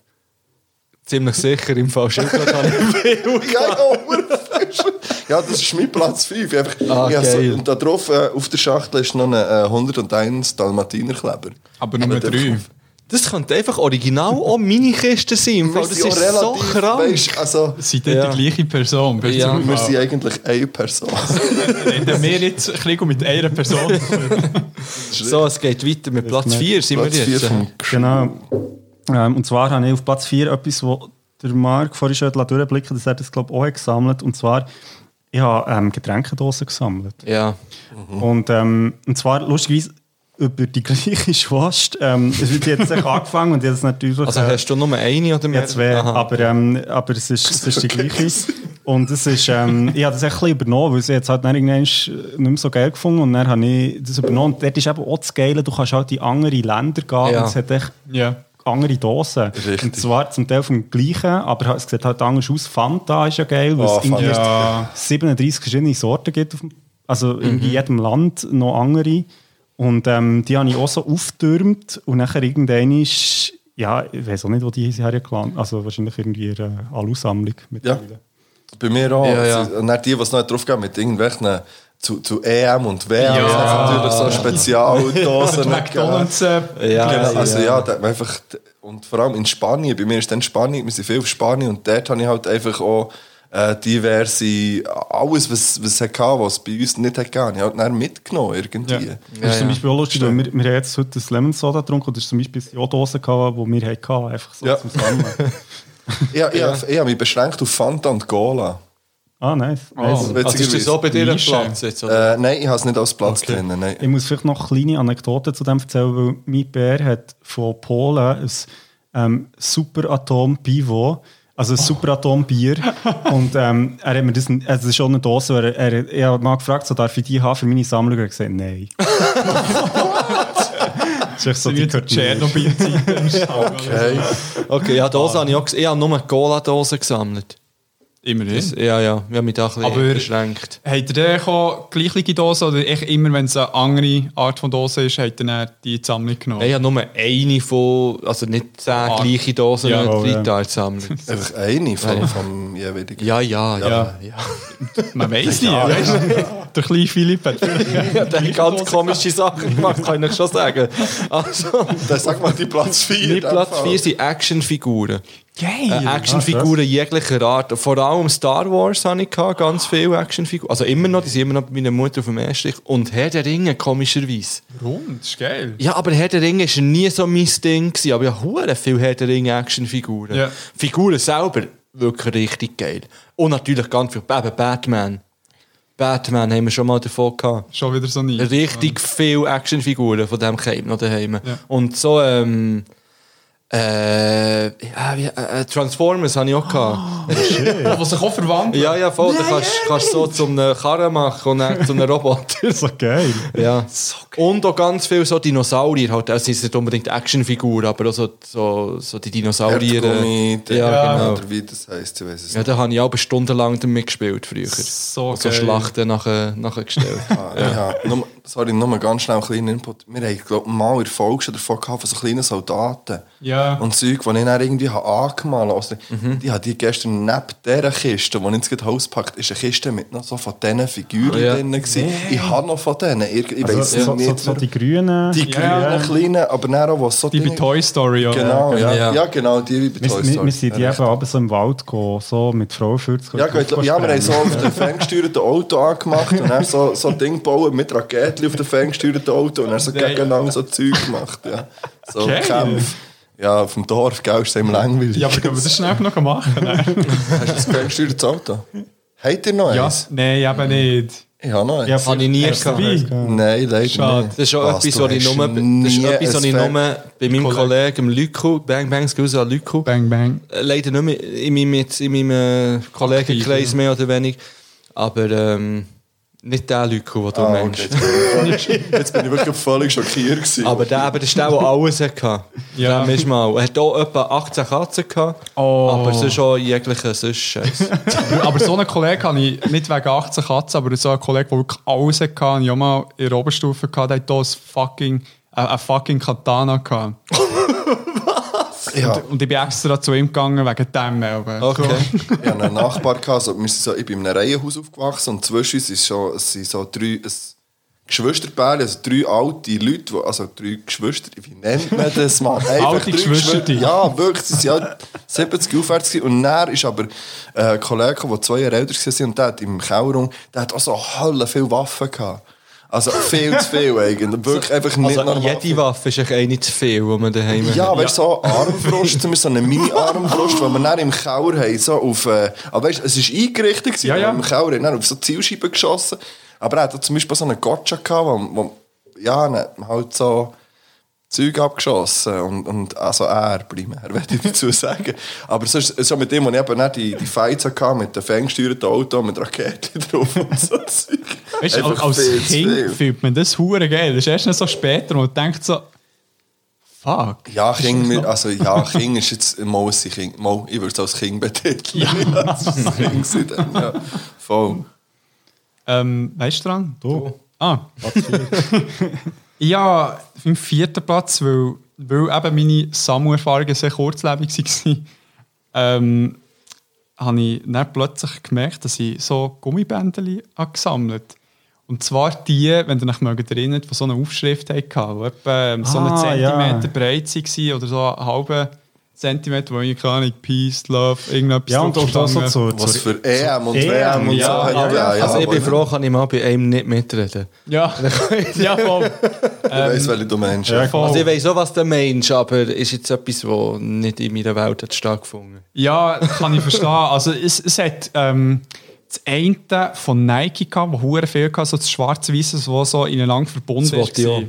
S3: Ziemlich sicher, im Fall Schildkröte habe ich
S4: Ja, ja, das ist mein Platz 5. Einfach,
S3: Ah,
S4: ich hab so,
S3: geil.
S4: und da drauf, äh, auf der Schachtel ist noch ein äh, 101 Dalmatinerkleber.
S5: Aber Nummer
S4: der-
S5: drei.
S3: Das könnte einfach original auch meine Kiste sein. im Fall. Das
S4: sind
S3: ist
S4: auch
S3: so krank.
S4: weisst, also,
S5: Seid ihr
S3: Ja.
S5: die gleiche Person? Bist
S3: Ja.
S5: du-
S4: wir sind eigentlich eine Person.
S5: Reden wir jetzt ein bisschen mit einer Person?
S3: So, es geht weiter mit Platz 4, sind
S4: Platz
S3: wir
S4: 4
S3: jetzt.
S5: äh?
S4: vom
S6: Genau. Ähm, und zwar habe ich auf Platz 4 etwas, wo der Marc vorhin schon hat lassen durchblicken dass er das glaube ich auch hat gesammelt Und zwar, ich habe ähm, Getränkedosen gesammelt.
S3: Ja.
S6: Und, ähm, und zwar lustigerweise über die gleiche Schwast. Ähm, die hat sich angefangen und jetzt natürlich...
S3: Also
S6: äh,
S3: hast du nur eine oder mehr?
S6: Ja, zwei,
S3: Aha.
S6: aber, ähm, aber es ist, es ist die gleiche. Und es ist, ähm, ich habe das echt ein bisschen übernommen, weil sie jetzt halt dann irgendwann nicht mehr so geil gefunden und dann habe ich das übernommen. Und dort ist eben auch das Geile, du kannst halt in andere Länder gehen
S3: Ja.
S6: und es hat echt
S5: Ja.
S6: andere Dosen.
S4: Richtig.
S6: Und zwar zum Teil vom gleichen, aber halt- es sieht halt anders aus. Fanta ist ja geil, weil
S4: Oh,
S6: es irgendwie
S5: Fanta.
S6: 37 verschiedene Sorten gibt, auf dem, also in jedem Land noch andere. Und ähm, die habe ich auch so auftürmt und nachher irgendeine ist, ja, ich weiß auch nicht, wo die hergelangt Also sammlung irgendwie ihre Alu-Sammlung
S4: Ja.
S6: mittlerweile.
S4: Bei mir auch. Also,
S3: Ja, ja.
S4: Und dann die, die es noch draufgehen mit irgendwelchen zu, zu EM und WM.
S5: Ja.
S4: Das hat natürlich so Spezialdosen.
S5: McDonalds. Äh,
S3: Ja,
S4: Genau, also ja,
S3: ja.
S4: da hat man einfach, und vor allem in Spanien, bei mir ist dann Spanien, wir sind viel auf Spanien und dort habe ich halt einfach auch äh, diverse, alles, was, was es hatte, was es bei uns nicht hatte, habe ich halt dann mitgenommen
S5: Ja.
S4: irgendwie.
S6: Das ist
S3: Ja,
S6: zum
S3: ja.
S6: Beispiel auch lustig, weil wir, wir haben jetzt heute das Lemon Soda getrunken und das ist zum Beispiel eine Dose, gehabt, die wir hatten, einfach so
S4: Ja.
S6: zum Sammeln.
S4: Ja. Ich, ich, ich habe mich beschränkt auf Fanta und Cola.
S6: ah, nice. nice.
S3: Also ist das
S4: Witzigerweise.
S3: auch bei dir ein
S5: Nische.
S3: Platz jetzt? Oder?
S4: Äh, nein, ich habe es nicht als Platz drinnen. Nein.
S6: Ich muss vielleicht noch kleine Anekdote zu dem erzählen, weil mein Bär hat von Polen ein ähm, Superatom-Pivo, also ein Superatom-Bier. Und ähm, er hat mir das, also das ist schon eine Dose, weil er, er, ich habe mal gefragt, so, darf ich die haben für meine Sammlung? Er hat gesagt, nein. das ist echt so, die
S5: wie zur
S6: gehört mir.
S5: Tschernobyl-Zeit. okay.
S3: Okay, ja, Dosen habe ich auch gesehen. Ich habe nur Cola-Dosen gesammelt.
S5: Immerhin.
S3: Ja, ja, ich habe mich da ein bisschen
S5: Aber-
S3: beschränkt.
S5: Habt ihr denn auch gleiche Dosen oder echt immer, wenn es eine andere Art von Dose ist, habt ihr dann die Sammlung genommen?
S3: Ich habe nur eine von, also nicht zehn
S5: Ah.
S3: gleiche Dosen
S5: Ja,
S3: ja,
S6: oh,
S3: drei
S6: ja.
S3: Teile gesammelt.
S4: Einfach eine von, vom jeweiligen.
S3: Ja, ja, ja. ja.
S5: Man weiß nicht. weißt du? Der kleine Philipp hat
S3: ja. der hat ganz komische Sachen gemacht, kann ich schon sagen. Also,
S4: Dann sag mal die Platz 4.
S3: mein Platz 4 sind Actionfiguren.
S5: Geil!
S3: Äh, Actionfiguren jeglicher Art. Vor allem Star Wars hatte ich gehabt, ganz viele Actionfiguren. Also immer noch, die sind immer noch bei meiner Mutter auf dem Erstrich. Und Herr der Ringe, komischerweise.
S5: Rund, ist geil.
S3: Ja, aber Herr der Ringe war nie so mein Ding. Gewesen, aber ich habe hure viele Herr der Ringe Actionfiguren.
S5: Ja.
S3: Figuren selber wirklich richtig geil. Und natürlich ganz viel eben Batman. Batman haben wir schon mal davon gehabt.
S5: Schon wieder so nie.
S3: Richtig viele Actionfiguren von dem Cape noch daheim.
S5: Ja.
S3: Und so ähm, Äh, ja, wie, äh, äh, Transformers hatte ich auch. gehabt.
S5: Was sich auch verwandt.
S3: Ja, ja, voll. Da kannst du so zum Karren machen und dann zum Roboter.
S6: so geil.
S3: Ja. Und auch ganz viel so Dinosaurier. Halt, also, es ist nicht unbedingt Actionfiguren, aber auch so, so, so die Dinosaurier. äh,
S4: Erdgummi, der-
S3: ja, genau.
S4: Oder wie das heisst, ich weiß es
S3: Ja,
S4: nicht.
S3: da habe ich auch stundenlang damit gespielt früher.
S5: So
S3: Und so
S5: geil.
S3: Schlachten nachher, nachher gestellt.
S4: Ah, ja. Nur, sorry, nochmal ganz schnell einen kleinen Input. Wir haben, glaube ich, mal in der Folge schon davon gehabt, von so kleinen Soldaten.
S5: Ja.
S4: Und Zeug, die ich dann irgendwie habe angemalt habe. Also, Die habe die gestern neben dieser Kiste, die ich jetzt gerade auspackt, ist eine Kiste mit noch so von diesen Figuren
S3: Ja.
S4: drin. gewesen. Ich habe noch von denen. Irg- Ich
S6: Also,
S4: weiß
S6: so, so,
S4: nicht.
S6: so
S4: mehr.
S6: die grünen.
S4: die grünen, kleinen, aber dann auch, was so
S5: Die bei
S4: Dinge-
S5: Toy Story, oder?
S4: Genau, ja.
S3: Ja.
S4: Ja. genau, die wie bei
S6: wir,
S4: Toy
S6: wir,
S4: Story.
S6: wir sind die
S4: Ja,
S6: eben aber so im Wald gehen, so mit Frau 40
S4: Ja, gut, ja, wir haben so auf dem ferngesteuerten Auto angemacht und dann so, so ein Ding gebaut mit Raketen auf dem ferngesteuerten Auto und dann so
S5: Nein.
S4: gegeneinander so Zeug gemacht. Ja. So
S5: Geil.
S4: Kämpfe. Ja, auf dem Dorf, gell, ist dem langweilig.
S5: Ja, aber können wir das schnell noch machen?
S4: Hast du das ferngesteuertes Auto? Habt ihr noch
S5: ja.
S4: eins?
S5: Nein, eben nicht.
S4: Ich habe noch eins.
S6: Ja,
S3: habe ich nie gehabt.
S4: Nein, leider
S5: Schade.
S3: Das
S4: nicht.
S3: ist auch
S4: Was,
S3: etwas,
S4: du
S3: was ich
S4: hast
S3: nur, das ist
S4: nie
S3: etwas, was
S4: ein
S3: ich
S4: Fer-
S3: nur bei meinem Kollegen Lyko, Bang Bangs, Grüße an Lyko,
S5: Bang, bang.
S3: äh, leider nicht mehr in meinem, jetzt- in meinem äh, Kollegenkreis mehr oder weniger. Aber ähm, nicht der Lyko, den du
S4: Ah, okay,
S3: meinst.
S4: jetzt, bin ich völlig- jetzt bin ich wirklich völlig schockiert gewesen.
S3: Aber der, aber der ist der, der alles hatte.
S5: Ja.
S3: Ja. Der ist mal. Er hat auch etwa 18 Katzen gehabt.
S5: Oh.
S3: Aber es ist auch jegliche sonst Scheiß.
S5: Aber so einen Kollegen habe ich, nicht wegen 18 Katzen, aber so einen Kollegen, der wirklich alles hatte, hatte ich auch mal in der Oberstufe, gehabt, der hat hier ein fucking, äh, ein fucking Katana gehabt.
S4: ja.
S5: Und ich bin extra zu ihm gegangen wegen dem. eben.
S3: Okay.
S4: Ich hatte einen Nachbar, gehabt, also wir sind so, ich bin in einem Reihenhaus aufgewachsen und zwischen uns ist schon, es sind so drei ein Geschwisterpärchen, also drei alte Leute, die- also drei Geschwister, wie nennt man das mal? Einfach
S5: Alte
S4: drei
S5: Geschwister.
S4: Geschwister- Ja, wirklich, sie waren ja 70 aufwärts gewesen. und dann ist aber äh, ein Kollege, der zwei Jahre älter war und der hat im Kauerung, der hat auch so Hölle viel Waffen gehabt. Also viel zu viel eigentlich, wirklich einfach nicht
S3: Also
S4: normal.
S3: jede Waffe ist eigentlich eine zu viel, die man daheim hat.
S4: Ja, weißt du, so Armbrust, zum Beispiel so eine Mini-Armbrust, die wir dann im Keller haben, so auf, äh, aber weißt, es ist eingerichtet gewesen,
S5: Ja, ja.
S4: im Keller, haben dann auf so Zielscheiben geschossen, aber er hat auch zum Beispiel so einen Gotcha gehabt, wo, wo ja, dann hat man halt so Zeug abgeschossen und, und also er primär, würde ich dazu sagen. Aber so, ist- so mit dem, wo ich eben dann die, die Fights hatte, mit den ferngesteuerten Auto, mit Raketen drauf und so Zeug.
S5: Weißt du,
S4: Einfach
S5: als
S4: viel zu viel.
S5: Kind fühlt man das hure geil. Das ist erst nicht so später, wo man denkt so, fuck.
S4: Ja, King, wir- also ja, King ist jetzt mal ein King. Mal, ich würde es als King betiteln. Ja, das ist ein King gewesen dann, ja. Voll.
S5: Ähm, weißt du dran? Du. Ah. ja, auf dem vierten Platz, weil, weil eben meine Samu-Erfahrungen sehr kurzlebig waren, ähm, habe ich dann plötzlich gemerkt, dass ich so Gummibändchen habe gesammelt Und zwar die, wenn ihr euch mögt, erinnert, die so eine Aufschrift hatten, die etwa ähm, so einen
S6: Ah,
S5: Zentimeter
S6: ja.
S5: breit waren oder so einen halben Zentimeter, wo ich keine Ahnung, Peace, Love, irgendetwas
S6: Ja, und auch so
S5: draufgestanden.
S6: zur,
S4: Was
S6: zur
S4: für EM und
S6: EM,
S4: WM und
S5: ja,
S4: so.
S5: ja, ja.
S3: Also ich bin
S4: aber-
S3: froh, kann ich mal bei einem nicht mitreden.
S5: Ja, ja voll.
S4: Ich weiss, welche du meinst.
S6: Ja,
S5: voll.
S3: Also ich weiss auch, was du meinst, aber ist jetzt etwas, das nicht in meiner Welt hat stattgefunden.
S5: Ja, kann ich verstehen. Also es, es hat ähm, das eine von Nike gehabt, das hure viel hatte, so das schwarz weiße das so ineinander verbunden
S3: Das wollte ich auch.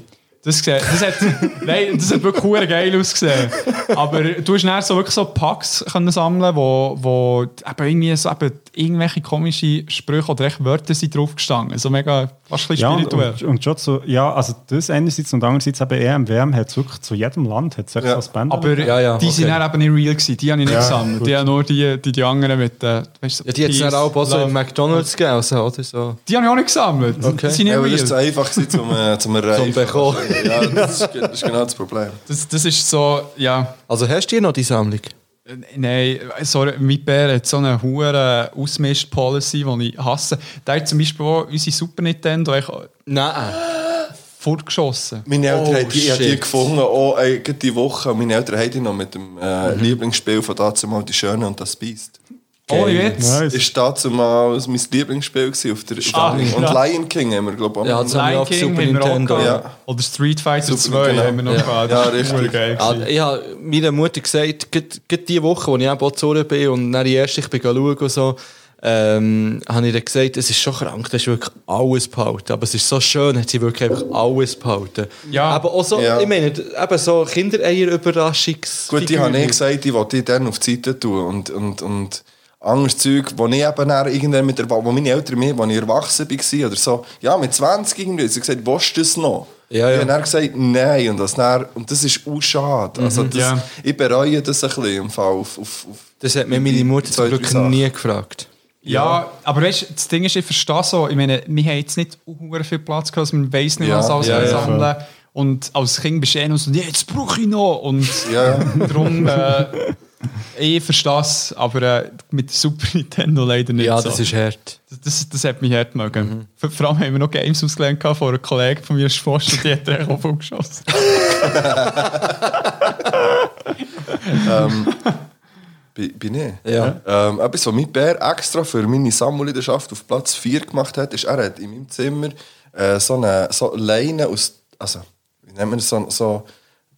S5: Das, gse- das, hat, nein, das hat wirklich hure geil ausgesehen. Aber du hast dann so wirklich so Packs können sammeln, wo, wo eben irgendwie so eben irgendwelche komischen Sprüche oder echt Wörter sind drauf gestanden. So mega, fast ein
S6: ja,
S5: bisschen
S6: und,
S5: spirituell.
S6: und, und schon zu, ja, also das einerseits und andererseits eben EM, WM hat es wirklich zu jedem Land, hat es
S4: Ja.
S6: ja. so ein
S5: aber
S3: Ja, ja,
S5: die sind
S3: okay.
S5: dann eben nicht real gewesen. Die habe ich nicht gesammelt. Die haben nur die, die, die anderen mit, äh, weißt, du,
S3: Ja, die hat es
S5: Peace,
S3: dann auch so
S5: Love.
S3: im McDonalds gegeben, also, oder so.
S5: Die habe ich auch nicht gesammelt.
S3: Okay.
S5: Das sind nicht
S4: Ja, weil das
S5: real.
S4: war zu einfach gewesen, zum, äh, zum Erreichen.
S3: Zum Bekommen.
S4: Ja, das ist, das ist genau das Problem.
S5: Das, das ist so, ja.
S3: Also hast du hier noch die Sammlung?
S5: Äh, Nein, sorry, mein Bär hat so eine hohe Ausmisch-Policy, die ich hasse. Der hat zum Beispiel auch unsere Super Nintendo echt
S3: Nein.
S5: fortgeschossen.
S4: Meine Eltern
S3: Oh,
S4: haben die, ich habe die
S3: shit.
S4: gefunden, auch äh, gerade die Woche. Und Meine Eltern haben die noch mit dem äh, Lieblingsspiel von dazu mal «Die Schöne und das Biest».
S5: Ohne Witz.
S6: Nice.
S4: Das war dazu mal mein Lieblingsspiel gewesen auf der...
S5: Spannend.
S4: und Lion King haben wir, glaube ich, auch
S3: Ja,
S4: mal-
S3: das haben wir
S5: Lion
S3: auf
S5: King
S3: Super
S5: haben wir auch
S3: Nintendo.
S5: gehabt.
S4: Ja.
S5: Oder Street Fighter
S4: Super
S5: 2
S4: Nintendo.
S5: haben wir noch
S4: Ja.
S5: gehabt.
S4: Ja,
S5: Das ist
S4: richtig. Ah,
S5: geil
S3: Also,
S5: gewesen.
S3: ich habe meiner Mutter gesagt, gerade gerade die Woche, als ich eben auch zu Hause bin und dann die erste, ich bin schauen und so, ähm, habe ich dann gesagt, es ist schon krank, das ist wirklich alles behalten. Aber es ist so schön, hat sie wirklich einfach alles behalten.
S5: Ja.
S3: Aber auch so,
S4: Ja.
S3: ich meine, eben so Kindereier-Überraschungs...
S4: Gut, die habe ich gesagt, die wollte ich dann auf die Seite tun. Und, und, und anderes Zeug, wo ich eben dann irgendwann mit der, wo meine Eltern mir, als ich erwachsen war oder so, ja, mit 20 irgendwie, sie haben gesagt, willst du das noch?
S3: Ja, ja. Mhm.
S4: Ich habe dann gesagt, nein. Und das, dann, und das ist auch schade. Also das,
S5: Ja.
S4: Ich bereue das ein bisschen im Fall. Auf, auf, auf
S3: Das hat mir meine
S4: die
S3: Mutter zum
S4: zwei, drei
S3: Glück
S4: Sachen.
S3: nie gefragt.
S5: Ja, aber weißt du, das Ding ist, ich verstehe so, ich meine, wir haben jetzt nicht sehr viel Platz gehabt, also man weiß nicht,
S4: Ja,
S5: was alles
S4: ja,
S5: wir
S4: ja.
S5: sammeln Und als Kind bist du eh noch so, nee, jetzt brauche ich noch. Und
S4: Ja.
S5: darum, äh, ich verstehe es, aber äh, mit der Super Nintendo leider nicht.
S3: Ja,
S5: so.
S3: das ist hart.
S5: Das- Das, das hat mich hart mögen. Vor- Vor allem haben wir noch Games ausgelernt gehabt von einem Kollegen von mir, Sport, und die hat er auch umgeschossen.
S4: Bi- Bin ich?
S3: Ja.
S4: Ähm, etwas, was mein Bär extra für meine Sammelleidenschaft auf Platz 4 gemacht hat, ist, er hat in meinem Zimmer äh, so eine so Leine aus, also, wie nennt man das, so, so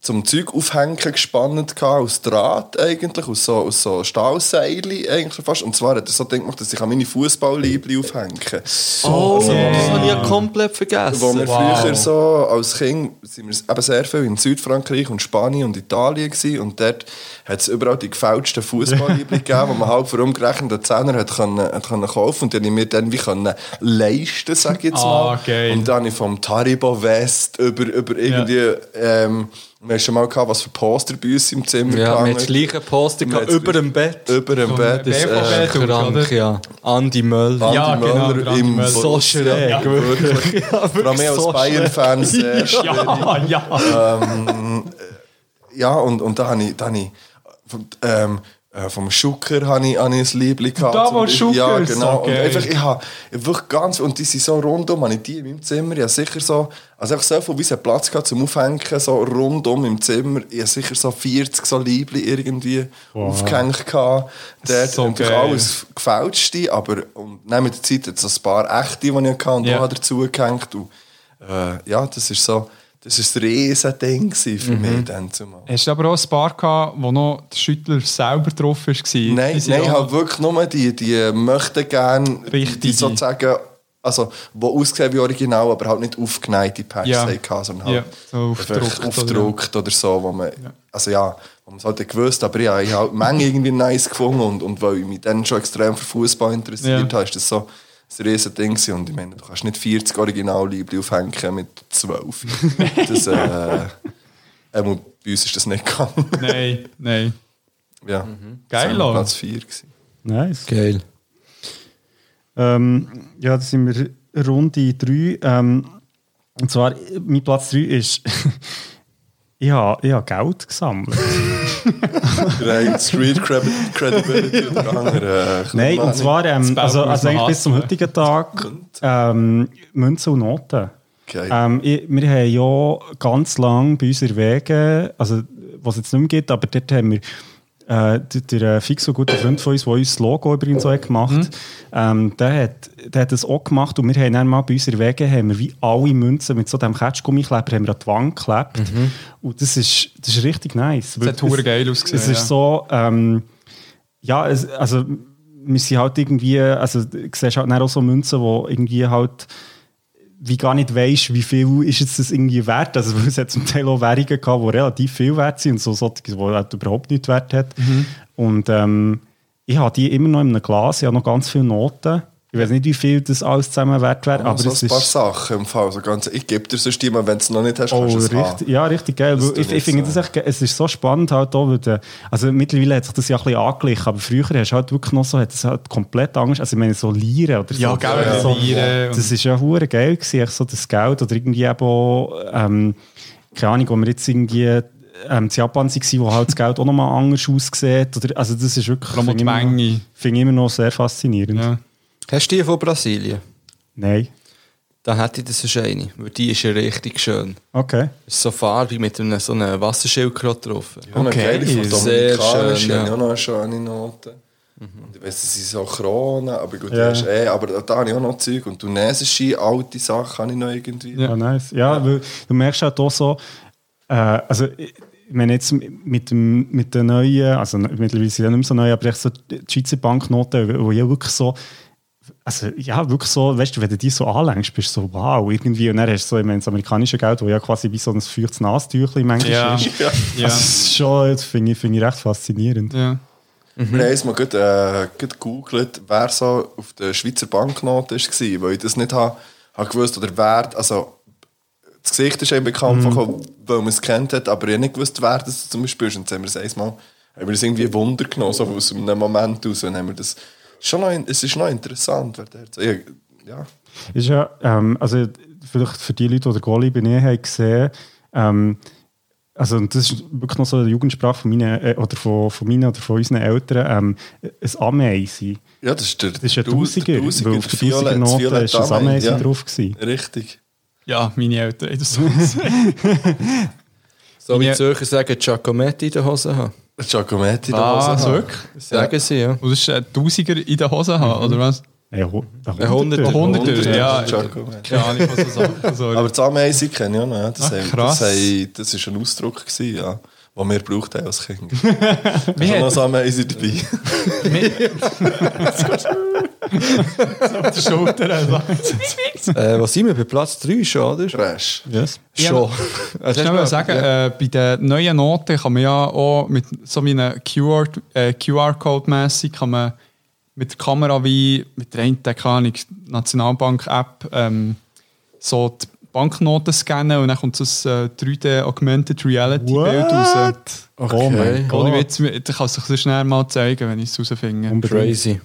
S4: zum Zeug aufhängen gespannt gehabt, aus Draht eigentlich, aus so, aus so Stahlseil eigentlich fast. Und zwar hat er so Ding gemacht, dass ich meine Fußballliebli aufhängen kann.
S3: Oh, das habe ich ja komplett vergessen.
S4: Wo wir früher so als Kind sind wir eben sehr viel in Südfrankreich und Spanien und Italien gewesen. und dort hat es überall die gefälschten Fußballübungen gegeben, die man halt für umgerechnete Zehner hat können, hat können kaufen und die habe ich mir dann wie können leisten, sage ich jetzt
S5: Ah,
S4: mal.
S5: geil.
S4: Und dann habe ich vom Taribo West über, über irgendwie, ähm, wir haben schon mal gehabt, was für Poster bei uns im Zimmer
S3: Ja,
S4: gehangen.
S3: mit gleichen Poster
S4: Wir haben das
S3: über dem Bett.
S4: über dem Bett.
S5: BVB
S4: äh,
S5: Bett,
S3: Krank,
S5: oder?
S3: ja. Andi Möller.
S5: Ja,
S4: Andi
S5: genau,
S4: Möller
S5: der Andi
S4: im
S5: Möller. So
S4: Borussia.
S3: schräg,
S4: Ja, wirklich. Vor allem als
S3: so
S4: Bayern-Fan sehr schräg.
S5: ja, ja.
S4: ja, und, und da habe ich, da habe ich vom, ähm, äh, vom Schucker habe ich, habe ich ein Liebling gehabt.
S5: Da,
S4: zum
S5: wo
S4: Beispiel. Ja,
S5: Schucker,
S4: genau.
S5: so
S4: Und
S5: geil.
S4: einfach, ich habe wirklich ganz, und die sind so rundum, habe ich die in meinem Zimmer, ich habe sicher so, also einfach so viel, wie es einen Platz gehabt zum Aufhängen, so rundum im Zimmer, ich habe sicher so 40 so Liebling irgendwie aufgehängt gehabt. Dort
S5: So
S4: natürlich
S5: geil.
S4: alles gefälschte, aber und dann mit der Zeit jetzt so ein paar echte, die ich hatte, und
S5: Ja.
S4: da habe ich dazu gehängt. Und, äh, ja, das ist so, das ist ein Riesending gewesen für
S5: Mhm.
S4: mich dann zumal.
S5: Hast du aber auch ein paar gehabt, wo noch der Schüttler selber drauf war?
S4: Nein, nein halt- ich habe wirklich nur die, die möchten gerne, die
S5: Richtige.
S4: sozusagen, also, die aussehen wie original, aber halt nicht aufgenähte Packs
S5: Ja.
S4: hatten, sondern
S5: Ja,
S4: halt
S5: so
S4: einfach
S5: aufgedruckt oder-
S4: aufgedruckt oder so, wo man, also ja, wo man es halt dann gewusst, aber ja, ich habe die Menge irgendwie nice gefunden und, und weil ich mich dann schon extrem für Fußball interessiert
S5: Ja.
S4: habe, ist das so ein riesen Ding gewesen. und ich meine, du kannst nicht 40 Originalliebli aufhängen mit 12. das, äh, einmal bei uns ist das nicht gegangen.
S5: Nein, nein.
S4: ja.
S5: Mhm. Geil,
S4: Das war
S5: oder?
S4: Platz 4 gewesen.
S6: Nice.
S3: Geil.
S6: Ähm, ja, da sind wir Runde 3. Ähm, und zwar, mein Platz 3 ist, ich habe ich habe Geld gesammelt.
S4: Rein Street Credi- Credibility und andere. äh,
S6: Nein, und zwar, ähm,
S5: Bauch
S6: also,
S5: muss
S6: also
S5: man
S6: eigentlich bis zum
S5: atmen.
S6: heutigen Tag ähm, Münzen und Noten.
S4: Okay.
S6: Ähm, ich, wir haben ja ganz lange bei uns in Wegen, also was es jetzt nicht mehr gibt, aber dort haben wir äh, der, der äh, fix so guter Freund von uns, der uns das Logo übrigens auch hat gemacht
S5: Mhm.
S6: ähm, der, hat, der hat das auch gemacht und wir haben dann mal bei uns in Wegen haben wir wie alle Münzen mit so einem Ketschgummikleber haben wir an die Wand geklebt
S5: Mhm.
S6: und das ist, das ist richtig nice.
S5: Das hat hure geil ausgesehen,
S6: Es ist
S5: ja.
S6: so... Ähm, ja, es, also wir sind halt irgendwie, also du siehst halt dann auch so Münzen, wo irgendwie halt wie gar nicht weisst, wie viel ist jetzt das irgendwie wert. Also weil es hat zum Teil auch Währungen gehabt, die relativ viel wert sind und so solche, die halt überhaupt nicht wert hat.
S5: Mhm.
S6: Und ähm, ich habe die immer noch in einem Glas, ich habe noch ganz viele Noten. Ich weiß nicht, wie viel das alles zusammen wert wäre,
S5: Ah,
S6: aber
S4: aber so
S6: es
S4: ein paar
S6: ist...
S4: Sachen im Fall. So ganz, ich gebe dir sonst immer, wenn du es noch nicht hast,
S6: Oh,
S4: kannst du es
S6: richtig,
S4: haben.
S6: ja, richtig geil.
S4: Das
S6: Weil Ich,
S4: tut
S6: ich finde
S4: es,
S6: das echt, ge- es ist so spannend halt auch, weil der, also mittlerweile hat sich das ja ein bisschen angeglichen, aber früher hast du halt wirklich noch so, hat es halt komplett Angst, also ich meine so Lieren oder so.
S5: Ja, gell, ja.
S6: so,
S5: Lieren und-
S6: Das ist ja hure geil gewesen, echt so das Geld oder irgendwie eben auch, ähm, keine Ahnung, wo wir jetzt irgendwie ähm, in Japan waren, wo halt das Geld auch nochmal anders aussieht. Oder, also das ist wirklich,
S5: Vor allem
S6: finde ich,
S5: die
S6: immer noch-
S5: Menge.
S6: finde ich immer noch sehr faszinierend.
S5: Ja.
S3: Hast du die von Brasilien?
S6: Nein,
S3: Dann hätte ich das sonst eine, weil die ist ja richtig schön.
S6: okay.
S3: Ist so farbig mit einem, so einem Wasserschildkrot drauf.
S4: Und eine
S5: Okay,
S4: geile von
S3: sehr
S4: Dominikanischen
S3: schön,
S4: habe ich
S3: ja.
S4: auch noch eine schöne Note. Und ich weiss, das sind so Kronen, aber gut,
S6: Mhm. Ja.
S4: das ist eh, aber da habe ich auch noch Zeug. Und tunesische alte
S6: Ah,
S4: Sachen habe ich noch irgendwie.
S5: Ja.
S6: Ja, nice. Ja, weil du merkst halt auch so, äh, also ich, ich meine, jetzt mit, dem, mit den neuen, also mittlerweile sind die nicht mehr so neu, aber echt so die Schweizer Banknoten, wo ja wirklich so, also ja, wirklich so, weißt du, wenn du die so anlängst, bist du so, wow, irgendwie. Und dann hast du so, ich meine, das amerikanische Geld, wo ja quasi wie so ein feuchtes Nastüchlein manchmal
S5: Ja.
S6: ist.
S5: Ja.
S6: Also, das ist schon, das finde ich, finde ich recht faszinierend.
S5: Ja.
S4: Wir haben es mal gut, äh, gut gegoogelt, wer so auf der Schweizer Banknote war, weil ich das nicht ha, ha gewusst oder wer, also das Gesicht ist eben bekannt, mhm. weil man es kennt hat, aber ich hab nicht gewusst, wer das zum Beispiel ist. Und jetzt haben wir es einmal, haben wir das irgendwie Wunder genommen, so aus einem Moment aus. Und haben wir das, schon noch, in- es ist noch interessant, wer der so, ja, ja.
S6: Ist ja, ähm, also vielleicht für die Leute, die den Goalie bei mir haben gesehen ähm, also und das ist wirklich noch so eine Jugendsprache von meinen, äh, oder von, von meinen oder von unseren Eltern, ähm, ein Ameisen.
S4: ja, das ist der,
S6: Das ist ja
S4: der Taus- der
S6: Tausiger, weil auf
S4: der
S6: der
S4: Violett- das
S6: Tausiger-Note
S4: Violett
S6: ist ein
S4: Ameisen,
S6: Ameisen drauf gewesen.
S4: Richtig.
S5: ja, meine Eltern haben das so gesehen.
S3: So wie
S5: Ja.
S3: die Zürcher sagen, Giacometti in der Hose haben.
S4: Der Giacometti
S5: Ah,
S4: Hose.
S5: so wirklich?
S3: Das Sagen sie, ja.
S5: Und das ist ein Tausiger in der Hose haben, oder was?
S6: Ein Hu-
S3: Ein
S6: ein
S3: Hunderter.
S6: Hunderter.
S5: Hunderter,
S4: Hunderter,
S5: ja.
S4: Giacometti.
S5: Keine Ahnung, was so Sachen so.
S4: Aber das Ameisen kenne ich auch noch. ja. Das,
S5: Ah,
S4: haben,
S5: krass.
S4: das, haben, das ist ein Ausdruck, gewesen, ja, den wir gebraucht haben als Kind. Ich habe
S5: wir
S4: noch
S5: haben,
S4: das Ameisen dabei.
S5: die Schulter.
S3: Äh, was sind wir? Bei Platz 3 schon,
S4: dus?
S3: oder?
S4: Trash.
S6: Yes.
S3: Schon. Also,
S5: Ich kann mal sagen, äh, bei den neuen Noten kann man ja auch mit so einem QR, äh, QR-Code-mässig kann man mit der Kamera wie mit der einen, keine Ahnung, Nationalbank-App ähm, so die Banknoten scannen und dann kommt so ein äh, 3D-Augmented Reality-Bild raus.
S6: What? Oh mein Gott.
S5: Ohne Witz, ich kann es euch so schnell mal zeigen, wenn ich es herausfinde.
S6: Unbedingt.
S3: Crazy.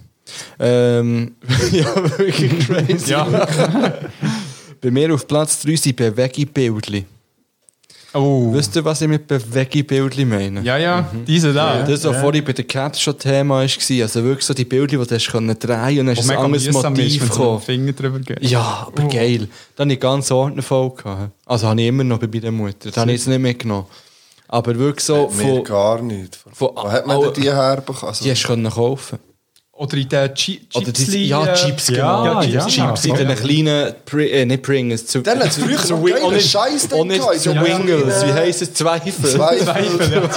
S3: Ähm, ja, wirklich crazy.
S5: Ja.
S3: Bei mir auf Platz 3 sind Bewegibildli.
S5: Oh.
S3: Wisst ihr, was ich mit Bewegibildli meine?
S5: Ja, ja, diese da.
S3: Mhm. Das, was vorhin bei der Cat schon Thema war, also wirklich so die Bilder, die du hast können drehen und dann ist
S5: mega
S3: ein anderes
S5: mühsam ist,
S3: Motiv
S5: wenn so ein Oh.
S3: gekommen.
S5: Finger drüber geht.
S3: Ja, aber geil. Dann hatte ich ganz Ordner voll. Gehabt. Also habe ich immer noch bei meiner Mutter. Das habe ich jetzt nicht mitgenommen. Aber wirklich so,
S4: Mir
S3: von,
S4: gar nicht. Von,
S3: von-
S4: wo hat man
S3: au-
S4: denn die herbekommen? Also,
S3: die hast du können kaufen.
S5: Oder in den Chi-
S3: Oder
S5: Chipsli,
S3: die, ja,
S5: äh,
S3: Chips,
S6: ja,
S3: genau.
S6: ja,
S3: Chips,
S6: ja.
S3: Chips in den kleinen, Pri äh, nicht Pringles. Zu,
S4: Dann hat's früher so
S3: Wi-
S4: geilen
S3: auch nicht-
S4: Scheiß-Ding
S3: Auch nicht
S4: gehabt,
S3: zu
S4: so
S3: Wingles,
S4: kleine-
S3: wie heisst es? Zweifel.
S4: Zweifel.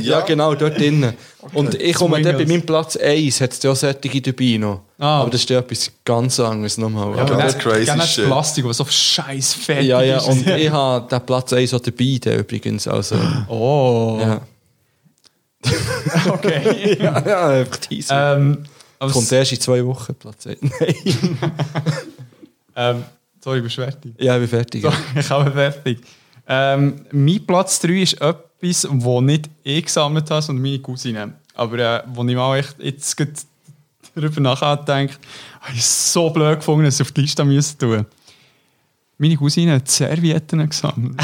S3: Ja, genau, dort drinnen. Und ich komme dann bei
S5: Wingles.
S3: meinem Platz 1, hat es ja auch solche dabei noch.
S5: Ah.
S3: Aber das ist ja etwas ganz anderes nochmal.
S5: Ja,
S3: Aber-
S5: aber
S4: Ganz
S5: das
S4: crazy
S5: crazy das
S4: shit.
S5: Plastik, was so scheiß fett
S3: ja, ja,
S5: ist.
S3: und ich habe den Platz 1 auch dabei, der übrigens. Also,
S5: oh,
S3: ja.
S5: okay.
S3: ja, ja, einfach teasen.
S5: ähm, aber
S3: Kommt
S5: s-
S3: erst in zwei Wochen, Platz 1. Nein.
S5: ähm, sorry, bist du fertig?
S3: Ja, ich bin fertig.
S5: So, ich habe fertig. Ähm, mein Platz 3 ist etwas, wo nicht ich gesammelt habe, sondern meine Cousine. Aber äh, wo ich mal echt jetzt grad darüber nachdenke, habe ich es so blöd gefunden, dass ich auf die Liste müssen tun musste. Meine Cousine hat Servietten gesammelt.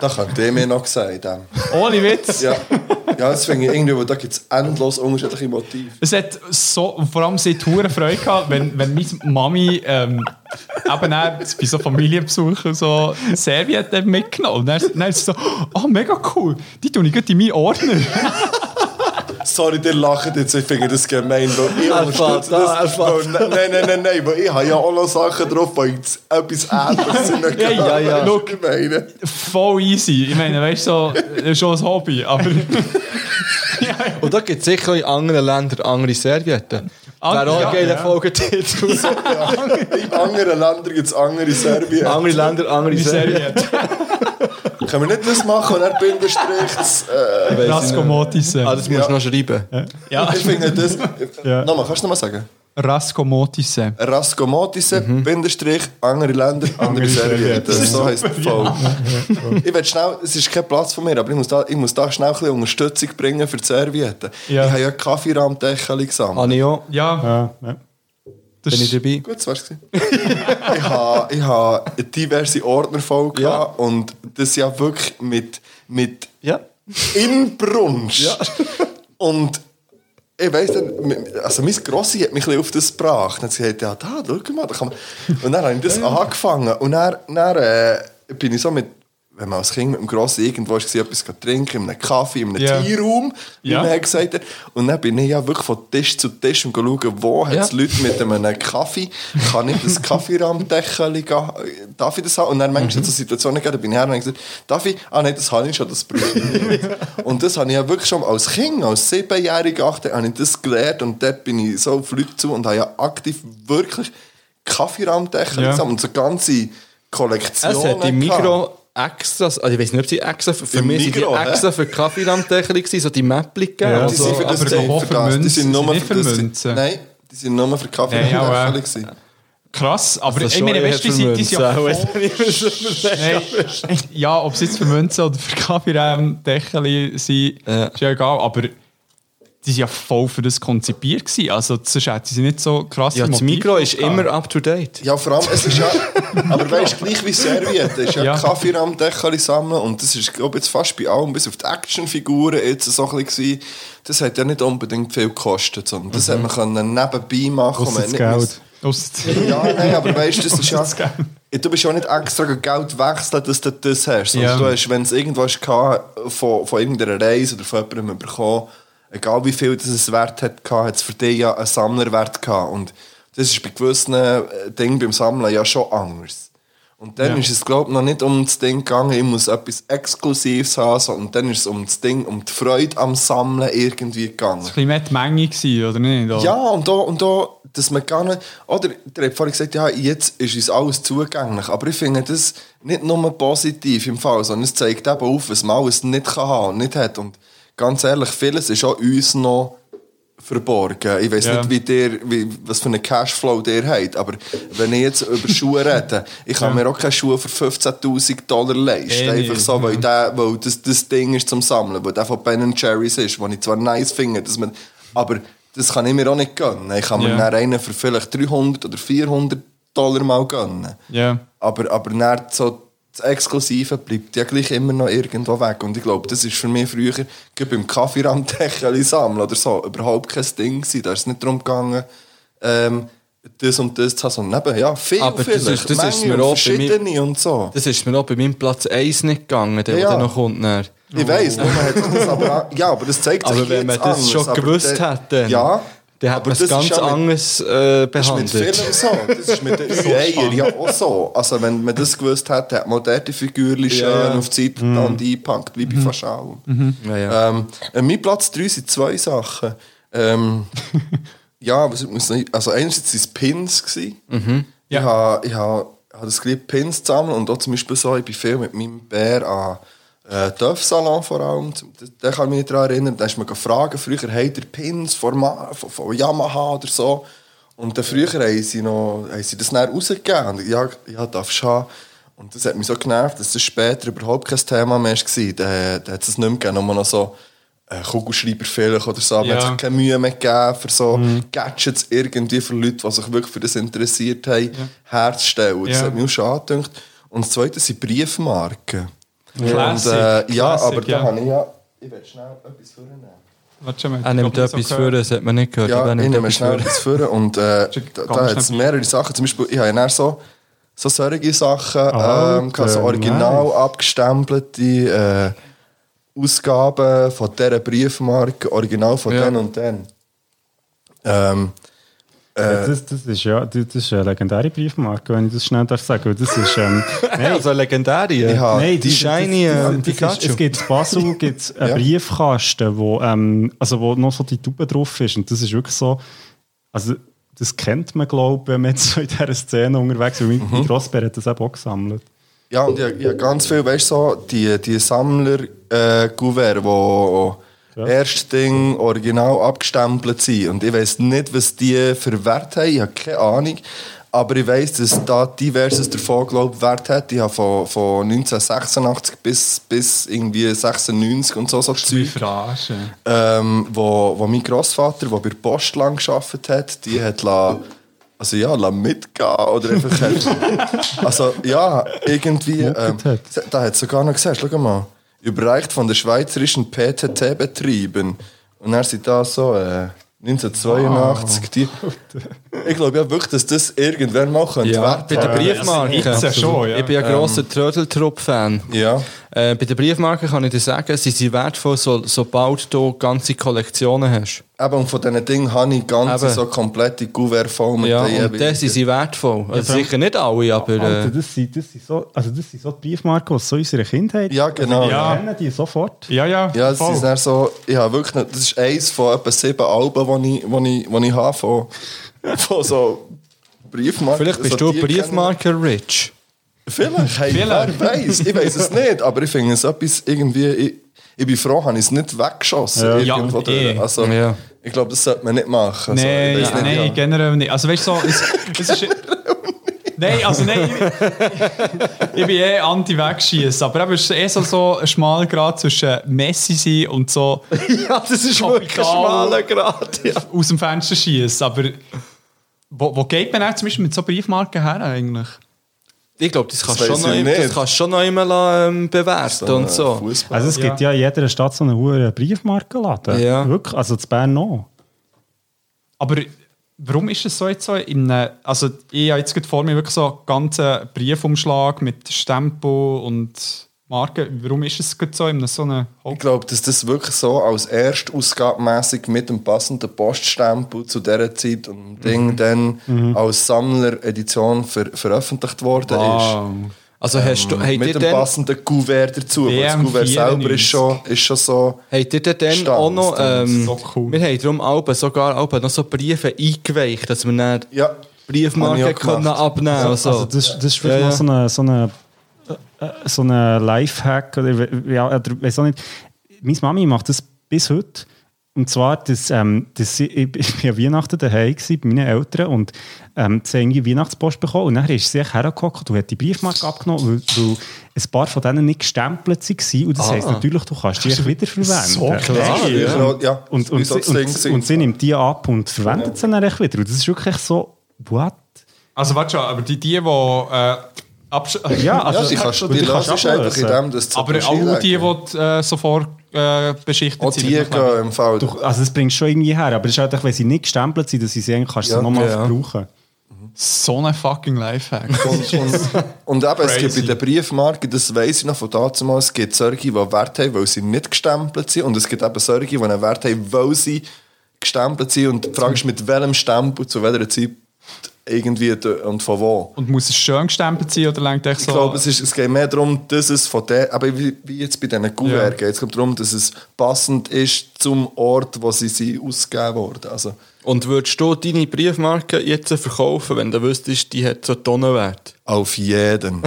S4: Da kann der mir noch gesagt. Ähm.
S5: Ohne Witz.
S4: Ja. ja, das finde ich irgendwie, weil da gibt es endlos unterschiedliche Motive.
S5: Es hat so, vor allem sie hat hure Freude gehabt, wenn, wenn meine Mami ähm, eben auch bei so Familienbesuchen so Servietten mitgenommen. Und dann, dann ist sie so, oh mega cool, die tue ich gut in meinen Ordner.
S4: Sorry, ihr lacht jetzt, ich finde das gemein, weil ich
S3: Er
S4: unterstütze
S3: fährt an, er
S4: das.
S3: fährt
S4: Weil, nein, nein, nein, nein, weil ich habe ja auch noch Sachen drauf, weil ich etwas Ähnliches in der
S5: Ja, ja, ja.
S4: Look, ich meine.
S5: Voll easy. Ich meine, weißt du, so, äh, schon ein Hobby, aber
S3: Und da gibt es sicher auch in anderen Ländern andere Servietten.
S5: Ah,
S3: Wäre auch
S5: ja,
S3: ein geiler
S5: ja.
S3: Folgetitel.
S4: In anderen Ländern gibt es andere Serbien.
S3: andere Länder, andere
S5: die
S3: Servietten.
S5: Servietten.
S4: Können wir nicht das machen und er Bindestrich das, äh,
S3: Weiss ich
S5: Raskomotissen.
S3: nicht. Ah, das musst
S4: Ja.
S3: du noch schreiben.
S5: Ja,
S4: Ich finde das...
S6: Ja.
S4: Nochmal, kannst du nochmal sagen?
S5: Raskomotissen.
S4: Raskomotische, Bindestrich, andere Länder, andere
S6: Andere
S4: Servietten.
S6: Servietten.
S4: So heisst die Folge. Ich will schnell, es ist kein Platz von mir, aber ich muss da, ich muss da schnell ein bisschen Unterstützung bringen für die Servietten.
S5: Ja.
S4: Ich habe ja Kaffeerahmdeckel gesammelt.
S3: Anio,
S5: Ja,
S6: Ja, ja.
S5: das
S3: bin ich
S5: ist
S3: dabei.
S4: Gut, das war's. gewesen. ich habe ich habe diverse Ordner voll gehabt
S3: Ja.
S4: und das ja wirklich mit, mit
S3: Ja.
S4: Inbrunst. Und ich weiss dann, also mein Grossi hat mich ein bisschen auf das gebracht. Dann hat sie gesagt, ja, da, schau mal, da kann man. Und dann habe ich das angefangen. Und dann, dann äh, bin ich so mit wenn man als Kind mit dem Grossen irgendwo war, etwas trinken, in einem Kaffee, in einem
S5: Ja.
S4: Tierraum, wie
S5: Ja.
S4: man gesagt hat. Und dann bin ich ja wirklich von Tisch zu Tisch und schauen, wo hat es Leute mit einem Kaffee, kann ich das Kaffeeraumdeckel gehen, darf ich das haben? Und dann manchmal mhm. so Situationen gegeben, da bin ich her und habe gesagt, darf ich? Ah nein, das habe ich schon, das brauche ich nicht. Und das habe ich ja wirklich schon als Kind, als Siebenjähriger, Achtjähriger, habe ich das gelernt und dort bin ich so auf Leute zu und habe ja aktiv wirklich Kaffeeraumdeckel
S5: Ja.
S4: gesammelt und so ganze Kollektionen
S3: Es hat im
S4: gehabt.
S3: Mikro extra, also ich weiß nicht, ob sie extra, für, für
S4: Im
S3: mich sind die
S4: Migros, hä?
S3: extra für Kaffeelandtächer gewesen, so die Mäppchen gegeben.
S4: Ja, die
S3: also,
S4: sind für
S5: aber
S4: das
S5: ich
S4: Ding,
S5: glaube auch
S4: für
S5: für
S4: das. Die
S5: Münzen.
S4: sind nur
S5: Nicht
S4: für
S5: für
S4: das.
S5: Münzen.
S4: Nein, die sind nur für Kaffee
S5: Nein,
S4: und
S5: aber-
S4: Lächeln gewesen.
S5: Krass, aber ich
S3: Also schon
S5: meine,
S3: eher
S5: weißt du, die
S3: für
S5: sind die sind ja
S3: Münzen,
S5: voll- Nein, Ja, ob es jetzt für Münzen oder für Kaffeeräumdeckel sind, ist ja egal, aber die waren ja voll für das konzipiert. Gewesen. Also sonst hätten sie nicht so krass
S3: ja, das Mikro ist
S5: Ah.
S3: immer up to date.
S4: Ja, vor allem, es ist ja... aber weißt du, gleich wie Serviette, ist ja,
S5: Ja.
S4: Kaffee am Deckel sammeln und das ist, glaube ich, jetzt fast bei allem, bis auf die Actionfiguren jetzt so ein bisschen gewesen. Das hat ja nicht unbedingt viel gekostet, sondern das hat man können nebenbei machen.
S6: Ausser
S4: man hat
S6: das
S4: nicht
S6: Geld.
S4: müssen- Ja, nein, aber weißt du, das ist ja... Du bist ja nicht extra Geld wechseln, dass du das hast.
S5: Ja.
S4: sondern Du hast, wenn es irgendwas gehabt, von, von irgendeiner Reise oder von jemandem bekommen, egal wie viel das es wert hat, gehabt, hat es für dich ja einen Sammlerwert gehabt. Und das ist bei gewissen äh, Dingen beim Sammeln ja schon anders. Und dann
S5: Ja.
S4: ist es, glaube ich, noch nicht um das Ding gegangen, ich muss etwas Exklusives haben, sondern dann ist es um das Ding, um die Freude am Sammeln irgendwie gegangen.
S5: ein bisschen mehr die Menge gewesen, oder nicht? Oder?
S4: Ja, und da, und da dass man gar nicht... Oder, ihr habt vorhin gesagt, ja, jetzt ist uns alles zugänglich. Aber ich finde das nicht nur positiv im Fall, sondern es zeigt eben auf, was man alles nicht kann haben und nicht hat. Und ganz ehrlich, vieles ist auch uns noch verborgen. Ich weiß
S5: Ja.
S4: nicht, wie der, wie, was für einen Cashflow der hat, aber wenn ich jetzt über Schuhe rede, ich kann mir auch keine Schuhe für 15'000 Dollar leisten.
S5: Eh
S4: Einfach
S5: nicht.
S4: so, weil, der, weil das, das Ding ist zum Sammeln, weil der von Ben Jerry's ist, den ich zwar nice finde, dass man, aber das kann ich mir auch nicht gönnen. Ich kann mir
S5: Ja.
S4: dann einen für vielleicht 300 oder 400 Dollar mal gönnen.
S5: Ja.
S4: Aber, aber dann so das Exklusive bleibt ja gleich immer noch irgendwo weg. Und ich glaube, das ist für mich früher, gerade beim Kaffeerandtächeli sammeln oder so, überhaupt kein Ding gewesen. Da ist es nicht darum gegangen, ähm, das und das zu haben, sondern eben, ja, viel,
S3: Aber das
S4: vielleicht,
S3: ist- das ist
S4: Menge
S3: mir
S4: und
S3: auch bei mir-
S4: verschiedene und so.
S3: Das ist mir auch bei meinem Platz 1 nicht gegangen, der,
S4: Ja, ja.
S3: der noch kommt. Dann.
S4: Ich weiss, nur man hat sich das aber, auch- ja, aber das zeigt sich
S3: Aber wenn man
S4: jetzt
S3: das
S4: anders,
S3: schon
S4: aber
S3: gewusst
S4: der-
S3: hätte,
S4: Ja,
S3: dann hat
S4: aber
S3: man es
S4: das ist
S3: ganz
S4: auch mit-
S3: anders äh,
S4: Das ist mit
S3: behandelt.
S4: Filmen so. Das ist mit den Eier ja auch so. Also, wenn man das gewusst hätte, hat man dort die Figürchen schön
S3: Ja. Mhm.
S4: auf die Seite dann eingepackt, wie bei fast allem.
S3: Ja, ja.
S4: Ähm, äh, mein Platz 3 sind zwei Sachen. Ähm, ja, was ich muss nicht. Also, einerseits waren es Pins. Gewesen.
S5: Mhm. Ja.
S4: Ich habe ich ha, ha das geliebt, Pins zu sammeln. Und auch zum Beispiel so, ich bin viel mit meinem Bär an äh, Dörfsalon vor allem. Da kann ich mich daran erinnern. Da ist man gefragt, früher habt ihr Pins von, Ma- von, von Yamaha oder so. Und dann früher haben sie, noch, haben sie das dann rausgegeben. Und ja, ja darfst du haben. Und das hat mich so genervt, dass das später überhaupt kein Thema mehr war. Da, da hat es nicht mehr gegeben, nur noch so äh, Kugelschreiber vielleicht oder so. Aber
S5: Ja.
S4: es hat keine Mühe mehr gegeben, für so Gadgets irgendwie für Leute, die sich wirklich für das interessiert haben, herzustellen. Das
S5: Ja.
S4: hat mich auch schade gedacht. Und das Zweite sind Briefmarken.
S5: Classic,
S4: Und, äh, ja,
S5: Classic,
S4: aber da
S5: ja.
S4: habe ich ja... Ich will schnell etwas vornehmen.
S5: Warte schon mal,
S3: Er nimmt
S5: ich glaub,
S3: Ah, etwas
S5: so
S3: vor, das hat man nicht gehört. aber
S4: Ja,
S3: er
S4: ich
S3: nimmt
S4: nehme
S3: etwas
S4: schnell
S3: vor.
S4: etwas vor. Und äh,
S5: Schick,
S4: da, da
S5: ganz schnell
S4: hat es
S5: Bier.
S4: mehrere Sachen. Zum Beispiel, ich habe ja dann so, so solche Sachen, ähm,
S6: Alter,
S4: so original
S6: nice.
S4: abgestempelte äh, Ausgaben von dieser Briefmarke, original von
S3: Ja.
S4: den und den. Ähm,
S6: Das, das, ist, ja, das das ist eine legendäre Briefmarke, wenn ich das schnell darf sagen. weil Das ist, ähm,
S3: Nein, also legendäre.
S4: Ja.
S6: Nein,
S3: die
S6: das-
S3: shiny
S6: das- das-
S3: ähm,
S6: das ist-
S3: Pikachu.
S6: Es gibt in Basel gibt's einen
S4: Ja.
S6: Briefkasten, wo, ähm, also wo noch so die Tube drauf ist. Und das ist wirklich so. Also, das kennt man, glaube ich, wenn man jetzt so in dieser Szene unterwegs ist. Weil Mein, mein Grossbär hat das eben auch gesammelt.
S4: ja, und ich, ich habe ganz viel, weißt du, so, die, die äh, Sammler-Gouverne, die
S6: Ja.
S4: erst Ding original abgestempelt sind. Und ich weiß nicht, was die für Wert haben, ich habe keine Ahnung. Aber ich weiß, dass da diverses davon, glaube ich, Wert hat. Ich habe von, von 1986 bis, bis irgendwie 96 und so, so Zeug
S5: verarschen.
S4: ähm, wo, wo mein Großvater, der bei der Post lang gearbeitet hat, die hat la, also ja, la mitgehen oder einfach hat, also ja, irgendwie, ähm,
S6: Gemuckt hat.
S4: da hat sogar noch gesagt, schau mal, überreicht von der schweizerischen PTT-Betrieben und er sieht da so, äh, 1982. Die, ich glaube ja wirklich, dass das irgendwann mal könnte
S3: Ja,
S4: werden.
S3: bei den Briefmarken.
S5: Jetzt ja schon, ja. Ähm.
S3: Ich bin ein grosser Trödeltrupp-Fan.
S4: Ja.
S3: Äh, bei den Briefmarken kann ich dir sagen, sie sind wertvoll, so, sobald du ganze Kollektionen hast.
S4: Eben, und von diesen Dingen habe ich ganze
S3: Eben.
S4: so komplette Couvert voll mit
S3: Ja,
S4: den
S3: und
S4: jeweiligen-
S3: das sind sie wertvoll. Also sicher nicht alle, aber...
S6: Alter,
S3: Äh,
S6: das sind, das sind so, also das sind so die Briefmarken, die so unsere Kindheit
S4: Ja, genau.
S6: Wir
S5: Ja.
S6: kennen die sofort.
S5: Ja, ja.
S4: Ja, es
S5: voll.
S4: ist dann so, ich habe wirklich, noch- das ist eins von etwa sieben Alben, die ich, die ich, die ich habe, von, von so Briefmarken.
S3: vielleicht bist
S4: so
S3: du
S4: die kennen-
S3: Briefmarken-rich.
S4: Vielleicht, hey,
S5: Vielleicht.
S4: wer weiß, ich weiß es nicht, aber ich finde es etwas irgendwie, ich, ich bin froh, habe ich es nicht weggeschossen.
S5: Ja,
S4: irgendwo durch.
S5: eh.
S4: also,
S3: Ja.
S4: Ich glaube, das sollte man nicht machen. Also,
S5: Nein,
S4: ich weiss
S5: nein,
S4: ja.
S5: generell nicht. Also weißt du, so, es, es ist. Nein, also nein, ich, ich bin eh anti-Wegschießen, aber eben, es ist eh so, so ein schmaler Grad zwischen Messi sein und so
S3: Ja, das ist
S5: wirklich ein schmaler
S3: Grad.
S5: aus dem Fenster schießen. Aber wo, wo geht man auch zum Beispiel mit so Briefmarken her eigentlich?
S3: Ich glaube, das kannst
S4: Das
S3: du schon,
S4: weiss ich
S3: noch-
S4: nicht.
S3: das kannst du schon noch immer ähm, bewerten
S4: So,
S3: und so.
S4: Fussball.
S6: Also es
S5: Ja.
S6: gibt ja in jeder Stadt so einen hohen Briefmarkenladen.
S3: Ja.
S6: Wirklich, also zu Bern noch.
S5: Aber warum ist es so jetzt so in einem, also ich habe jetzt gerade vor mir wirklich so einen ganzen Briefumschlag mit Stempel und Marken. Warum ist es gerade so in einem so einem
S4: Ich glaube, dass das wirklich so als erstausgabemässig mit dem passenden Poststempel zu dieser Zeit und dem Ding dann als Sammleredition ver veröffentlicht worden
S3: Also hast du,
S4: ist.
S3: habt
S4: mit
S3: ihr
S4: dem
S3: dann,
S4: passenden Couvert dazu. weil Das
S5: DM
S4: Couvert selber ist
S5: 94.
S4: schon, ist schon so.
S3: habt ihr denn dann
S4: Stand,
S3: auch noch...
S4: Stand,
S3: Ähm,
S5: so cool.
S3: Wir haben darum Alben, sogar Alben, noch so Briefe eingeweicht, dass wir dann
S4: Ja. Hab
S3: Briefmarken
S4: ich auch gemacht.
S3: können abnehmen können.
S6: Also,
S3: Also,
S6: das, das ist vielleicht
S3: Ja,
S6: noch
S3: ja.
S6: so eine, so eine, äh, äh, so eine Lifehack oder we- ja, oder weiss auch nicht. Meine Mami macht das bis heute. Und zwar, dass, ähm, dass sie, ich, ich war ja Weihnachten daheim gewesen, bei meinen Eltern und ähm, sie haben irgendwie Weihnachtspost bekommen und dann ist sie echt hergekommen und hat die Briefmarke abgenommen, weil, weil ein paar von denen nicht gestempelt waren und das
S4: Ah.
S6: heisst natürlich, du kannst die echt wiederverwenden.
S5: So
S4: Oh,
S5: klar.
S4: Ja, ja. ja.
S6: Und, und,
S4: Wie so
S6: sie,
S4: das Ding
S6: und,
S4: sind.
S6: und sie nimmt die ab und verwendet sie dann echt wieder und das ist wirklich so, what?
S5: Also warte schon, aber die, die, die äh, absch
S6: Ja,
S4: ja,
S6: also-
S4: sie kannst,
S6: und
S4: die
S6: die kannst
S4: löst
S6: ablösen.
S4: einfach in dem, dass du
S5: aber
S4: sie
S5: auch die,
S4: reinlegst.
S5: die äh, sofort äh, beschichtet
S4: Auch Oh, die
S5: mit dem
S4: gehen
S5: Leben.
S4: im Fall.
S6: Du, also das bringst du schon irgendwie her, aber es ist halt, auch, wenn sie nicht gestempelt sind, dass sie sehen, kannst du
S4: Ja,
S6: sie nochmal
S3: ja.
S6: brauchen.
S5: So ein fucking Lifehack.
S4: Und, und, und eben, es gibt
S5: Crazy.
S4: bei den Briefmarken, das weiss ich noch von damals, es gibt solche, die Wert haben, weil sie nicht gestempelt sind. Und es gibt eben solche, die einen Wert haben, weil sie gestempelt sind. Und die Frage ist, mit welchem Stempel, zu welcher Zeit irgendwie d- und von wo.
S5: Und muss es schön gestempelt sein oder lenkt echt
S4: Ich
S5: so?
S4: glaube, es, ist, es geht mehr darum, dass es von der, aber wie, wie jetzt bei diesen Kuverts geht, es geht darum, dass es passend ist zum Ort, wo sie, sie ausgegeben wurden. Also,
S3: und würdest du deine Briefmarke jetzt verkaufen, wenn du wüsstest, die hat so Tonnenwert?
S4: auf jeden.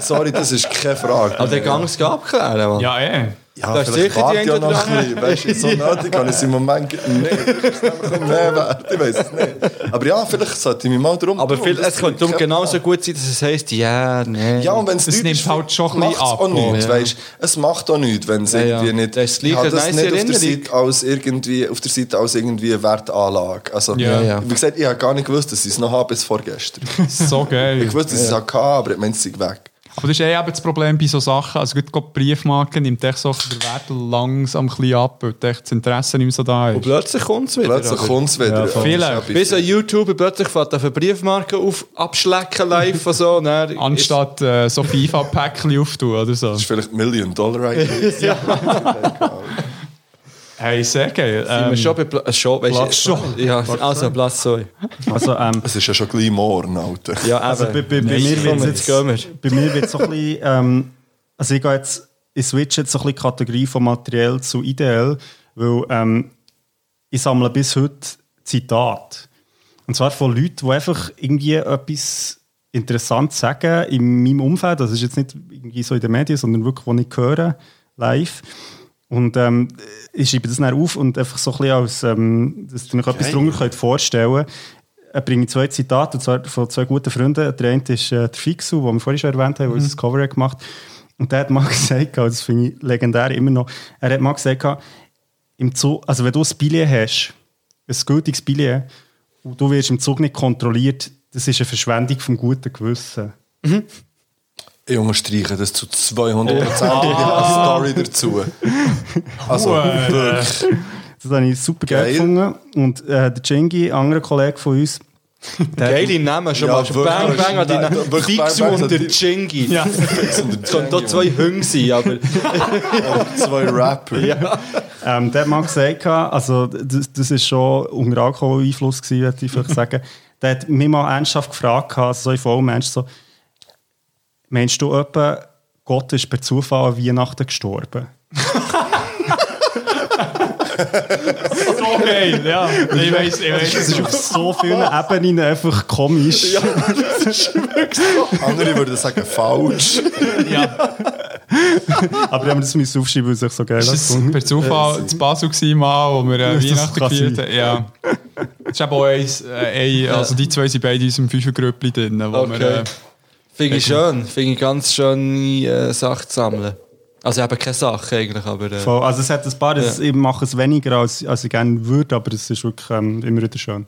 S4: Sorry, das ist keine Frage.
S5: Also,
S3: Aber Also den Gang es abklären, Mann.
S5: ja, eh.
S4: Äh. Ja,
S3: Da ist sicher
S4: vielleicht
S3: die
S4: warte ja
S3: eine
S4: noch ein
S3: dran.
S4: bisschen. Weißt du, so nötig kann ich es im Moment nicht. Ich weiß nicht, wert. Ich weiß es nicht. Aber ja, vielleicht sollte ich mich mal darum
S3: Aber
S4: kümmern,
S3: viel,
S4: dass
S3: es könnte
S4: ich-
S3: darum genau genauso gut sein, dass es heisst, ja, nein.
S4: Ja, und wenn es
S5: Es
S4: nichts
S5: nimmt
S4: ist,
S5: halt schon ein bisschen
S4: macht's
S5: ab.
S4: Auch nichts,
S3: Ja.
S4: weißt. Es macht auch nichts, wenn es
S3: Ja, ja.
S4: irgendwie nicht.
S3: Das ist gleich
S4: Ich habe
S3: eine
S4: das
S3: nice
S4: nicht auf der,
S3: Erinnerung.
S4: Seite als irgendwie, auf der Seite als irgendwie eine Wertanlage. Also,
S5: Ja.
S3: Ja, ja.
S4: Wie gesagt, ich habe gar nicht gewusst, dass ich es noch habe bis vorgestern.
S5: So geil.
S4: Ich wusste, dass ich es hatte, aber ich meine, es ist weg.
S5: Aber das ist eh eben das Problem bei so Sachen. Also gut, gerade die Briefmarken nimmt echt so den Wert langsam ein bisschen ab, weil echt das Interesse nicht mehr so da
S3: Und
S5: ist.
S3: plötzlich kommt es wieder.
S4: Plötzlich
S3: oder?
S4: kommt es wieder.
S6: voll.
S4: Und es ist
S5: Vielleicht.
S4: etwas-
S3: Bis ein YouTuber plötzlich fährt auf eine Briefmarke auf, abschlecken live und so. und dann
S5: Anstatt äh, so FIFA-Päckchen aufzutun oder so.
S4: Das ist vielleicht Million Dollar eigentlich.
S5: Hey, sehr geil.
S3: Ist, sind
S5: Ähm,
S3: wir schon bei Pla äh, schon, weißt,
S5: Platz
S3: du-
S5: schon.
S3: Ja, also Platz 2.
S6: Also, ähm,
S4: Es ist ja schon gleich morgen, Alter.
S3: Ja,
S6: also
S3: eben.
S6: bei, bei, bei
S3: Nein,
S6: mir
S3: komm,
S6: wird
S3: jetzt gehen wir.
S6: bei mir wird's so ein bisschen, ähm, also ich gehe jetzt, ich switch jetzt so ein bisschen die Kategorie von materiell zu ideell, weil ähm, ich sammle bis heute Zitate. Und zwar von Leuten, die einfach irgendwie etwas interessant sagen in meinem Umfeld. Das ist jetzt nicht irgendwie so in den Medien, sondern wirklich, wo ich höre, live. Und ähm, ich schreibe das dann auf und einfach so ein bisschen als, ähm, dass ihr euch etwas darunter könnt vorstellen könnt, bringe ich zwei Zitate und zwar von zwei guten Freunden. Der eine ist äh, der Fixu, den wir vorhin schon erwähnt haben, der uns das Cover hat gemacht Und der hat mal gesagt, und das finde ich legendär immer noch, er hat mal gesagt, im Zug, also wenn du ein Billet hast, ein gültiges Billet, und du wirst im Zug nicht kontrolliert, das ist eine Verschwendung vom guten Gewissen.
S4: Ich unterstreiche das zu 200 Prozent. Ich habe eine Story dazu. Also, wirklich.
S6: Das habe ich super geil,
S4: Geil.
S6: gefunden. Und äh, der Chingy, ein anderer Kollege von uns,
S3: Geile Namen schon
S4: Ja,
S3: mal.
S4: schon
S3: Bang
S4: wirklich.
S3: Bang an
S4: Ja,
S3: deinen
S4: wirklich
S3: Fixu
S4: Bang Bang
S3: und der
S4: an die-
S3: Chingy. Ja. Es könnten da zwei Hunde sein, aber
S4: Zwei Rapper.
S6: ähm, der hat mal gesagt, gehabt, also das, das ist schon unter Alkoholeinfluss gewesen, würde ich vielleicht sagen. Der hat mich mal ernsthaft gefragt, gehabt, also so in vollem Ernst, so, meinst du etwa, Gott ist per Zufall an Weihnachten gestorben?
S5: So geil, ja. Ich weiß, ich weiß.
S6: Das ist auf so vielen Ebenen einfach komisch.
S4: Andere würden sagen, falsch.
S5: Ja.
S6: Aber wir haben das müssen aufschreiben, weil es sich so geil
S5: Ist das
S6: angefunden
S5: per Zufall zu Basel gewesen, mal, wo wir äh,
S6: Mhm. Das
S5: Weihnachten
S6: kann
S5: gefeiert haben? Ja. Das ist eben auch eins, äh, ein, also die zwei sind beide in unserem Fünfergröppli drin, wo wir...
S3: Okay.
S5: Äh,
S3: finde ich schön. Finde ich ganz schöne äh, Sachen zu sammeln. Also eben keine Sachen eigentlich, aber... Äh,
S6: Voll. Also es hat ein paar, das, ich mache es weniger, als, als ich gerne würde, aber es ist wirklich ähm, immer wieder schön.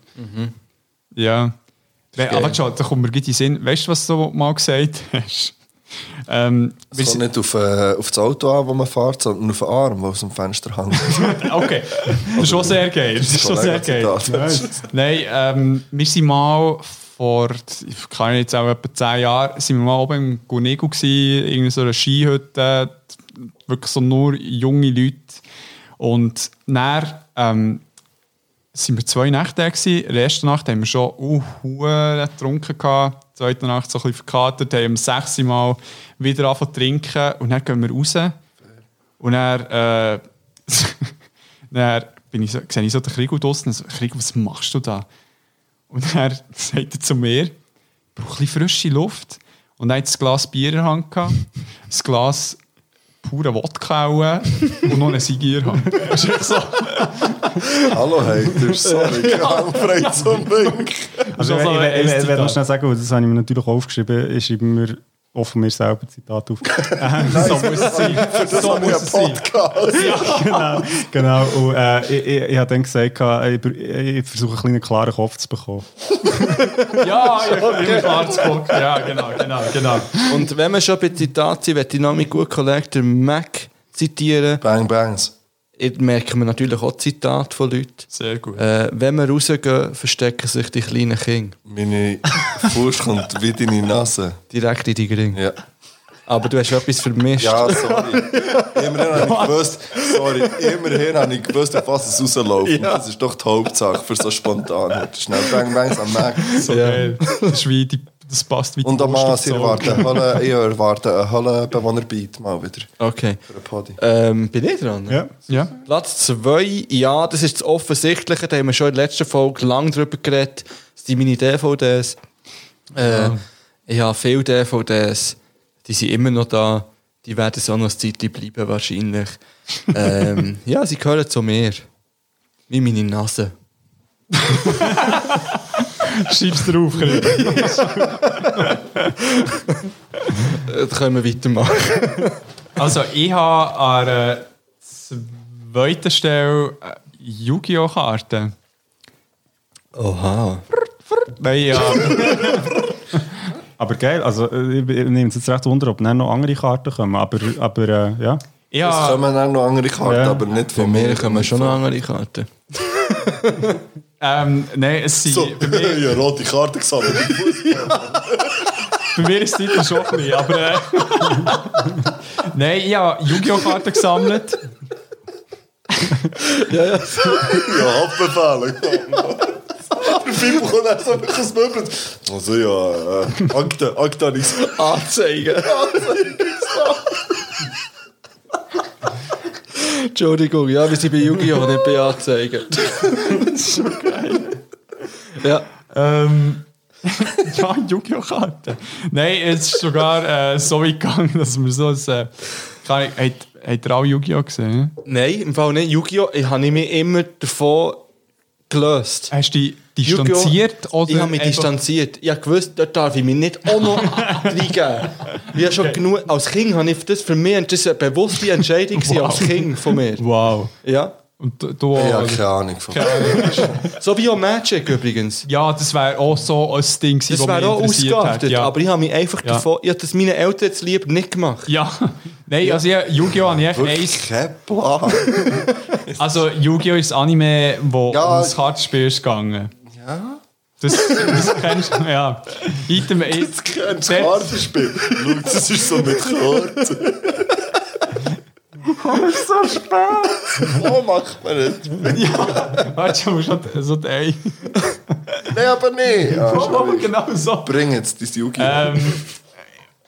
S5: Ja. We-
S3: geil.
S5: Aber schau, da kommt mir gleich in den Sinn. Weißt du, was du mal gesagt hast? Ähm, wir
S4: Es kommt
S5: sind,
S4: nicht auf, äh, auf das Auto an, das man fährt, sondern auf den Arm, der aus dem Fenster hängt.
S5: okay, das ist schon sehr geil. Das ist schon sehr geil.
S4: Zitat.
S5: Nein, ähm, wir sind mal vor, ich kann jetzt auch etwa 10 Jahren, sind wir mal oben im Gunego gsi, irgendwie so eine Skihütte, wirklich so nur junge Leute. Und dann ähm, sind wir zwei Nächte da gsi. In der ersten Nacht haben wir schon uh, hure getrunken gehabt. Die zweite Nacht so ein bisschen verkatert, haben um sechs Mal wieder angefangen zu trinken und dann gehen wir raus. Und er, äh, dann bin ich so, sehe ich so den Krieg draussen und so, Krieg, was machst du da? Und er sagt er zu mir, ich brauche ein bisschen frische Luft. Und er hat ein Glas Bier in der Hand gehabt, ein Glas pure Wodka auch, und noch eine Sigier in der Hand. Das ist echt so,
S4: Hallo, genau. hey, du bist so nicht frei zum Wink.
S6: Also,
S5: Das
S6: ich,
S5: ist also
S6: ich,
S5: ein
S6: ich, ich, ich werde noch
S5: Zitat.
S6: schnell sagen, weil das habe ich mir natürlich auch aufgeschrieben, ich schreibe mir auch von mir selber Zitat auf.
S5: so muss es sein. So muss es sein.
S6: genau. genau. Und, äh, ich, ich, ich habe dann gesagt, gehabt, ich, ich versuche einen kleinen klaren Kopf zu bekommen.
S5: Ja, ich bin immer klar zu gucken. Ja, genau, genau, genau.
S3: Und wenn wir schon bei Zitaten sind, möchte ich noch meinen guten Kollegen den Mac zitieren.
S4: Bang Bangs.
S3: Ich merke mir natürlich auch Zitate von Leuten.
S5: Sehr gut.
S3: Äh, wenn wir rausgehen, verstecken sich die kleinen Kinder
S4: Meine Furcht kommt wie deine Nase.
S3: direkt in die Ring.
S4: Ja.
S3: Aber du hast etwas vermischt.
S4: Ja, sorry. Immerhin habe ich gewusst, sorry, immerhin habe ich gewusst, auf was es rausläuft. Und Das ist doch die Hauptsache für so spontan. Schnell Bang Bangs am Mac.
S5: So geil. Das, ist wie die, das passt wie die
S4: Und am
S5: Wurst auf
S4: Maas, ich
S5: die Zunge.
S4: erwarte einen Hölle- ich erwarte einen Höllenbewohner-Beat mal wieder.
S3: Okay.
S4: Für einen Podi.
S3: Ähm, bin ich dran?
S6: Ja.
S5: Ja.
S3: Platz 2, ja, das ist das Offensichtliche, da haben wir schon in der letzten Folge lange drüber geredet. Das sind meine DVDs. Äh, Ich habe viele DVDs, die sind immer noch da. Die werden so noch eine Zeit bleiben, wahrscheinlich. ähm, ja, sie gehören zu mir. Wie meine Nase.
S5: Schreib's drauf, Krieg.
S3: Äh, Da können wir weitermachen.
S5: Also, ich habe an der zweiten Stelle äh, Yu-Gi-Oh! Karten.
S3: Oha.
S5: Nein, ja.
S6: Aber geil, also äh, ich, ich nehme es jetzt recht wunder, ob dann noch andere Karten kommen. Aber, aber äh, ja.
S5: Ich
S4: Es
S5: habe,
S4: kommen auch noch andere Karten,
S6: Ja.
S4: aber nicht
S3: Bei
S4: von
S3: mir
S4: mir.
S3: kommen schon noch andere Karten.
S5: ähm, nein, es sind,
S4: So,
S5: bei, mir,
S4: ja, rote Karte gesammelt.
S5: bei mir ist die Titel schon ein bisschen, aber. Äh, nein, ich habe Yu-Gi-Oh! Karten gesammelt.
S4: Ja, Haftbefehle. Der Film bekommt auch so ein bisschen Möbel. Also ja, äh, Akte, Akte habe ich gesagt.
S3: Anzeigen. Entschuldigung, ja, wir sind bei Yu-Gi-Oh! nicht bei Anzeigen. das ist schon geil.
S5: Ähm, ja, Yu-Gi-Oh!-Karten. Nein, es ist sogar äh, so weit gegangen, dass wir so ein. Äh, kann ich, habt, habt ihr auch Yu-Gi-Oh! gesehen?
S3: Ja, nein, im Fall nicht. Yu-Gi-Oh! Ich habe mich immer davon gelöst.
S5: Hast du dich
S3: Yu-Gi-Oh!
S5: distanziert? Äh, Oder
S3: Ich habe mich
S5: einfach-
S3: distanziert. Ich habe gewusst, dort darf ich mich nicht auch noch reingeben. Ich habe schon genug, als Kind habe ich das für mich, und das ist eine bewusste Entscheidung gewesen, als Kind von mir.
S5: Wow.
S3: Ja.
S5: Und du, du
S4: Ja,
S5: oder?
S4: keine Ahnung. Von.
S3: So wie auch Magic übrigens.
S5: Ja, das wäre auch so ein Ding, gewesen,
S3: Das
S5: wo mich
S3: wäre auch
S5: interessiert hat,
S3: ausgeartet,
S5: ja.
S3: aber ich habe mich einfach
S5: Ja.
S3: davon, ich habe das meinen Eltern jetzt lieb nicht gemacht.
S5: ja, Nein, also ja, Yu-Gi-Oh! habe ich echt
S4: Wirklich
S5: eins.
S4: kein Plan.
S5: Also Yu-Gi-Oh! ist das Anime, wo
S4: Ja.
S5: ums Kartenspiel ist gegangen.
S4: Ja.
S5: Das, das kennst du, ja. Item 1.
S4: Kennst du Kartenspiel? Schau, das ist so mit Karten. so spät. Wo macht man das?
S5: Warte, du musst noch so die Ei.
S4: Nein, aber nicht. Ja,
S5: Oh,
S4: schon
S5: oh,
S4: richtig.
S5: genau so.
S4: Bring jetzt dein Yu-Gi-Oh!
S5: Ähm,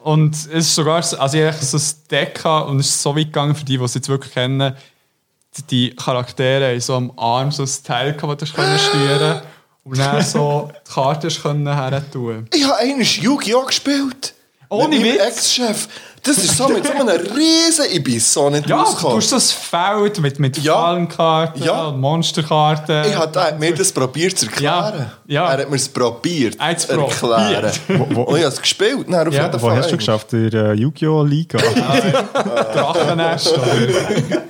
S5: und es ist sogar, so- also ich hatte so ein Deck gehabt und es ist so weit gegangen für die, die es jetzt wirklich kennen, die Charaktere haben so am Arm so ein Teil gehabt, das du können steuern und dann so die Karte hast können her tun.
S4: Ich habe einmal Yu-Gi-Oh! gespielt.
S5: Ohne
S4: mit meinem
S5: Witz?
S4: Ex-Chef. Das ist so mit so einem riesen... Ich bin so nicht
S5: Ja, du
S4: rausgekommen.
S5: hast so ein Feld mit, mit
S4: Ja.
S5: Fallenkarten
S4: Ja.
S5: und Monsterkarten.
S4: Ich hat, er hat mir das probiert zu erklären.
S5: Ja, ja.
S4: Er hat mir es probiert
S5: Er hat's
S4: zu erklären.
S6: Wo- wo-
S4: Und ich habe es gespielt. Nein, auf
S5: Ja,
S4: jeden
S6: Wo
S4: Fall.
S6: hast du geschafft? In der äh, Yu-Gi-Oh! Liga?
S5: Drachennest. oder?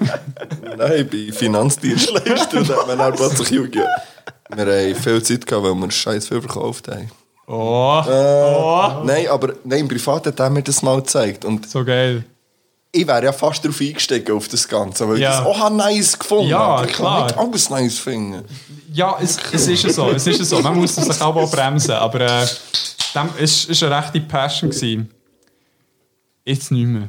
S4: Nein, ich bin Finanzdienstleister und hat mir dann plötzlich Yu-Gi-Oh! Wir haben viel Zeit gehabt, weil wir scheiß viel verkauft haben. Äh.
S5: Oh,
S4: Nein, aber nein, im Privat hat er mir das mal gezeigt. Und
S5: so geil.
S4: ich wäre ja fast darauf eingestiegen, auf das Ganze, weil ich
S5: Ja.
S4: das auch nice gefunden
S5: Ja,
S4: habe. Ich kann
S5: klar.
S4: nicht alles nice finden.
S5: Ja, es, es ist ja so, es ist ja so. Man muss sich auch mal bremsen, aber äh, dem, es war eine rechte Passion. Gewesen. Jetzt nicht mehr.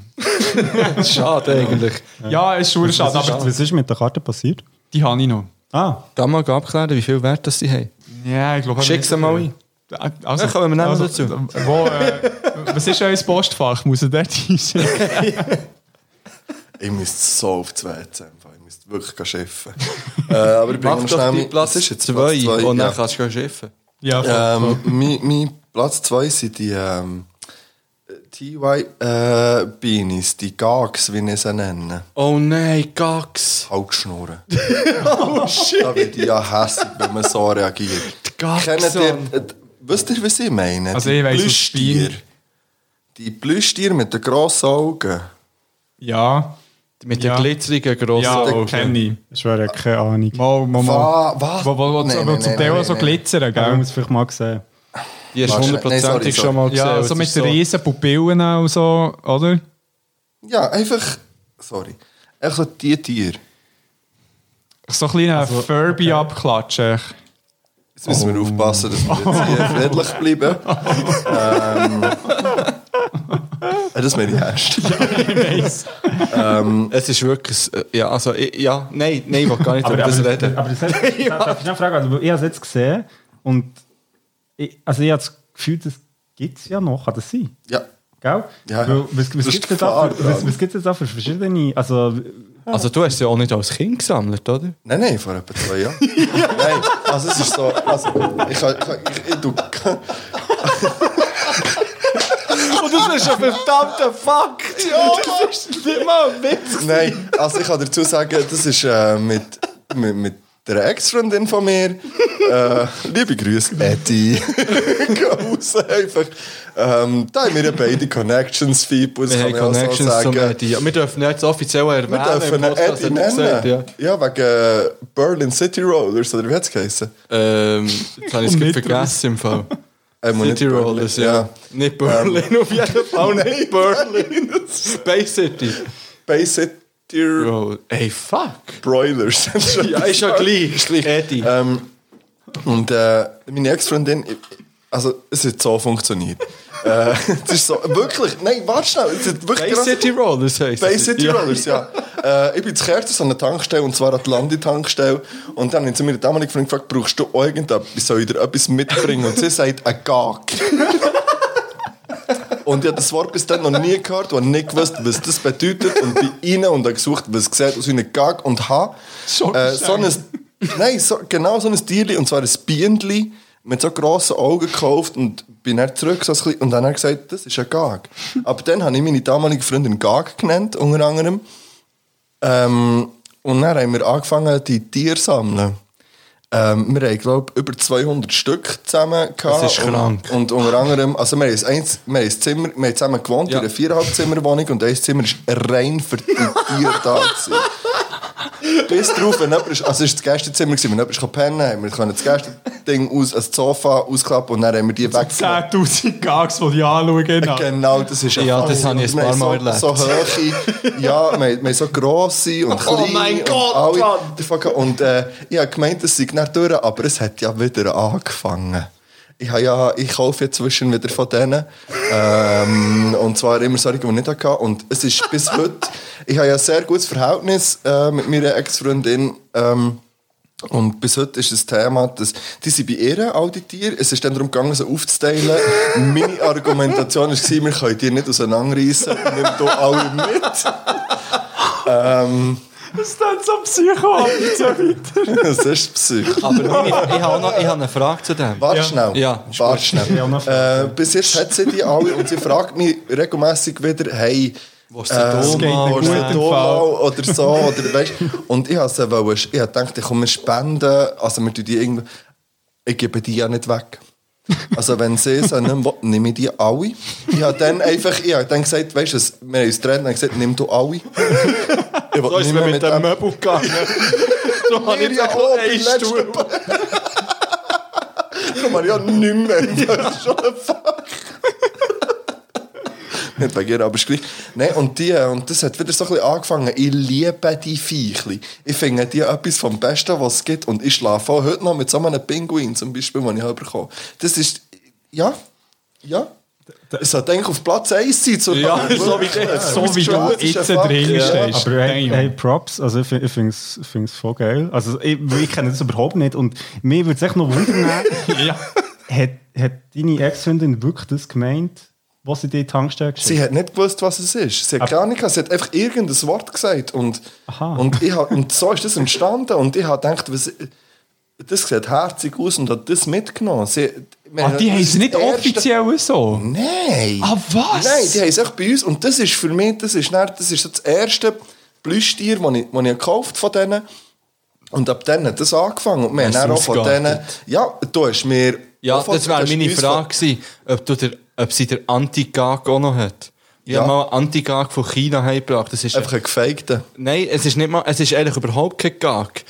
S3: Schade eigentlich.
S5: Ja, es ist schon schade,
S6: was, ist,
S5: aber
S6: was ist mit der Karte passiert?
S5: die habe ich noch.
S6: Ah,
S3: Da mal abklären, wie viel Wert das sie haben.
S5: Ja, ich glaube...
S3: Schick sie mal ein.
S5: Also,
S3: Ja, kommen wir nachher dazu.
S5: Wo, äh, was ist euer Postfach? Muss ich dort hinschicken?
S4: Ich müsste so auf die WC einfach. Ich müsste wirklich schiffen. äh, aber ich bringe
S3: Mach
S4: noch
S3: doch
S4: schnell...
S3: die
S4: mein-
S3: Platz
S4: Was ist jetzt?
S3: zwei,
S4: Platz zwei,
S3: und
S4: ja.
S3: dann kannst du schiffen.
S5: Ja, voll.
S4: Ähm, mein, mein Platz 2 sind die ähm, TY äh, Beanies, die Gags, wie ich sie nenne.
S3: Oh nein, Gags.
S4: Halsschnurren. oh shit! Da wird ich ja hässlich, wenn man so reagiert.
S3: Gags,
S4: Kennt
S3: Mann.
S4: ihr, äh, wisst ihr, was ich meine?
S5: Also
S4: die
S5: ich weiss, was
S4: Plüschtier.
S5: Bean-
S4: Die Plüschtier mit den grossen Augen.
S5: ja,
S3: Mit
S5: Ja.
S3: den glitzerigen grossen
S5: ja,
S3: Augen.
S5: kenne ich.
S6: ich schwöre, keine Ahnung.
S5: Mal, mal, mal.
S4: Wa- Was?
S5: Wo, wo, wo,
S4: Nein,
S5: wo
S4: nein,
S5: zum
S4: nein,
S5: Teil
S4: nein,
S5: auch so
S4: nein.
S5: glitzern,
S6: Ja, ich
S5: gell?
S6: muss vielleicht mal sehen.
S3: Die hast du
S4: Nein, sorry,
S3: hundertprozentig
S4: sorry.
S3: schon mal gesehen.
S5: Ja,
S3: Es
S5: so
S3: ist
S5: mit riesen Pupillen und so, oder?
S4: Ja, einfach... Sorry. Einfach so die Tiere.
S5: So ein kleiner Furby abklatschen.
S4: Jetzt müssen wir aufpassen, dass wir jetzt hier friedlich bleiben. ähm, äh, das meine ich ernst.
S3: Es ist wirklich. äh, Ja, also, ich- ja, nein, nein, ich will gar nicht
S6: Aber,
S3: über das
S6: aber,
S3: reden.
S6: aber das hat, darf ich noch fragen? Also, ich habe es jetzt gesehen und ich, also ich habe das Gefühl, das gibt es ja noch, kann das sein?
S4: Ja.
S6: Gell?
S4: Ja, ja.
S6: Weil, was
S4: Das
S6: was
S4: ist
S6: gibt es
S4: Gefahr
S6: da, für- was,
S4: dran.
S6: was gibt's jetzt da für verschiedene? Also,
S3: Also, du hast ja auch nicht als Kind gesammelt, oder?
S4: Nein, nein, vor etwa zwei Jahren. nein, also es ist so. Also, ich kann. Ich, kann- ich, ich, du,
S3: Und das ist ein verdammter Fakt! Ja, das ist nicht mal ein Witz!
S4: nein, also ich kann dazu sagen, das ist äh, mit, mit, mit der Ex-Freundin von mir. Äh, liebe Grüße, Eddie. Geh raus einfach. Ähm, da haben wir ja beide Connections, Fibu, das
S3: Wir
S4: kann
S3: haben
S4: man auch so
S3: Connections zum
S4: sagen.
S3: Eddie. Ja, Wir dürfen jetzt offiziell erwähnen.
S4: Wir dürfen
S3: im
S4: ihn
S3: Podcast, hat
S4: Eddie
S3: er
S4: nennen.
S3: gesagt,
S4: ja.
S3: ja.
S4: wegen äh, Berlin City Rollers, oder wie hat es geheißen?
S3: Ähm, jetzt habe ich es gerade vergessen im Fall.
S4: Ähm, und
S3: City
S4: nicht
S3: Rollers,
S4: Berlin, Ähm,
S3: ja. Nicht Berlin, auf jeden Fall nicht Berlin. Space City.
S4: Bay City
S3: Bro,
S4: Rollers.
S3: ey, fuck.
S4: Broilers.
S3: Ja, ist ja gleich. ist gleich. Eddie.
S4: ähm, und äh, meine Ex-Freundin, ich- also es hat so funktioniert. äh, es ist so, wirklich, nein, warte schnell, es hat wirklich
S3: Space
S4: krass-
S3: City Rollers heisst
S4: Bay
S3: es.
S4: City
S3: Ja.
S4: Rollers, ja. Äh, ich bin zu Kerzen an einer Tankstelle, und zwar Atlandi-Tankstelle. Und dann habe ich zu meiner damaligen Freundin gefragt, brauchst du irgendetwas, soll ich dir etwas mitbringen? Und sie sagt, ein Gag. Und ich habe das Wort bis dann noch nie gehört und nicht gewusst, was das bedeutet. Und bin rein und habe gesucht, was sieht aus wie ein Gag und habe äh, so ein, nein, so, genau so ein Tierli, und zwar ein Bienenli mit so grossen Augen gekauft und bin dann zurück so ein bisschen, und dann hat er gesagt, das ist ein Gag. Ab dann habe ich meine damalige Freundin Gag genannt, unter anderem. Ähm, und dann haben wir angefangen, die Tiere zu sammeln. Ähm, wir haben, glaube ich, über 200 Stück zusammen gehabt.
S3: Das ist krank.
S4: Und, und unter anderem, also wir haben, ein, Einz- wir haben, ein Zimmer, wir haben zusammen gewohnt
S3: Ja.
S4: in einer viereinhalb Zimmer Wohnung und ein Zimmer war rein für die Tiere da. gewesen. Bis drauf, wenn jemand ist, also es war das Gästezimmer, gewesen, wenn jemand kann pennen konnte, haben wir können das Gästeding aus, also das Sofa ausklappen und dann haben wir die weggenommen.
S5: 10.000 Gags, die ich anschauen. habe.
S4: Genau, das ist
S3: Ja,
S4: einfach-
S3: das habe ich ein
S4: Wir haben
S3: paar Mal
S4: so, so hohe, ja, wir, haben- wir haben so grosse und kleine.
S3: Oh mein
S4: und
S3: Gott,
S4: alle-
S3: Mann!
S4: Der Fuck- Und äh, ich habe gemeint, das sei nicht durch, aber es hat ja wieder angefangen. Ich, habe ja, ich kaufe inzwischen wieder von denen. Ähm, und zwar immer solche, die ich nicht hatte. Und es ist bis heute... Ich habe ja ein sehr gutes Verhältnis äh, mit meiner Ex-Freundin. Ähm, und bis heute ist das Thema, dass die sind bei ihr, all die Tiere. Es ist dann darum gegangen, sie aufzuteilen. Meine Argumentation war, wir können die nicht auseinanderreißen. Nimm hier alle mit.
S5: Das ist dann so Psycho ab und so weiter.
S4: Das ist Psych.
S3: Aber meine, ich habe auch noch ich habe eine Frage zu dem.
S4: Warte
S5: Ja.
S4: schnell.
S3: Ja, ist
S4: Warte
S3: gut.
S4: schnell.
S6: Ja, noch
S4: Äh, bis jetzt hat sie die alle und sie fragt mich regelmäßig wieder, hey,
S3: Wo ist der
S4: es
S3: Dom?
S5: geht
S3: Wo ist
S5: nicht gut.
S3: der
S4: Oder
S5: Im
S3: Dom?
S4: Donau oder so. Oder, weißt, und ich wollte wollen, ich hab gedacht, ich komme spenden. Also, wir tun die irgendwie. Ich gebe die ja nicht weg. Also, wenn sie es nicht will, nehme ich die alle. Ich habe dann einfach ich hab dann gesagt, weißt du, es- wir haben uns getrennt und gesagt, nimm du alle. Ich will nicht mehr mit dem
S3: Möbel gegangen. so habe
S4: Wir ja auch beim letzten Mal. Darum habe ich ja nicht mehr. Das ist schon ein Fakt. Nicht wegen ihr, aber es ist gleich. Nein, und, die, äh, und das hat wieder so ein bisschen angefangen. Ich liebe die Viechli. Ich finde die etwas vom Besten, was es gibt. Und ich schlafe auch heute noch mit so einem Pinguin, zum Beispiel, den ich habe bekommen Das ist... Ja. Ja. Es sollte eigentlich auf Platz 1 sein. Zur
S5: Ja, so wie, so wie du
S4: Das ist ein
S5: jetzt
S4: Fakt,
S5: drin
S4: ja.
S5: stehst.
S6: Aber hey,
S5: Damn.
S6: hey, Props, also ich, fi- ich finde es voll geil. Also ich, ich kenne das überhaupt nicht und mir würde es echt noch wundern,
S5: Ja.
S6: hat, hat deine Ex-Freundin wirklich das gemeint, was sie dir in die Tankstelle geschickt
S4: Sie hat nicht gewusst, was es ist. Sie hat keine Ahnung, gehabt. sie hat einfach irgendein Wort gesagt. Und,
S6: Aha.
S4: und, ich hab, und so ist das entstanden. Und ich habe gedacht, was, das sieht herzig aus und hat das mitgenommen. Sie,
S5: Ah, die
S4: das
S5: haben
S4: ist
S5: es nicht
S4: das erste-
S5: offiziell so.
S4: Nein!
S5: Ah, was?
S4: Nein, die haben es echt bei uns. Und das ist für mich, das ist, dann, das ist so das erste Plüschtier, das ich, das ich gekauft von denen Und ab dann hat das angefangen. Und wir haben
S3: Hast du
S4: dann auch von
S3: ausgeartet?
S4: denen... Ja, du hast mir...
S3: Ja,
S4: auch von-
S3: das
S4: du
S3: wäre
S4: hast
S3: meine
S4: uns von-
S3: Frage gewesen, ob, du der, ob sie der Anti-Gag auch noch hat. Ich
S4: Ja.
S3: habe mal einen Anti-Gag von China heimgebracht. Das ist
S4: Einfach einen gefakten.
S3: Nein, es ist nicht mal, es ist eigentlich überhaupt kein Gag.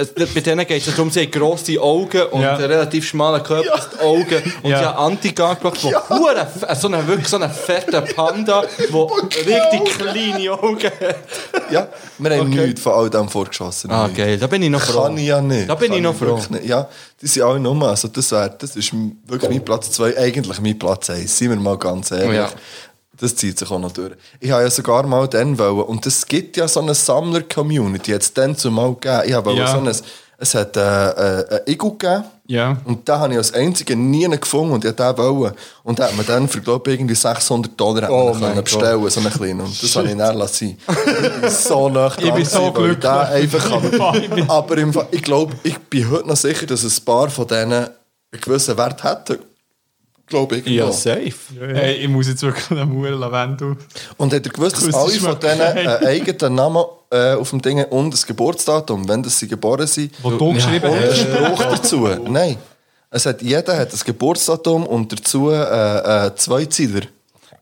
S3: Es, bei denen geht es darum, sie haben grosse Augen und
S5: Ja.
S3: einen relativ schmalen Körper, also die Augen. Und
S5: Ja.
S3: ja. sie haben Anti-Gag gebracht, wo hure f- äh, so einen wirklich so einen fetten Panda, der richtig kleine Augen hat.
S4: Ja, wir haben nichts von all dem vorgeschossen.
S3: Ah,
S4: Nichts.
S3: geil, da bin ich noch froh.
S4: Kann ich ja nicht.
S3: Da bin
S4: Kann
S3: ich noch froh.
S4: wirklich nicht. Ja, die sind alle nur. Also das, wär, das ist m- wirklich mein Platz 2, eigentlich mein Platz 1, sind wir mal ganz ehrlich.
S3: Ja.
S4: Das zieht sich auch noch durch. Ich habe ja sogar mal den wollen, und es gibt ja so eine Sammler-Community, jetzt den zumal gegeben. Ich habe
S5: Ja.
S4: ja. so ein, es hat äh, äh, einen Igel gegeben.
S5: Ja.
S4: Und den habe ich als einzigen nie gefunden und ich wollte den wollen. Und den hat man dann für, glaube ich, irgendwie 600 Dollar hat man
S3: Oh mein
S4: ihn können bestellen so einen kleinen. Und das habe ich dann lassen. Ich bin so nah
S5: Ich bin so
S4: weil ich den
S5: glücklich.
S4: Einfach kann. Aber im Fall, ich glaube, ich bin heute noch sicher, dass ein paar von denen einen gewissen Wert hätten. Glaube ich.
S3: Ja,
S4: noch.
S3: safe.
S5: Hey, ich muss jetzt wirklich den Mauer Lavendel.
S4: Und hat er gewusst, dass
S5: Grüß,
S4: alle
S5: das
S4: von
S5: schmeckt
S4: denen
S5: geil.
S4: einen eigenen Namen äh, auf dem Ding haben und ein Geburtsdatum, wenn das sie geboren sind.
S5: Wo du geschrieben
S4: Und einen
S5: hast.
S4: Spruch dazu. Nein. Es hat, jeder hat ein Geburtsdatum und dazu äh, äh, zwei Ziele.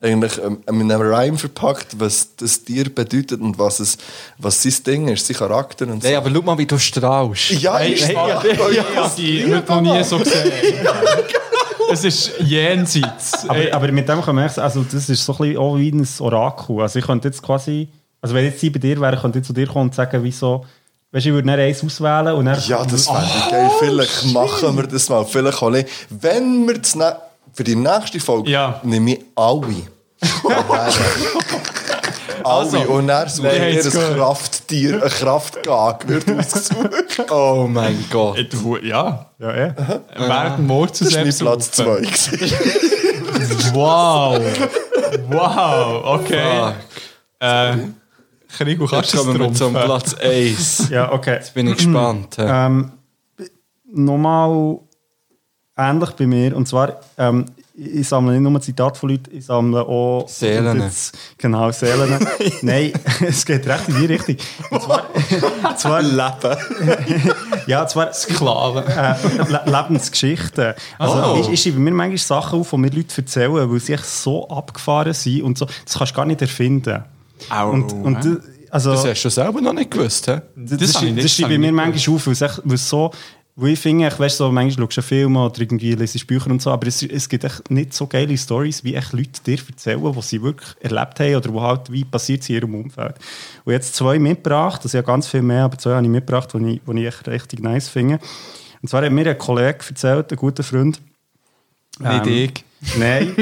S4: Eigentlich ähm, mit einem Rhyme verpackt, was das Tier bedeutet und was, es, was sein Ding ist, sein Charakter und so.
S3: Nein, aber schau mal, wie du strahlst.
S4: ja, ich
S5: ja,
S4: mag euch.
S5: ich habe die heute noch nie so gesehen. Es ist jenseits.
S6: Aber,
S5: Ey,
S6: aber mit dem kann man echt, also das ist so ein bisschen auch wie ein Orakel. Also ich könnte jetzt quasi, also wenn jetzt sie bei dir wäre, könnte ich zu dir kommen und sagen, wieso, weißt du, ich würde dann eins auswählen und dann... Ah.
S4: Ja, das fände ich geil. Vielleicht machen wir das mal. Vielleicht auch nicht. Wenn wir das ne für die nächste Folge
S5: Ja.
S4: nehme ich alle. also, und er sucht
S5: Nein,
S4: ihr ein
S5: jetzt gut.
S4: Krafttier, ein Kraftgag wird ausgesucht.
S3: Oh mein Gott.
S5: ey, du- Ja,
S6: Ja, ja. eh?
S5: während Mord zu
S4: Das war mein Platz 2.
S5: Wow. Wow, okay. Äh, Krieg, du kannst
S3: Ah, Jetzt
S5: es
S3: kommen wir zum
S5: trumpfen.
S3: Platz 1.
S6: Ja, okay.
S3: Bin ich gespannt. hä?
S6: Ähm, nochmal ähnlich bei mir. Und zwar, ähm, ich sammle nicht nur Zitate von Leuten, ich sammle auch.
S3: Seelen.
S6: und Jetzt, genau, Seelen. Nein, es geht recht in die Richtung. Und zwar, und zwar Leben. ja, und zwar
S5: Sklaven.
S6: äh, Le Lebensgeschichten. Also,
S5: Oh.
S6: ich, ich schreibe mir manchmal Sachen auf, die mir Leute erzählen, weil sie echt so abgefahren sind und so. Das kannst du gar nicht erfinden.
S5: Au,
S6: und, und
S5: hä?
S6: das- Also,
S3: Das hast du selber noch nicht gewusst, hä?
S6: Das,
S5: Das
S6: das,
S5: habe ich
S6: das,
S5: nicht- das
S6: schreibe
S5: habe
S6: ich
S5: ich
S6: mir
S5: nicht
S6: manchmal auf, weil es echt- weil es so, wo ich finde, ich weiss, so, manchmal schaust du Filme oder irgendwie lesest Bücher und so, aber es, es gibt echt nicht so geile Stories, wie echt Leute dir erzählen, was sie wirklich erlebt haben oder wo halt wie passiert es in ihrem Umfeld. Und jetzt zwei mitgebracht, das ist ja ganz viel mehr, aber zwei habe ich mitgebracht, die ich, die ich echt richtig nice finde. Und zwar hat mir ein Kollege erzählt, ein guter Freund.
S5: Nicht
S6: Ähm,
S5: ich.
S6: Nein.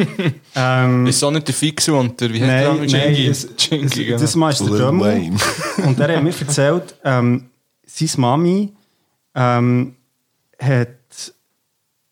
S6: ähm,
S3: Ist so nicht der Fixo und der, wie heißt
S6: nein,
S3: der?
S6: nein,
S3: Jingy.
S6: es, es,
S3: Jingy,
S6: das
S3: genau.
S6: Mal ist der
S4: Lil
S6: Dömmel.
S4: Wayne.
S6: Und der hat mir erzählt, ähm, seine Mami ähm, hat.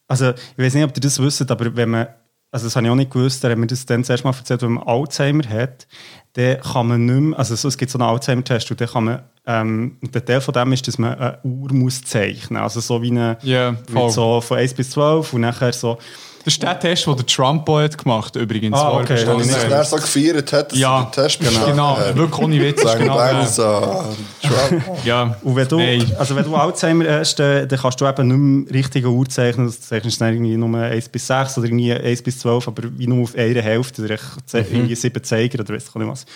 S6: Also, ich weiß nicht, ob ihr das wisst, aber wenn man. Also, das habe ich auch nicht gewusst, er hat mir das dann zuerst mal erzählt, wenn man Alzheimer hat, dann kann man nicht mehr. Also, so, es gibt so einen Alzheimer-Test und dann kann man. Ähm, und der Teil von dem ist, dass man eine Uhr muss zeichnen muss. Also, so wie eine.
S5: Ja, voll.
S6: mit so von 1 bis 12 und nachher so.
S5: Das ist der Test, den der Trump auch hat gemacht übrigens.
S6: Ah,
S5: wo er
S6: okay,
S5: bestanden
S6: habe
S4: Wenn
S6: ich nicht
S5: hat.
S4: sich dann so gefeiert hat, dass
S5: Ja,
S4: er den Test
S5: genau.
S4: bestanden
S5: genau.
S4: hat.
S5: Wirklich ohne Witz.
S4: Sagen
S5: genau,
S4: beide
S5: ja.
S4: so, Trump.
S5: ja.
S6: Und wenn du,
S5: Nein.
S6: also wenn du Alzheimer hast, äh, dann, dann kannst du eben nicht mehr richtige Uhr zeichnen. Du zeichnest dann irgendwie nur 1 bis 6 oder irgendwie 1 bis 12, aber wie nur auf einer Hälfte oder echt ze- irgendwie 7 Zeiger oder weiss ich nicht was.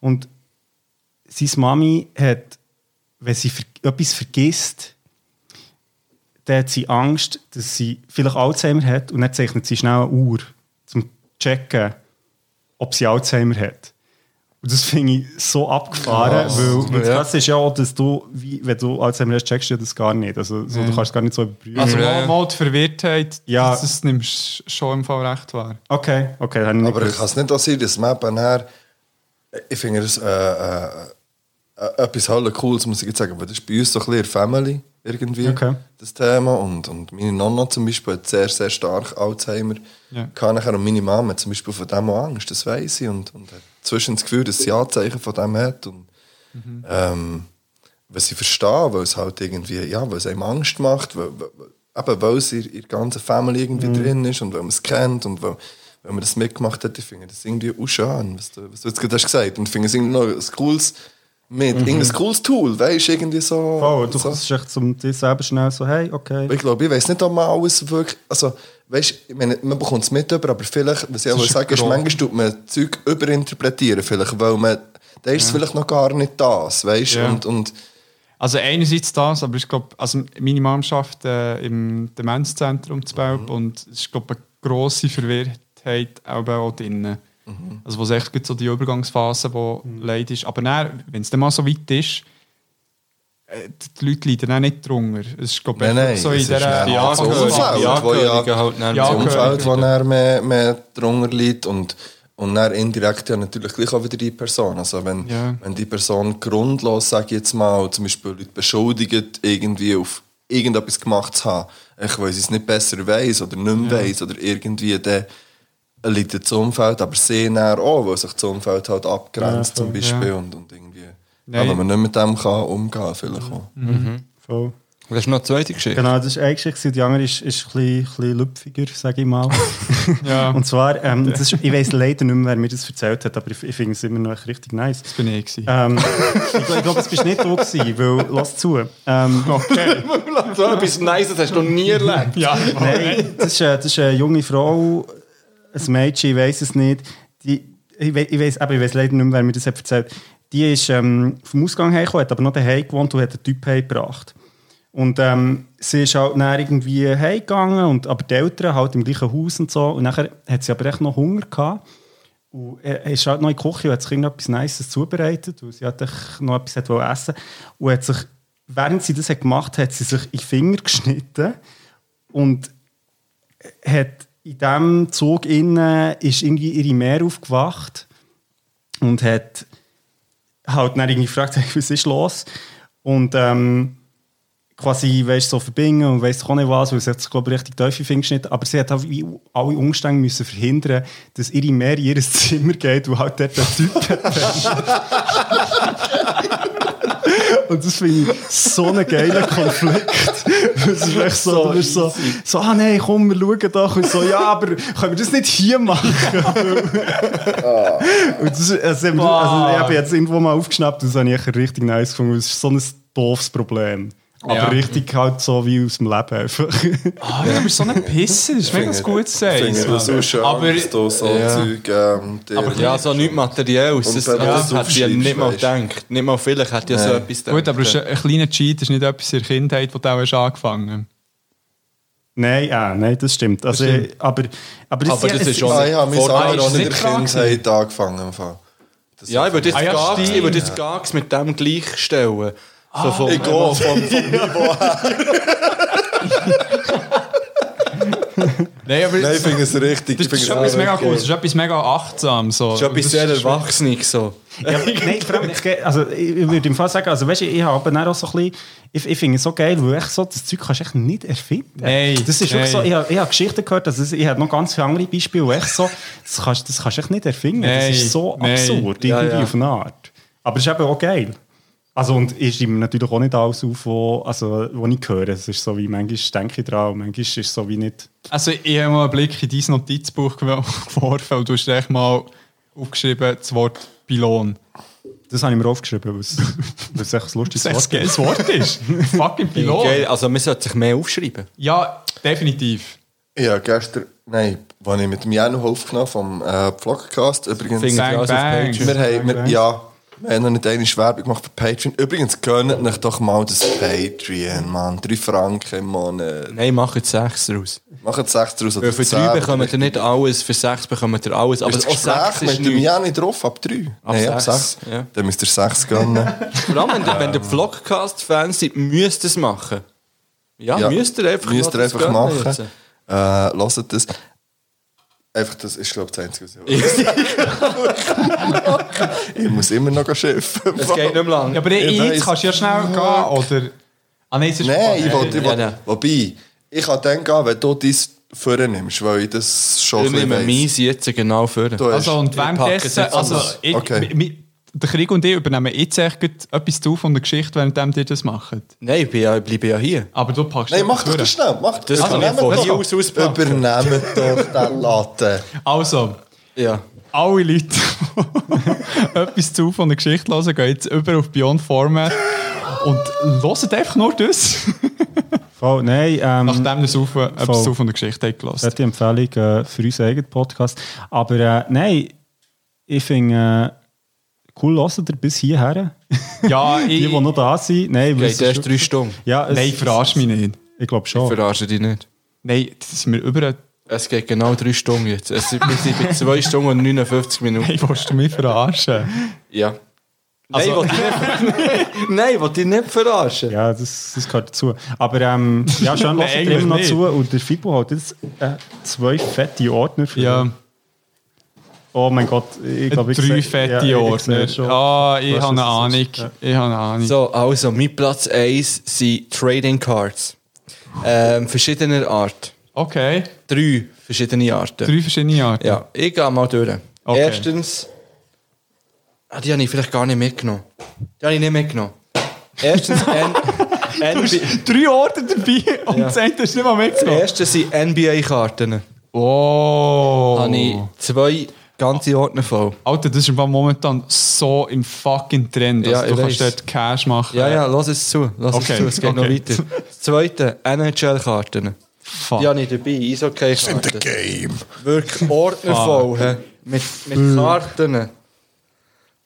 S6: Und seine Mami hat, wenn sie ver etwas vergisst, dann hat sie Angst, dass sie vielleicht Alzheimer hat und dann zeichnet sie schnell eine Uhr, um zu checken, ob sie Alzheimer hat. Und das finde ich so abgefahren, weil, weil
S4: ja.
S6: das ist ja auch, dass du, wie, wenn du Alzheimer hast, checkst du das gar nicht. Also so, du kannst es gar nicht so überprüfen.
S5: Also
S3: Ja, ja.
S5: mal, mal die Verwirrtheit,
S6: Ja.
S5: dass es nimmst schon im Fall recht war.
S6: okay, okay, dann habe ich nicht
S4: Aber
S6: gewusst.
S4: kann es nicht auch sein, dass man eben nachher- ich finde das äh, äh, äh, etwas hölle cooles, muss ich jetzt sagen, aber das ist bei uns so ein bisschen in der Family irgendwie,
S6: Okay.
S4: das Thema und, und meine Nonna zum Beispiel hat sehr, sehr stark Alzheimer
S5: Ja.
S4: gehabt nachher und meine Mama hat zum Beispiel von dem auch Angst, das weiss ich und, und hat zwischen das Gefühl, dass sie Anzeichen von dem hat und ähm, was sie verstehen, weil es halt irgendwie, ja, weil es einem Angst macht, weil, weil, weil- eben weil es in in der ganzen Family irgendwie
S6: Mhm.
S4: drin ist und weil man es kennt und weil, weil man das mitgemacht hat, ich finde das irgendwie auch schön, was du, was du jetzt gerade hast gesagt und ich finde es irgendwie noch ein cooles, mit, irgendein cooles Tool, weißt du, irgendwie so.
S6: Mhm. Voll, Oh, du
S4: so.
S6: kannst echt zum dir selber schnell so, hey, okay.
S4: Ich glaube, ich weiß nicht, ob man alles wirklich. Also, weißt, ich meine, man bekommt es mit, über, aber vielleicht, was ich auch sage, ist, manchmal tut man Zeug überinterpretieren, vielleicht, weil man. Da ist es vielleicht noch gar nicht das, weißt du?
S5: Ja.
S4: Und, und
S5: Also einerseits das, aber ich glaube, also meine Mom arbeitet äh, im Demenzzentrum zu
S4: Mhm.
S5: Belp und es ist, glaube eine grosse Verwirrtheit auch, auch drin.
S4: Mhm.
S5: Also wo es echt gibt so die Übergangsphase, wo Leid ist. Aber dann, wenn es dann mal so weit ist, äh, die Leute leiden auch nicht drunter. Es ist, glaube
S4: Nein, nein,
S5: so in
S4: es ist
S5: dieser...
S4: dann
S3: Die
S4: Also
S3: Angehörigen, die
S4: Umfeld, wo ja-
S3: Angehörigen genau. halt nicht
S5: Ja,
S4: das
S3: so-
S5: okay.
S4: Umfeld, wo er mehr, mehr drunter liegt und, und dann indirekt ja natürlich gleich auch wieder die Person. Also wenn,
S5: Ja.
S4: wenn die Person grundlos, sage ich jetzt mal, zum Beispiel Leute beschuldigt, irgendwie auf irgendetwas gemacht zu haben, ich weiß es nicht besser weiß oder nicht mehr weiss oder irgendwie der liegt das Umfeld, aber sehr näher auch, weil sich das Umfeld halt abgrenzt zum Beispiel und, und irgendwie, ja,
S5: Nein.
S4: wenn man nicht mit dem kann umgehen vielleicht auch.
S6: Voll.
S3: Das ist noch eine zweite Geschichte.
S6: Genau, das ist eine Geschichte, die andere ist, ist ein bisschen, ein bisschen lüpfiger, sage ich mal.
S5: Ja,
S6: Und zwar, ähm, das ist, ich weiß leider nicht mehr, wer mir das erzählt hat, aber ich, ich finde es immer noch echt richtig nice.
S5: das bin ich. gewesen.
S6: Ähm, ich glaube, glaub, es bist nicht du gewesen, weil, lass zu. Ähm,
S3: So etwas Nice, das hast du noch nie erlebt.
S5: Ja,
S6: Nein, das ist, eine, das ist eine junge Frau, ein Mädchen, ich weiß es nicht. Die, ich we- ich weiß aber ich weiß leider nicht mehr, wer mir das hat erzählt. Die ist ähm, vom Ausgang hergekommen, hat aber noch daheim gewohnt und hat einen Typ heimgebracht. Und ähm, sie ist halt dann irgendwie heimgegangen, und, aber die Eltern halt im gleichen Haus und so. Und nachher hat sie aber echt noch Hunger gehabt. Und er er ist halt noch in die Küche und hat sich irgendetwas Nices zubereitet, weil sie hat echt noch etwas hat wollen essen Und hat sich, während sie das hat gemacht hat, hat sie sich in die Finger geschnitten und hat in diesem Zug innen ist irgendwie ihre Mär aufgewacht und hat halt dann irgendwie gefragt, hey, was ist los? Und ähm, quasi, weißt so verbinden und weiss doch auch nicht was, weil sie hat sich, glaube ich, richtig tief in den Finger geschnitten. Aber sie hat halt wie alle Umstände müssen verhindern, dass ihre Mär in ihr Zimmer geht und halt dort der Typ Und das finde ich so einen geilen Konflikt. Es ist echt so, du bist so, so, ah nein, komm, wir schauen doch. Und so, ja, aber können wir das nicht hier machen? und das, ist- also, eben, also, ich habe jetzt irgendwo mal aufgeschnappt, das habe ich echt richtig nice gefunden. weil Es ist so ein doofes Problem. Aber
S5: Ja.
S6: richtig halt so wie aus dem Leben einfach.
S5: Ah, du bist so ein Pisser, das ist mega gut
S4: Ich finde das
S5: gesagt.
S4: so schön,
S5: Aber-
S4: dass du so Zeug... Ähm, dir-
S3: Ja, so nichts Materielles.
S4: Und
S3: Das,
S4: wenn du
S3: das
S4: das
S3: hätte ich ja
S4: aufschreibst,
S3: nicht mal
S4: weißt.
S3: gedacht. Nicht mal vielleicht hätte ich ja so
S4: Nein.
S3: etwas gedacht.
S5: Gut, aber es ist ein ein kleiner Cheat, das ist nicht etwas in der Kindheit, wo du auch hast angefangen
S6: nein, ah, nein, das stimmt. Also,
S5: stimmt.
S6: Aber, aber,
S3: Aber das ist schon-
S4: Ah, ich habe mein
S3: Vorteil
S4: Sammeln
S5: ist
S4: auch nicht in
S5: nicht
S4: der
S5: klar
S4: Kindheit angefangen. im Fall. Das
S3: Ja, ich würde jetzt,
S5: Ah,
S3: ah,
S5: ja,
S3: ich
S5: stimmt.
S3: würde jetzt Gags mit dem gleichstellen.
S5: Ah,
S3: So von,
S4: Ich gehe vom, vom
S5: hast. Nein, aber
S4: Nein, ich finde es richtig.
S5: das
S4: ich finde es
S5: ist etwas
S4: auch
S5: Dus mega
S4: richtig.
S5: cool, das ist etwas mega ehm, achtsam. So.
S3: Das ist etwas sehr Erwachsenes. So.
S6: Ja, aber nein, vor allem, ich, ge- also, ich ich würde im Fall sagen, also, weißt, du, ich habe dann auch so ein bisschen, ich, ich finde es so geil, weil echt so, das Zeug kannst du echt nicht erfinden.
S5: Nein,
S6: das ist
S5: nein.
S6: wirklich so, ich habe, ich habe Geschichten gehört, also, ich habe noch ganz viele andere Beispiele, wo echt so, das kannst, das kannst du echt nicht erfinden.
S5: Nein,
S6: das ist so
S5: nein.
S6: absurd, irgendwie
S3: Ja, ja.
S6: auf eine Art. Aber es ist eben auch geil. Also, und ich schreibe mir natürlich auch nicht alles auf, wo, also, wo ich höre. Es ist so wie, manchmal denke ich dran und manchmal ist es so wie nicht...
S5: Also, ich habe mal einen Blick in dein Notizbuch gew- geworfen und du hast echt mal aufgeschrieben, das Wort Pylon.
S6: Das habe ich mir aufgeschrieben, weil es, weil es echt ein lustiges
S5: Das ist echt ein
S6: Wort ist.
S5: geiles Wort ist. Fucking
S3: Geil.
S5: Pylon.
S3: Also, man sollte sich mehr aufschreiben.
S5: Ja, definitiv.
S4: Ja, gestern, nein, als ich mit dem Jan aufgenommen vom äh, Vlogcast übrigens.
S3: Finger
S5: Bang,
S3: raus auf
S5: bang.
S3: Patreon.
S4: Wir haben, wir,
S6: Danke.
S4: ja, wir haben noch nicht eine Werbung gemacht für Patreon. Übrigens, gönnt euch doch mal das Patreon, Mann. Drei Franken Eh, im Monat.
S3: Nein, macht sechs daraus.
S4: Macht sechs draus
S3: Weil
S4: oder
S3: für
S4: zehn.
S3: drei bekommt ihr nicht alles, für sechs bekommt ihr alles. Aber
S4: Aber das
S3: auch sechs
S4: Gespräch
S3: ist
S4: mit dem
S3: nichts.
S4: Jan nicht drauf, ab drei.
S3: Ab
S4: Nein, ab
S3: sechs,
S4: sechs.
S3: ja.
S4: Dann müsst ihr sechs gönnen.
S3: Vor allem, wenn, ihr- wenn ihr Vlogcast-Fans seid, müsst ihr es machen. Ja,
S4: Ja.
S3: müsst ihr einfach,
S4: Müsst ihr
S3: das
S4: einfach
S3: gönnen
S4: machen.
S3: jetzt.
S4: Äh, hört das. Einfach, das ist, glaube ich, das Einzige, was ich Ich muss immer noch schiffen.
S3: Es geht nicht mehr lang.
S5: Ja, aber ich,
S4: Ich weiss.
S5: jetzt kannst du ja schnell gehen, oder? Ah, nein, es ist
S4: Nein, ich wollte.
S3: Ja,
S4: Ich wollt,
S3: nein.
S4: Wobei, ich kann dann gehen, wenn du dein Führen nimmst, weil ich das schon
S3: Ich nehme
S4: weiss.
S3: meins jetzt genau vor.
S4: Du hast-
S5: Also, und
S3: Ich packe es
S5: währenddessen,
S3: jetzt
S5: also,
S3: alles.
S5: ich,
S4: Okay.
S5: mi- mi- der Krieg und ich übernehmen jetzt echt gleich etwas zu von der Geschichte, während ihr das macht.
S3: Nein, ich, bin ja, ich bleibe ja hier.
S5: Aber du packst
S4: Nein,
S5: einfach
S4: mach doch
S5: durch.
S4: das schnell. Mach
S3: Das kann ich von hier aus auspacken.
S4: Übernehmen doch den Latte.
S5: Also,
S3: Ja.
S5: alle Leute, die etwas zu von der Geschichte hören, gehen jetzt über auf Beyond Format und hören einfach nur das,
S6: Voll, nein, ähm,
S5: nachdem ihr auf, etwas
S6: Voll.
S5: zu von der Geschichte habt
S6: Das
S5: gehört.
S6: ist die Empfehlung äh, für unseren eigenen Podcast. Aber äh, nein, ich finde, äh, cool, hört ihr bis hierher.
S5: Ja,
S6: Die,
S5: Ah, ich...
S6: die noch da sind. Nein, weil
S3: Geht
S6: es
S3: erst
S6: ist-
S3: drei Stunden.
S6: Ja, es,
S5: Nein, verarsch mich nicht.
S6: Ich glaube schon.
S3: Verarsche dich nicht.
S5: Nein, das ist mir über...
S3: Es geht genau drei Stunden jetzt. Es sind, wir sind bei 2 Stunden und 59 Minuten.
S5: Hey, willst du mich verarschen?
S3: Ja. Also, nein, ich will dich nicht, nein, will dich nicht verarschen.
S6: Ja, das, das gehört dazu. Aber ähm, ja, schön,
S5: Nein,
S6: hört ihr immer noch
S5: eigentlich
S6: zu. Und der Fibo hat jetzt äh, zwei fette Ordner. Für
S5: Ja,
S6: Oh mein Gott, ich glaube, ich
S5: drei
S6: sehe- ja,
S5: fette
S6: ich
S5: Ordner.
S6: sehe schon.
S5: Ah,
S6: Du
S5: ich
S6: weißt,
S5: habe eine
S6: was das
S5: Ahnung.
S6: ist. Ja.
S5: Ich habe eine Ahnung.
S3: So, also, mein Platz 1 sind Trading Cards. Ähm, verschiedener Art.
S5: Okay,
S3: Drei verschiedene Arten.
S5: drei verschiedene Arten.
S3: Ja, ich gehe mal durch.
S5: Okay.
S3: Erstens. Ah, die habe ich vielleicht gar nicht mitgenommen. Die habe ich nicht mitgenommen. Erstens, N NBA
S5: Drei Orte dabei und
S3: Ja.
S5: das eine ist nicht mal
S3: das
S5: mitgenommen.
S3: erste sind NBA-Karten.
S5: Wow.
S3: Habe ich zwei ganze Ordner voll.
S5: Alter, das ist im Fall momentan so im fucking Trend.
S3: Ja,
S5: Also, du
S3: ich
S5: kannst
S3: weiss.
S5: dort Cash machen.
S3: Ja, ja, lass es zu. Lass
S5: Okay,
S3: es zu, es geht noch
S5: okay.
S3: weiter. Das zweite, NHL-Karten.
S5: Fuck.
S3: Die habe ich dabei, Eishockey-Karten.
S4: Game.
S3: Wirklich Ordner voll, hä? Mit, mit Karten.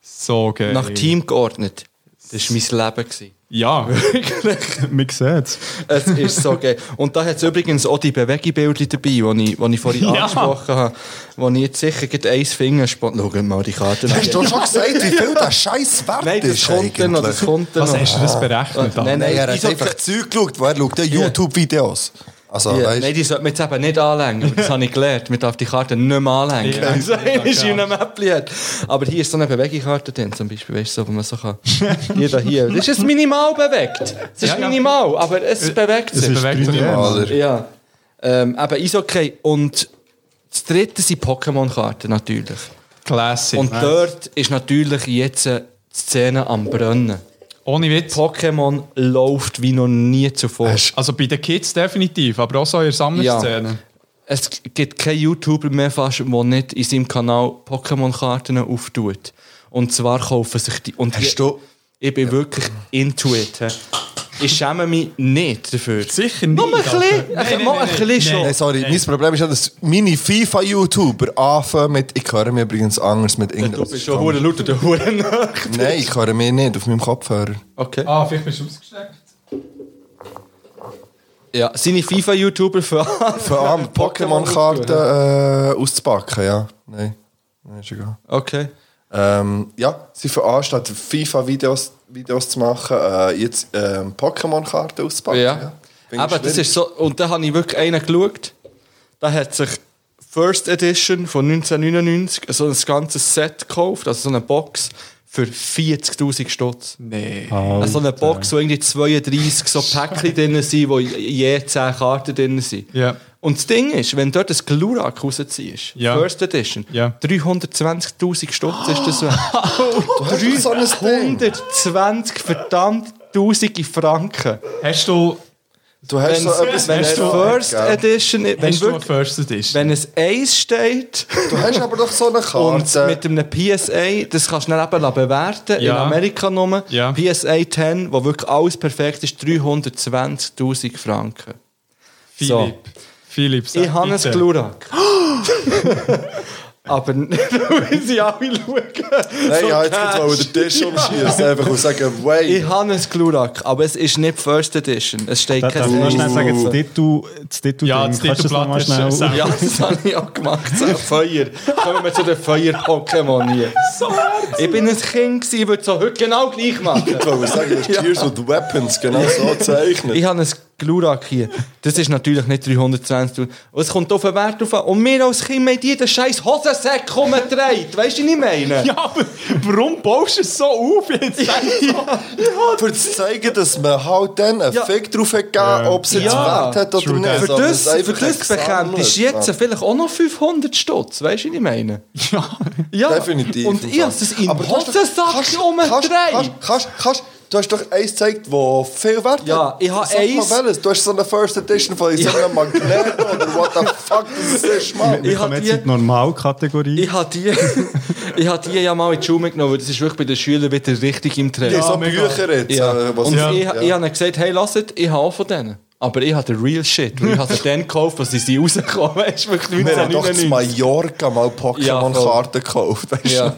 S5: So, okay.
S3: Nach Team geordnet. Das war mein Leben. Gewesen.
S5: Ja.
S6: Man sieht es.
S3: Es ist so geil. Und da hat es übrigens auch die Bewegungsbilder dabei, die ich, die ich vorhin
S5: Ja.
S3: angesprochen habe. Wo ich jetzt sicher gerade eins Finger spannt. Schau mal die Karte an.
S4: Hast du schon gesagt, wie viel der Scheiß wert
S3: Nein, das
S4: ist?
S3: kommt dann noch, das
S4: eigentlich?
S3: kommt dann
S5: Was
S3: noch.
S5: Also, hast du das berechnet?
S3: Ah,
S5: Alter?
S4: Nein, er hat
S3: Ich
S4: einfach Zeug geschaut, weil er schaut ja YouTube-Videos. Also,
S3: Ja,
S4: weißt
S3: nein, die sollte man jetzt eben nicht anlegen. aber Das habe ich gelernt. Man darf die Karte nicht mehr anlegen.
S5: Ja. genau.
S3: Wenn es
S5: Ja,
S3: eine ist in
S5: klar.
S3: einem Mäppchen hat. Aber hier ist so eine Bewegungskarte drin, zum Beispiel. Weißt du, so, wo man so kann. Hier, da, hier. Das ist minimal bewegt. Es ist
S5: Ja, ja.
S3: minimal, aber es bewegt
S5: Das
S3: sich.
S5: ist bewegt sich.
S6: drei
S5: immer.
S4: Maler.
S3: Ja. Ähm, eben Eishockey. Und das dritte sind Pokémon-Karten natürlich.
S5: Classic.
S3: Und dort ist natürlich jetzt äh, die Szene am Brennen.
S5: Ohne Witz.
S3: Pokémon läuft wie noch nie zuvor.
S5: Also bei den Kids definitiv, aber auch so in der Sammlerszene.
S3: Es gibt keinen YouTuber mehr fast, der nicht in seinem Kanal Pokémon-Karten auftut. Und zwar kaufen sich die. Und
S4: Hast
S3: ich,
S4: du-
S3: ich bin wirklich into it. hä. Ich schäme mich nicht dafür.
S5: Sicher nicht.
S3: Nur ein bisschen.
S5: Nein, nein,
S3: mal ein
S5: nein, nein,
S3: bisschen schon.
S4: Nein, sorry, mein Problem ist ja, dass meine FIFA-YouTuber anfangen mit «Ich höre mich übrigens anders mit Englisch».
S3: Du bist schon hure laut oder hure nacht.
S4: Nein, ich höre mich nicht auf meinem Kopfhörer.
S3: Okay.
S5: Ah, vielleicht bist du ausgesteckt.
S3: Ja, seine FIFA-YouTuber für
S4: Vor allem Pokémon-Karten äh, auszupacken, ja. Nein, nein ist egal.
S3: Okay.
S4: Ähm, ja, sie fangen an, statt FIFA-Videos Videos zu machen, äh, jetzt ähm, Pokémon-Karten auszupacken.
S3: Ja.
S4: Finde ich
S3: Aber das
S4: schwierig.
S3: ist so. Und da habe ich wirklich einen geschaut. Da hat sich First Edition von 1999 so ein ganzes Set gekauft, also so eine Box für 40.000 Stutz.
S5: Nee.
S3: Also so eine Box, wo irgendwie 32 so Päckchen drin sind, wo je 10 Karten drin sind.
S5: Ja.
S3: Und das Ding ist, wenn du dort ein Glurak rausziehst,
S5: Ja.
S3: First Edition,
S5: Ja.
S3: 320.000 Stutz ist das wert.
S4: hast doch so ein
S3: 320 verdammt tausende Franken.
S5: Hast du,
S4: Du hast
S3: Wenn,
S4: so etwas...
S3: wenn
S5: hast
S3: eine
S5: du-
S3: First Edition, wenn,
S5: hast du eine
S3: wirklich,
S5: First Edition?
S3: wenn es Eis steht
S4: Du hast aber doch so eine
S3: und
S4: Karte.
S3: mit einem PSA, das kannst du dann eben bewerten, in
S5: Ja.
S3: Amerika nur,
S5: Ja.
S3: PSA 10, wo wirklich alles perfekt ist, 320.000 Franken. So.
S5: Philipp. Philipp, sag
S3: Ich habe ein
S5: bitte.
S3: Glurak. Aber nicht, weil sie alle schauen.
S4: Nein, ja, jetzt wollte ich den Tisch umschießen einfach und sagen,
S3: Ich
S4: wait.
S3: habe ein Glurak, aber es ist nicht First Edition. Es steht
S6: Da darf ich
S3: kein
S6: noch
S3: Eis.
S6: schnell sagen, das Titel, das Titel
S5: Ja, das
S6: Kannst du das
S5: Titelblatt
S6: nochmal
S5: ist
S6: schnell
S5: sehr-
S3: Ja, das habe ich auch gemacht. So, Feuer. Kommen wir zu den Feuer-Pokémon hier. Ich bin ein Kind, gewesen, ich würde es auch heute genau gleich machen.
S4: Ich wollte sagen, das ist Tears dus with Weapons genau so
S3: Ich
S4: gezeichnet.
S3: habe ein Glurak hier. Das ist natürlich nicht 320 Euro. Und es kommt auf den Wert drauf an. Und wir als Kind haben jeden scheiß Hosensack rumgedreht. Weißt du, was ich meine?
S5: Ja, aber warum baust du es so auf jetzt?
S4: Für zu zeigen, dass man halt dann einen
S3: Ja.
S4: Fick drauf hat gegeben, ob es jetzt
S3: Ja.
S4: Wert hat oder
S5: True
S4: nicht.
S5: that.
S3: Für
S4: sondern
S3: das,
S4: es
S3: für
S4: also, einfach
S3: das
S4: hat gesammelt.
S3: bekämpft ist jetzt
S4: Ja.
S3: vielleicht auch noch 500 Stutz. Weißt du, was ich meine?
S5: ja.
S3: Ja.
S4: Definitiv.
S3: Und ich habe es in
S4: Aber
S3: den
S4: du hast doch- kannst-
S3: Hosensack
S4: kannst-
S3: rumgedreht.
S4: kannst- kannst- kannst- Du hast doch eins gezeigt, das viel Wert
S3: Ja, E
S4: hat.
S3: ich habe
S4: Sag mal
S3: eins-
S4: welches. Du hast so eine First Edition von so einem Magnet oder what the fuck, das ist, Mann.
S6: Wir
S3: Ich habe
S6: kommen jetzt
S3: die
S6: in die Normalkategorie.
S3: Ich habe die, ich hab die ja mal in die Schule mitgenommen, weil das ist wirklich bei den Schülern wieder richtig im Trend.
S4: Ja, so
S5: mega.
S4: Bücher jetzt.
S3: Ja. E
S4: äh, was-
S3: Und
S5: Ja.
S3: ich, ich habe ihnen gesagt, hey, lasst, ich habe auch von denen. Aber ich habe den real shit, weil ich habe den gekauft, als sie sie rausgekommen Weißt du, wirklich
S4: Wir haben doch zu
S3: 1999.
S4: Mallorca mal
S3: Ja, voll.
S4: Pokémon-Karten gekauft. Weißt du?
S3: Ja.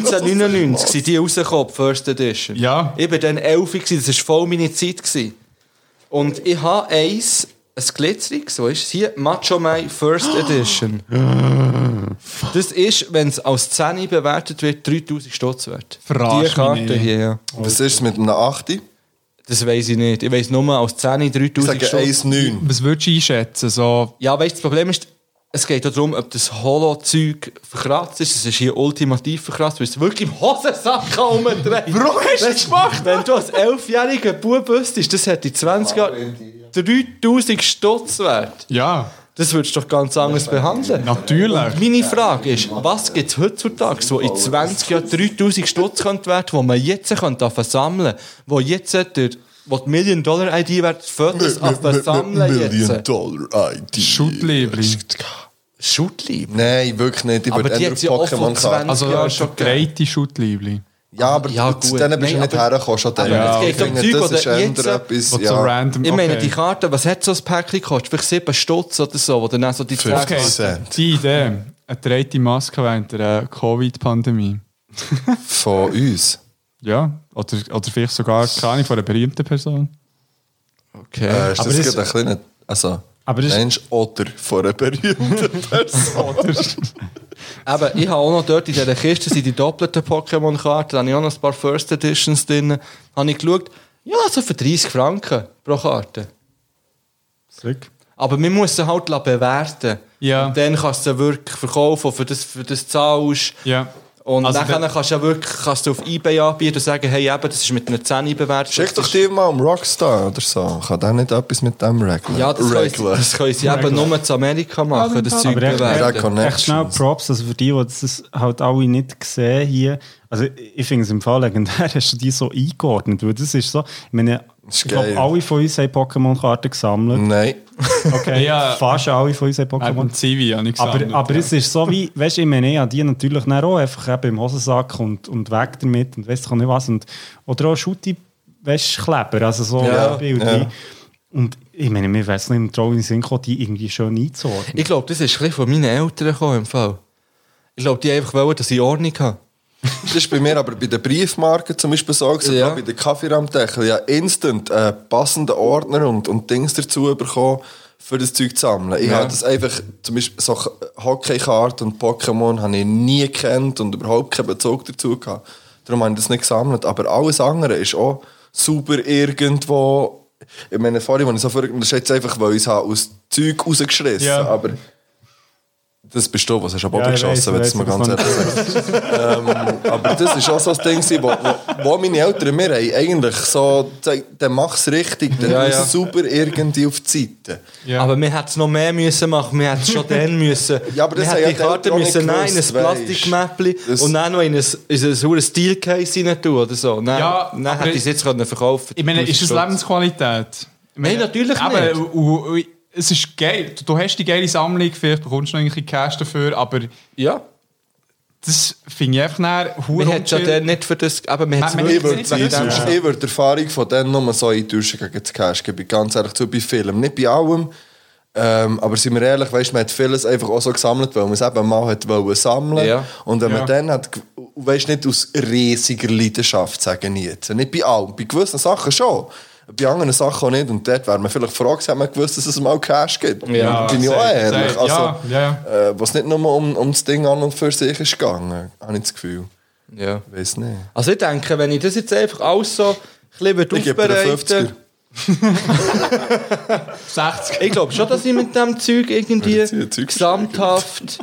S3: 1999 sind die rausgekommen, die First Edition.
S5: Ja.
S3: Ich war dann 11, gewesen, das war voll meine Zeit. Gewesen. Und ich habe eins, ein Glitzeriges, wo ist es hier? Macho Mai First Edition.
S5: Äh,
S3: das ist, wenn es als 10 bewertet wird, 3000 Stutz wert.
S5: Verarsch
S3: die
S5: mich
S3: Karte
S5: nicht.
S3: hier, ja.
S4: Was ist mit einem 8?
S3: Das weiß ich nicht. Ich weiß nur, als 10
S4: Ich
S3: 3000
S4: sage
S3: Stutz.
S4: 1,9.
S5: Was würdest du einschätzen? So,
S3: Ja, weißt du, das Problem ist, es geht auch darum, ob das Holo-Zeug verkratzt ist. Es ist hier ultimativ verkratzt, weil es wirklich im Hosensack herumdreht. Warum hast du das gemacht? Wenn du als elfjähriger Bub wüsstest, das hätte in 20 Jahren 3000 Stutz wert.
S5: ja,
S3: Das würdest du doch ganz anders behandeln.
S5: natürlich.
S3: Meine Frage ist, was gibt es heutzutage, wo in 20 Jahren 3000 Stutz könnte wert, wo man jetzt anfangen könnte sammeln, wo jetzt der, wo die Million-Dollar-ID wert, Fotos anfangen sammeln
S4: Million
S3: jetzt.
S4: Dollar ID.
S5: Schuttliebling.
S3: Schuttlieb.
S4: Nein, wirklich nicht. Ich
S3: Aber
S4: würde
S3: die
S4: eher
S3: hat sie auch vor 20
S4: Pokémon-Karten.
S5: Also,
S3: Ja,
S5: ja,
S3: schon
S5: schon greite Schuttliebling.
S4: Ja, aber
S3: Ja,
S4: zu
S3: gut.
S4: denen bist du
S3: Nein,
S4: nicht
S3: aber-
S4: hergekommen. Schon denen.
S5: Ja,
S4: Ich
S3: es geht um
S4: finde,
S3: Zeug,
S4: das ist
S3: oder
S4: eher
S3: jetzt-
S4: etwas.
S5: Was so
S4: Ja,
S5: random.
S3: Ich meine,
S5: okay.
S3: die Karte, was hat so ein Päckchen gekostet? Vielleicht 7 Stutz oder so, wo dann auch so die Träger-
S5: Okay,
S4: Prozent.
S5: die Idee. Eine dreite Maske während der äh, Covid-Pandemie.
S4: von uns. Äh,
S5: Ja, oder, oder vielleicht sogar, keine Ahnung, von einer berühmten Person.
S4: Äh, ist
S6: Aber
S4: das
S6: das-
S4: gerade ein kleiner. Also,
S6: Aber das-
S4: Mensch oder von einer berühmten Person.
S3: Aber ich habe auch noch dort in dieser Kiste sind die doppelten Pokémon-Karten, da habe ich auch noch ein paar First Editions drin. Habe ich geschaut, ja, so für 30 Franken pro Karte.
S6: Zurück.
S3: Aber man muss sie halt bewerten.
S5: Ja.
S3: Und dann kannst du sie wirklich verkaufen, für das, für das zahlst.
S5: Ja.
S3: Und
S5: Also
S3: dann
S5: der-
S3: kannst du ja wirklich kannst du auf Ebay anbieten und sagen, hey, eben, das ist mit einer 10 bewertet.
S4: Schick doch die mal um Rockstar oder so. Kann der nicht etwas mit dem regeln?
S3: Ja, das können, sie,
S4: regeln.
S3: das können sie eben nur zu Amerika machen, das Zeug
S6: Aber echt,
S3: bewerten.
S4: Connections.
S6: echt, echt schnell Props, also für die, die das halt alle nicht sehen hier. Also ich ich finde es im Fall legendär, hast du die so eingeordnet, weil das ist so, ich meine,
S4: ist
S6: ich glaube,
S4: geil. Mhm.
S6: alle von uns haben Pokémon-Karten gesammelt.
S4: Nein.
S6: Okay,
S5: Ja.
S6: fast alle von uns haben
S5: Eben
S6: Pokémon.
S5: Zivi habe ich
S6: Aber,
S5: gesammelt,
S6: aber
S5: ja.
S6: es ist so wie, weißt du, ich meine, ich habe die natürlich dann auch einfach eben im Hosensack und, und weg damit und weißt du nicht was. Und, oder auch Schutti weißt, Kleber, also so
S4: Ja,
S6: Bilder.
S4: ja.
S6: Und ich meine, mir wäre es nicht im Traum in den Sinn gekommen, die irgendwie schön einzuordnen.
S3: Ich glaube, das ist ein bisschen von meinen Eltern gekommen, im Fall. Ich glaube, die einfach wollen, dass ich Ordnung habe.
S4: Das ist bei mir aber bei den Briefmarken zum Beispiel so, gewesen,
S3: Ja.
S4: auch bei den Kaffeeraumdeckeln. Ja, instant äh, passenden Ordner und, und Dings dazu bekommen, für das Zeug zu sammeln. Ich habe das einfach, zum Beispiel so K- Hockeykarten und Pokémon habe ich nie gekannt und überhaupt keinen Bezug dazu gehabt. Darum habe ich das nicht gesammelt. Aber alles andere ist auch super irgendwo. Ich meine, vorhin, als ich so vorhin, das ist jetzt einfach, weil ich es habe aus Zeug rausgeschissen
S5: Ja.
S4: aber das bist du, was hast du am
S6: Ja,
S4: Boden
S6: ich
S4: geschossen,
S6: weiss,
S4: wenn du es
S6: ich
S4: mal
S6: weiss,
S4: ganz
S6: das
S4: ehrlich aber das ist auch so ein Ding, gewesen, wo, wo, wo meine Eltern mir haben eigentlich so gesagt, dann mach's richtig, dann
S3: Ja,
S4: ja,
S3: ja.
S4: super irgendwie auf die Seite.
S5: Ja.
S3: Aber wir hätten es noch mehr müssen machen, wir hätten es schon dann müssen.
S4: Ja, aber das
S3: wir
S4: haben
S3: hätten
S4: ja die Eltern auch
S3: müssen
S4: nicht
S3: nein, in ein
S4: gewusst, weisst.
S3: Plastikmäppli
S4: Das-
S3: und dann noch in ein, in ein sauren Steelcase rein tun oder so. Nein,
S5: Ja,
S3: dann
S5: aber
S3: hätte ich
S5: ich-
S3: es jetzt können verkaufen
S5: Ich meine, ist es Lebensqualität? Ich meine,
S3: Nein, natürlich
S5: aber,
S3: nicht.
S5: u- u- u- es ist geil. Du, du hast die geile Sammlung, vielleicht bekommst du noch ein bisschen Cash dafür, aber
S3: Ja,
S5: das finde ich einfach nachher
S3: wir
S5: hure
S3: hätten schon
S5: unchill.
S3: dann nicht für das... Aber wir hätten
S5: Nein,
S3: es
S5: wir
S4: Ich
S3: wirklich nicht
S4: würde
S3: für
S5: nicht sagen,
S3: das-
S5: das-
S4: ich würd die Erfahrung von denen nur so eintauschen gegen das Cash gebe ich ganz ehrlich zu, bei Filmen, nicht bei allem. Ähm, aber sind wir ehrlich, weißt, man hat vieles einfach auch so gesammelt, weil man es eben mal hat wollen sammeln
S3: Ja.
S4: Und wenn
S5: Ja.
S4: man dann hat, weißt nicht aus riesiger Leidenschaft, sagen ich jetzt. Nicht bei allem, bei gewissen Sachen schon. Bei anderen Sachen auch nicht. Und dort wäre man vielleicht froh gewesen, hätte man gewusst, dass es mal Cash gibt.
S5: Ja,
S4: Bin ich auch
S5: safe,
S4: ehrlich.
S5: safe.
S4: Also,
S5: Ja, ja,
S4: Äh, was nicht nur um, um das Ding an und für sich ist gegangen, habe ich das Gefühl.
S3: Ja.
S4: Ich weiß nicht.
S3: Also ich denke, wenn ich das jetzt einfach alles so ein bisschen würde
S4: Ich gebe dir einen 50er.
S3: aufbereiten...
S5: 60.
S3: Ich glaube schon, dass ich mit dem Zeug irgendwie
S4: Wenn sie ein Zeug
S3: gesamthaft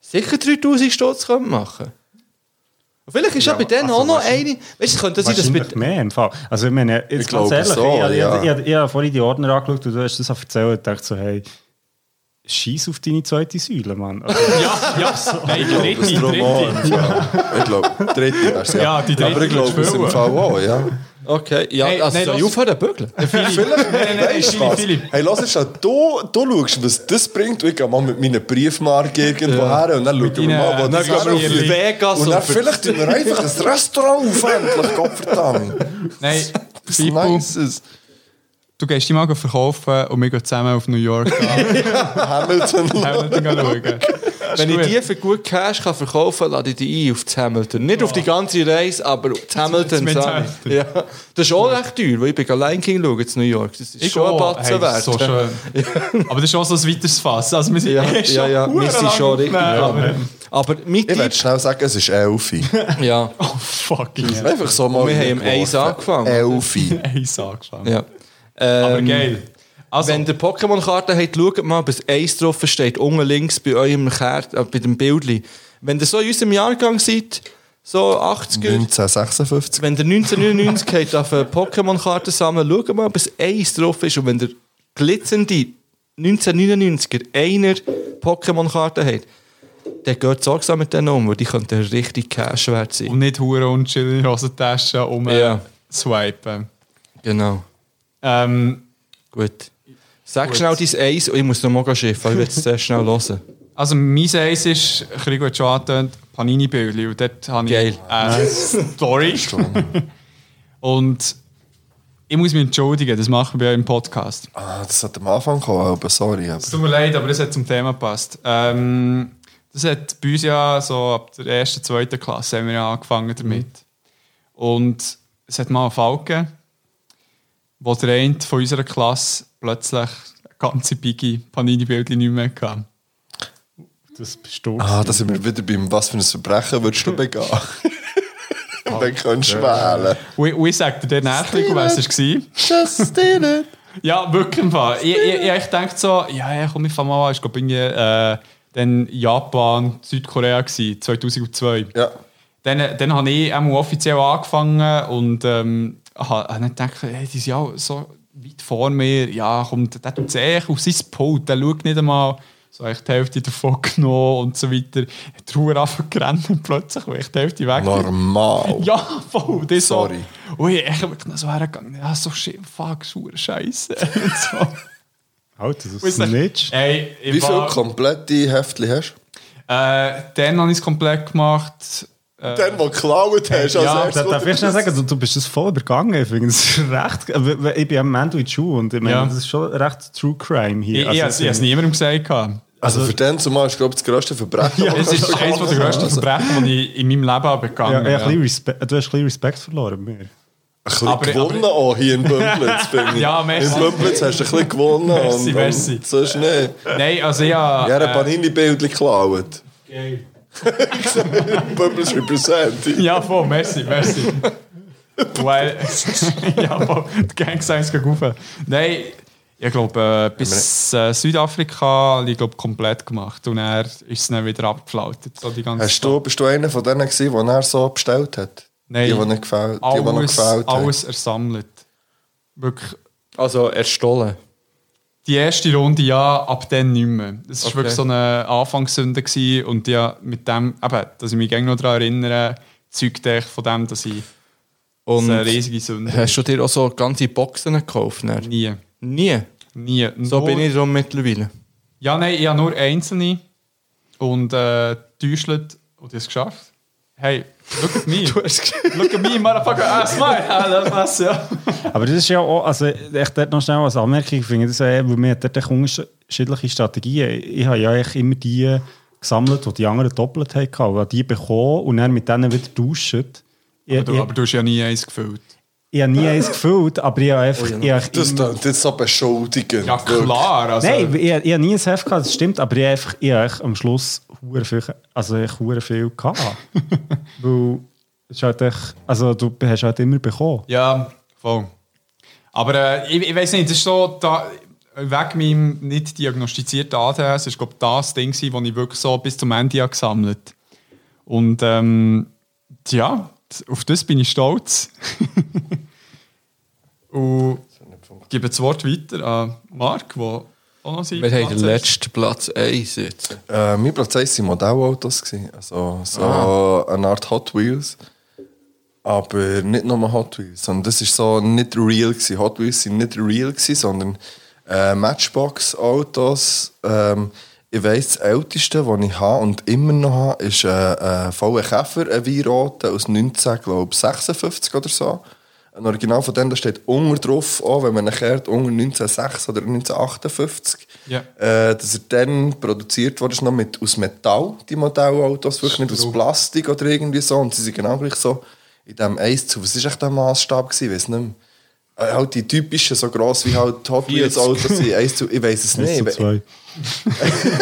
S3: sicher 3000 Stutz könnte machen Und vielleicht ist ja, bei denen auch noch eine. Weißt du, es könnte sein, dass
S6: Wahrscheinlich
S3: mit.
S6: mehr im Fall. Also ich meine, jetzt
S4: Ich
S6: ganz
S4: glaube
S6: ehrlich,
S4: so,
S6: ich, habe- ich,
S4: ja.
S6: habe- ich, habe- ich habe vorhin die Ordner angeschaut und du hast das auch erzählt und dachte so, hey, scheiß auf deine zweite Säule, Mann. Also,
S5: Ja, ja, so. Nein, die
S4: Das
S5: dritte, dritte.
S4: Roman, ja. Ich glaube, dritte wäre es. Ja.
S5: Ja, die dritte
S4: Aber ich glaube,
S5: würdest
S4: es
S5: du
S4: im
S5: füllen.
S4: Fall auch, ja.
S3: Okay, ja,
S5: Hey,
S3: also
S5: nein,
S3: soll ich
S5: lass-
S3: aufhören bügeln?
S5: Philipp, nein, nein, nein,
S4: Weißt du
S5: Philipp,
S4: was?
S5: Philipp.
S4: Hey, lass schon, du, du schaust, was das bringt. Ich gehe mal mit meiner Briefmarke irgendwo her und dann schauen wir
S5: deinen-
S4: mal, wo
S5: Dann
S4: das
S5: gehen wir auf
S4: herführt.
S3: Vegas
S4: und
S3: und
S4: dann
S3: ver-
S4: vielleicht tun wir einfach ein Restaurant auf, endlich, Gott verdammt.
S5: Nein,
S4: Das
S5: Fippo,
S4: nice ist.
S5: du gehst die mal verkaufen und wir gehen zusammen auf New York.
S4: Hamilton.
S5: Hamilton schauen.
S3: Wenn ich
S5: gut.
S3: die für gut Cash kann verkaufen kann, lade ich die ein auf das Hamilton. Nicht auf die ganze Reise, aber auf das Hamilton.
S5: mit
S3: sage ich. Ja. Das ist auch recht teuer, weil ich bin allein King schauen in New York. Das ist
S5: Ich
S3: schon ein
S5: auch.
S3: Batzen
S5: Hey, das ist
S3: wert.
S5: so schön. Aber das ist auch so ein weiteres Fass. Also wir sind
S3: ja,
S5: eh schon
S3: ja, ja, wir sind
S5: hurenlang
S3: schon richtig.
S5: aufgenommen, aber-
S3: dran. Aber mein
S4: Ich werde
S3: Tipp,
S4: schnell sagen, es ist Elfi.
S3: ja,
S5: Oh,
S6: fucking hell.
S4: Einfach so mal.
S3: wir haben im
S4: reingeworfen.
S3: Eis angefangen.
S4: Elfi.
S5: Eins eh angefangen.
S3: ja.
S5: Aber
S3: Ähm,
S5: geil. Also,
S3: Wenn ihr Pokémon-Karten habt, schaut mal, bis eins drauf steht, unten links bei eurem Kart, äh, bei dem Bildli. Wenn ihr so in unserem Jahrgang seid, so 80er,
S4: 1956.
S3: wenn ihr 1999 habt, auf eine Pokémon-Karte sammeln, schaut mal, bis eins drauf ist. Und wenn ihr glitzernde 1999er einer Pokémon-Karte habt, dann geht sorgsam mit denen um, weil die könnten richtig Cash wert sein.
S5: und nicht hure und chill in Hosentaschen um äh,
S3: Ja.
S5: swipen.
S3: Genau.
S5: Ähm,
S3: Gut. Sag schnell dein Eis und ich muss noch mal schiffen, ich will es sehr schnell hören.
S5: also mein Eis ist, ein bisschen gut schon angetönt, panini böli und dort habe ich
S3: Geil.
S5: eine Story. und ich muss mich entschuldigen, das machen wir ja im Podcast.
S4: Ah, das hat am Anfang gekommen, aber sorry. Aber
S5: Es tut mir leid, aber das hat zum Thema gepasst. Ähm, das hat bei uns ja so ab der ersten, zweiten Klasse haben wir ja angefangen damit. Und es hat mal einen Fall gegeben, wo der eine von unserer Klasse plötzlich eine ganze Biggie Panini-Bildchen nicht mehr hatte.
S6: Das bist du.
S4: Ah, da sind wir wieder beim «Was für ein Verbrechen würdest du begehen?» Und dann kannst du wählen.
S5: Und ich- und ich sag dir dann nachher, was es war.
S4: Just did it.
S5: Ja, wirklich. im Fall. Ich, ich, ich, ich denke so, ja, ja, komm, ich fange mal an. Ich glaube, irgendwie äh, dann Japan, Südkorea gsi 2002.
S4: Ja.
S5: Dann, dann habe ich einmal offiziell angefangen und ähm, habe habe dann gedacht, hey, die sind ja so weit vor mir. Ja, kommt, der tut es eh auf sein Pult, der schaut nicht einmal. So, ich die Hälfte davon genommen und so weiter. Hat die Ruhe angerannt und plötzlich, weil ich die Hälfte weg bin.
S4: Normal.
S5: Ja, voll. Das
S4: Sorry.
S5: So, ui, ich habe wirklich noch so hergegangen. Ja, so shit, fuck, schwere Scheiße. Und so.
S6: Alter, Halt, das
S5: Weiss
S6: ist
S5: nicht.
S6: nicht.
S5: Ey, ich
S4: Wie viele
S5: war,
S4: komplette Heftchen hast du?
S5: äh, dann habe ich es komplett gemacht. Äh,
S4: Den, der geklaut hast, als
S6: Ja,
S4: erstes,
S6: da darf
S4: wo
S6: ich
S4: du-
S6: schnell sagen, du, du bist es voll übergangen. Ich finde es recht. Ich bin am Mandwich und ich meine,
S5: Ja.
S6: das ist schon recht True Crime
S5: Ich,
S6: hier. Also,
S5: ich, ich, ich habe es niemandem gesagt. gehabt.
S4: Also für den zumal ist, glaube ich, das grösste Verbrechen.
S5: Es ist eines der grössten
S4: Also,
S5: Verbrechen, die ich in meinem Leben habe
S6: ja,
S5: begangen
S6: ich hab ein
S5: habe.
S6: bisschen Respe- du hast ein bisschen Respekt verloren. bei Mir.
S4: Ein bisschen
S5: Aber-
S4: gewonnen auch hier in Bümplitz, finde ich.
S5: Ja, merci.
S4: In Bümplitz hast du ein bisschen gewonnen.
S5: Merci,
S4: und,
S5: merci.
S4: Und sonst nicht.
S5: Ja. Nein, also ja.
S4: Ja, ein Panini-Bildchen geklaut. Bümplitz represent.
S5: Ja, voll, merci, merci. Weil, ja, voll, die Gangsigns gehen rauf. Nein, ich glaube, äh, bis äh, Südafrika habe ich glaub, komplett gemacht. Und er ist es dann wieder abgeflautet. So die ganze
S4: Hast du, bist du einer von denen gewesen, der er so bestellt hat?
S5: Nein.
S4: Die, die nicht gefällt, die, die noch
S5: alles,
S4: gefällt haben.
S5: alles ersammelt. Wirklich,
S3: Also erstohlen.
S5: die erste Runde ja, ab dann nicht mehr. Das war wirklich so eine Anfangssünde. Gewesen. Und ja, mit dem, eben, dass ich mich gerne noch daran erinnere, zeugt echt von dem, dass ich
S3: Und
S5: so eine riesige Sünde
S3: hast du dir auch so ganze Boxen gekauft? Dann?
S5: Nie.
S3: Nie.
S5: Nie.
S3: So
S5: Nur-
S3: bin ich drum mittlerweile.
S5: Ja, nein, ich habe nur einzelne und äh, täuschelt und ich habe es geschafft. Hey, look at me. look at me, motherfucker, I smile. Ah, das war's, ja.
S6: Aber das ist ja auch, also echt dort noch schnell als Anmerkung, ich finde das ja, weil wir dort echt unterschiedliche Strategien. Ich habe ja eigentlich immer die gesammelt, die die anderen doppelt hatten. Ich habe die bekommen und dann mit denen wieder tauschen. Ich,
S5: Du, aber du hast ja nie eins gefüllt.
S6: ich, ich habe nie eins gefüllt, aber
S5: Oh
S6: ich habe einfach...
S5: ne.
S6: ich habe
S4: Das
S6: immer-
S4: klingt jetzt so beschuldigend.
S5: Ja, klar. Also,
S6: Nein, ich, ich habe nie ein Heft gehabt, das stimmt, aber ich habe einfach, ich habe echt am Schluss hure viel, also ich hure viel gehabt. Weil es ist halt echt, also du hast halt immer bekommen.
S5: Ja, voll. Aber äh, ich, ich weiß nicht, das ist so, da, wegen meinem nicht diagnostizierten ADHS, ist glaube das Ding, gewesen, das ich wirklich so bis zum Ende habe gesammelt Und ähm, ja, auf das bin ich stolz. Und gebe das Wort weiter an Marc, der auch noch sein
S3: Wir haben
S5: Platz
S3: den letzten Platz 1 jetzt.
S4: Äh, mein Platz 1 waren Modellautos. gewesen. Also so eine Art Hot Wheels. Aber nicht nur Hot Wheels. Sondern das war so nicht real. Gewesen. Hot Wheels waren nicht real, gewesen, sondern äh, Matchbox-Autos. Ähm, ich weiss, das älteste, das ich habe und immer noch habe, ist äh, ein VW Käfer, ein Weinrote aus 1956 oder so. Ein Original von dem, da steht unter drauf, auch wenn man ihn kehrt, unter 1906 oder 1958.
S5: Ja.
S4: Äh, dass er dann produziert wurde, ist noch mit, aus Metall, die Modellautos, wirklich nicht aus Plastik oder irgendwie so. Und sie sind genau gleich so in dem 1 zu. Was war echt der Maßstab? gewesen? Ich weiß nicht mehr. Äh, halt die typischen, so gross wie halt Hot Wheels Autos sind. 1 zu, ich weiß es nicht.
S6: Eins zu
S4: Ich we-
S6: zwei.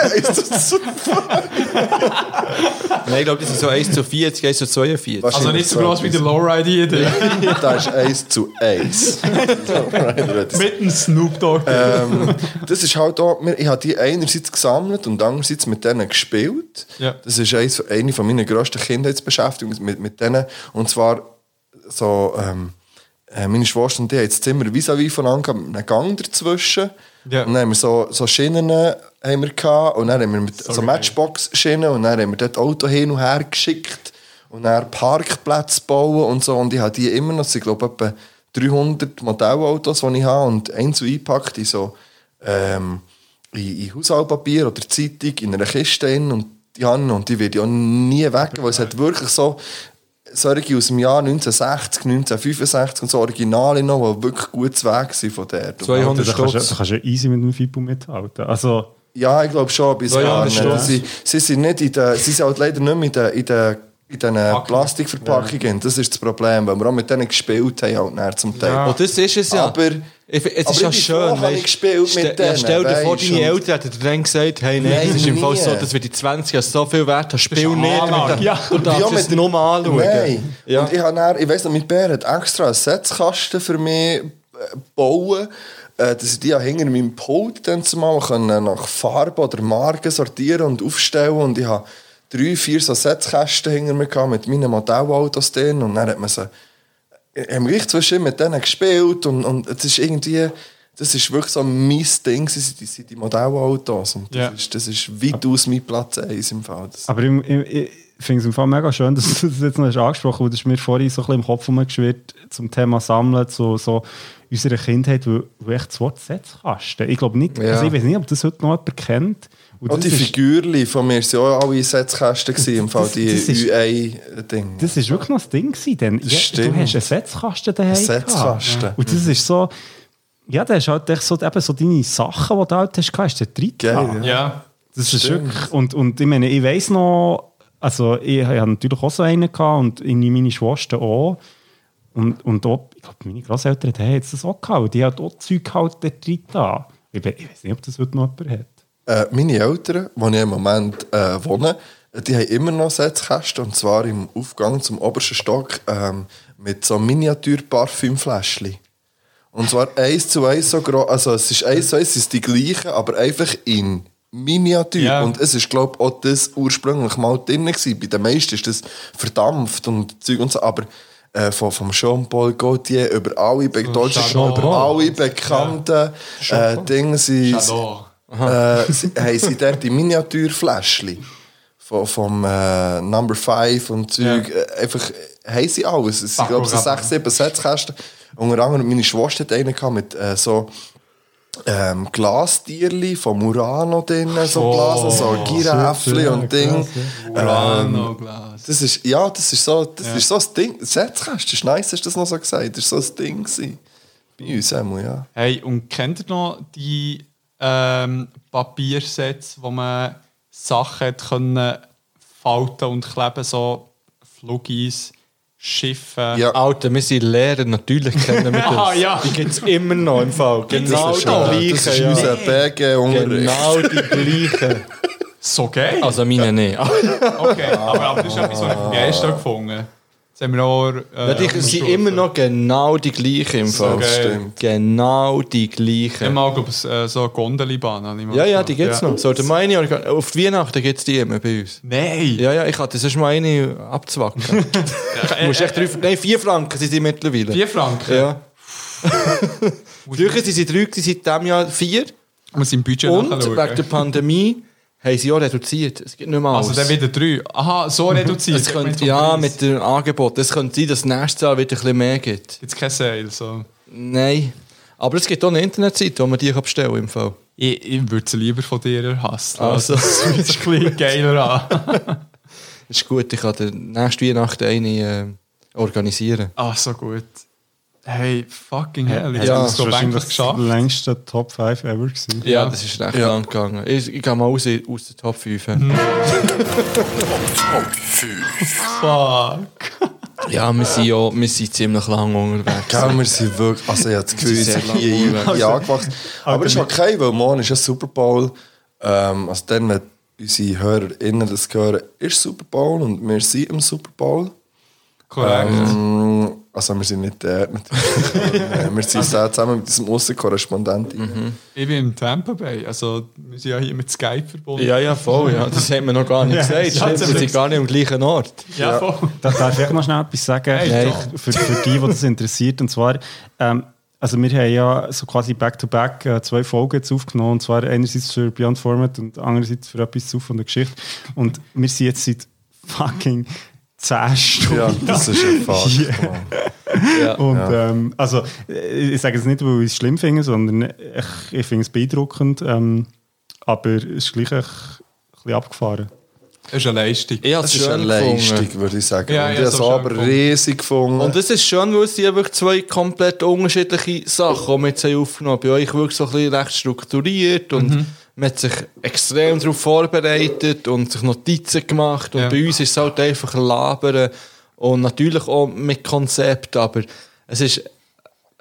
S4: 1 zu 2.
S3: Nein, ich glaube, das sind so 1 zu 40, 1 zu 42.
S5: Also nicht so groß wie der Lowride-Idee.
S4: Das ist 1 zu 1.
S5: Mit dem Snoop Dogg.
S4: ähm, das ist halt auch, mir- ich habe die einerseits gesammelt und andererseits mit denen gespielt.
S5: Ja.
S4: Das ist eins, eine von meiner grössten Kindheitsbeschäftigungen mit, mit denen. Und zwar so, ähm, äh, meine Schwester und ich haben das Zimmer vis-à-vis voneinander gehabt, mit einem Gang dazwischen.
S5: Ja.
S4: Und dann haben wir so, so Schienen haben wir gehabt, und dann haben wir mit, so Matchbox-Schienen und dann haben wir dort Auto hin und her geschickt und dann Parkplätze bauen und so. Und ich habe die immer noch, es sind glaube ich etwa 300 Modellautos, die ich habe und eins eingepackt in so ähm, in, in Haushaltpapier oder Zeitung in einer Kiste hin und die habe ich noch. und die werde ich auch nie weg, weil es hat wirklich so solche aus dem Jahr 1960, 1965 und so Originale noch, die wirklich gut zu Weg sind von der.
S6: Da
S3: 200
S6: kannst, du- da
S3: Stutz.
S6: kannst du ja easy mit dem Fibu mithalten. Also,
S4: Ja, ich glaube schon. Bis
S3: Ja,
S4: ja,
S3: das stimmt.
S4: sie, sie sind nicht in der, sie sind halt leider nicht mehr in der, in der in diesen Plastikverpackungen. Das ist das Problem, weil wir auch mit denen gespielt haben, halt nachher zum Teil.
S3: Und das ist es ja.
S4: Aber-
S3: ich, es ist
S4: aber
S3: ja
S4: ich bin
S3: schön.
S4: froh, habe
S3: weisst-
S4: ich gespielt mit
S3: Ste- ja, stell dir
S4: denen,
S3: vor,
S4: weisst,
S3: deine
S4: und-
S3: Eltern hätten dir dann gesagt, hey, nein,
S4: Nein,
S3: das ist im Fall
S4: nie.
S3: so, dass wir die 20 Jahre so viel wert haben. Spiel
S5: Das ist
S3: nicht.
S5: Anlage.
S3: Mit,
S5: Ja.
S3: ja. Du
S4: Ja,
S3: darfst
S4: mit
S3: es nur mal anschauen.
S4: Nein.
S3: Ja.
S4: Und ich habe dann, ich weiss noch, mein Bär hat extra einen Setzkasten für mich äh, bauen, äh, dass ich die auch hinter meinem Pult dann zumal können nach Farbe oder Marke sortieren und aufstellen und ich habe drei, vier so Setzkästen hinter mir gehabt mit meinen Modellautos drin und dann hat man sie äh, haben gleich zwischen mit denen gespielt und, und es ist irgendwie, das ist wirklich so mein Ding, sie sind die, sind die Modellautos und das,
S5: Ja.
S4: ist, das ist weit aus mein Platz 1 im Fall. Das,
S6: aber ich, ich, ich finde es im Fall mega schön, dass du das jetzt noch hast angesprochen hast, weil das ist mir vorhin so ein bisschen im Kopf rumgeschwirrt zum Thema Sammeln, zu so unserer Kindheit, wo, wo echt das Wort Setzkasten. Ich glaube nicht, also ich weiß nicht, ob das heute noch jemand kennt. Und
S4: Auch die
S6: das ist-
S4: Figürchen von mir waren ja auch alle in Setzkästen, gewesen, im Fall
S6: Das- das ist-
S4: die UI-Ding.
S6: Das war wirklich noch das Ding. Gewesen, denn ja, du
S4: stimmt.
S6: hast einen Setzkasten daheim. gehabt.
S4: Setzkasten. Mhm.
S6: Und das ist so. Ja, da hast du halt echt so, eben so deine Sachen, die du halt hast, gehabt, hast du drin
S4: Geil,
S6: gehabt.
S4: ja.
S5: Ja.
S6: Das ist wirklich. Und, und ich meine, ich weiss noch, also ich hatte natürlich auch so einen gehabt und irgendwie meine Schwester auch. Und, und auch, ich glaube, meine Großeltern haben jetzt das auch gehabt, weil die hat auch Zeug halt dort drin da. Ich, we- ich weiß nicht, ob das heute noch jemand hat.
S4: Äh, meine Eltern, wo ich im Moment äh, wohne, die haben immer noch Setzkästen, und zwar im Aufgang zum obersten Stock ähm, mit so Miniatur-Parfümfläschchen. Und zwar eins zu eins so groß, also es ist eins zu eins, es ist die gleiche, aber einfach in Miniatur.
S5: Ja.
S4: Und es ist, glaube ich, auch das ursprünglich mal drin gewesen. Bei den meisten ist das verdampft und Zeug und so, aber äh, von, vom Jean-Paul Gaultier über alle, Be Deutsche,
S5: Chardon.
S4: über alle bekannten äh, Dinge sind
S5: Chardon.
S4: äh, sie- haben sie dort die Miniaturfläschchen vom, vom äh, Number 5 und Zeug. Äh, einfach äh, haben sie alles. Es sind,
S5: Paco
S4: glaube ich, so
S5: Rabanne.
S4: sechs, sieben Setzkästen. Unter anderem meine Schwester hatte einen gehabt mit äh, so ähm, Glastierli von Murano drin, so Blasen, so Giraffli und Ding.
S5: Urano Glas.
S4: Das ist, ja, das ist so, das ist so ein Ding. Setzkästen, ist nice, hast du das noch so gesagt. Das war so ein Ding. gewesen. Bei uns einmal, ja.
S5: Hey, und kennt ihr noch die ähm, Papiersets, wo man Sachen hat können falten und kleben, so Flugis, Schiffe?
S4: Ja.
S3: Alter, wir sind Lehrer, natürlich kennen wir das.
S5: Ah, ja.
S3: Die gibt es immer noch im Fall. Genau
S4: Das
S3: die
S4: ist, äh, das ist
S3: gleichen.
S4: unser
S3: Ja.
S4: BG-Unterricht.
S3: Genau die gleichen.
S5: So geil!
S3: Also meine nicht.
S5: Okay, aber, aber das ist etwas, was ich gestern gefunden habe. Das haben wir auch. Äh,
S3: Ja, die sind immer noch genau die gleichen im Fall.
S5: geil.
S4: stimmt.
S3: Genau die
S5: Ich habe
S3: gleichen.
S5: mal, glaube ich, äh, so eine Gondelbahn. habe ich mal
S3: Ja, ja,
S5: gesehen.
S3: die gibt es noch. So, der meine, Organ- auf die Weihnachten gibt es die immer bei uns.
S5: Nein!
S3: Ja, ja, ich hatte sonst mal eine abzwacken. Du musst echt drei, nein, vier Franken sind sie mittlerweile.
S5: 4 äh, Franken.
S3: Ja. Früher sind sie drei, gewesen, seit diesem Jahr vier.
S5: Muss im Budget
S3: Und
S5: nachschauen.
S3: wegen der Pandemie haben sie auch reduziert. Es gibt nicht mehr alles.
S5: Also dann wieder 3. Aha, so reduziert.
S3: es könnte, ja, mit dem Angebot. Es könnte sein, dass nächstes Jahr wieder ein bisschen mehr gibt.
S5: Jetzt kein Sale. So.
S3: Nein. Aber es gibt auch eine Internetseite, wo man die kann bestellen kann im Fall.
S5: Ich, ich würde sie lieber von dir erhassen.
S3: Also.
S5: das fühlt sich ein bisschen geiler an.
S3: Das ist gut, ich kann den nächsten Weihnachten eine äh, organisieren.
S5: Ah, so gut. Hey, fucking hell. Ich
S3: Ja,
S5: habe es so eigentlich
S6: das
S5: geschafft.
S6: längste Top 5 ever. Gewesen.
S3: Ja, das ist recht lang gegangen. Ich, ich gehe mal raus aus der Top 5.
S5: Fuck.
S3: Ja, wir sind, ja, wir sind ziemlich lang unterwegs.
S4: Ja, wir sind wirklich, also ich habe das Gefühl, wir
S3: sehr Also-
S4: sind hier irgendwie angewachsen. Aber es ist okay, weil morgen ist ja Super Bowl. Ähm, also dann, wenn unsere HörerInnen das hören, ist Super Bowl und wir sind im Super Bowl.
S5: Korrekt.
S4: Ähm, also wir sind nicht der, natürlich. Aber, äh, wir sind
S3: Also-
S4: da zusammen mit diesem Aussenkorrespondenten.
S3: Mhm.
S5: Ich bin im Tampa Bay. Also, wir sind ja hier mit Skype verbunden.
S3: Ja, ja, voll. Ja. Das haben wir noch gar nicht gesagt.
S5: das hat
S3: Stimmt,
S5: sie
S3: wir sind
S5: nicht
S3: gar nicht am gleichen Ort.
S5: ja voll.
S6: Da darf ich noch schnell etwas sagen,
S3: Nein.
S6: für, für die, die das interessiert. Und zwar, ähm, also wir haben ja so quasi back-to-back äh, zwei Folgen jetzt aufgenommen. Und zwar einerseits für Beyond Format und andererseits für etwas zu von der Geschichte. Und wir sind jetzt seit fucking 10 Stunden.
S4: Ja, das ist ein Fakt.
S6: Und ähm, also, äh, ich sage es nicht, weil ich es schlimm finde, sondern ich, ich finde es beeindruckend. Ähm, aber es ist gleich ein bisschen abgefahren.
S5: Das ist eine Leistung.
S3: Ich habe
S4: Das
S3: es
S4: ist eine
S3: schön
S4: Leistung,
S3: gefunden.
S4: würde ich sagen.
S5: Ja,
S4: und
S5: ja,
S4: ich habe es
S5: so schön
S4: aber
S5: gefunden.
S4: riesig gefunden.
S3: Und es ist schön, weil es sind wirklich zwei komplett unterschiedliche Sachen, die wir jetzt haben aufgenommen haben. Bei euch wirklich so ein bisschen recht strukturiert und man hat sich extrem darauf vorbereitet und sich Notizen gemacht. Und
S5: Ja.
S3: bei uns ist es halt einfach labern und natürlich auch mit Konzept, aber es ist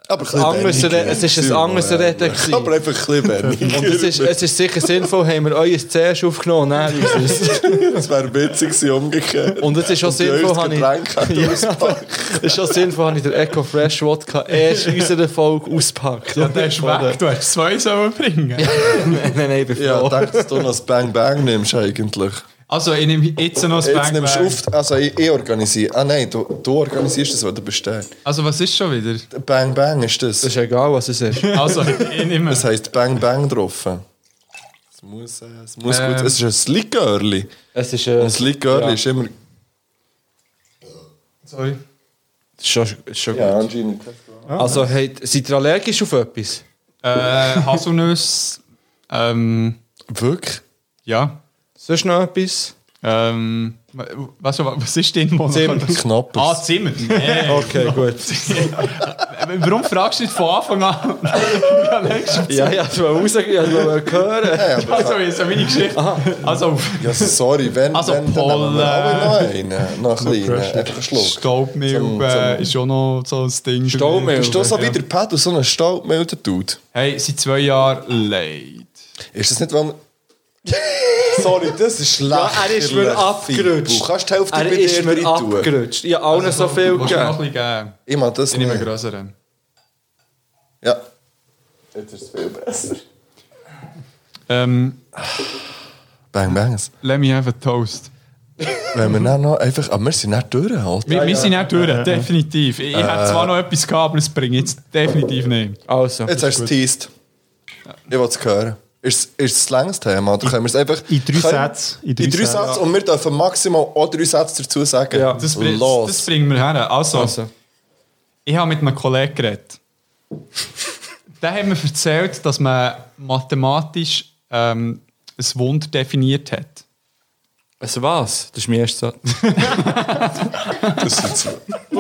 S4: aber
S3: ein anderes Reden- es ist ein anderes Reden gewesen.
S4: Aber einfach ein bisschen weniger.
S3: Und es ist, es ist sicher sinnvoll, haben wir euch zuerst aufgenommen, nein, unseres.
S4: Das wäre witzig gewesen, umgekehrt.
S3: Und es ist auch
S4: bei
S3: sinnvoll,
S4: uns
S3: habe ich...
S4: Getränk hat ausgepackt.
S3: Es ist auch sinnvoll, habe ich den Eco Fresh Wodka erst in unserer Folge auspackt.
S5: Ja, der ist weg. Du hast zwei sollen bringen.
S3: nein, nein, ich bin froh.
S4: Ja, ich dachte, dass du noch das Bang Bang nimmst eigentlich.
S5: Also, ich nehme jetzt noch das
S4: Jetzt
S5: Bang
S4: nimmst du
S5: Bang.
S4: auf, also ich, ich organisiere. Ah nein, du, du organisierst das, was du bestellst.
S5: Also, was ist schon wieder?
S4: Bang Bang ist das.
S3: ist egal, was es ist.
S5: Also, ich nehme
S4: Das heisst Bang Bang drauf. Es muss, äh, es muss
S5: Ähm.
S4: gut. Es ist ein Likörli.
S3: Es ist,
S4: Und das Likörli ist immer...
S5: Sorry.
S3: schon, schon
S4: Ja,
S3: gut.
S4: anscheinend.
S3: Also, hey, seid ihr
S5: Eh,
S3: allergisch auf etwas?
S5: Äh, Haselnüsse. Ähm,
S4: Wirklich?
S5: Ja.
S3: Sonst noch etwas?
S5: Ähm, was, was ist denn Monaco?
S3: Zimmer.
S4: Knapp. Also,
S5: Ah, Zimmer. Nee.
S3: Okay, gut.
S5: Warum fragst du nicht von Anfang an? ja, letztes
S3: Ja, ja, das war raus, ich wollte hören.
S4: Ja, aber-
S5: Also, ist ja meine Geschichte. Also,
S4: ja, sorry, wenn,
S5: Also,
S4: wenn dann
S5: Paul,
S4: nehmen wir
S5: äh,
S4: aber noch einen, noch einen kleinen, einen Schluck. Zum-
S5: Staubmilbe
S4: zum-
S5: äh, ist schon noch so ein Ding.
S3: Staubmilbe?
S4: Bist du so wie der Pedro, so ein staubmelder Dude?
S5: Hey, seit zwei Jahren leid.
S4: Ist das nicht, wenn... Sorry, das ist schlecht.
S3: Ja, Ah, er ist mir abgerutscht.
S4: Du kannst die Hälfte
S3: Er
S4: bei
S3: ist
S4: dir
S3: mir
S4: rein tun.
S3: abgerutscht. Ich habe allen so viel
S5: Willst du
S3: gegeben.
S5: noch ein bisschen geben?
S4: Ich meine, das
S5: Ich nehme einen
S4: nicht.
S5: grösseren.
S4: Ja. Jetzt ist es viel besser.
S5: Ähm,
S4: Bang, bangs.
S5: let me have a toast.
S4: Wenn wir dann noch einfach... Aber wir sind nicht durch, halt.
S5: Wir, wir sind nicht durch, definitiv. Ich, ich hätte zwar noch etwas gehabt, aber das bringt jetzt definitiv nicht.
S3: Also,
S4: Jetzt hast du es teased. Ich will es hören. Ist, ist es ein langes Thema? Oder können wir es einfach...
S6: in drei
S4: können-
S6: Sätze,
S4: In drei, Sätze. Und wir dürfen maximal auch drei Sätze dazu sagen.
S3: Ja.
S5: Ah, Das, bring,
S4: Los.
S5: das bringen wir her. Also,
S3: also.
S5: ich habe mit einem Kollegen geredet. Der hat mir erzählt, dass man mathematisch ähm, ein Wunder definiert hat.
S3: Also was? Das ist mein erster Satz.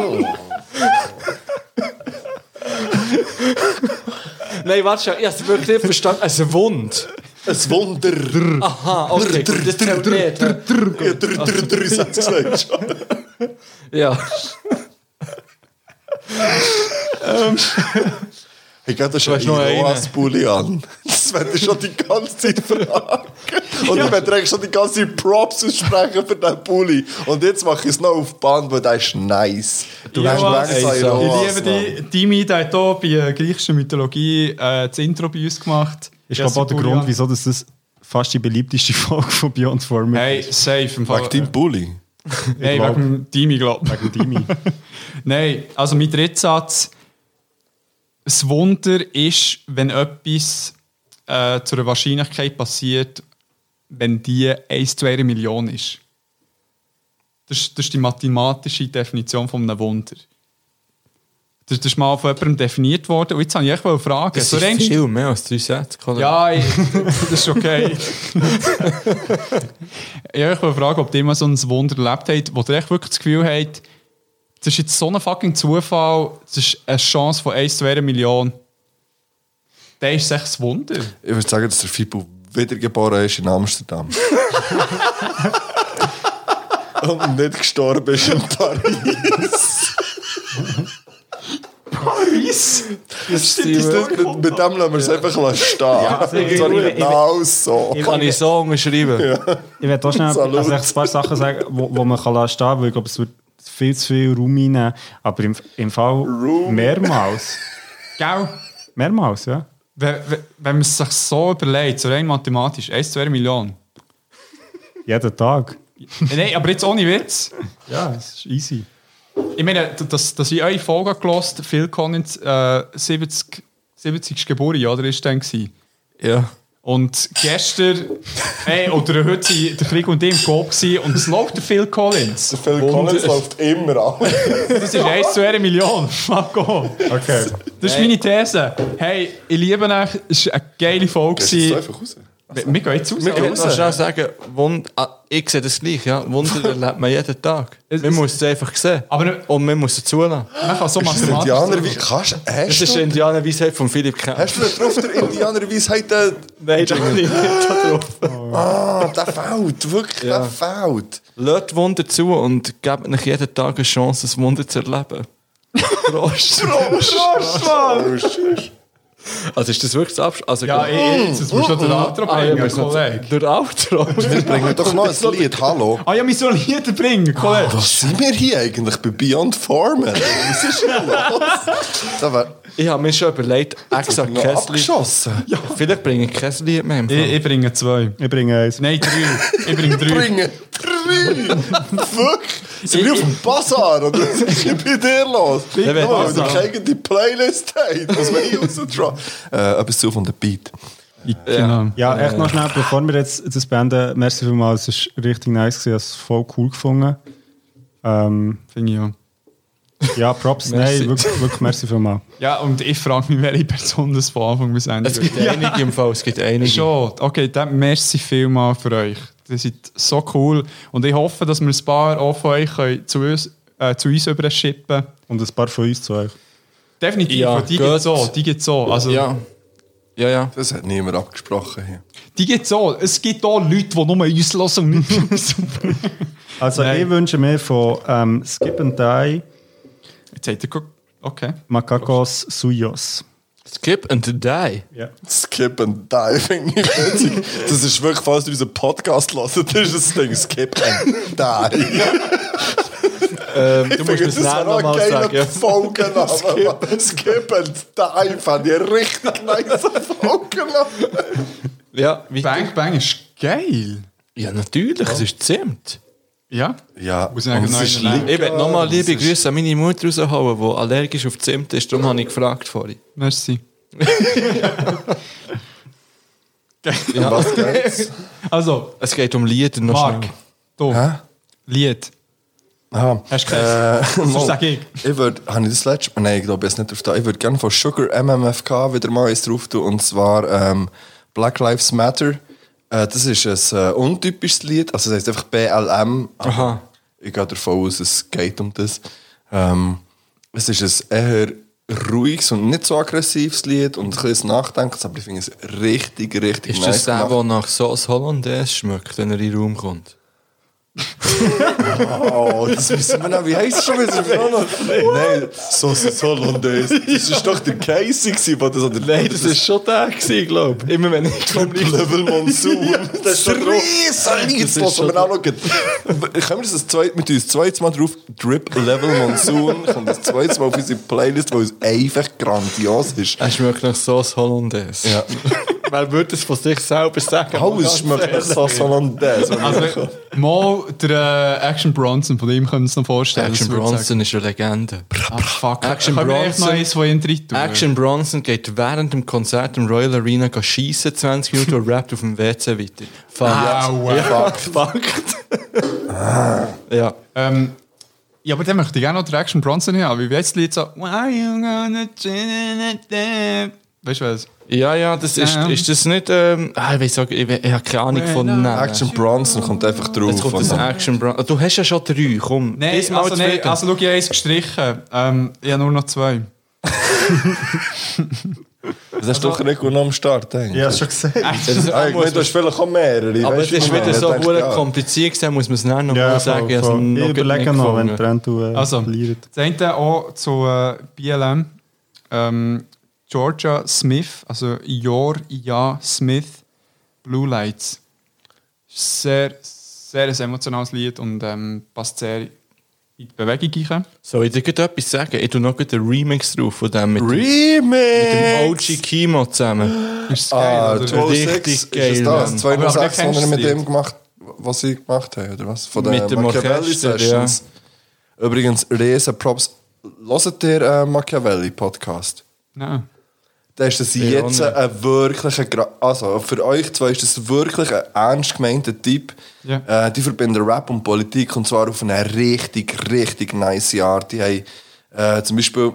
S3: Nein, warte schon, ich habe es wirklich nicht verstanden. Also Wund.
S4: Ein Wunder.
S3: Aha, okay, gut, das zählt nicht.
S4: Ich habe drei, drei, drei Sätze gesagt.
S3: Ja.
S4: Ich glaube, das ist
S3: noch
S4: ein
S3: einen.
S4: Roas-Bulli an. Das werde ich schon die ganze Zeit fragen. Und ich werde eigentlich schon die ganze Zeit Props aussprechen für diesen Bulli. Und jetzt mache ich es noch auf die Band, weil der ist nice. Du hast
S5: Mann.
S4: Mengs an
S3: Ey, so.
S4: Roas,
S5: also, ich
S4: Mann.
S5: liebe dich. Dimi, der hat hier bei äh, griechischer Mythologie äh, das Intro bei uns gemacht.
S6: Ich glaube auch der
S5: Jesse
S6: Grund,
S5: Bulian.
S6: wieso das, das fast die beliebteste Folge von Beyond Format
S5: Hey, safe. Im Fall.
S4: Wegen deinem Bulli.
S5: Nein,
S6: glaub.
S5: wegen dem Dimi, glaube ich. Wegen Dimi. Nein, also mein Drittsatz. Das Wunder ist, wenn etwas äh, zu einer Wahrscheinlichkeit passiert, wenn die 1 zu einer Million ist. Das, ist- das ist die mathematische Definition von einem Wunder. Das, das ist mal von jemandem definiert worden. Und jetzt habe ich echt mal Fragen.
S3: Das
S5: So
S3: ist
S5: rein-
S3: viel mehr als drei Sätze, oder?
S5: ja, ich, das ist okay. ja, ich wollte fragen, ob ihr mal so ein Wunder erlebt habt, wo ihr echt wirklich das Gefühl habt, das ist jetzt so ein fucking Zufall, das ist eine Chance von 1 zu 1 Million. Der ist echt ein Wunder.
S4: Ich würde sagen, dass der Fibu wiedergeboren ist in Amsterdam. Und nicht gestorben ist in Paris.
S3: das
S4: Ist das, mit, mit dem lassen wir es einfach stehen. Ja, so, genau so.
S3: Kann ich so unterschreiben?
S6: Ich werde auch schnell
S4: Salut.
S6: also echt ein paar Sachen sagen, wo, wo man kann lassen stehen, weil ich glaube, es wird viel zu viel Raum einnehmen. Aber im, im Fall mehrmals.
S5: Gell?
S6: Mehrmals, ja.
S5: Wenn, wenn- wenn man es sich so überlegt, so rein mathematisch, 1 zu 1 Million.
S6: Jeden Tag.
S5: Nein, aber jetzt ohne Witz.
S6: Ja, es ist easy.
S5: Ich meine, dass, dass ich eure Folge gelost habe, Phil Collins, äh, 70. 70. Geburtstag, oder? Ist dann gewesen.
S3: Ja.
S5: Und gestern, ey, oder heute, sind der Krieg und ich im Coop gewesen und es läuft der Phil Collins.
S4: Phil Collins läuft immer an.
S5: Das ist 1 zu 1 Million. Fuck off.
S6: Okay.
S5: Das ist meine These. Hey, ich liebe euch. Es war eine geile Folge.
S4: Gehst du so
S5: gewesen.
S4: einfach raus?
S5: Wir wir gehen jetzt raus.
S3: Ich
S5: oder?
S3: muss noch schnell sagen, Wund ah, ich sehe das gleich, ja. Wunder erlebt man jeden Tag.
S5: Es-
S3: Man
S5: es-
S3: muss es einfach sehen.
S5: Aber-
S3: Und man muss es zulassen.
S5: Man kann so
S4: Ist das
S5: mathematisch
S4: Indianer wie. Kannst
S3: Das
S4: hast
S3: ist
S4: du,
S3: die Indianerweisheit von Philipp Kern.
S4: hast du nicht drauf der Indianerweisheit? äh,
S3: Nein, das bin ich nicht da drauf.
S4: Ah, der fehlt, wirklich, der fehlt.
S3: Lasst Wunder zu und gebt euch jeden Tag eine Chance, dus das Wunder zu erleben. Prost. Also ist das wirklich das Abschluss? Also,
S5: Ja, ey, jetzt jetzt musst du noch den Outro
S3: Ah, ja, wir
S5: bringen,
S3: müssen noch-
S5: Kollege.
S3: Der Outro.
S4: Wir bringen doch noch ein Lied, hallo.
S5: Ah ja, wir sollen Lieder
S3: Ah,
S5: bringen, Kollege.
S4: Was sind wir hier eigentlich bei Beyond Foreman? Was ist denn los? Da war
S3: Ich habe mir schon überlegt, extra
S4: noch
S3: Kessel.
S4: abgeschossen.
S3: Vielleicht bringe ich Kessel mit mir. im Fall.
S5: Ich, ich bringe zwei.
S6: Ich bringe eins.
S5: Nein, drei. Ich bringe drei.
S4: Bringen drei! Fuck! Sind wir auf dem Bazar oder was ist denn bei dir los?
S3: Ich bin
S4: Oh,
S3: Bazar.
S4: die kriegen die Playlist hey, muss man hier rausdrehen. Äh, etwas zu von der Beat.
S5: Genau.
S6: Ja, echt noch schnell, bevor wir jetzt das beenden, merci vielmals, es war richtig nice, gewesen, ich habe es voll cool gefunden. Ähm,
S5: Finde ich ja.
S6: Ja, Props.
S3: Merci.
S6: Nein, wirklich, wirklich merci vielmals.
S5: Ja, und ich frage mich, welche Person das von Anfang bis Ende
S3: Es gibt
S5: wird.
S3: einige im Fall, es gibt einige.
S5: Schon, okay, dann merci vielmal für euch. Ihr seid so cool. Und ich hoffe, dass wir ein paar auch von euch können zu uns, äh, zu uns überschippen
S6: Und ein paar von uns zu euch.
S5: Definitiv,
S3: Ja,
S5: die
S3: gut.
S5: gibt es auch. Die gibt's auch. Also,
S3: Ja. Ja, ja.
S4: Das hat niemand abgesprochen hier.
S5: Die gibt's auch. Es gibt auch Leute, die nur uns hören und nicht uns.
S6: Also,
S5: Nein.
S6: ich wünsche mir von ähm, Skip and Die
S5: Jetzt hat er geguckt. Okay.
S6: Macacos Suyos.
S3: Skip and die.
S6: Ja.
S4: Skip and Die finde ich witzig. Das ist wirklich, falls du unseren Podcast hörst, das ist das Ding. Skip and Die.
S3: Ähm, du
S4: Ich
S3: musst mir
S4: finde,
S3: das Namen nochmal sagen. Ja.
S4: Folgenname. Skip. Skip and Die fand ich einen richtig nice Folgenname.
S3: Ja, wie-
S5: Bang Bang ist geil.
S3: ja, natürlich, es ist Zimt.
S5: Ja?
S4: Ja,
S5: Muss ich eigentlich
S4: und
S5: noch
S4: es ist
S5: einen nehmen?
S3: Ich werde nochmal liebe Grüße an meine Mutter raushauen, die allergisch auf Zimt ist. Darum habe ich gefragt vorhin.
S5: Merci.
S4: Um was geht's?
S5: Also,
S3: Es geht um Lieder noch
S5: Marc,
S3: schnell.
S5: du,
S4: Hä?
S5: Lied.
S4: Aha. Äh,
S5: Hast du gesagt?
S4: Mal.
S5: sag ich.
S4: Ich würde, habe ich das letzte Mal, nein, ich glaube, ich habe es nicht drauf da. Ich würde gerne von Sugar MMFK wieder mal eins drauf tun, und zwar ähm, Black Lives Matter. Äh, das ist ein äh, untypisches Lied, also das heißt einfach BLM. aber
S3: Aha.
S4: Ich gehe davon aus, es geht um das. Ähm, es ist ein eher ruhiges und nicht so aggressives Lied und ein bisschen nachdenkliches, aber ich finde es richtig, richtig
S3: Ist das der,
S4: gemacht.
S3: der nach Sauce Hollandaise schmeckt, wenn er in den Raum kommt?
S4: Oh, das wissen wir noch. Wie heisst es schon wieder? Nein, Sauce Hollandaise. Das war doch der Casey, gewesen, der das an der Nein,
S3: Das war schon der, glaube ich. Immer wenn ich komme,
S4: Level Monsoon. das ist ein Riesenlied,
S3: Das
S4: das
S3: ist
S4: was
S3: schon-
S4: wir auch noch geben. Können wir das ein zweit, mit uns zweites Mal drauf? Drip Level Monsoon kommt das zweites Mal auf unsere Playlist, weil es einfach grandios ist.
S3: Er schmeckt nach Sauce Hollandaise.
S4: Ja.
S3: Wer würde es von sich selber sagen?
S4: Alles schmeckt nach Sauce Hollandaise.
S5: Also, mal der äh, Action Bronson, von dem können wir uns noch vorstellen.
S3: Action
S5: das würde ich sagen.
S3: Bronson ist eine Legende.
S5: Ah, fuck.
S3: Action
S5: Können wir echt
S3: Bronson.
S5: noch eins von ihnen rein tun?
S3: Action Bronson geht während dem Konzert im Royal Arena gehen schiessen, 20 Minuten und rappt auf dem WC weiter. Fuck.
S5: Aua.
S3: Ja, fuck. ja.
S5: Ähm, ja, aber dann möchte ich gerne noch den Action Bronson haben. Wie jetzt Lied so. Why you gonna change it up? Weißt du was?
S3: ja, ja, das ist,
S5: Ähm.
S3: ist das nicht... Ähm, ah, ich weiß auch, ich, ich habe keine Ahnung von Namen.
S4: Action Bronson kommt einfach drauf.
S3: Jetzt kommt das Action Bronson. Du hast ja schon drei, komm.
S5: Nein,
S3: Diesmal
S5: also, nein,
S3: zufrieden.
S5: also schau, ich habe eins gestrichen. Ähm, ich habe nur noch zwei.
S4: das hast du doch nicht gut am Start, denke ich.
S6: Ja, hast schon gesagt.
S4: Das ist, ah, ich meine, du hast vielleicht auch mehrere.
S3: Aber es
S4: weißt du,
S3: ist
S4: wie man-
S3: wieder so
S4: ich denke,
S3: hure
S4: ja.
S3: kompliziert, gewesen, muss man es dann noch
S6: Ja,
S3: mal sagen.
S6: voll,
S3: ich habe es
S6: voll.
S3: noch
S6: Ich überlege
S3: nicht
S6: noch, wenn
S3: gefunden.
S6: Brentu äh,
S5: Also,
S6: verliert.
S5: das eine auch zu äh, BLM. Ähm, Georgia Smith, also Jor Ja Smith, Blue Lights. Sehr, sehr ein emotionales Lied und ähm, passt sehr in die Bewegung rein.
S3: Soll ich dir gerade etwas sagen? Ich tue noch gerade einen Remix drauf von dem mit dem-
S4: Remix!
S3: mit dem OG Kimo zusammen.
S5: Ist es also
S4: Ah,
S5: oder?
S4: 206
S3: Richtig
S4: ist es
S3: geil,
S4: das.
S3: Mann.
S4: 206
S5: Aber- aber
S4: haben wir
S5: kennst du
S4: mit
S5: das
S4: dem gemacht, was sie gemacht haben, oder was? Von
S3: Mit dem Orchester,
S4: Sessions. Übrigens, Riesen Props. Hört ihr äh, Machiavelli-Podcast?
S5: Nein.
S4: Da ist das
S3: Ja,
S4: jetzt
S3: ne.
S4: ein wirklicher, Gra- also für euch zwei ist das wirklich ein ernst gemeinter Typ.
S5: Ja.
S4: Äh, die verbinden Rap und Politik und zwar auf eine richtig, richtig nice Art. Die haben äh, zum Beispiel,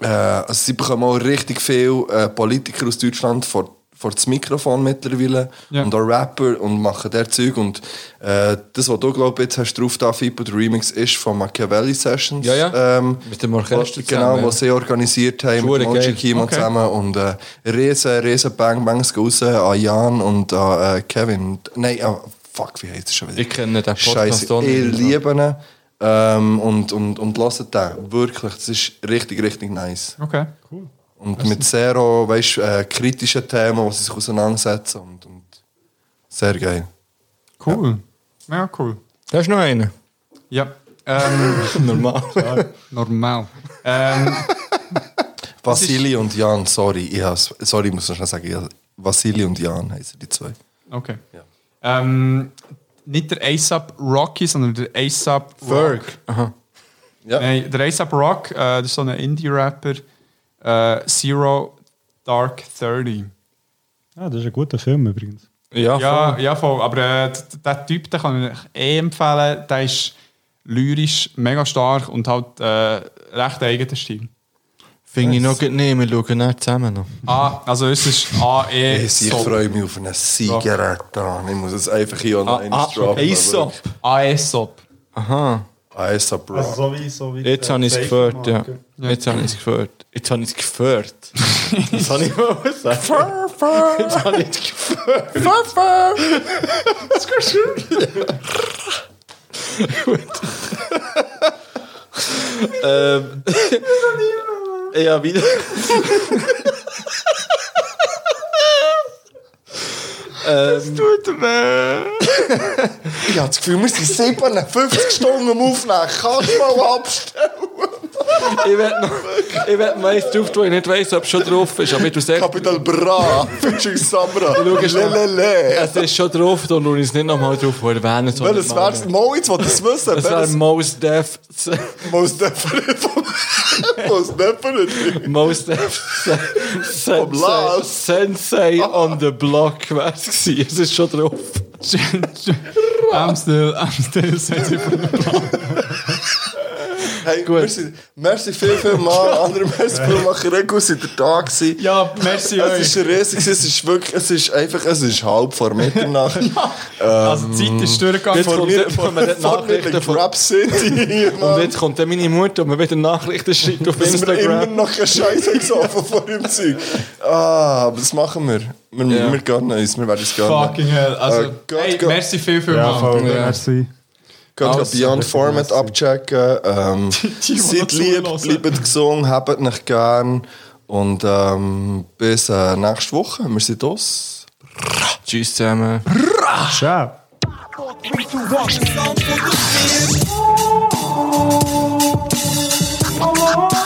S4: äh, also sie bekommen auch richtig viele äh, Politiker aus Deutschland vor, vor das Mikrofon mittlerweile
S5: Ja.
S4: und auch Rapper und machen der Zeug. Und äh, das, was du, glaube ich, jetzt hast drauf da, Fippo, der Remix ist von Machiavelli Sessions.
S3: Ja, ja.
S4: Ähm,
S3: Mit dem Orchester
S4: Genau,
S3: zusammen,
S4: was sie organisiert haben mit
S3: Hure geil.
S4: Moji Kimo
S5: Okay.
S4: zusammen und äh, riesen, riesen Bang Bangs gehen raus an Jan und an äh, Kevin. Nein, ah, fuck, wie heißt es schon wieder?
S3: Ich kenne den Podcast
S4: Scheiße,
S3: auch nicht. also.
S4: ich liebe ihn ähm, und, und, und lasst den. Wirklich, das ist richtig, richtig nice.
S5: Okay.
S4: Und mit sehr auch, weißt, äh, kritischen Themen, die sie sich auseinandersetzen und, und sehr geil.
S5: Cool. Ja, cool.
S3: Da ist noch einer.
S5: Ja. Ähm,
S3: Normal.
S5: normal. Ähm,
S4: Vasili und Jan, sorry, ich has, sorry, ich muss noch schnell sagen, ich has, Vasili und Jan heißen die zwei.
S5: okay.
S4: Ja.
S5: Ähm, nicht der ASAP Rocky, sondern der ASAP Ferg.
S4: Ja.
S3: Äh,
S5: Nein, der ASAP Rock, äh, das ist so ein Indie-Rapper. Äh, Zero Dark 30.
S6: Ah, das ist ein guter Film übrigens.
S4: Ah,
S3: Ja,
S5: Ja,
S3: voll.
S5: ja, voll. Aber äh, d- d- der Typ, den kann ich eh empfehlen. Der ist lyrisch mega stark und halt äh, recht eigenen Stil.
S3: Finde ich noch gut nicht, wir schauen nicht zusammen noch.
S5: Ah, also es ist A, E,
S4: Ich
S5: Sop.
S4: freue mich auf eine Zigarette. Mann. Ich muss es einfach hier online
S3: Ah,
S4: droppen.
S3: Aesop.
S5: A, E, Sop.
S3: Aha,
S4: Aesop, Rock.
S6: so wie, so wie
S3: jetzt habe ich es gehört, ja. Jetzt habe ich es gehört. Jetzt habe ich es gehört. Das habe ich mal gesagt. Jetzt habe ich es gehört. ähm, ja, wieder.
S4: Ich habe das Gefühl, wir sind 57 Stunden am Aufnehmen. Kannst du mal abstellen?
S3: Ich werde noch, ich werde meist drauf tun, ich nicht weiss, ob es schon drauf ist, aber du sagst,
S4: Capital Bra. Fishing Samra.
S3: Logisch, ja.
S4: Lelele.
S3: es ist schon drauf, da nur uns nicht nochmal drauf erwähnen, sondern
S4: Welches
S3: mal-
S4: wär's? Mo, jetzt wollte ich es wissen.
S3: Es wäre
S4: Welches-
S3: Most Def.
S4: Most definitely. Most definitely.
S3: Most Def.
S4: Vom
S3: Sensei,
S4: Lars.
S3: Sensei on the Block wäre es gewesen. Es ist schon drauf.
S5: I'm still, I'm still sensible.
S4: Hey, merci, merci viel, viel mal. Andere merci viel mal. Regus in der Tag gewesen.
S5: Ja, merci
S4: Es
S5: euch.
S4: ist riesig, es ist wirklich, es ist einfach, es ist halb vor Mitternacht.
S5: Also die Zeit ist durchgegangen.
S3: Jetzt
S5: Vor
S3: kommt-
S5: mir.
S3: jetzt kommen dann
S4: Vor mir
S3: Nachrichten
S4: in
S3: von...
S4: Crap City. Mann.
S3: Und jetzt kommt dann meine Mutter und mir wieder Nachrichten schreibt auf
S4: dass wir immer
S3: Instagram.
S4: noch keine Scheiße gesoffen vor dem Zeug. Ah, aber das machen wir. Wir,
S3: Ja.
S4: wir gehen uns, wir werden es gerne.
S5: Fucking hell. Also,
S4: Äh, Gott,
S5: hey,
S4: Gott.
S5: merci viel, viel
S6: Ja,
S5: mal.
S6: voll, merci.
S4: Geht also,
S5: Also,
S4: Beyond Format abchecken. Ähm,
S5: die
S4: seid lieb,
S5: zuhören.
S4: bleibt gesund, habt euch gern. Und ähm, bis äh, nächste Woche. Wir sind aus.
S3: Tschüss zusammen.
S6: Ciao.
S2: Oh,